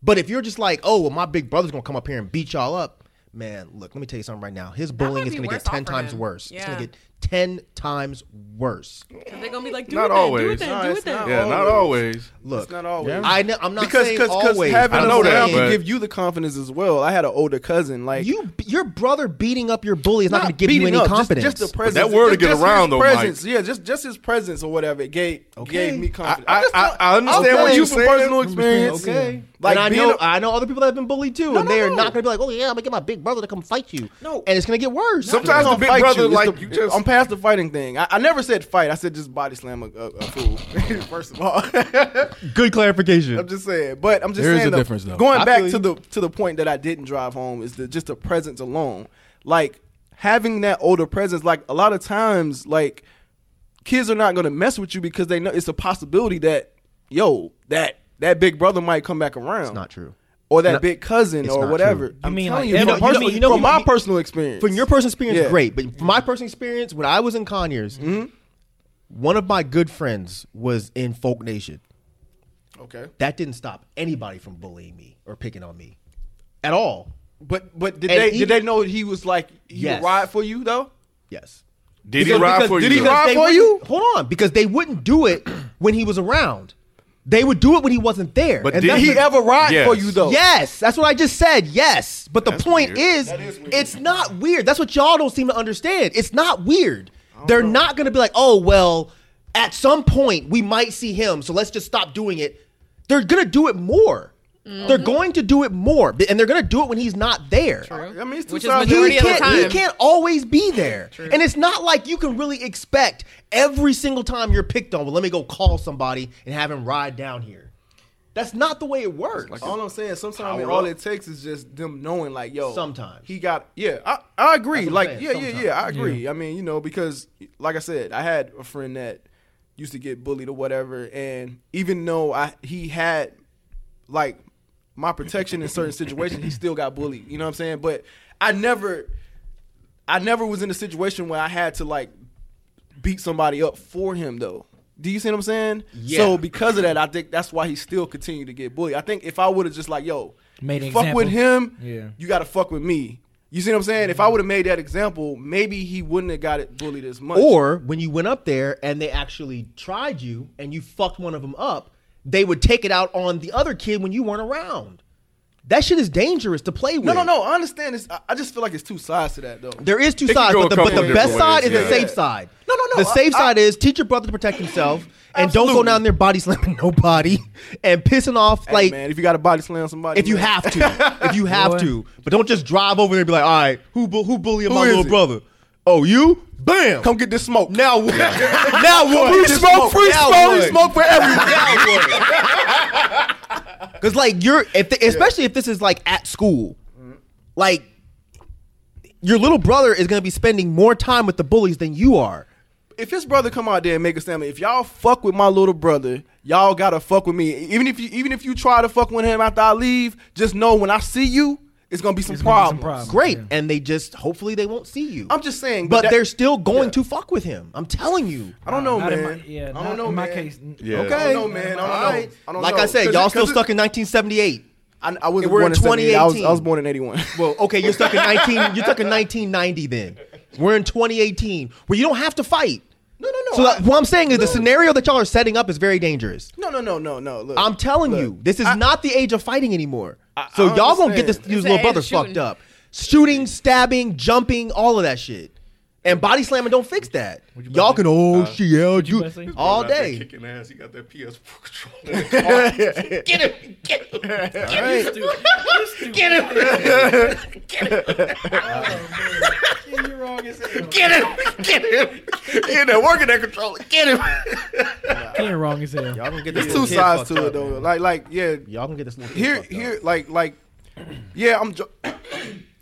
[SPEAKER 2] But if you're just like, oh, well, my big brother's gonna come up here and beat y'all up, man, look, let me tell you something right now. His bullying
[SPEAKER 6] might
[SPEAKER 2] is
[SPEAKER 6] be
[SPEAKER 2] gonna
[SPEAKER 6] worse
[SPEAKER 2] get
[SPEAKER 6] off
[SPEAKER 2] 10
[SPEAKER 6] for
[SPEAKER 2] times
[SPEAKER 6] him.
[SPEAKER 2] worse. It's
[SPEAKER 6] Yeah.
[SPEAKER 2] gonna get 10 times worse.
[SPEAKER 6] 'Cause they're gonna be like, do
[SPEAKER 4] Not
[SPEAKER 6] it
[SPEAKER 4] always.
[SPEAKER 6] then, do
[SPEAKER 4] No,
[SPEAKER 6] it then, do
[SPEAKER 7] it's
[SPEAKER 6] it then.
[SPEAKER 7] not
[SPEAKER 4] yeah, not always.
[SPEAKER 2] Look,
[SPEAKER 7] It's not always.
[SPEAKER 2] I know, I'm not
[SPEAKER 7] because
[SPEAKER 2] saying
[SPEAKER 7] cause, 'cause
[SPEAKER 2] always.
[SPEAKER 7] having
[SPEAKER 4] I
[SPEAKER 2] I'm
[SPEAKER 7] them
[SPEAKER 4] know that,
[SPEAKER 7] around
[SPEAKER 2] saying
[SPEAKER 4] but-
[SPEAKER 7] can give you the confidence as well. I had an older cousin like
[SPEAKER 2] you, your brother beating up your bully is not, gonna give you
[SPEAKER 7] beating
[SPEAKER 2] any
[SPEAKER 7] up, just-
[SPEAKER 2] confidence.
[SPEAKER 7] Just, the presence.
[SPEAKER 4] word
[SPEAKER 7] just,
[SPEAKER 4] to get
[SPEAKER 7] just
[SPEAKER 4] around,
[SPEAKER 7] his
[SPEAKER 4] though, Mike.
[SPEAKER 7] presence. Yeah, just just his presence or whatever. It gave gave me confidence.
[SPEAKER 4] I-
[SPEAKER 7] I'm just
[SPEAKER 4] I-
[SPEAKER 7] talking-
[SPEAKER 4] I understand
[SPEAKER 7] I'm
[SPEAKER 4] what you're
[SPEAKER 7] saying
[SPEAKER 4] saying.
[SPEAKER 7] From personal experience.
[SPEAKER 2] Okay.
[SPEAKER 7] Like
[SPEAKER 2] and I
[SPEAKER 7] being
[SPEAKER 2] know
[SPEAKER 7] a-
[SPEAKER 2] I know other people that have been bullied too, and
[SPEAKER 7] no,
[SPEAKER 2] they are
[SPEAKER 7] no.
[SPEAKER 2] not gonna be like, "Oh yeah, I'm gonna get my big brother to come fight you."
[SPEAKER 7] No.
[SPEAKER 2] and it's gonna get worse.
[SPEAKER 4] Sometimes the
[SPEAKER 7] Don't
[SPEAKER 4] big
[SPEAKER 7] fight
[SPEAKER 4] brother,
[SPEAKER 7] you. It's
[SPEAKER 4] like
[SPEAKER 7] the-
[SPEAKER 4] you just.
[SPEAKER 7] I'm past the fighting thing. I, I never said fight. I said just body slam a, a, a
[SPEAKER 4] *laughs*
[SPEAKER 7] fool. First of all,
[SPEAKER 2] good clarification.
[SPEAKER 7] *laughs* I'm just saying. But I'm just
[SPEAKER 5] There is
[SPEAKER 7] saying
[SPEAKER 5] a
[SPEAKER 7] the-
[SPEAKER 5] difference, though.
[SPEAKER 7] Going
[SPEAKER 2] I
[SPEAKER 7] back
[SPEAKER 2] feel
[SPEAKER 7] to
[SPEAKER 2] you.
[SPEAKER 7] the to the point that I didn't drive home is the just the presence alone. Like having that older presence, like a lot of times, like kids are not gonna mess with you because they know it's a possibility that, yo, that that big brother might come back around. It's
[SPEAKER 2] not true.
[SPEAKER 7] Or that
[SPEAKER 2] Not-
[SPEAKER 7] big cousin
[SPEAKER 2] it's
[SPEAKER 7] or
[SPEAKER 2] not
[SPEAKER 7] whatever.
[SPEAKER 2] true.
[SPEAKER 7] I
[SPEAKER 3] You
[SPEAKER 7] mean, telling
[SPEAKER 3] mean like-
[SPEAKER 7] you,
[SPEAKER 3] you know-
[SPEAKER 7] from, personal,
[SPEAKER 3] you know- you know-
[SPEAKER 7] from my personal experience.
[SPEAKER 2] from your personal experience,
[SPEAKER 7] Yeah.
[SPEAKER 2] great. But from my personal experience, when I was in Conyers,
[SPEAKER 3] Mm-hmm.
[SPEAKER 2] one of my good friends was in Folk Nation.
[SPEAKER 7] okay.
[SPEAKER 2] That didn't stop anybody from bullying me or picking on me at all.
[SPEAKER 7] But but did
[SPEAKER 2] And
[SPEAKER 7] they
[SPEAKER 2] even-
[SPEAKER 7] did they know he was like he
[SPEAKER 2] Yes.
[SPEAKER 7] would ride for you though?
[SPEAKER 2] Yes.
[SPEAKER 4] did he ride for
[SPEAKER 7] did
[SPEAKER 4] you?
[SPEAKER 7] he
[SPEAKER 4] though?
[SPEAKER 7] ride-
[SPEAKER 2] They
[SPEAKER 7] for
[SPEAKER 2] wouldn't-
[SPEAKER 7] you?
[SPEAKER 2] Hold on, because they wouldn't do it *clears throat* when he was around. They would do it when he wasn't there.
[SPEAKER 4] But
[SPEAKER 2] And
[SPEAKER 4] did
[SPEAKER 2] that's
[SPEAKER 7] Did he
[SPEAKER 2] the-
[SPEAKER 7] ever ride
[SPEAKER 4] Yes.
[SPEAKER 7] for you though?
[SPEAKER 2] Yes, that's what I just said. Yes, but the point
[SPEAKER 4] weird.
[SPEAKER 2] is, it's not weird. That's what y'all don't seem to understand. It's not weird. They're not going to be like, oh well, at some point we might see him, so let's just stop doing it. They're going to do it more.
[SPEAKER 6] Mm-hmm.
[SPEAKER 2] They're going to do it more, b- and they're going to do it when he's not there.
[SPEAKER 7] I mean, it's two
[SPEAKER 6] Which is
[SPEAKER 7] sides to
[SPEAKER 2] He
[SPEAKER 7] every
[SPEAKER 6] majority of the
[SPEAKER 2] can't,
[SPEAKER 6] time.
[SPEAKER 2] he can't always be there. And it's not like you can really expect every single time you're picked on, well, let me go call somebody and have him ride down here. That's not the way it works.
[SPEAKER 7] All I'm saying, sometimes
[SPEAKER 4] Power
[SPEAKER 7] all
[SPEAKER 4] up.
[SPEAKER 7] it takes is just them knowing, like, yo,
[SPEAKER 2] Sometimes.
[SPEAKER 7] he got, yeah, I, I agree,
[SPEAKER 2] That's what
[SPEAKER 7] like,
[SPEAKER 2] I'm
[SPEAKER 7] yeah,
[SPEAKER 2] saying,
[SPEAKER 7] yeah,
[SPEAKER 2] sometimes.
[SPEAKER 7] yeah, I agree. I mean, you know, because like I said, I had a friend that used to get bullied or whatever, and even though I he had like my protection in certain situations, he still got bullied. You know what I'm saying? But I never, I never was in a situation where I had to like beat somebody up for him though. Do you see what I'm saying?
[SPEAKER 2] Yeah.
[SPEAKER 7] So because of that, I think that's why he still continued to get bullied. I think if I would have just like, yo,
[SPEAKER 3] Made an
[SPEAKER 7] fuck with him,
[SPEAKER 3] example. Yeah.
[SPEAKER 7] you got to fuck with me. You see what I'm saying? If I would have made that example, maybe he wouldn't have got it bullied as much.
[SPEAKER 2] Or when you went up there and they actually tried you and you fucked one of them up, they would take it out on the other kid when you weren't around. That shit is dangerous to play with.
[SPEAKER 7] no, no, no. I understand this. I, I just feel like it's two sides to that, though.
[SPEAKER 2] There is two
[SPEAKER 4] It can
[SPEAKER 2] sides,
[SPEAKER 4] go
[SPEAKER 2] but
[SPEAKER 4] a
[SPEAKER 2] the, but
[SPEAKER 4] couple
[SPEAKER 2] the best
[SPEAKER 4] different
[SPEAKER 2] side is
[SPEAKER 4] ways,
[SPEAKER 2] the
[SPEAKER 4] yeah.
[SPEAKER 2] safe side.
[SPEAKER 7] No, no, no,
[SPEAKER 2] The
[SPEAKER 7] I-
[SPEAKER 2] safe
[SPEAKER 7] I-
[SPEAKER 2] side is teach your brother to protect himself and don't go
[SPEAKER 7] Absolutely.
[SPEAKER 2] down there body slamming *laughs* nobody and pissing off
[SPEAKER 7] Hey,
[SPEAKER 2] like
[SPEAKER 7] man, if you got to body slam somebody,
[SPEAKER 2] if you
[SPEAKER 7] man.
[SPEAKER 2] have to, if you have
[SPEAKER 3] Boy.
[SPEAKER 2] to, but don't just drive over there and be like, all right, who bu- who bullying my
[SPEAKER 7] is
[SPEAKER 2] little
[SPEAKER 7] it?"
[SPEAKER 2] brother? Oh, you? Bam!
[SPEAKER 7] come get this smoke.
[SPEAKER 2] now what? *laughs* now what?
[SPEAKER 7] free smoke, free
[SPEAKER 2] Now
[SPEAKER 7] smoke,
[SPEAKER 2] what?
[SPEAKER 7] free smoke for everything. *laughs*
[SPEAKER 2] Because like you're, if the, especially if this is like at school, like your little brother is gonna be spending more time with the bullies than you are.
[SPEAKER 7] if his brother come out there and make a statement, if y'all fuck with my little brother, y'all gotta fuck with me. Even if you even if you try to fuck with him after I leave, just know when I see you, it's gonna be some,
[SPEAKER 3] gonna be
[SPEAKER 7] problems.
[SPEAKER 3] some problem.
[SPEAKER 2] Great,
[SPEAKER 3] Yeah.
[SPEAKER 2] and they just hopefully they won't see you.
[SPEAKER 7] I'm just saying,
[SPEAKER 2] but
[SPEAKER 7] but, that-
[SPEAKER 2] they're still going to fuck with him. I'm telling you.
[SPEAKER 7] I don't know,
[SPEAKER 3] Not
[SPEAKER 7] man.
[SPEAKER 3] in my- yeah,
[SPEAKER 7] I
[SPEAKER 3] not
[SPEAKER 7] don't know,
[SPEAKER 3] in my
[SPEAKER 7] man.
[SPEAKER 3] case.
[SPEAKER 4] Yeah.
[SPEAKER 7] Okay, I don't know, man. I don't know.
[SPEAKER 2] Alright.
[SPEAKER 7] I don't
[SPEAKER 2] like
[SPEAKER 7] know.
[SPEAKER 2] I said,
[SPEAKER 7] 'Cause
[SPEAKER 2] y'all
[SPEAKER 7] it-
[SPEAKER 2] still
[SPEAKER 7] 'cause it-
[SPEAKER 2] stuck in 1978.
[SPEAKER 7] I, I wasn't
[SPEAKER 2] We're
[SPEAKER 7] born
[SPEAKER 2] in
[SPEAKER 7] in 78. I was, I
[SPEAKER 2] 2018.
[SPEAKER 7] was born in 81.
[SPEAKER 2] Well, oh, okay, you're
[SPEAKER 7] *laughs*
[SPEAKER 2] stuck in 19. You're stuck in 1990. Then we're in 2018, where you don't have to fight.
[SPEAKER 7] no, no, no.
[SPEAKER 2] So
[SPEAKER 7] I-
[SPEAKER 2] that, what I'm saying is the scenario that y'all are setting up is very dangerous.
[SPEAKER 7] no, no, no, no, no. Look,
[SPEAKER 2] I'm telling
[SPEAKER 7] look,
[SPEAKER 2] you, this is
[SPEAKER 7] I-
[SPEAKER 2] not the age of fighting anymore. so
[SPEAKER 7] I
[SPEAKER 2] y'all gonna get this, these
[SPEAKER 7] understand.
[SPEAKER 6] It's the
[SPEAKER 2] little
[SPEAKER 6] age
[SPEAKER 2] brothers
[SPEAKER 6] of shooting.
[SPEAKER 2] fucked up, shooting, stabbing, jumping, all of that shit, and body slamming don't fix that. Y'all can oh she yelled you
[SPEAKER 3] about to say?
[SPEAKER 2] all
[SPEAKER 4] Out there
[SPEAKER 2] day.
[SPEAKER 4] Kicking ass. He got that PS4
[SPEAKER 7] *laughs*
[SPEAKER 4] controller.
[SPEAKER 7] *laughs*
[SPEAKER 4] Oh,
[SPEAKER 9] Yeah, they're working that controller. Get him.
[SPEAKER 3] Ken wrong as hell.
[SPEAKER 2] Y'all gonna get
[SPEAKER 7] There's
[SPEAKER 2] little
[SPEAKER 7] two
[SPEAKER 2] kid
[SPEAKER 7] sides
[SPEAKER 2] fucked
[SPEAKER 7] to
[SPEAKER 2] up,
[SPEAKER 7] it, though.
[SPEAKER 2] man.
[SPEAKER 7] Like, like, yeah.
[SPEAKER 2] Y'all gonna get this little kid
[SPEAKER 7] Here,
[SPEAKER 2] fucked up.
[SPEAKER 7] here, like, like, yeah. I'm. Jo-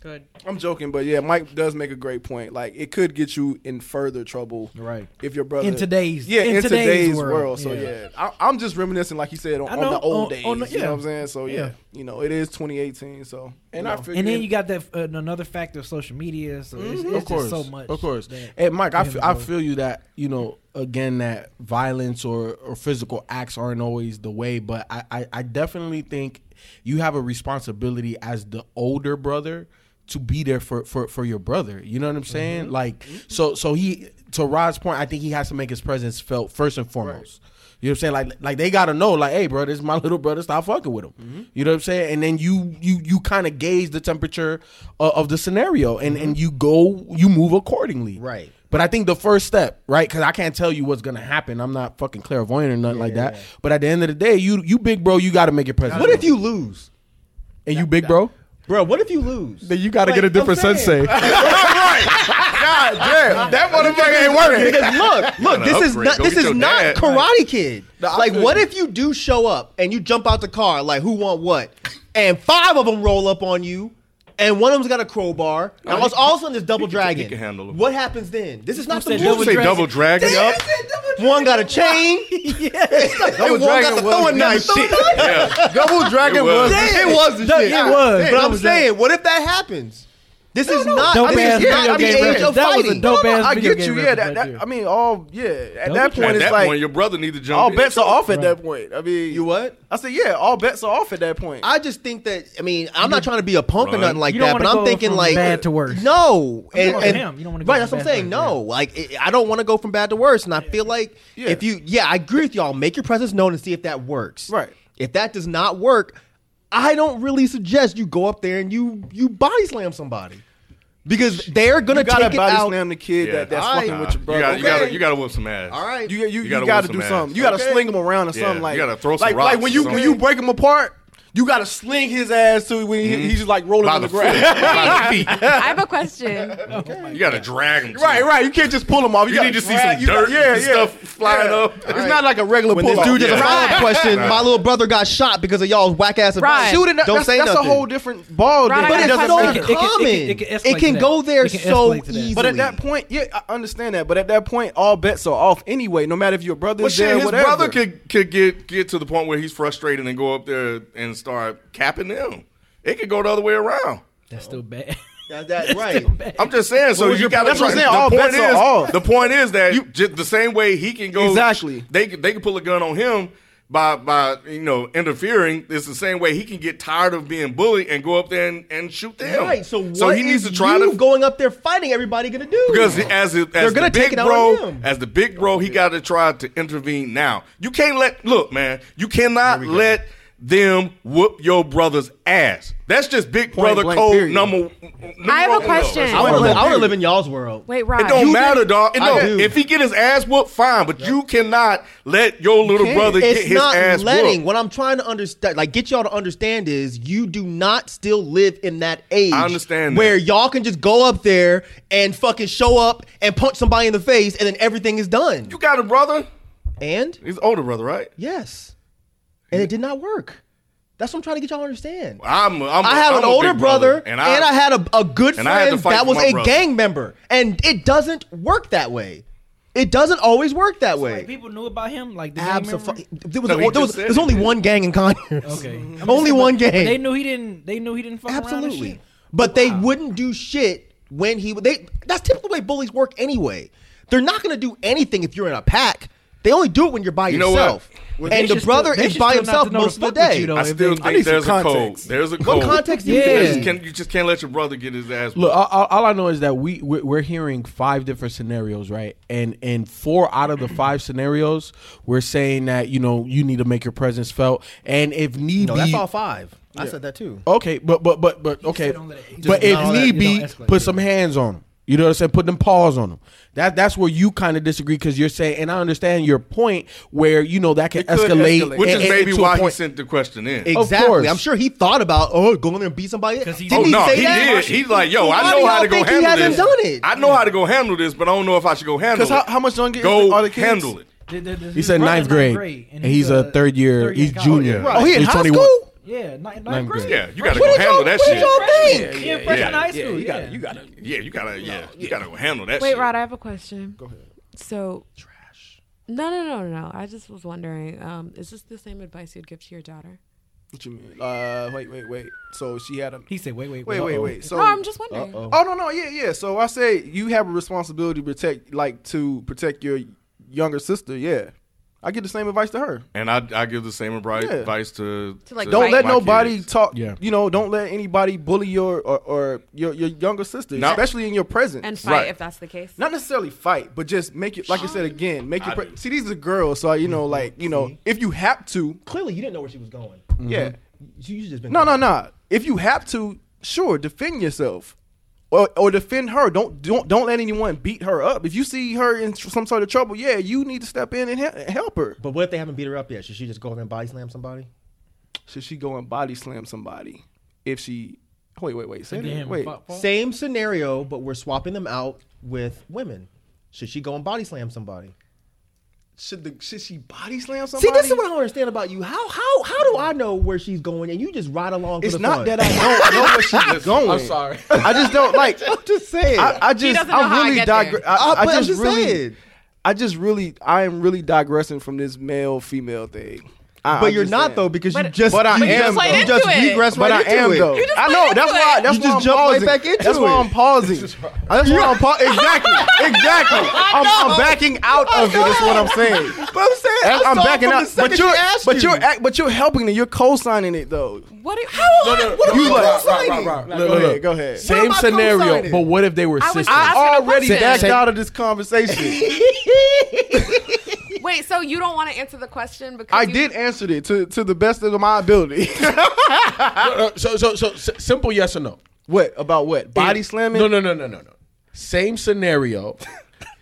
[SPEAKER 6] Good.
[SPEAKER 7] I'm joking, but yeah, Mike does make a great point. Like it could get you in further trouble,
[SPEAKER 5] Right.
[SPEAKER 7] If your brother
[SPEAKER 3] In today's-
[SPEAKER 7] yeah,
[SPEAKER 3] in
[SPEAKER 7] in,
[SPEAKER 3] today's
[SPEAKER 7] today's,
[SPEAKER 3] world,
[SPEAKER 7] world. So
[SPEAKER 3] yeah.
[SPEAKER 7] yeah, I, I'm just reminiscing, like you said, on,
[SPEAKER 3] I
[SPEAKER 7] on
[SPEAKER 3] know,
[SPEAKER 7] the old
[SPEAKER 3] on-
[SPEAKER 7] days.
[SPEAKER 3] on the-
[SPEAKER 7] You
[SPEAKER 3] yeah.
[SPEAKER 7] know what I'm saying? So yeah,
[SPEAKER 3] Yeah.
[SPEAKER 7] you know it is 2018. So
[SPEAKER 5] And
[SPEAKER 7] you know.
[SPEAKER 5] I figure Mm-hmm.
[SPEAKER 3] And then you got that uh, another factor of social media. So it's, it's
[SPEAKER 5] of course,
[SPEAKER 3] just so much.
[SPEAKER 5] Of course.
[SPEAKER 3] that-
[SPEAKER 5] Hey, Mike, I, f- I
[SPEAKER 3] Damn,
[SPEAKER 5] feel you that, you know, again, that violence or, or physical acts aren't always the way, but I, I, I definitely think you have a responsibility as the older brother to be there for, for, for your brother. You know what I'm saying? Like, so, so he, to Rod's point, I think he has to make his presence felt first and foremost. You know what I'm saying? Like, like they gotta know, like, hey, bro, this is my *laughs* little brother. Stop fucking with him. You know what I'm saying? And then you, you, you kind of gauge the temperature uh, of the scenario, and and you go, you move accordingly.
[SPEAKER 2] Right.
[SPEAKER 5] But I think the first step, right? Because I can't tell you what's gonna happen. I'm not fucking clairvoyant or nothing like that. But at the end of the day, you, you big bro, you gotta make your presence.
[SPEAKER 2] What if you lose,
[SPEAKER 5] and you big bro?
[SPEAKER 2] bro? What if you lose?
[SPEAKER 5] Then you gotta
[SPEAKER 2] Like,
[SPEAKER 5] get a different
[SPEAKER 2] I'm saying.
[SPEAKER 5] sensei.
[SPEAKER 7] God damn, that motherfucker
[SPEAKER 4] *laughs*
[SPEAKER 7] ain't working.
[SPEAKER 2] Because look, look,
[SPEAKER 4] gotta
[SPEAKER 2] this is
[SPEAKER 4] upgrade.
[SPEAKER 2] not
[SPEAKER 4] Go
[SPEAKER 2] this
[SPEAKER 4] get
[SPEAKER 2] is
[SPEAKER 4] your
[SPEAKER 2] not
[SPEAKER 4] dad.
[SPEAKER 2] Karate Kid. Like, what if you do show up and you jump out the car, like who want what, and five of them roll up on you, and one of them's got a crowbar, and all, all of a sudden there's double
[SPEAKER 4] can-
[SPEAKER 2] dragon.
[SPEAKER 4] he can handle 'em.
[SPEAKER 2] What happens then? This is
[SPEAKER 4] *laughs*
[SPEAKER 2] not the
[SPEAKER 3] said
[SPEAKER 4] You
[SPEAKER 2] movie.
[SPEAKER 4] say double dragon up?
[SPEAKER 2] One
[SPEAKER 4] *laughs*
[SPEAKER 2] got a chain.
[SPEAKER 7] Double Dragon was
[SPEAKER 2] throwing
[SPEAKER 7] nice
[SPEAKER 2] shit.
[SPEAKER 3] *laughs*
[SPEAKER 4] Yeah.
[SPEAKER 7] Double Dragon
[SPEAKER 4] *laughs* It was.
[SPEAKER 7] was.
[SPEAKER 2] It was the shit.
[SPEAKER 3] it was.
[SPEAKER 2] But I'm saying, what if that happens? This is not.
[SPEAKER 3] Dope
[SPEAKER 2] This
[SPEAKER 3] ass
[SPEAKER 2] is
[SPEAKER 3] video
[SPEAKER 2] not the
[SPEAKER 3] game
[SPEAKER 2] age
[SPEAKER 3] reference.
[SPEAKER 2] of
[SPEAKER 3] That was a
[SPEAKER 2] fighting.
[SPEAKER 3] dope ass
[SPEAKER 7] I
[SPEAKER 3] video
[SPEAKER 7] get
[SPEAKER 3] game
[SPEAKER 7] you. Yeah,
[SPEAKER 3] reference
[SPEAKER 7] that,
[SPEAKER 3] right
[SPEAKER 7] that
[SPEAKER 3] there.
[SPEAKER 7] I mean, all yeah. At
[SPEAKER 3] Double
[SPEAKER 7] that point,
[SPEAKER 4] At
[SPEAKER 7] it's
[SPEAKER 4] that
[SPEAKER 7] like
[SPEAKER 4] point, your brother need to jump
[SPEAKER 7] all
[SPEAKER 4] in.
[SPEAKER 7] bets are off at
[SPEAKER 3] Right.
[SPEAKER 7] that point. I mean,
[SPEAKER 2] You what?
[SPEAKER 7] I said, yeah, all bets are off at that point.
[SPEAKER 2] I just think that I mean I'm not trying to be a punk
[SPEAKER 4] Run.
[SPEAKER 2] or nothing like
[SPEAKER 3] You don't
[SPEAKER 2] that, but
[SPEAKER 3] wanna
[SPEAKER 2] I'm
[SPEAKER 3] go
[SPEAKER 2] thinking
[SPEAKER 3] from
[SPEAKER 2] like
[SPEAKER 3] bad to worse.
[SPEAKER 2] No, and,
[SPEAKER 3] talking
[SPEAKER 2] and-
[SPEAKER 3] to him. You don't wanna go
[SPEAKER 2] right.
[SPEAKER 3] from
[SPEAKER 2] That's what I'm
[SPEAKER 3] bad to
[SPEAKER 2] saying.
[SPEAKER 3] worse,
[SPEAKER 2] No, like it, I don't want to go from bad to worse, and I feel like
[SPEAKER 7] Yeah.
[SPEAKER 2] if you, yeah, I agree with y'all. Make your presence known and see if that works.
[SPEAKER 7] Right.
[SPEAKER 2] If that does not work, I don't really suggest you go up there and you you body slam somebody because they're gonna
[SPEAKER 7] you gotta
[SPEAKER 2] take it
[SPEAKER 7] body
[SPEAKER 2] out.
[SPEAKER 7] slam the kid that, that's
[SPEAKER 2] Alright.
[SPEAKER 7] fucking with your
[SPEAKER 4] You
[SPEAKER 7] brother.
[SPEAKER 4] gotta, you, gotta,
[SPEAKER 7] Okay.
[SPEAKER 4] you gotta whoop some ass.
[SPEAKER 2] All right.
[SPEAKER 7] You, you,
[SPEAKER 4] You
[SPEAKER 7] you,
[SPEAKER 4] gotta
[SPEAKER 7] gotta,
[SPEAKER 4] whoop
[SPEAKER 7] do
[SPEAKER 4] some
[SPEAKER 7] something.
[SPEAKER 4] ass.
[SPEAKER 7] You gotta
[SPEAKER 2] Okay.
[SPEAKER 7] sling him around or
[SPEAKER 4] Yeah,
[SPEAKER 7] something.
[SPEAKER 4] you
[SPEAKER 7] Like
[SPEAKER 4] gotta throw some
[SPEAKER 7] like,
[SPEAKER 4] rocks
[SPEAKER 7] Like when
[SPEAKER 4] or
[SPEAKER 7] you when
[SPEAKER 4] something.
[SPEAKER 7] you break him apart, you gotta sling his ass to when he, he's just like rolling
[SPEAKER 4] By
[SPEAKER 7] on
[SPEAKER 4] the
[SPEAKER 7] the
[SPEAKER 4] foot.
[SPEAKER 7] ground.
[SPEAKER 4] By the feet.
[SPEAKER 6] I have a question.
[SPEAKER 4] You gotta drag him. to
[SPEAKER 7] right,
[SPEAKER 4] it.
[SPEAKER 7] right. You can't just pull him off. You,
[SPEAKER 4] You
[SPEAKER 7] gotta
[SPEAKER 4] need to see
[SPEAKER 7] drag-
[SPEAKER 4] some
[SPEAKER 7] you gotta-
[SPEAKER 4] dirt and stuff flying up.
[SPEAKER 7] It's not like a regular
[SPEAKER 2] When
[SPEAKER 7] pull
[SPEAKER 2] this dude just
[SPEAKER 4] Yeah.
[SPEAKER 2] a follow
[SPEAKER 4] Right.
[SPEAKER 2] up question,
[SPEAKER 4] Right.
[SPEAKER 2] my little brother got shot because of y'all's whack ass advice.
[SPEAKER 6] Right. Dude,
[SPEAKER 7] Dude, and that-
[SPEAKER 2] Don't
[SPEAKER 7] that's,
[SPEAKER 2] say
[SPEAKER 7] that's a
[SPEAKER 2] nothing.
[SPEAKER 7] whole different ball.
[SPEAKER 6] Right,
[SPEAKER 7] game.
[SPEAKER 2] But
[SPEAKER 6] I got
[SPEAKER 7] It
[SPEAKER 2] it's
[SPEAKER 7] doesn't
[SPEAKER 2] so
[SPEAKER 7] make
[SPEAKER 3] it-
[SPEAKER 2] common.
[SPEAKER 3] it
[SPEAKER 2] It
[SPEAKER 3] can-
[SPEAKER 2] can,
[SPEAKER 3] it can- it can escalate to
[SPEAKER 2] go
[SPEAKER 3] that.
[SPEAKER 2] there
[SPEAKER 3] It can
[SPEAKER 2] so
[SPEAKER 3] escalate to that.
[SPEAKER 2] easily.
[SPEAKER 7] But at that point, yeah, I understand that. But at that point, all bets are off anyway. No matter if your brother's
[SPEAKER 4] Well,
[SPEAKER 7] there,
[SPEAKER 4] shit, his
[SPEAKER 7] whatever.
[SPEAKER 4] brother could could get get to the point where he's frustrated and go up there and start capping them. It could go the other way around.
[SPEAKER 3] That's still bad.
[SPEAKER 2] That- that- right.
[SPEAKER 4] I'm just saying. So you got
[SPEAKER 7] That's what I'm saying, all bets are
[SPEAKER 4] is,
[SPEAKER 7] off.
[SPEAKER 4] The point is that you, just the same way he can go
[SPEAKER 7] Exactly.
[SPEAKER 4] They could- they can pull a gun on him. by by you know interfering, it's the same way he can get tired of being bullied and go up there and, and shoot them.
[SPEAKER 2] Right. So what he needs to try to going up there fighting everybody going to do?
[SPEAKER 4] because as a, as
[SPEAKER 2] They're gonna
[SPEAKER 4] the big
[SPEAKER 2] take it out
[SPEAKER 4] bro,
[SPEAKER 2] on him.
[SPEAKER 4] as the big bro, he got to try to intervene now. You can't let look, man. You cannot let them whoop your brother's ass. That's just big brother
[SPEAKER 7] blank,
[SPEAKER 4] code
[SPEAKER 7] period.
[SPEAKER 4] number.
[SPEAKER 6] I have a question.
[SPEAKER 2] I want to live, I wanna live in y'all's world.
[SPEAKER 6] Wait,
[SPEAKER 4] It
[SPEAKER 6] Rod.
[SPEAKER 4] don't matter, dog. It
[SPEAKER 2] I
[SPEAKER 4] don't-
[SPEAKER 2] do.
[SPEAKER 4] If he get his ass whooped, fine. But you cannot let your little brother
[SPEAKER 2] it's
[SPEAKER 4] get his
[SPEAKER 2] not
[SPEAKER 4] ass
[SPEAKER 2] letting.
[SPEAKER 4] whooped.
[SPEAKER 2] What I'm trying to understand, like, get y'all to understand is you do not still live in that age.
[SPEAKER 4] I understand that.
[SPEAKER 2] where y'all can just go up there and fucking show up and punch somebody in the face, and then everything is done.
[SPEAKER 4] You got a brother?
[SPEAKER 2] And
[SPEAKER 4] He's older brother, right?
[SPEAKER 2] yes, and it did not work. That's what I'm trying to get y'all to understand.
[SPEAKER 4] I'm. I'm
[SPEAKER 2] I have an
[SPEAKER 4] I'm a big
[SPEAKER 2] older brother, and, I, had a, a good
[SPEAKER 4] and I had to
[SPEAKER 2] friend
[SPEAKER 4] fight
[SPEAKER 2] that
[SPEAKER 4] for
[SPEAKER 2] was
[SPEAKER 4] my
[SPEAKER 2] a
[SPEAKER 4] brother.
[SPEAKER 2] gang member, and it doesn't work that way. It doesn't always work that way.
[SPEAKER 3] *laughs* Like, people knew about him. Like the gang member?
[SPEAKER 2] Absolutely. There was,
[SPEAKER 4] No, he
[SPEAKER 2] there was
[SPEAKER 4] just said
[SPEAKER 2] there's
[SPEAKER 4] it,
[SPEAKER 2] only
[SPEAKER 4] man.
[SPEAKER 2] one gang in Conyers.
[SPEAKER 3] Okay. I
[SPEAKER 2] *laughs*
[SPEAKER 3] mean,
[SPEAKER 2] only
[SPEAKER 3] but-
[SPEAKER 2] one
[SPEAKER 3] but
[SPEAKER 2] gang.
[SPEAKER 3] They knew he didn't. They knew he didn't fuck around. and
[SPEAKER 2] Absolutely.
[SPEAKER 3] shit.
[SPEAKER 2] But they wouldn't do shit when he they that's typically the way bullies work anyway. They're not going to do anything if you're in a pack. They only do it when you're by
[SPEAKER 4] You know
[SPEAKER 2] yourself.
[SPEAKER 4] what?
[SPEAKER 3] They
[SPEAKER 2] and the
[SPEAKER 3] should
[SPEAKER 2] brother
[SPEAKER 3] still- they
[SPEAKER 2] is
[SPEAKER 3] should
[SPEAKER 2] by
[SPEAKER 3] still not
[SPEAKER 2] himself
[SPEAKER 3] know to
[SPEAKER 2] most of the
[SPEAKER 3] fuck with
[SPEAKER 2] day.
[SPEAKER 3] you, though,
[SPEAKER 4] I
[SPEAKER 3] if
[SPEAKER 4] still
[SPEAKER 3] they-
[SPEAKER 4] think
[SPEAKER 11] some
[SPEAKER 4] there's a code.
[SPEAKER 11] context.
[SPEAKER 4] There's a code.
[SPEAKER 2] What context do you
[SPEAKER 3] Yeah.
[SPEAKER 4] You
[SPEAKER 2] need?
[SPEAKER 4] just, can, you just can't let your brother get his ass. whooped.
[SPEAKER 5] Look, all, all- all I know is that we we're, we're hearing five different scenarios, right? And and four out of the five scenarios, we're saying that you know you need to make your presence felt, and if need
[SPEAKER 12] No,
[SPEAKER 5] be,
[SPEAKER 12] that's all five. I said that too.
[SPEAKER 2] Oh,
[SPEAKER 5] Okay, but but but but okay,
[SPEAKER 3] said don't let it-
[SPEAKER 5] but
[SPEAKER 3] Just
[SPEAKER 5] if
[SPEAKER 3] not all
[SPEAKER 5] need
[SPEAKER 3] that- you
[SPEAKER 5] be,
[SPEAKER 3] don't escalate
[SPEAKER 5] put
[SPEAKER 3] it.
[SPEAKER 5] some hands on them. You know what I'm saying? Put them paws on them. That that's where you kind of disagree because you're saying, and I understand your point where you know that can
[SPEAKER 11] could
[SPEAKER 5] escalate,
[SPEAKER 11] escalate.
[SPEAKER 4] Which
[SPEAKER 5] and-
[SPEAKER 4] is
[SPEAKER 5] and-
[SPEAKER 4] maybe
[SPEAKER 5] to a
[SPEAKER 4] why he
[SPEAKER 5] point-
[SPEAKER 4] sent the question in.
[SPEAKER 5] course.
[SPEAKER 2] Exactly. I'm sure he thought about oh going there and beat somebody. Didn't
[SPEAKER 3] 'Cause he-
[SPEAKER 4] oh
[SPEAKER 2] he
[SPEAKER 4] no,
[SPEAKER 2] say
[SPEAKER 4] he
[SPEAKER 2] that?
[SPEAKER 4] did. He's like, yo,
[SPEAKER 2] Why
[SPEAKER 4] I
[SPEAKER 2] do
[SPEAKER 4] know
[SPEAKER 2] y'all
[SPEAKER 4] how to go
[SPEAKER 2] think he
[SPEAKER 4] handle
[SPEAKER 2] hasn't
[SPEAKER 4] this.
[SPEAKER 2] done it?
[SPEAKER 4] I know how to go handle this, but I don't know if I should go handle it.
[SPEAKER 7] 'Cause how- how much younger is
[SPEAKER 4] go
[SPEAKER 7] the- are the kids?
[SPEAKER 4] handle it?
[SPEAKER 3] The- the- the-
[SPEAKER 5] He
[SPEAKER 3] his
[SPEAKER 5] said
[SPEAKER 3] brother's
[SPEAKER 5] ninth grade, and he's, a third year. he's
[SPEAKER 3] uh, in college.
[SPEAKER 5] junior.
[SPEAKER 2] Oh, he in
[SPEAKER 5] He's
[SPEAKER 2] high
[SPEAKER 5] 21.
[SPEAKER 2] school?
[SPEAKER 3] Yeah, ni- ninth,
[SPEAKER 5] Ninth
[SPEAKER 3] grade.
[SPEAKER 5] grade.
[SPEAKER 4] Yeah, you gotta
[SPEAKER 2] What
[SPEAKER 4] go
[SPEAKER 2] did y'all-
[SPEAKER 4] handle that
[SPEAKER 2] what did
[SPEAKER 4] shit.
[SPEAKER 2] y'all think?
[SPEAKER 3] Yeah, freshman
[SPEAKER 4] yeah,
[SPEAKER 3] high school. Yeah,
[SPEAKER 7] gotta.
[SPEAKER 4] Yeah, you gotta. Yeah, you gotta go handle that.
[SPEAKER 6] Wait,
[SPEAKER 4] shit.
[SPEAKER 6] Rod, I have a question. Go ahead. So trash. No, no, no, no. no. I just was wondering. Um, is this the same advice you'd give to your daughter?
[SPEAKER 7] What you mean? Uh, wait, wait, wait. So she had a.
[SPEAKER 3] He said, "Wait, wait,
[SPEAKER 7] Wait, wait, wait. So
[SPEAKER 6] no, I'm just wondering.
[SPEAKER 7] Oh no, no, yeah, yeah. So I say you have a responsibility to protect, like to protect your younger sister. Yeah, I give the same advice to her.
[SPEAKER 4] And I, I give the same advice,
[SPEAKER 7] Yeah.
[SPEAKER 4] advice to,
[SPEAKER 6] To, like,
[SPEAKER 7] Don't
[SPEAKER 6] Right.
[SPEAKER 7] let
[SPEAKER 4] my
[SPEAKER 7] nobody
[SPEAKER 4] kids.
[SPEAKER 7] talk.
[SPEAKER 5] Yeah.
[SPEAKER 7] you know, don't let anybody bully your or, or your your younger sister,
[SPEAKER 4] No.
[SPEAKER 7] especially in your presence.
[SPEAKER 6] and fight
[SPEAKER 4] Right.
[SPEAKER 6] if that's the case.
[SPEAKER 7] not necessarily fight, but just make it like I said again. Make
[SPEAKER 4] I
[SPEAKER 7] it.
[SPEAKER 4] do.
[SPEAKER 7] Pre- see, these are girls, so you know, like you know, if you have to,
[SPEAKER 2] Clearly, you didn't know where she was going.
[SPEAKER 7] yeah.
[SPEAKER 2] You you just been
[SPEAKER 7] No, no, no. If you have to, sure, defend yourself. Or, or defend her. Don't don't don't let anyone beat her up. If you see her in tr- some sort of trouble, yeah, you need to step in and he- help her.
[SPEAKER 2] But what if they haven't beat her up yet? Should she just go over and body slam somebody?
[SPEAKER 7] Should she go and body slam somebody if she? Wait, wait, wait. Say that.
[SPEAKER 3] Damn,
[SPEAKER 7] Wait.
[SPEAKER 3] fuck, fuck.
[SPEAKER 2] Same scenario, but we're swapping them out with women. Should she go and body slam somebody?
[SPEAKER 7] Should the should she body slam
[SPEAKER 2] See,
[SPEAKER 7] somebody?
[SPEAKER 2] this is what I don't understand about you. How how how do I know where she's going and you just ride along? For
[SPEAKER 7] It's
[SPEAKER 2] the
[SPEAKER 7] not
[SPEAKER 2] fun?
[SPEAKER 7] that I
[SPEAKER 2] *laughs*
[SPEAKER 7] don't know *laughs* where she's going. I'm sorry. I just *laughs* don't like.
[SPEAKER 2] I'm just saying.
[SPEAKER 7] I, I just
[SPEAKER 6] doesn't know how I
[SPEAKER 7] I really
[SPEAKER 6] get there.
[SPEAKER 7] digress. I,
[SPEAKER 2] Uh,
[SPEAKER 7] I
[SPEAKER 2] but I'm
[SPEAKER 7] just,
[SPEAKER 2] just
[SPEAKER 7] really,
[SPEAKER 2] saying.
[SPEAKER 7] I just really, I am really digressing from this male female thing. I,
[SPEAKER 2] but
[SPEAKER 7] I'm
[SPEAKER 2] you're
[SPEAKER 7] just
[SPEAKER 2] not
[SPEAKER 7] saying.
[SPEAKER 2] though because you
[SPEAKER 6] But-
[SPEAKER 2] just
[SPEAKER 7] But I
[SPEAKER 2] you
[SPEAKER 7] am,
[SPEAKER 2] just,
[SPEAKER 7] though.
[SPEAKER 2] you just
[SPEAKER 6] You just
[SPEAKER 2] regressed
[SPEAKER 7] but
[SPEAKER 2] right
[SPEAKER 7] I am
[SPEAKER 2] into it.
[SPEAKER 7] though.
[SPEAKER 6] just
[SPEAKER 7] I
[SPEAKER 6] played
[SPEAKER 7] know. That's
[SPEAKER 6] into
[SPEAKER 7] why.
[SPEAKER 6] it.
[SPEAKER 7] That's
[SPEAKER 2] You
[SPEAKER 7] why
[SPEAKER 2] just
[SPEAKER 7] I'm
[SPEAKER 2] jumped right
[SPEAKER 7] pausing.
[SPEAKER 2] back into
[SPEAKER 7] That's why
[SPEAKER 2] it.
[SPEAKER 7] I'm pausing. That's why I'm pausing. Exactly. Exactly. I'm, I'm backing out of it. That's what I'm saying.
[SPEAKER 2] But I'm saying I
[SPEAKER 7] I'm
[SPEAKER 2] saw
[SPEAKER 7] backing
[SPEAKER 2] from
[SPEAKER 7] out.
[SPEAKER 2] The
[SPEAKER 7] But
[SPEAKER 2] second
[SPEAKER 7] you're,
[SPEAKER 2] she asked
[SPEAKER 7] but
[SPEAKER 2] you.
[SPEAKER 7] you're, act- but you're helping it. You're co-signing it though.
[SPEAKER 6] What? Are, how? am I- what am
[SPEAKER 7] You
[SPEAKER 6] I
[SPEAKER 7] like-
[SPEAKER 6] co-signing?
[SPEAKER 5] Look,
[SPEAKER 7] Go
[SPEAKER 5] look,
[SPEAKER 7] ahead.
[SPEAKER 5] look.
[SPEAKER 7] Go ahead.
[SPEAKER 5] Same
[SPEAKER 2] am I
[SPEAKER 5] scenario,
[SPEAKER 2] co-signing?
[SPEAKER 5] but what if they were
[SPEAKER 6] I was
[SPEAKER 5] sisters?
[SPEAKER 6] asking
[SPEAKER 7] I
[SPEAKER 6] a
[SPEAKER 7] already
[SPEAKER 6] question.
[SPEAKER 7] backed out of this conversation.
[SPEAKER 6] Wait, so you don't want to answer the question because
[SPEAKER 7] I
[SPEAKER 6] you-
[SPEAKER 7] did answer it to, to the best of my ability.
[SPEAKER 5] Uh, so so so s- simple yes or no.
[SPEAKER 7] what about what? Body slamming?
[SPEAKER 5] No no no no no no. Same scenario.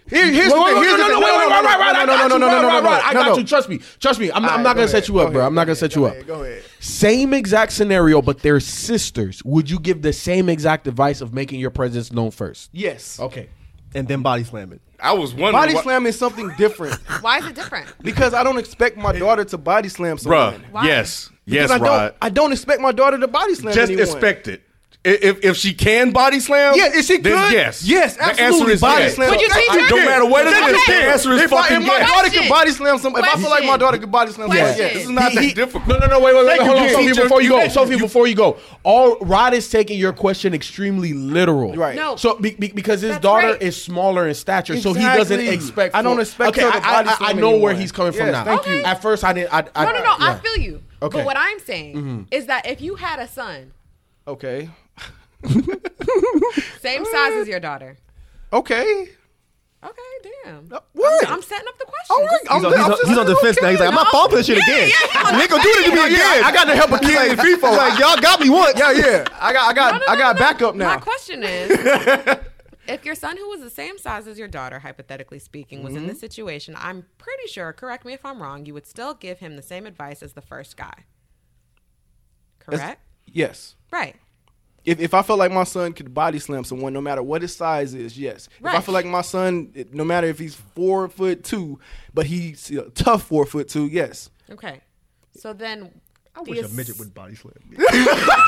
[SPEAKER 7] Here, here's the
[SPEAKER 5] Wait,
[SPEAKER 7] thing.
[SPEAKER 5] wait,
[SPEAKER 7] Here's the
[SPEAKER 5] wait, no, no,
[SPEAKER 7] thing.
[SPEAKER 5] wait, wait, wait, wait, wait, I got you, right, right, right. I
[SPEAKER 7] no,
[SPEAKER 5] got
[SPEAKER 7] no.
[SPEAKER 5] you. Trust me. Trust me. I'm,
[SPEAKER 7] All
[SPEAKER 5] I'm
[SPEAKER 7] right,
[SPEAKER 5] not
[SPEAKER 7] go
[SPEAKER 5] gonna set
[SPEAKER 7] ahead,
[SPEAKER 5] you up,
[SPEAKER 7] go
[SPEAKER 5] bro.
[SPEAKER 7] ahead,
[SPEAKER 5] I'm not
[SPEAKER 7] go
[SPEAKER 5] gonna set
[SPEAKER 7] ahead,
[SPEAKER 5] you
[SPEAKER 7] go
[SPEAKER 5] up.
[SPEAKER 7] ahead, go ahead.
[SPEAKER 5] Same exact scenario, but they're sisters. Would you give the same exact advice of making your presence known first?
[SPEAKER 7] Yes.
[SPEAKER 5] Okay.
[SPEAKER 2] and then body slam it.
[SPEAKER 4] I was wondering.
[SPEAKER 7] Body
[SPEAKER 4] why-
[SPEAKER 7] slam is something different
[SPEAKER 6] Why is it different?
[SPEAKER 7] because I don't expect my daughter to body slam someone.
[SPEAKER 4] bruh.
[SPEAKER 6] Why?
[SPEAKER 4] Yes,
[SPEAKER 7] Because
[SPEAKER 4] yes,
[SPEAKER 7] I
[SPEAKER 4] Rod.
[SPEAKER 7] don't. I don't expect my daughter to body slam
[SPEAKER 4] Just
[SPEAKER 7] anyone.
[SPEAKER 4] expect it. if if she can body slam,
[SPEAKER 7] Yeah, if she
[SPEAKER 4] then
[SPEAKER 7] could,
[SPEAKER 4] yes,
[SPEAKER 7] yes,
[SPEAKER 4] The answer
[SPEAKER 7] absolutely,
[SPEAKER 4] is
[SPEAKER 7] body
[SPEAKER 4] yes.
[SPEAKER 7] slam.
[SPEAKER 6] Would you change your
[SPEAKER 4] Don't
[SPEAKER 6] answer?
[SPEAKER 4] matter what it
[SPEAKER 6] That's
[SPEAKER 4] is, the
[SPEAKER 6] it.
[SPEAKER 4] answer is
[SPEAKER 7] If, I,
[SPEAKER 4] fucking
[SPEAKER 7] if my
[SPEAKER 4] yes.
[SPEAKER 7] daughter
[SPEAKER 6] Question.
[SPEAKER 7] could body slam somebody, if I feel like my
[SPEAKER 6] Question.
[SPEAKER 7] daughter could body slam somebody,
[SPEAKER 6] Question.
[SPEAKER 7] yes.
[SPEAKER 4] This is not that difficult.
[SPEAKER 5] No, no, no, wait, wait, wait.
[SPEAKER 4] Thank
[SPEAKER 5] Hold
[SPEAKER 4] you,
[SPEAKER 5] on, Sophie,
[SPEAKER 4] teacher.
[SPEAKER 5] before you go,
[SPEAKER 4] Thank
[SPEAKER 5] Sophie, before you go. All Rod is taking your question extremely literal.
[SPEAKER 7] Right.
[SPEAKER 6] No.
[SPEAKER 5] So be, be- because his
[SPEAKER 6] That's
[SPEAKER 5] daughter
[SPEAKER 6] right.
[SPEAKER 5] is smaller in stature, so he doesn't
[SPEAKER 7] Exactly.
[SPEAKER 5] expect.
[SPEAKER 7] I don't
[SPEAKER 5] for-
[SPEAKER 7] expect
[SPEAKER 5] Okay,
[SPEAKER 7] her to
[SPEAKER 5] I, I,
[SPEAKER 7] body
[SPEAKER 5] I, I
[SPEAKER 7] slam
[SPEAKER 5] know where
[SPEAKER 7] anyone.
[SPEAKER 5] he's coming from
[SPEAKER 7] Yes,
[SPEAKER 5] now.
[SPEAKER 7] thank
[SPEAKER 6] you.
[SPEAKER 5] At first, I didn't. I, I,
[SPEAKER 6] No, no, no.
[SPEAKER 5] yeah.
[SPEAKER 6] I feel you.
[SPEAKER 5] Okay.
[SPEAKER 6] But what I'm saying is that if you had a son,
[SPEAKER 7] Okay.
[SPEAKER 6] same size as your daughter.
[SPEAKER 7] Okay.
[SPEAKER 6] Okay, damn.
[SPEAKER 7] What? Oh,
[SPEAKER 6] I'm, I'm setting up the question.
[SPEAKER 7] All right. I'm,
[SPEAKER 2] He's on, he's
[SPEAKER 7] I'm
[SPEAKER 2] on,
[SPEAKER 7] just-
[SPEAKER 2] he's on the fence now. He's like, I'm not falling for this shit again. Nigga, do it to me again.
[SPEAKER 7] I got to help a kid in FIFA. Like, y'all got me once. Yeah, yeah. I got, I got,
[SPEAKER 6] No, no,
[SPEAKER 7] I
[SPEAKER 6] no,
[SPEAKER 7] got
[SPEAKER 6] no.
[SPEAKER 7] backup now.
[SPEAKER 6] My question
[SPEAKER 7] *laughs*
[SPEAKER 6] is if your son, who was the same size as your daughter, hypothetically speaking, was
[SPEAKER 7] Mm-hmm.
[SPEAKER 6] in this situation, I'm pretty sure, correct me if I'm wrong, you would still give him the same advice as the first guy. Correct?
[SPEAKER 7] yes.
[SPEAKER 6] right.
[SPEAKER 7] If, if I felt like my son could body slam someone, no matter what his size is, yes. If I
[SPEAKER 6] Right.
[SPEAKER 7] feel like my son, it- no matter if he's four foot two, but he's a tough four foot two, yes.
[SPEAKER 6] Okay. So then. I
[SPEAKER 2] wish a midget would body slam.
[SPEAKER 7] But when your co-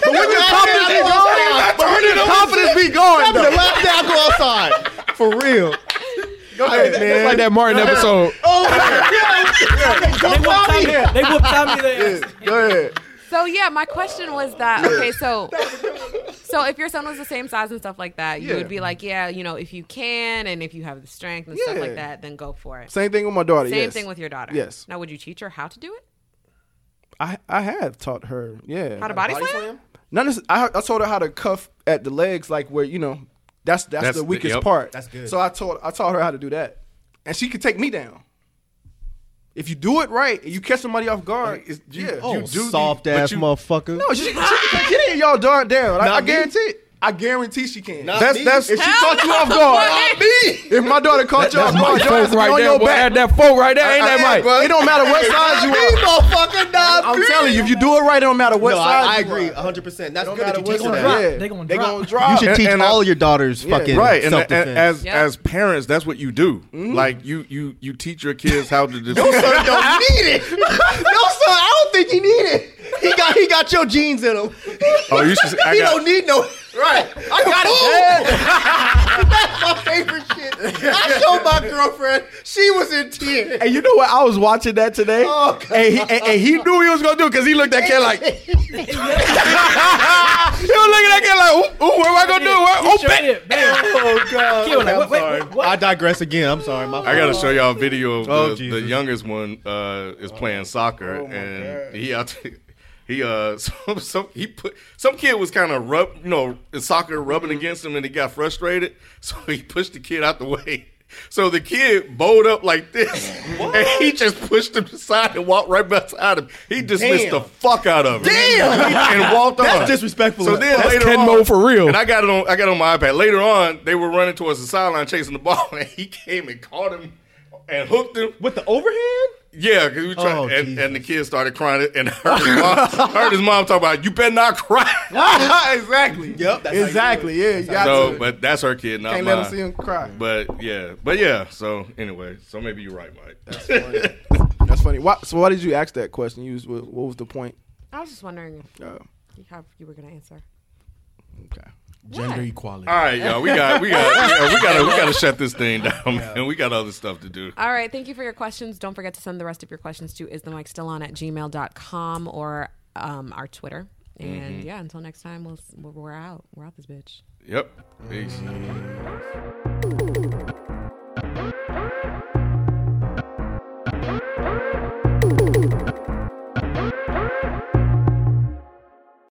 [SPEAKER 7] but when your confidence be gone, but when your confidence be gone,
[SPEAKER 2] The
[SPEAKER 7] though.
[SPEAKER 2] last day I go outside. For real.
[SPEAKER 7] Go ahead, man.
[SPEAKER 5] Like that Martin episode.
[SPEAKER 3] They whooped Tommy. They whooped Tommy. There.
[SPEAKER 7] Go ahead.
[SPEAKER 6] So yeah, my question was that okay,
[SPEAKER 7] *laughs*
[SPEAKER 6] so so if your son was the same size and stuff like that, you
[SPEAKER 7] Yeah.
[SPEAKER 6] would be like, yeah, you know, if you can and if you have the strength and stuff
[SPEAKER 7] Yeah.
[SPEAKER 6] like that, then go for it.
[SPEAKER 7] Same thing with my daughter.
[SPEAKER 6] Same
[SPEAKER 7] yes.
[SPEAKER 6] thing with your daughter.
[SPEAKER 7] Yes.
[SPEAKER 6] Now, would you teach her how to do it?
[SPEAKER 7] I, I have taught her, yeah.
[SPEAKER 6] How to body, slam?
[SPEAKER 7] None of, I, I told her how to cuff at the legs, like where you know that's that's,
[SPEAKER 4] That's
[SPEAKER 7] the
[SPEAKER 4] the-
[SPEAKER 7] weakest
[SPEAKER 4] yep.
[SPEAKER 7] part.
[SPEAKER 2] That's good.
[SPEAKER 7] So I told I taught her how to do that, and she could take me down. If you do it right, and you catch somebody off guard,
[SPEAKER 4] Like, it's- you-
[SPEAKER 7] yeah.
[SPEAKER 4] you-
[SPEAKER 7] Oh,
[SPEAKER 4] do
[SPEAKER 2] soft
[SPEAKER 4] the- but
[SPEAKER 2] ass
[SPEAKER 4] you-
[SPEAKER 2] motherfucker.
[SPEAKER 7] no, she, she can take any of y'all darn down. Like, I
[SPEAKER 2] Not me.
[SPEAKER 7] guarantee it. I guarantee she can.
[SPEAKER 4] That's that's
[SPEAKER 7] if she caught you off guard, if my daughter caught you off guard, your ass be on your
[SPEAKER 5] boy.
[SPEAKER 7] back.
[SPEAKER 5] Add that folk right there. Ain't
[SPEAKER 7] I- I-
[SPEAKER 5] that Mike?
[SPEAKER 7] It don't matter what size you
[SPEAKER 2] Me,
[SPEAKER 7] are.
[SPEAKER 2] motherfucker, nah,
[SPEAKER 7] I'm
[SPEAKER 2] bitch.
[SPEAKER 7] telling you, if you do it right, it don't matter what
[SPEAKER 2] no,
[SPEAKER 7] size.
[SPEAKER 2] I, I
[SPEAKER 7] you
[SPEAKER 2] agree,
[SPEAKER 7] are.
[SPEAKER 2] 100. percent That's
[SPEAKER 7] Don't
[SPEAKER 2] good that
[SPEAKER 7] matter
[SPEAKER 2] you
[SPEAKER 7] what
[SPEAKER 2] teach her
[SPEAKER 7] size.
[SPEAKER 2] that.
[SPEAKER 7] Yeah.
[SPEAKER 5] They gonna
[SPEAKER 7] They
[SPEAKER 5] drop.
[SPEAKER 7] gonna drop.
[SPEAKER 2] You should
[SPEAKER 4] And-
[SPEAKER 2] teach
[SPEAKER 4] and I-
[SPEAKER 2] all your daughters
[SPEAKER 7] Yeah,
[SPEAKER 2] fucking
[SPEAKER 4] right and,
[SPEAKER 2] self
[SPEAKER 4] and
[SPEAKER 2] defense.
[SPEAKER 4] as
[SPEAKER 6] Yep.
[SPEAKER 4] as parents that's what you do
[SPEAKER 7] Mm-hmm.
[SPEAKER 4] like you you you teach your kids
[SPEAKER 7] *laughs*
[SPEAKER 4] how to defend
[SPEAKER 2] don't need it. No, son, I don't think he need it. He got he got your genes in him.
[SPEAKER 4] oh you should say, I
[SPEAKER 2] he
[SPEAKER 4] got, Oh.
[SPEAKER 2] don't need no. Right, I got it. That's my favorite shit. I showed my girlfriend. She was in tears.
[SPEAKER 7] And you know what? I was watching that today,
[SPEAKER 2] Oh,
[SPEAKER 7] and, he, and, and he knew he was gonna do it because he looked at that
[SPEAKER 2] *laughs*
[SPEAKER 7] kid like, *laughs* he was looking at that kid like, ooh, ooh, what am I gonna do? What? Oh,
[SPEAKER 3] Sure
[SPEAKER 7] bet.
[SPEAKER 3] did. Man.
[SPEAKER 2] Oh God!
[SPEAKER 3] He was like, wait, wait,
[SPEAKER 4] sorry.
[SPEAKER 3] wait, what?
[SPEAKER 2] I digress again. I'm sorry. My
[SPEAKER 4] I gotta show y'all a video of
[SPEAKER 2] Oh,
[SPEAKER 4] the, the
[SPEAKER 2] Jesus. Oh,
[SPEAKER 4] youngest one uh, is playing soccer and he out there- *laughs* he uh *laughs* some, some he put some kid was kind of rub you know soccer rubbing
[SPEAKER 2] Mm-hmm.
[SPEAKER 4] against him and he got frustrated *laughs* so he pushed the kid out the way. *laughs* So the kid bowed up like
[SPEAKER 2] *laughs*
[SPEAKER 4] this, and he just pushed him aside and walked right beside him. He dismissed the fuck out of him. Damn, *laughs* and walked on.
[SPEAKER 2] That's disrespectful.
[SPEAKER 4] So then
[SPEAKER 2] That's
[SPEAKER 4] later
[SPEAKER 5] Ken
[SPEAKER 4] on,
[SPEAKER 5] Mo for real.
[SPEAKER 4] and I got it on. I got it on my iPad. Later on, they were running towards the sideline chasing the ball, *laughs* and he came and caught him and hooked him.
[SPEAKER 2] with the overhand.
[SPEAKER 4] Yeah, because we tried,
[SPEAKER 2] Oh,
[SPEAKER 4] and,
[SPEAKER 2] Jesus.
[SPEAKER 4] and the kid started crying, and *laughs* heard his mom, heard his mom talk about, "You better not
[SPEAKER 7] *laughs*
[SPEAKER 4] cry."
[SPEAKER 7] exactly.
[SPEAKER 2] Yep, that's how you do
[SPEAKER 7] exactly. Yeah, you got
[SPEAKER 4] so,
[SPEAKER 7] to.
[SPEAKER 4] but that's her kid, not
[SPEAKER 7] Can't
[SPEAKER 4] mine.
[SPEAKER 7] let him see him cry.
[SPEAKER 4] But yeah, but yeah. So anyway, so maybe you're right, Mike.
[SPEAKER 7] That's funny. Why, so why did you ask that question? You was, what, what was the point?
[SPEAKER 6] I was just wondering if
[SPEAKER 7] Uh,
[SPEAKER 6] you, how you were going to answer.
[SPEAKER 7] okay.
[SPEAKER 5] Gender
[SPEAKER 6] What?
[SPEAKER 4] *laughs*
[SPEAKER 5] equality.
[SPEAKER 4] All right, y'all. We got, we got, we got, we got, to, we got to shut this thing down, man. We got other stuff to do.
[SPEAKER 6] All right. Thank you for your questions. Don't forget to send the rest of your questions to is the mic still on at gmail.com or um, our Twitter. And yeah, until next time, we'll, s- we're out. We're out this bitch.
[SPEAKER 4] Yep. Peace.
[SPEAKER 13] Ooh,